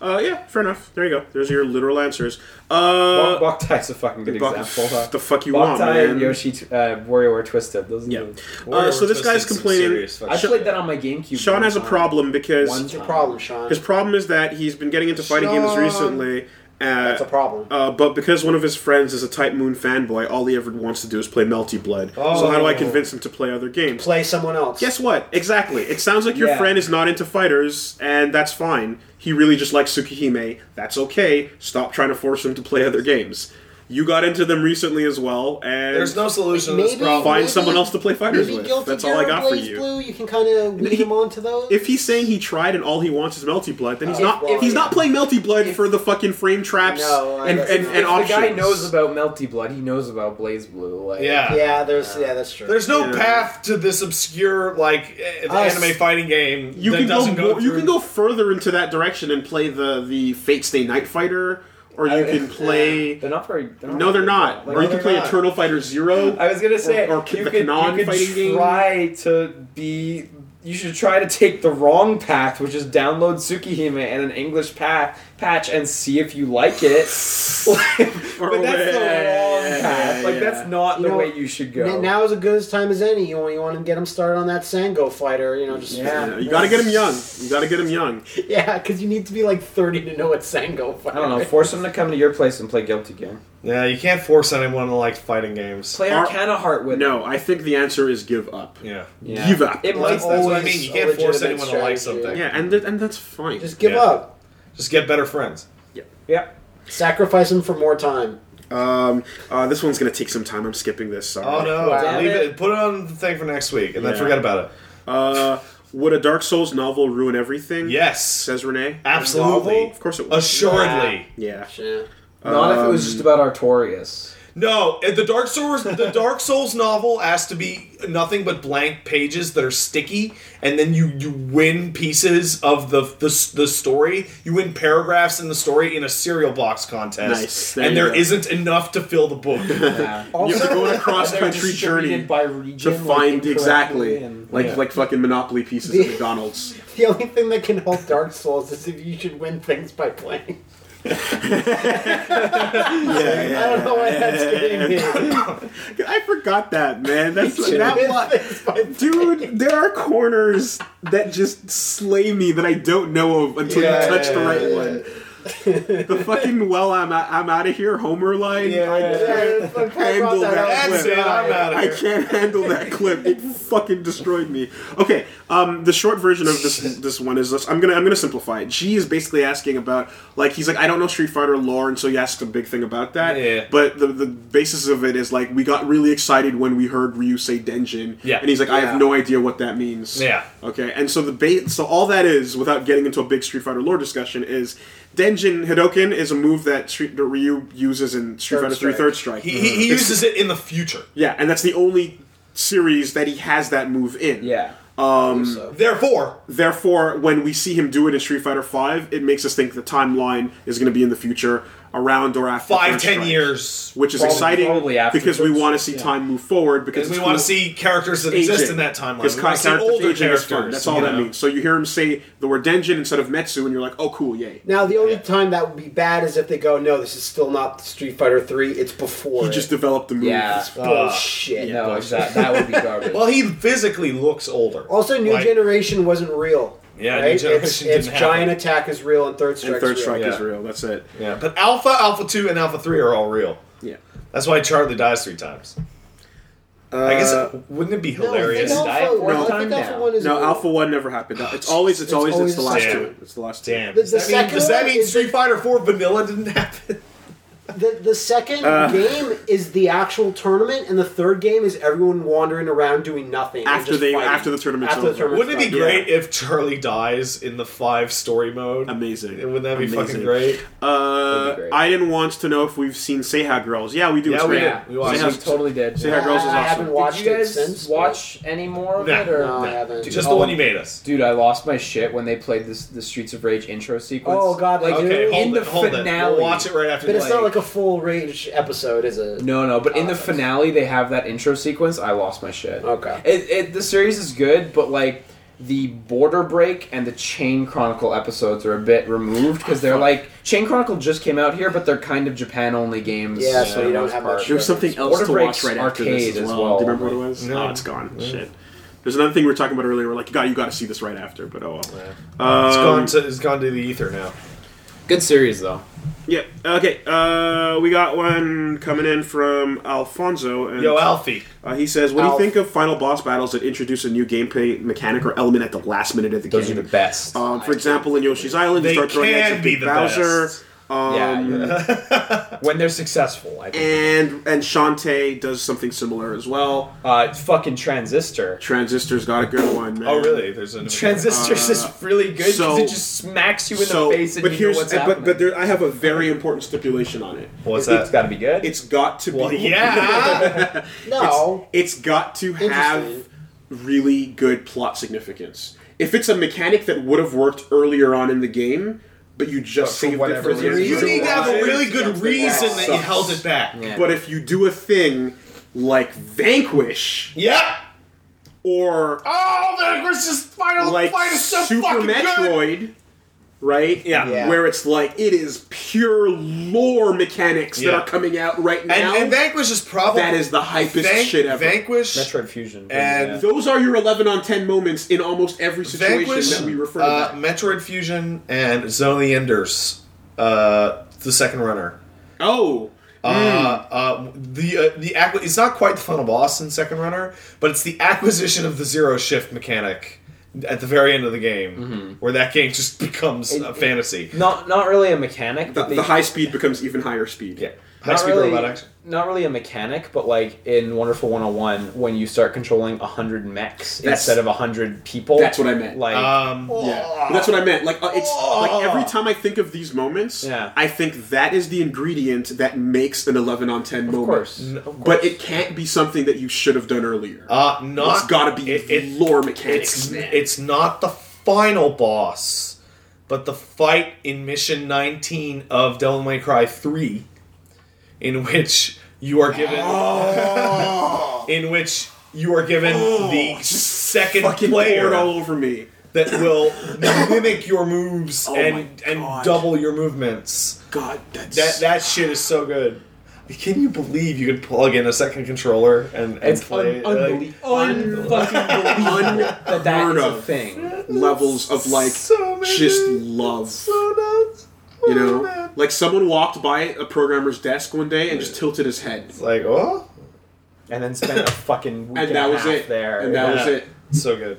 Uh, yeah, fair enough. There you go. There's your literal answers. Uh,
Bok- Boktai's a fucking good
Bok-
example.
the fuck you want,
Boktai and
man.
Yoshi t- uh, WarioWare Twisted. Those are
Yeah.
the-
Uh, so this guy's
Twisted, some
complaining.
serious
I
fucking-
played that on my GameCube.
Sean
one
has a
time.
problem
One-
because
It's
Uh-huh.
your problem, Sean.
his problem is that he's been getting into fighting games
Sean.
recently. Uh,
That's a problem.
uh, but because one of his friends is a Type Moon fanboy, all he ever wants to do is play Melty Blood. So how do I
Oh.
convince him to play other games?
Play someone else.
Guess what? Exactly. It sounds like your
Yeah.
friend is not into fighters, and that's fine. He really just likes Tsukihime. That's okay. Stop trying to force him to play other games. You got into them recently as well, and
There's no solution to this
Maybe-
problem.
find
maybe-
someone else to play fighters
Maybe
with.
Guilty
That's all I
Gear
got for
Blaze
you.
Blue, you can kind of weed
he-
him onto those.
If he's saying he tried and all he wants is Melty Blood, then he's
If-
not.
if-
he's not playing Melty Blood for the fucking frame traps
No, I
and
guess
and,
not.
and
if the guy
options.
knows about Melty Blood, he knows about Blaze Blue. Like,
Yeah.
yeah, there's yeah, that's true.
There's no
Yeah.
path to this obscure like eh,
Us.
anime fighting game
you
that
can go,
doesn't go.
more- you
through-
can go further into that direction and play the the Fate Stay Night Fighter, or you
I-
can play.
They're not very. They're
No, they're not.
Like,
or you can
they're
play
not.
Eternal Fighter Zero.
I was gonna say,
Or- or
you,
the
could,
Kanan
you
fighting game.
could try to be. You should try to take the wrong path, which is download Tsukihime and an English path patch and see if you like it.
Or
but that's the
way-
wrong path. Like
yeah.
that's not
You
the
know,
way you should go.
N- Now is as good as time as any. You want you want to get him started on that Sango fighter. You know, just
Yeah.
You gotta get him young. You gotta get him young.
yeah, because you need to be like 30 to know what Sango
I
fighter.
don't know.
is.
Force them to come to your place and play Guilty Gear.
Yeah, you can't force anyone to like fighting games.
Play
Are-
Arcana Heart with.
No, I think the answer is give up.
Yeah.
Yeah.
Give up.
It
Well,
might
that's, that's what I
always
mean. You
a
can't force
legitimate
anyone to like
strategy.
something.
yeah, and th- and that's fine.
Just give
Yeah.
up.
Just get better friends.
Yeah.
Sacrifice him for more time.
Um, uh, this one's gonna take some time. I'm skipping this. Sorry.
Oh no!
Wow.
Leave
Damn
it. Put it on the thing for next week, and
Yeah.
then forget about it.
Uh, would a Dark Souls novel ruin everything?
Yes,
says Renee.
absolutely,
Of course it would.
assuredly.
yeah.
Yeah.
Not if it was
Um,
just about Artorias.
No, eh, the Dark Souls the Dark Souls novel has to be nothing but blank pages that are sticky, and then you you win pieces of the the, s- the story. You win paragraphs in the story in a cereal box contest,
Nice, there
and
you
there
go.
not enough to fill the book.
You have to go on a cross
They're
country
distributed
journey
by region,
to
like,
find
incorrectly
exactly
and-
like
Yeah.
like fucking Monopoly pieces at McDonald's.
The only thing that can help Dark Souls is if you should win things by playing. I don't know why that's getting me.
I forgot that man. That's that
Win
one.
things by
Dude, there are corners that just slay me that I don't know of until
Yeah,
you touch the
yeah,
right
yeah.
one. the fucking well, I'm out, I'm out of here, Homer line. I,
Yeah, I brought that up.
That's it. I'm out of
I
here.
can't handle that clip. It fucking destroyed me. Okay, um, the short version of this this one is this. I'm gonna I'm gonna simplify it. G is basically asking about like he's like I don't know Street Fighter lore, and so he asked a big thing about that.
Yeah.
But the the basis of it is like we got really excited when we heard Ryu say Denjin.
Yeah.
And he's like I have
Yeah.
no idea what that means.
Yeah.
Okay, and so the bait, so all that is, without getting into a big Street Fighter lore discussion, is Denjin Hidoken is a move that Street that Ryu uses in Street
Third
Fighter Three
Strike.
Third Strike. Mm-hmm.
he, he, he
It's-
uses it in the future.
yeah, and that's the only series that he has that move in.
Yeah.
Therefore,
Therefore, when we see him do it in Street Fighter Five, it makes us think the timeline is going to be in the future, around or after
five
Third
ten
Strike,
years.
which is
Probably-
exciting
probably after
because we
Third
want to see
Strike, yeah.
time move forward because
Because we
it's
want to
cool.
see characters that
aging.
exist in that timeline.
His
We want to see
character
older
aging is
characters.
fun. That's all
you
that
know?
means. So you hear him say the word Denjin instead of Metsu, and you're like, oh, cool, yay.
Now the only time that would be bad is if they go, no, this is still not Street Fighter Three. It's before.
He
it." Oh,
just developed the move.
Yeah.
It's-
bullshit.
No, exactly. That would be garbage.
Well, he physically looks older.
Also, New
Like-
Generation wasn't real.
Yeah, New
right?
Generation
it's,
didn't
it's
happen.
Giant Attack is real and Third Strike.
And Third Strike
real.
is
Yeah.
real. That's it.
Yeah, but Alpha, Alpha Two, and Alpha Three are all real.
Yeah.
That's why Charlie dies three times. I guess
Uh,
wouldn't it be
No, I think
hilarious?
no.
Alpha
No.
One. I think Alpha
No.
One is
No,
real.
Alpha One never happened. It's always, it's, always, it's the last
always-
two. It's the last two.
Damn.
The-
does,
the
that mean,
second
does that
one
mean
is-
Street Fighter Four Vanilla didn't happen?
The, the second
Uh.
game is the actual tournament, and the third game is everyone wandering around doing nothing and
After
just
they-
fighting.
after the tournament's
After the
over.
tournament's
Wouldn't it be
Yeah.
done.
great if Charlie dies in the five story mode?
Amazing.
Wouldn't that be
Amazing.
fucking great?
Uh,
That'd be great.
Iden wants to know if we've seen Seiha Girls. Yeah, we do.
Yeah,
it's
we
great.
did. We watched
Seiha-
We totally did.
Seiha Girls is
I haven't
awesome.
watched
Did you guys
it since. but-
watch any more of
No.
it? Or?
No, I haven't.
Dude,
Just
oh,
the one you made us.
Dude, I lost my shit when they played this the Streets of Rage intro sequence.
Oh, God,
like
they do?
Okay,
in
hold
the
it, hold
finale.
it. We'll watch it right after
But
this.
it's not like a full rage episode, is it?
No, no, but in the
Oh, that's-
finale they have that intro sequence. I lost my shit.
Okay.
It, it, the series is good, but like the border break and the Chain Chronicle episodes are a bit removed because they're like Chain Chronicle just came out here, but they're kind of Japan only games.
Yeah,
for
so
the
you don't
most
have
part.
much.
There was something else
Order
to watch
Breaks
right after
Arcade
this as
as
well.
well.
Do you remember what it was?
No.
Oh, it's gone. Shit. There's another thing we were talking about earlier. We're like, God, you got to see this right after. But oh well.
it's
Um,
gone to it's gone to the ether now.
Good series though.
Yeah. Okay. Uh, we got one coming in from Alfonso. And,
Yo, Alfie.
Uh, he says, "What
Alf.
do you think of final boss battles that introduce a new gameplay mechanic or element at the last minute of the
Those
game?
are the best.
Um, for example, in Yoshi's Island,
They
you start throwing
can
eggs at
be
Big
the
Bowser.
best.
Um,
Yeah, when they're successful, I think.
And and Shantae does something similar as well.
Uh, fucking Transistor.
Transistor's got a good one, man.
Oh, really? There's a
Transistors is really good because
Uh, so-
it just smacks you in
So,
the face and you
but
know
here's
what's
but
happening.
but there, I have a very important stipulation on it.
What's
it's got to be good.
It's got to
Well,
be
yeah.
No.
it's got to have
Interesting.
really good plot significance. If it's a mechanic that would have worked earlier on in the game, but you just
But for
saved it
whatever
for the end.
reason.
You need to have a
Why?
really good
That's the
reason that you
sucks.
held it back.
Yeah.
But if you do a thing like Vanquish
Yep.
or
Oh, the Christmas final
like
fight is so
Super
fucking good.
Metroid, right?
Yeah.
Yeah.
Where it's like it is pure lore mechanics
Yeah.
that are coming out right
And,
now.
and Vanquish is probably
that is the hypest
Van-
shit ever.
Vanquish.
Metroid Fusion.
And-
Those are your 11 on 10 moments in almost every situation
Vanquish,
that we refer
uh,
to.
Metroid Fusion, and Zone of the Enders, uh, the second runner.
Oh,
Uh,
Hmm.
uh, the uh, the acqui- it's not quite the final boss in second runner, but it's the acquisition of the zero shift mechanic at the very end of the game,
Mm-hmm.
where that game just becomes a fantasy.
not not really a mechanic,
the,
but they-
the high speed becomes even higher speed.
Yeah, high
not
speed
really,
robotics.
not really a mechanic, but like in Wonderful 101, when you start controlling 100 mechs
That's-
instead of 100 people.
that's what I meant.
Like, oh.
Um,
Yeah, that's what I meant. Like uh, it's
Oh.
like every time I think of these moments,
Yeah.
I think that is the ingredient that makes an eleven on ten moment.
course.
N- of course.
but it can't be something that you should have done earlier.
uh, not
it's got to be
it- it-
lore mechanics.
it's
man.
it's not the final boss, but the fight in Mission 19 of Devil May Cry 3, in which you are given in which you are given the second
fucking
player
poured all over me.
that will mimic your moves
Oh
and
my
and
God.
double your movements.
God, that's
That that shit is so good. Can you believe you could plug in a second controller and, and
it's un-
play? it?
unbelie- unfucking believable that that
Unheard
is a
of.
thing.
levels of like
So many-
just love.
nuts.
you
Oh, man.
know, like someone walked by a programmer's desk one day and just tilted his head,
It's like, oh,
And then spend a fucking week
and
and,
that
a
was
half
it.
there.
and that
Yeah.
was it.
so good.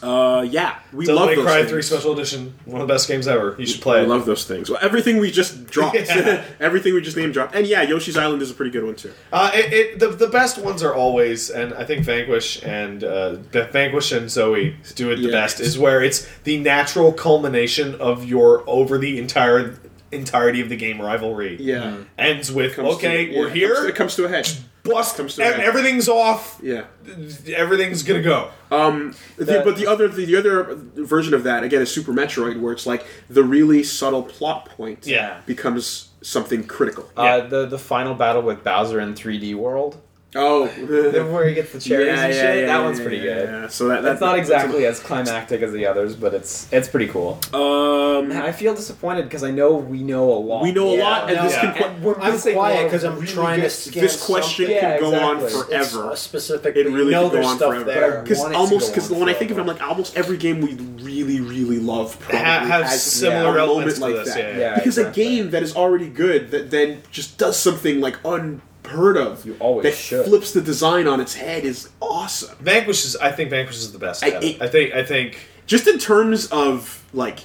Uh, yeah, we
Devil
love
May
those
Cry
things.
Three Special Edition, one of the best games ever. You should play
I
it.
love those things. Well, everything we just dropped,
Yeah.
everything we just name dropped, and yeah, Yoshi's Island is a pretty good one too.
Uh, it, it the, the best ones are always, and I think Vanquish and uh, Va- Vanquish and Zoe do it the
Yeah.
best. Is where it's the natural culmination of your over the entire entirety of the game rivalry.
Yeah.
ends with
Comes
okay,
to- yeah,
we're
it
here.
comes to- It comes to a head.
bust
comes to
ev-
that.
everything's off.
Yeah.
Everything's gonna go.
Um, the-
That-
but the other the, the other version of that again is Super Metroid, where it's like the really subtle plot point
Yeah.
becomes something critical.
Uh, the, the final battle with Bowser in 3D World,
oh.
where he gets the cherries and shit, that one's pretty
yeah,
good.
yeah. So that,
That's
that-
not exactly
a-
as climactic as the others, but it's it's pretty cool. Man,
Mm-hmm.
um,
I feel disappointed because I know we know a lot.
we know a
Yeah,
lot, and
no.
this
Yeah.
can qu-
And we're
I'm
missing a lot
quiet
of
because I'm
really
trying to
good-
scan
this question
something.
Yeah,
can go
exactly.
on
It's
It's
forever.
a specific.
It really
know
could
there's
go on
stuff
forever.
there.
Because
want it to
almost
go
because
on
when I think of it,
forever.
I'm like almost every game we really, really love probably
Ha- have
has
similar
a
relevance
moment
to
like
this,
that.
yeah, yeah.
Yeah,
because
exactly.
a game that is already good that then just does something like unheard of.
You always
that
should.
flips the design on its head is awesome.
Vanquish is. I think Vanquish is the best.
I-
at it.
it-
I think. I think.
Just in terms of like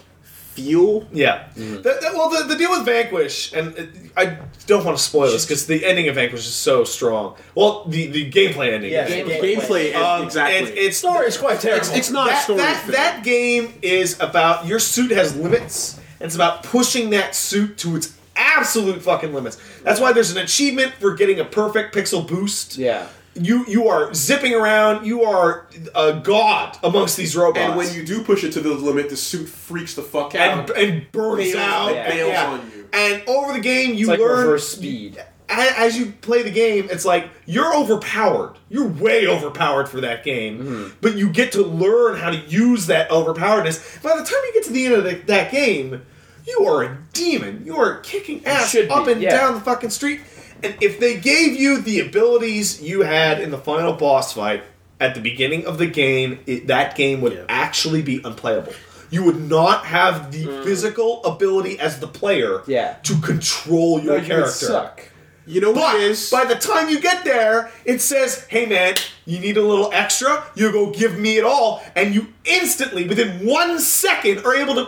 feel,
Yeah. The- the- well, the, the deal with Vanquish, and uh, I don't want to spoil this because the ending of Vanquish is so strong. Well, the, the gameplay ending.
Yeah,
is-
the
gameplay, and-
um,
exactly.
and it's
Story is quite terrible.
it's not a
that,
story.
that,
thing.
that game is about your suit has limits, and it's about pushing that suit to its absolute fucking limits. That's why there's an achievement for getting a perfect pixel boost.
Yeah.
You you are zipping around. You are a god amongst these robots.
and when you do push it to the limit, the suit freaks the fuck out.
and, and burns
Bails-
out,
yeah.
bails
yeah.
on you.
And over the game, you
It's like
learn
reverse speed.
a- as you play the game, it's like you're overpowered. You're way overpowered for that game,
Mm-hmm.
but you get to learn how to use that overpoweredness. By the time you get to the end of the, that game, you are a demon. You are kicking ass
should be,
up and
yeah.
down the fucking street. And if they gave you the abilities you had in the final boss fight at the beginning of the game, it, that game would actually be unplayable. You would not have the physical ability as the player
Mm. Yeah.
to control your
You
character.
would suck.
you know what
But
it is?
by the time you get there, it says, "Hey man, you need a little extra. You go give me it all," and you instantly, within one second, are able to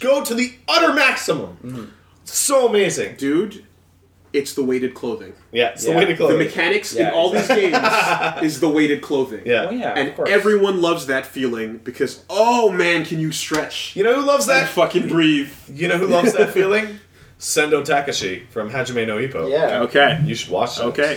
go to the utter maximum. so amazing.
Dude, it's the weighted clothing.
Yeah, it's
Yeah.
the way to close.
The
it.
mechanics
Yeah,
in all these games is the weighted clothing.
yeah.
Oh,
Well, yeah,
And
of course.
everyone loves that feeling because oh man, can you stretch?
You know who loves
And
that?
fucking breathe.
You know who loves that feeling? Sendo Takashi from Hajime no Ippo.
Yeah.
Okay.
You should watch it.
Okay.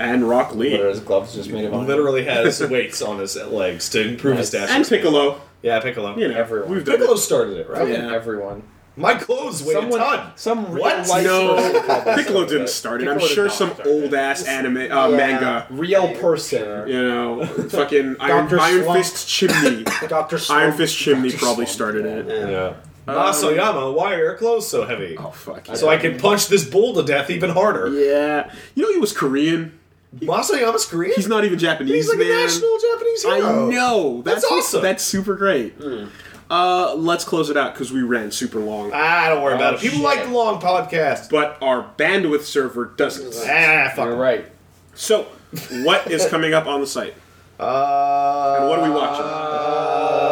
and Rock
Whether
Lee.
his gloves just made him on.
Literally has weights on his legs to improve his stature.
And Piccolo.
Yeah, Piccolo.
You know,
Everyone.
we've done
Piccolo
it.
started it, right?
Fucking
Yeah.
everyone.
My clothes weigh
Someone,
a ton.
some real
What?
life person called
No,
that
Piccolo
something.
didn't start it. I'm
Piccolo did
sure
not
some
start it.
old ass anime uh,
Yeah.
manga.
real person.
You know, fucking Iron,
Dr.
Iron
Slump.
Fist Chimney.
Doctor
Iron Fist Chimney probably started it.
Yeah.
Masayama, why are your clothes so heavy?
Oh fuck.
so I can punch this bull to death even harder.
Yeah. You know he was Korean.
Masayama's Korean?
He's not even Japanese,
He's like
man.
a national Japanese
I
hero.
know.
That's awesome.
That's super great. Uh, let's close it out because we ran super long,
Ah, don't worry about it. People
shit.
like the long podcast.
but our bandwidth server doesn't.
Ah, fuck.
You're right.
So, what is coming up on the site?
Uh,
And what are we watching?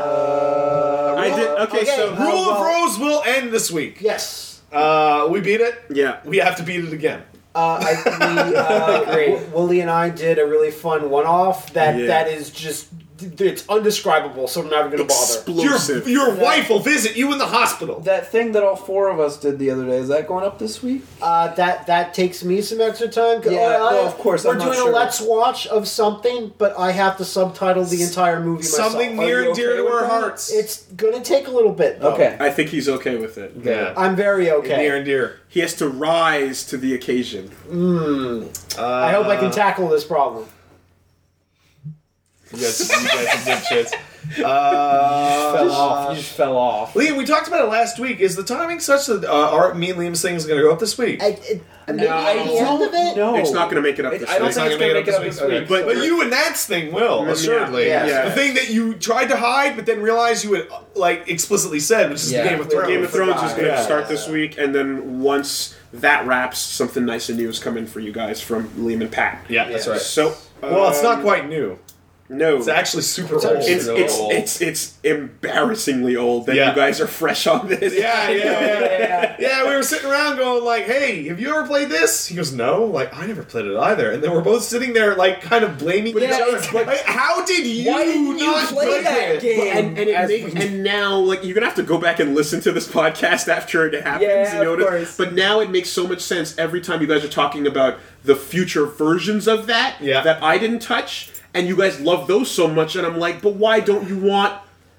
I did. Okay,
okay,
so
uh,
Rule of
well-
Rose will end this week.
Yes.
Uh, we beat it.
yeah,
We have to beat it again.
Uh, I, we, uh, W- Willie and I did a really fun one-off that
Yeah.
that is just it's undescribable. So I'm not even gonna bother.
Your,
explosive.
your wife will visit you in the hospital.
That thing that all four of us did the other day, is that going up this week?
Uh, that that takes me some extra time. 'cause
Yeah,
I- I-
well, of course,
We're
I'm not
doing a
sure.
let's watch of something, but I have to subtitle the entire movie myself.
Something
Are
near
you
and dear
okay
to
with
our
that?
hearts.
It's gonna take a little bit. Though.
Okay.
I think he's okay with it.
yeah.
I'm very okay.
Near and dear.
He has to rise to the occasion.
I
Uh,
hope I
Uh,
can tackle this problem.
You guys, you guys are Uh, dipshits.
fell off. You just fell off.
Liam, we talked about it last week. Is the timing such that uh, our, me and Liam's thing is going to go up this week?
I, it, maybe at the end of it.
No.
It's not going to make it up
Oh. It-
this
I don't
week.
It's not
think
gonna
it's going
make
to make it up this week.
But-
But you and that's thing will
Yeah.
assuredly.
Yeah.
Yeah.
The thing that you tried to hide, but then realized you had uh, like explicitly said, which is
Yeah.
the Game of Thrones.
Game of Thrones is going to
Yeah.
start this week, and then once that wraps, something nice and new is coming for you guys from Liam and Pat.
Yeah, that's right.
So,
Well, it's not
um,
quite new.
No,
It's actually super old.
actually
it's it's,
old.
it's it's embarrassingly old that
Yeah.
you guys are fresh on this.
yeah, yeah, yeah, yeah. Yeah, we were sitting around going like, "Hey, have you ever played this?" He goes, "No." Like, I never played it either. And then we're both sitting there, like, kind of blaming each
yeah,
other.
it's
Like, how did you
Why didn't you
not
play that
it?
game?
And, and, it
As-
make, and now, like, you're gonna have to go back and listen to this podcast after it happens.
Yeah,
you know
of
what I-
course.
But now it makes so much sense every time you guys are talking about the future versions of that
Yeah.
that I didn't touch, and you guys love those so much, and I'm like, but why don't you want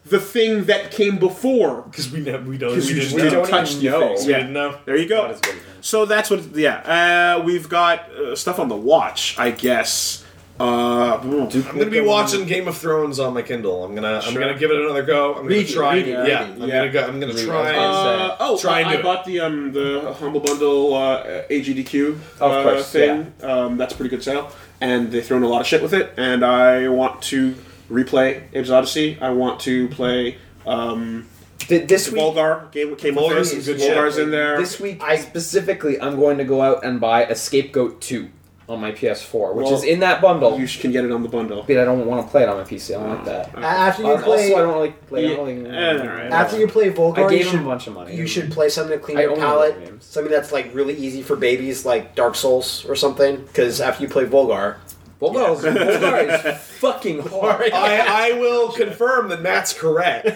the thing that came before?
Because we never, we don't, we
Because you
didn't
just
know.
didn't
don't
touch
even
the
know.
things.
We
Yeah.
didn't know.
There you go. So that's what. Yeah, uh, we've got uh, stuff on the watch, I guess. Uh,
I'm gonna be watching Game of Thrones on my Kindle. I'm gonna, I'm gonna give it another go. I'm gonna
Read it,
try.
read it,
yeah,
read it,
I'm
yeah.
gonna go. I'm gonna
Read it.
try.
Uh,
Uh, oh,
Try and
I,
do
I
it.
bought the um, the humble bundle uh, AGDQ uh,
Of course,
thing. Um, that's a pretty good sale, and they throw in a lot of shit with it. And I want to replay Abe's Odyssey. I want to play um,
Th- this week,
Volgar. Game came with
Volgar's
it.
some good
Volgar's
shit.
in there.
this week specifically, I'm going to go out and buy Escape Goat 2 on my PS4, which
Well,
is in that bundle.
you sh- can get it on the bundle.
but I don't want to play it on my PC. I don't like that.
A- After
Uh,
you
Um,
play,
also, I don't like. like, I don't
Yeah,
like-
eh, alright.
after you play
I
Volgar, you
gave him a
should,
bunch of money.
you should play something to clean
I
your
own those
palate.
games.
Something that's like really easy for babies, like Dark Souls or something. Because after you play Volgar,
Bulgar is, Bulgar is fucking hard.
Uh, I, I will confirm that Matt's correct.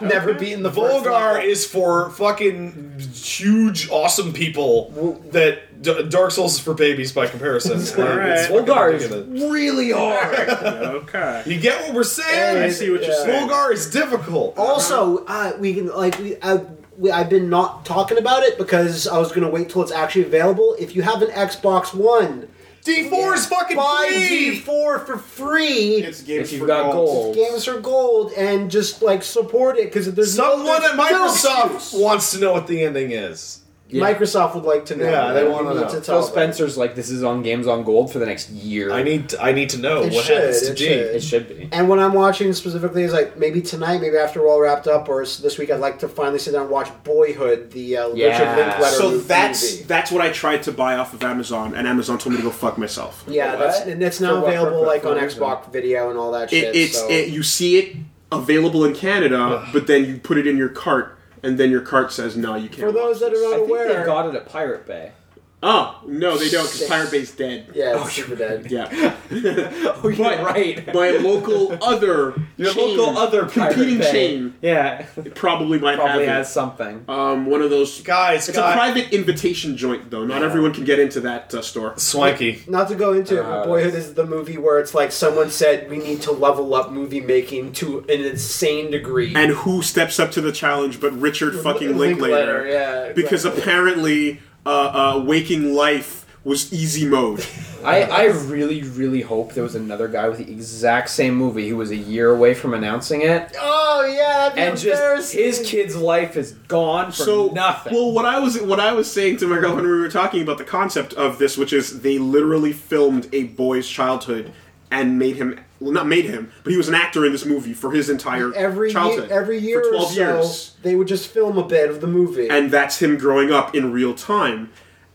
never beaten the first
Volgar
level.
is for fucking huge, awesome people. That D- Dark Souls is for babies by comparison. It's
Alright.
fucking
Bulgar is
ridiculous.
really hard.
okay.
You get what we're
I
saying?
see what you're
Yeah.
saying.
Volgar is difficult.
Also, uh, we can like we, I, we, I've been not talking about it because I was gonna wait till it's actually available. If you have an Xbox One,
D4 is fucking
buy
free.
D4 for free.
It's games
If you've
for
got gold,
Games for gold and just like support it because there's no-
Someone at
there's no
Microsoft
excuse.
wants to know what the ending is.
Yeah.
Microsoft would like to know.
Yeah, they
We
wanna
need
know.
to tell
Phil
them.
Spencer's like this is on Games on Gold for the next year.
I need I need to know
It
what
should,
happens to
it
D.
should.
It should be.
And when I'm watching specifically is like maybe tonight, maybe after we're all wrapped up, or s- this week, I'd like to finally sit down and watch Boyhood, the uh,
Yeah.
Richard Linklater
So
movie.
that's that's what I tried to buy off of Amazon, and Amazon told me to go fuck myself.
yeah, that's
What?
and it's
For
now
what
available
purpose?
like on
For reason.
Xbox Video and all that
It,
shit.
it's
so.
it, you see it available in Canada, but then you put it in your cart and then your cart says no, you can't.
For
walk."
those that are
I think they
unaware,
got it at Pirate Bay.
oh no, they don't because
Six.
Pirate Bay's dead.
yeah, it's super dead.
Yeah,
Oh, you're
But-
right.
my local other
Your
chain,
local other Pirate
competing
Bay.
chain
Yeah,
it probably might
probably
have it.
has something.
Um, one of those.
Guys,
It's a
guys.
private invitation joint, though. Not everyone can get into that uh, store.
Swanky.
Not to go into it,
Uh,
but Boyhood is the movie where it's like someone said we need to level up movie making to an insane degree.
And who steps up to the challenge but Richard fucking
Linklater,
Linklater?
yeah,
Because
exactly.
apparently, uh, uh, waking life was easy mode.
I, I really, really hope there was another guy with the exact same movie who was a year away from announcing it,
oh yeah, that'd be
and just
embarrassing.
his kid's life is gone for
so
nothing.
Well, what I was what I was saying to my girlfriend when we were talking about the concept of this, which is they literally filmed a boy's childhood and made him well, not made him, but he was an actor in this movie for his entire
every year,
childhood,
every year
for
or
twelve
so,
years.
they would just film a bit of the movie.
and that's him growing up in real time.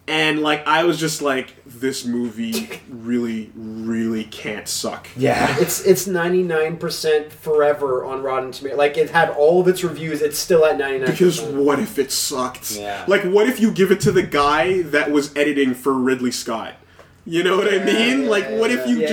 And like I was just like, this movie really, really can't suck.
yeah,
it's it's ninety nine percent forever on Rotten Tomatoes. Like it had all of its reviews. It's still at ninety nine.
Because what if it sucked?
Yeah.
Like what if you give it to the guy that was editing for Ridley Scott? You know what I mean?
yeah,
like what if you
yeah.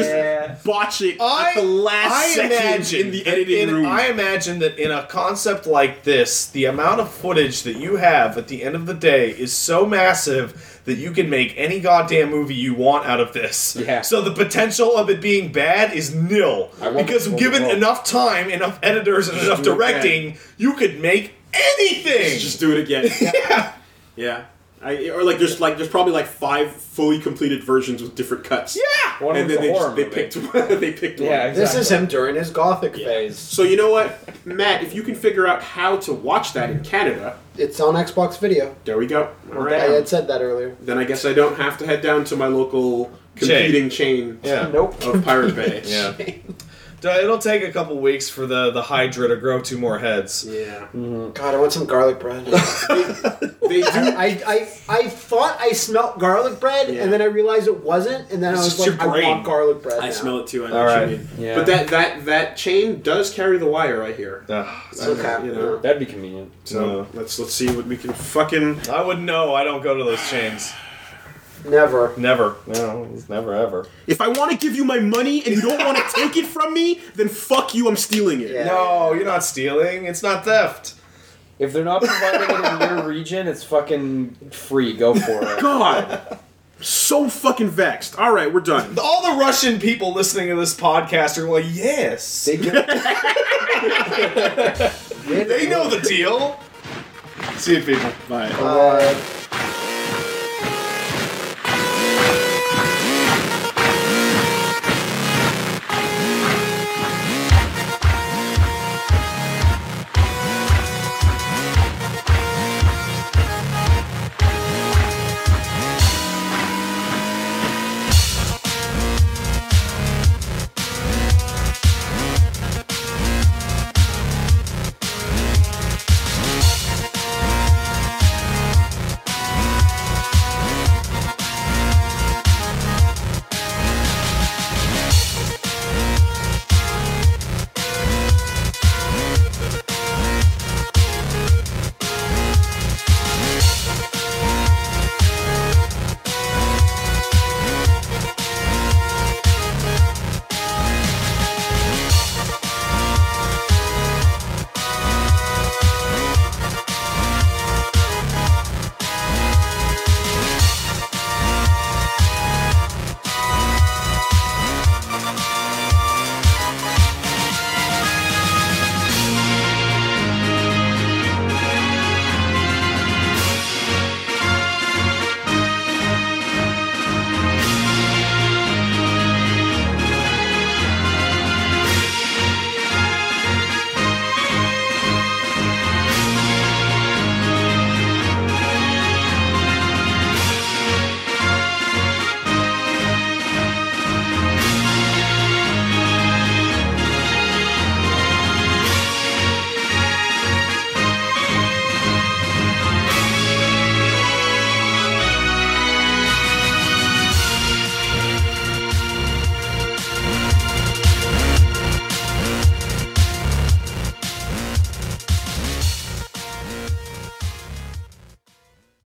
just botch it
I,
at the last
I
second
imagine
in the
that
editing
in-
room?
I imagine that in a concept like this, the amount of footage that you have at the end of the day is so massive that you can make any goddamn movie you want out of this.
Yeah.
So the potential of it being bad is nil.
I won't-
Because
won't-
given
won't.
enough time, enough editors, and enough
do it again.
directing, you could make anything.
just do it again.
yeah.
yeah. I, or like there's like there's probably like five fully completed versions with different cuts.
Yeah.
One of
And
them's
then
a
they
horror
just, they
movie.
picked one. they picked one.
Yeah,
This is
exactly.
him during his gothic phase.
So you know what, Matt? If you can figure out how to watch that in Canada,
It's on Xbox Video.
there we go. All right.
I had said that earlier.
Then I guess I don't have to head down to my local competing chain
Yeah.
nope.
of Pirate Bay.
Yeah. Duh, It'll take a couple weeks for the, the Hydra to grow two more heads.
Yeah.
God, I want some garlic bread.
They do.
I, I I thought I smelt garlic bread,
Yeah.
and then I realized it wasn't, and then
It's
I
just
was like,
your
I
brain.
want garlic bread.
I
now.
smell it too. I know
All
what
right.
you mean.
Yeah.
But that that that chain does carry the wire. I hear.
Ugh,
It's okay.
You know.
That'd be convenient.
So
No.
let's let's see what we can fucking.
I wouldn't know. I don't go to those chains.
Never.
Never. No, it's never ever.
If I want to give you my money and you don't want to take it from me, then fuck you. I'm stealing it.
Yeah.
No, you're not stealing. It's not theft.
If they're not providing it in your region, it's fucking free. Go for it.
God. So fucking vexed. All right, we're done.
All the Russian people listening to this podcast are like, yes.
They do
They know the deal. See you, people.
Bye.
Uh,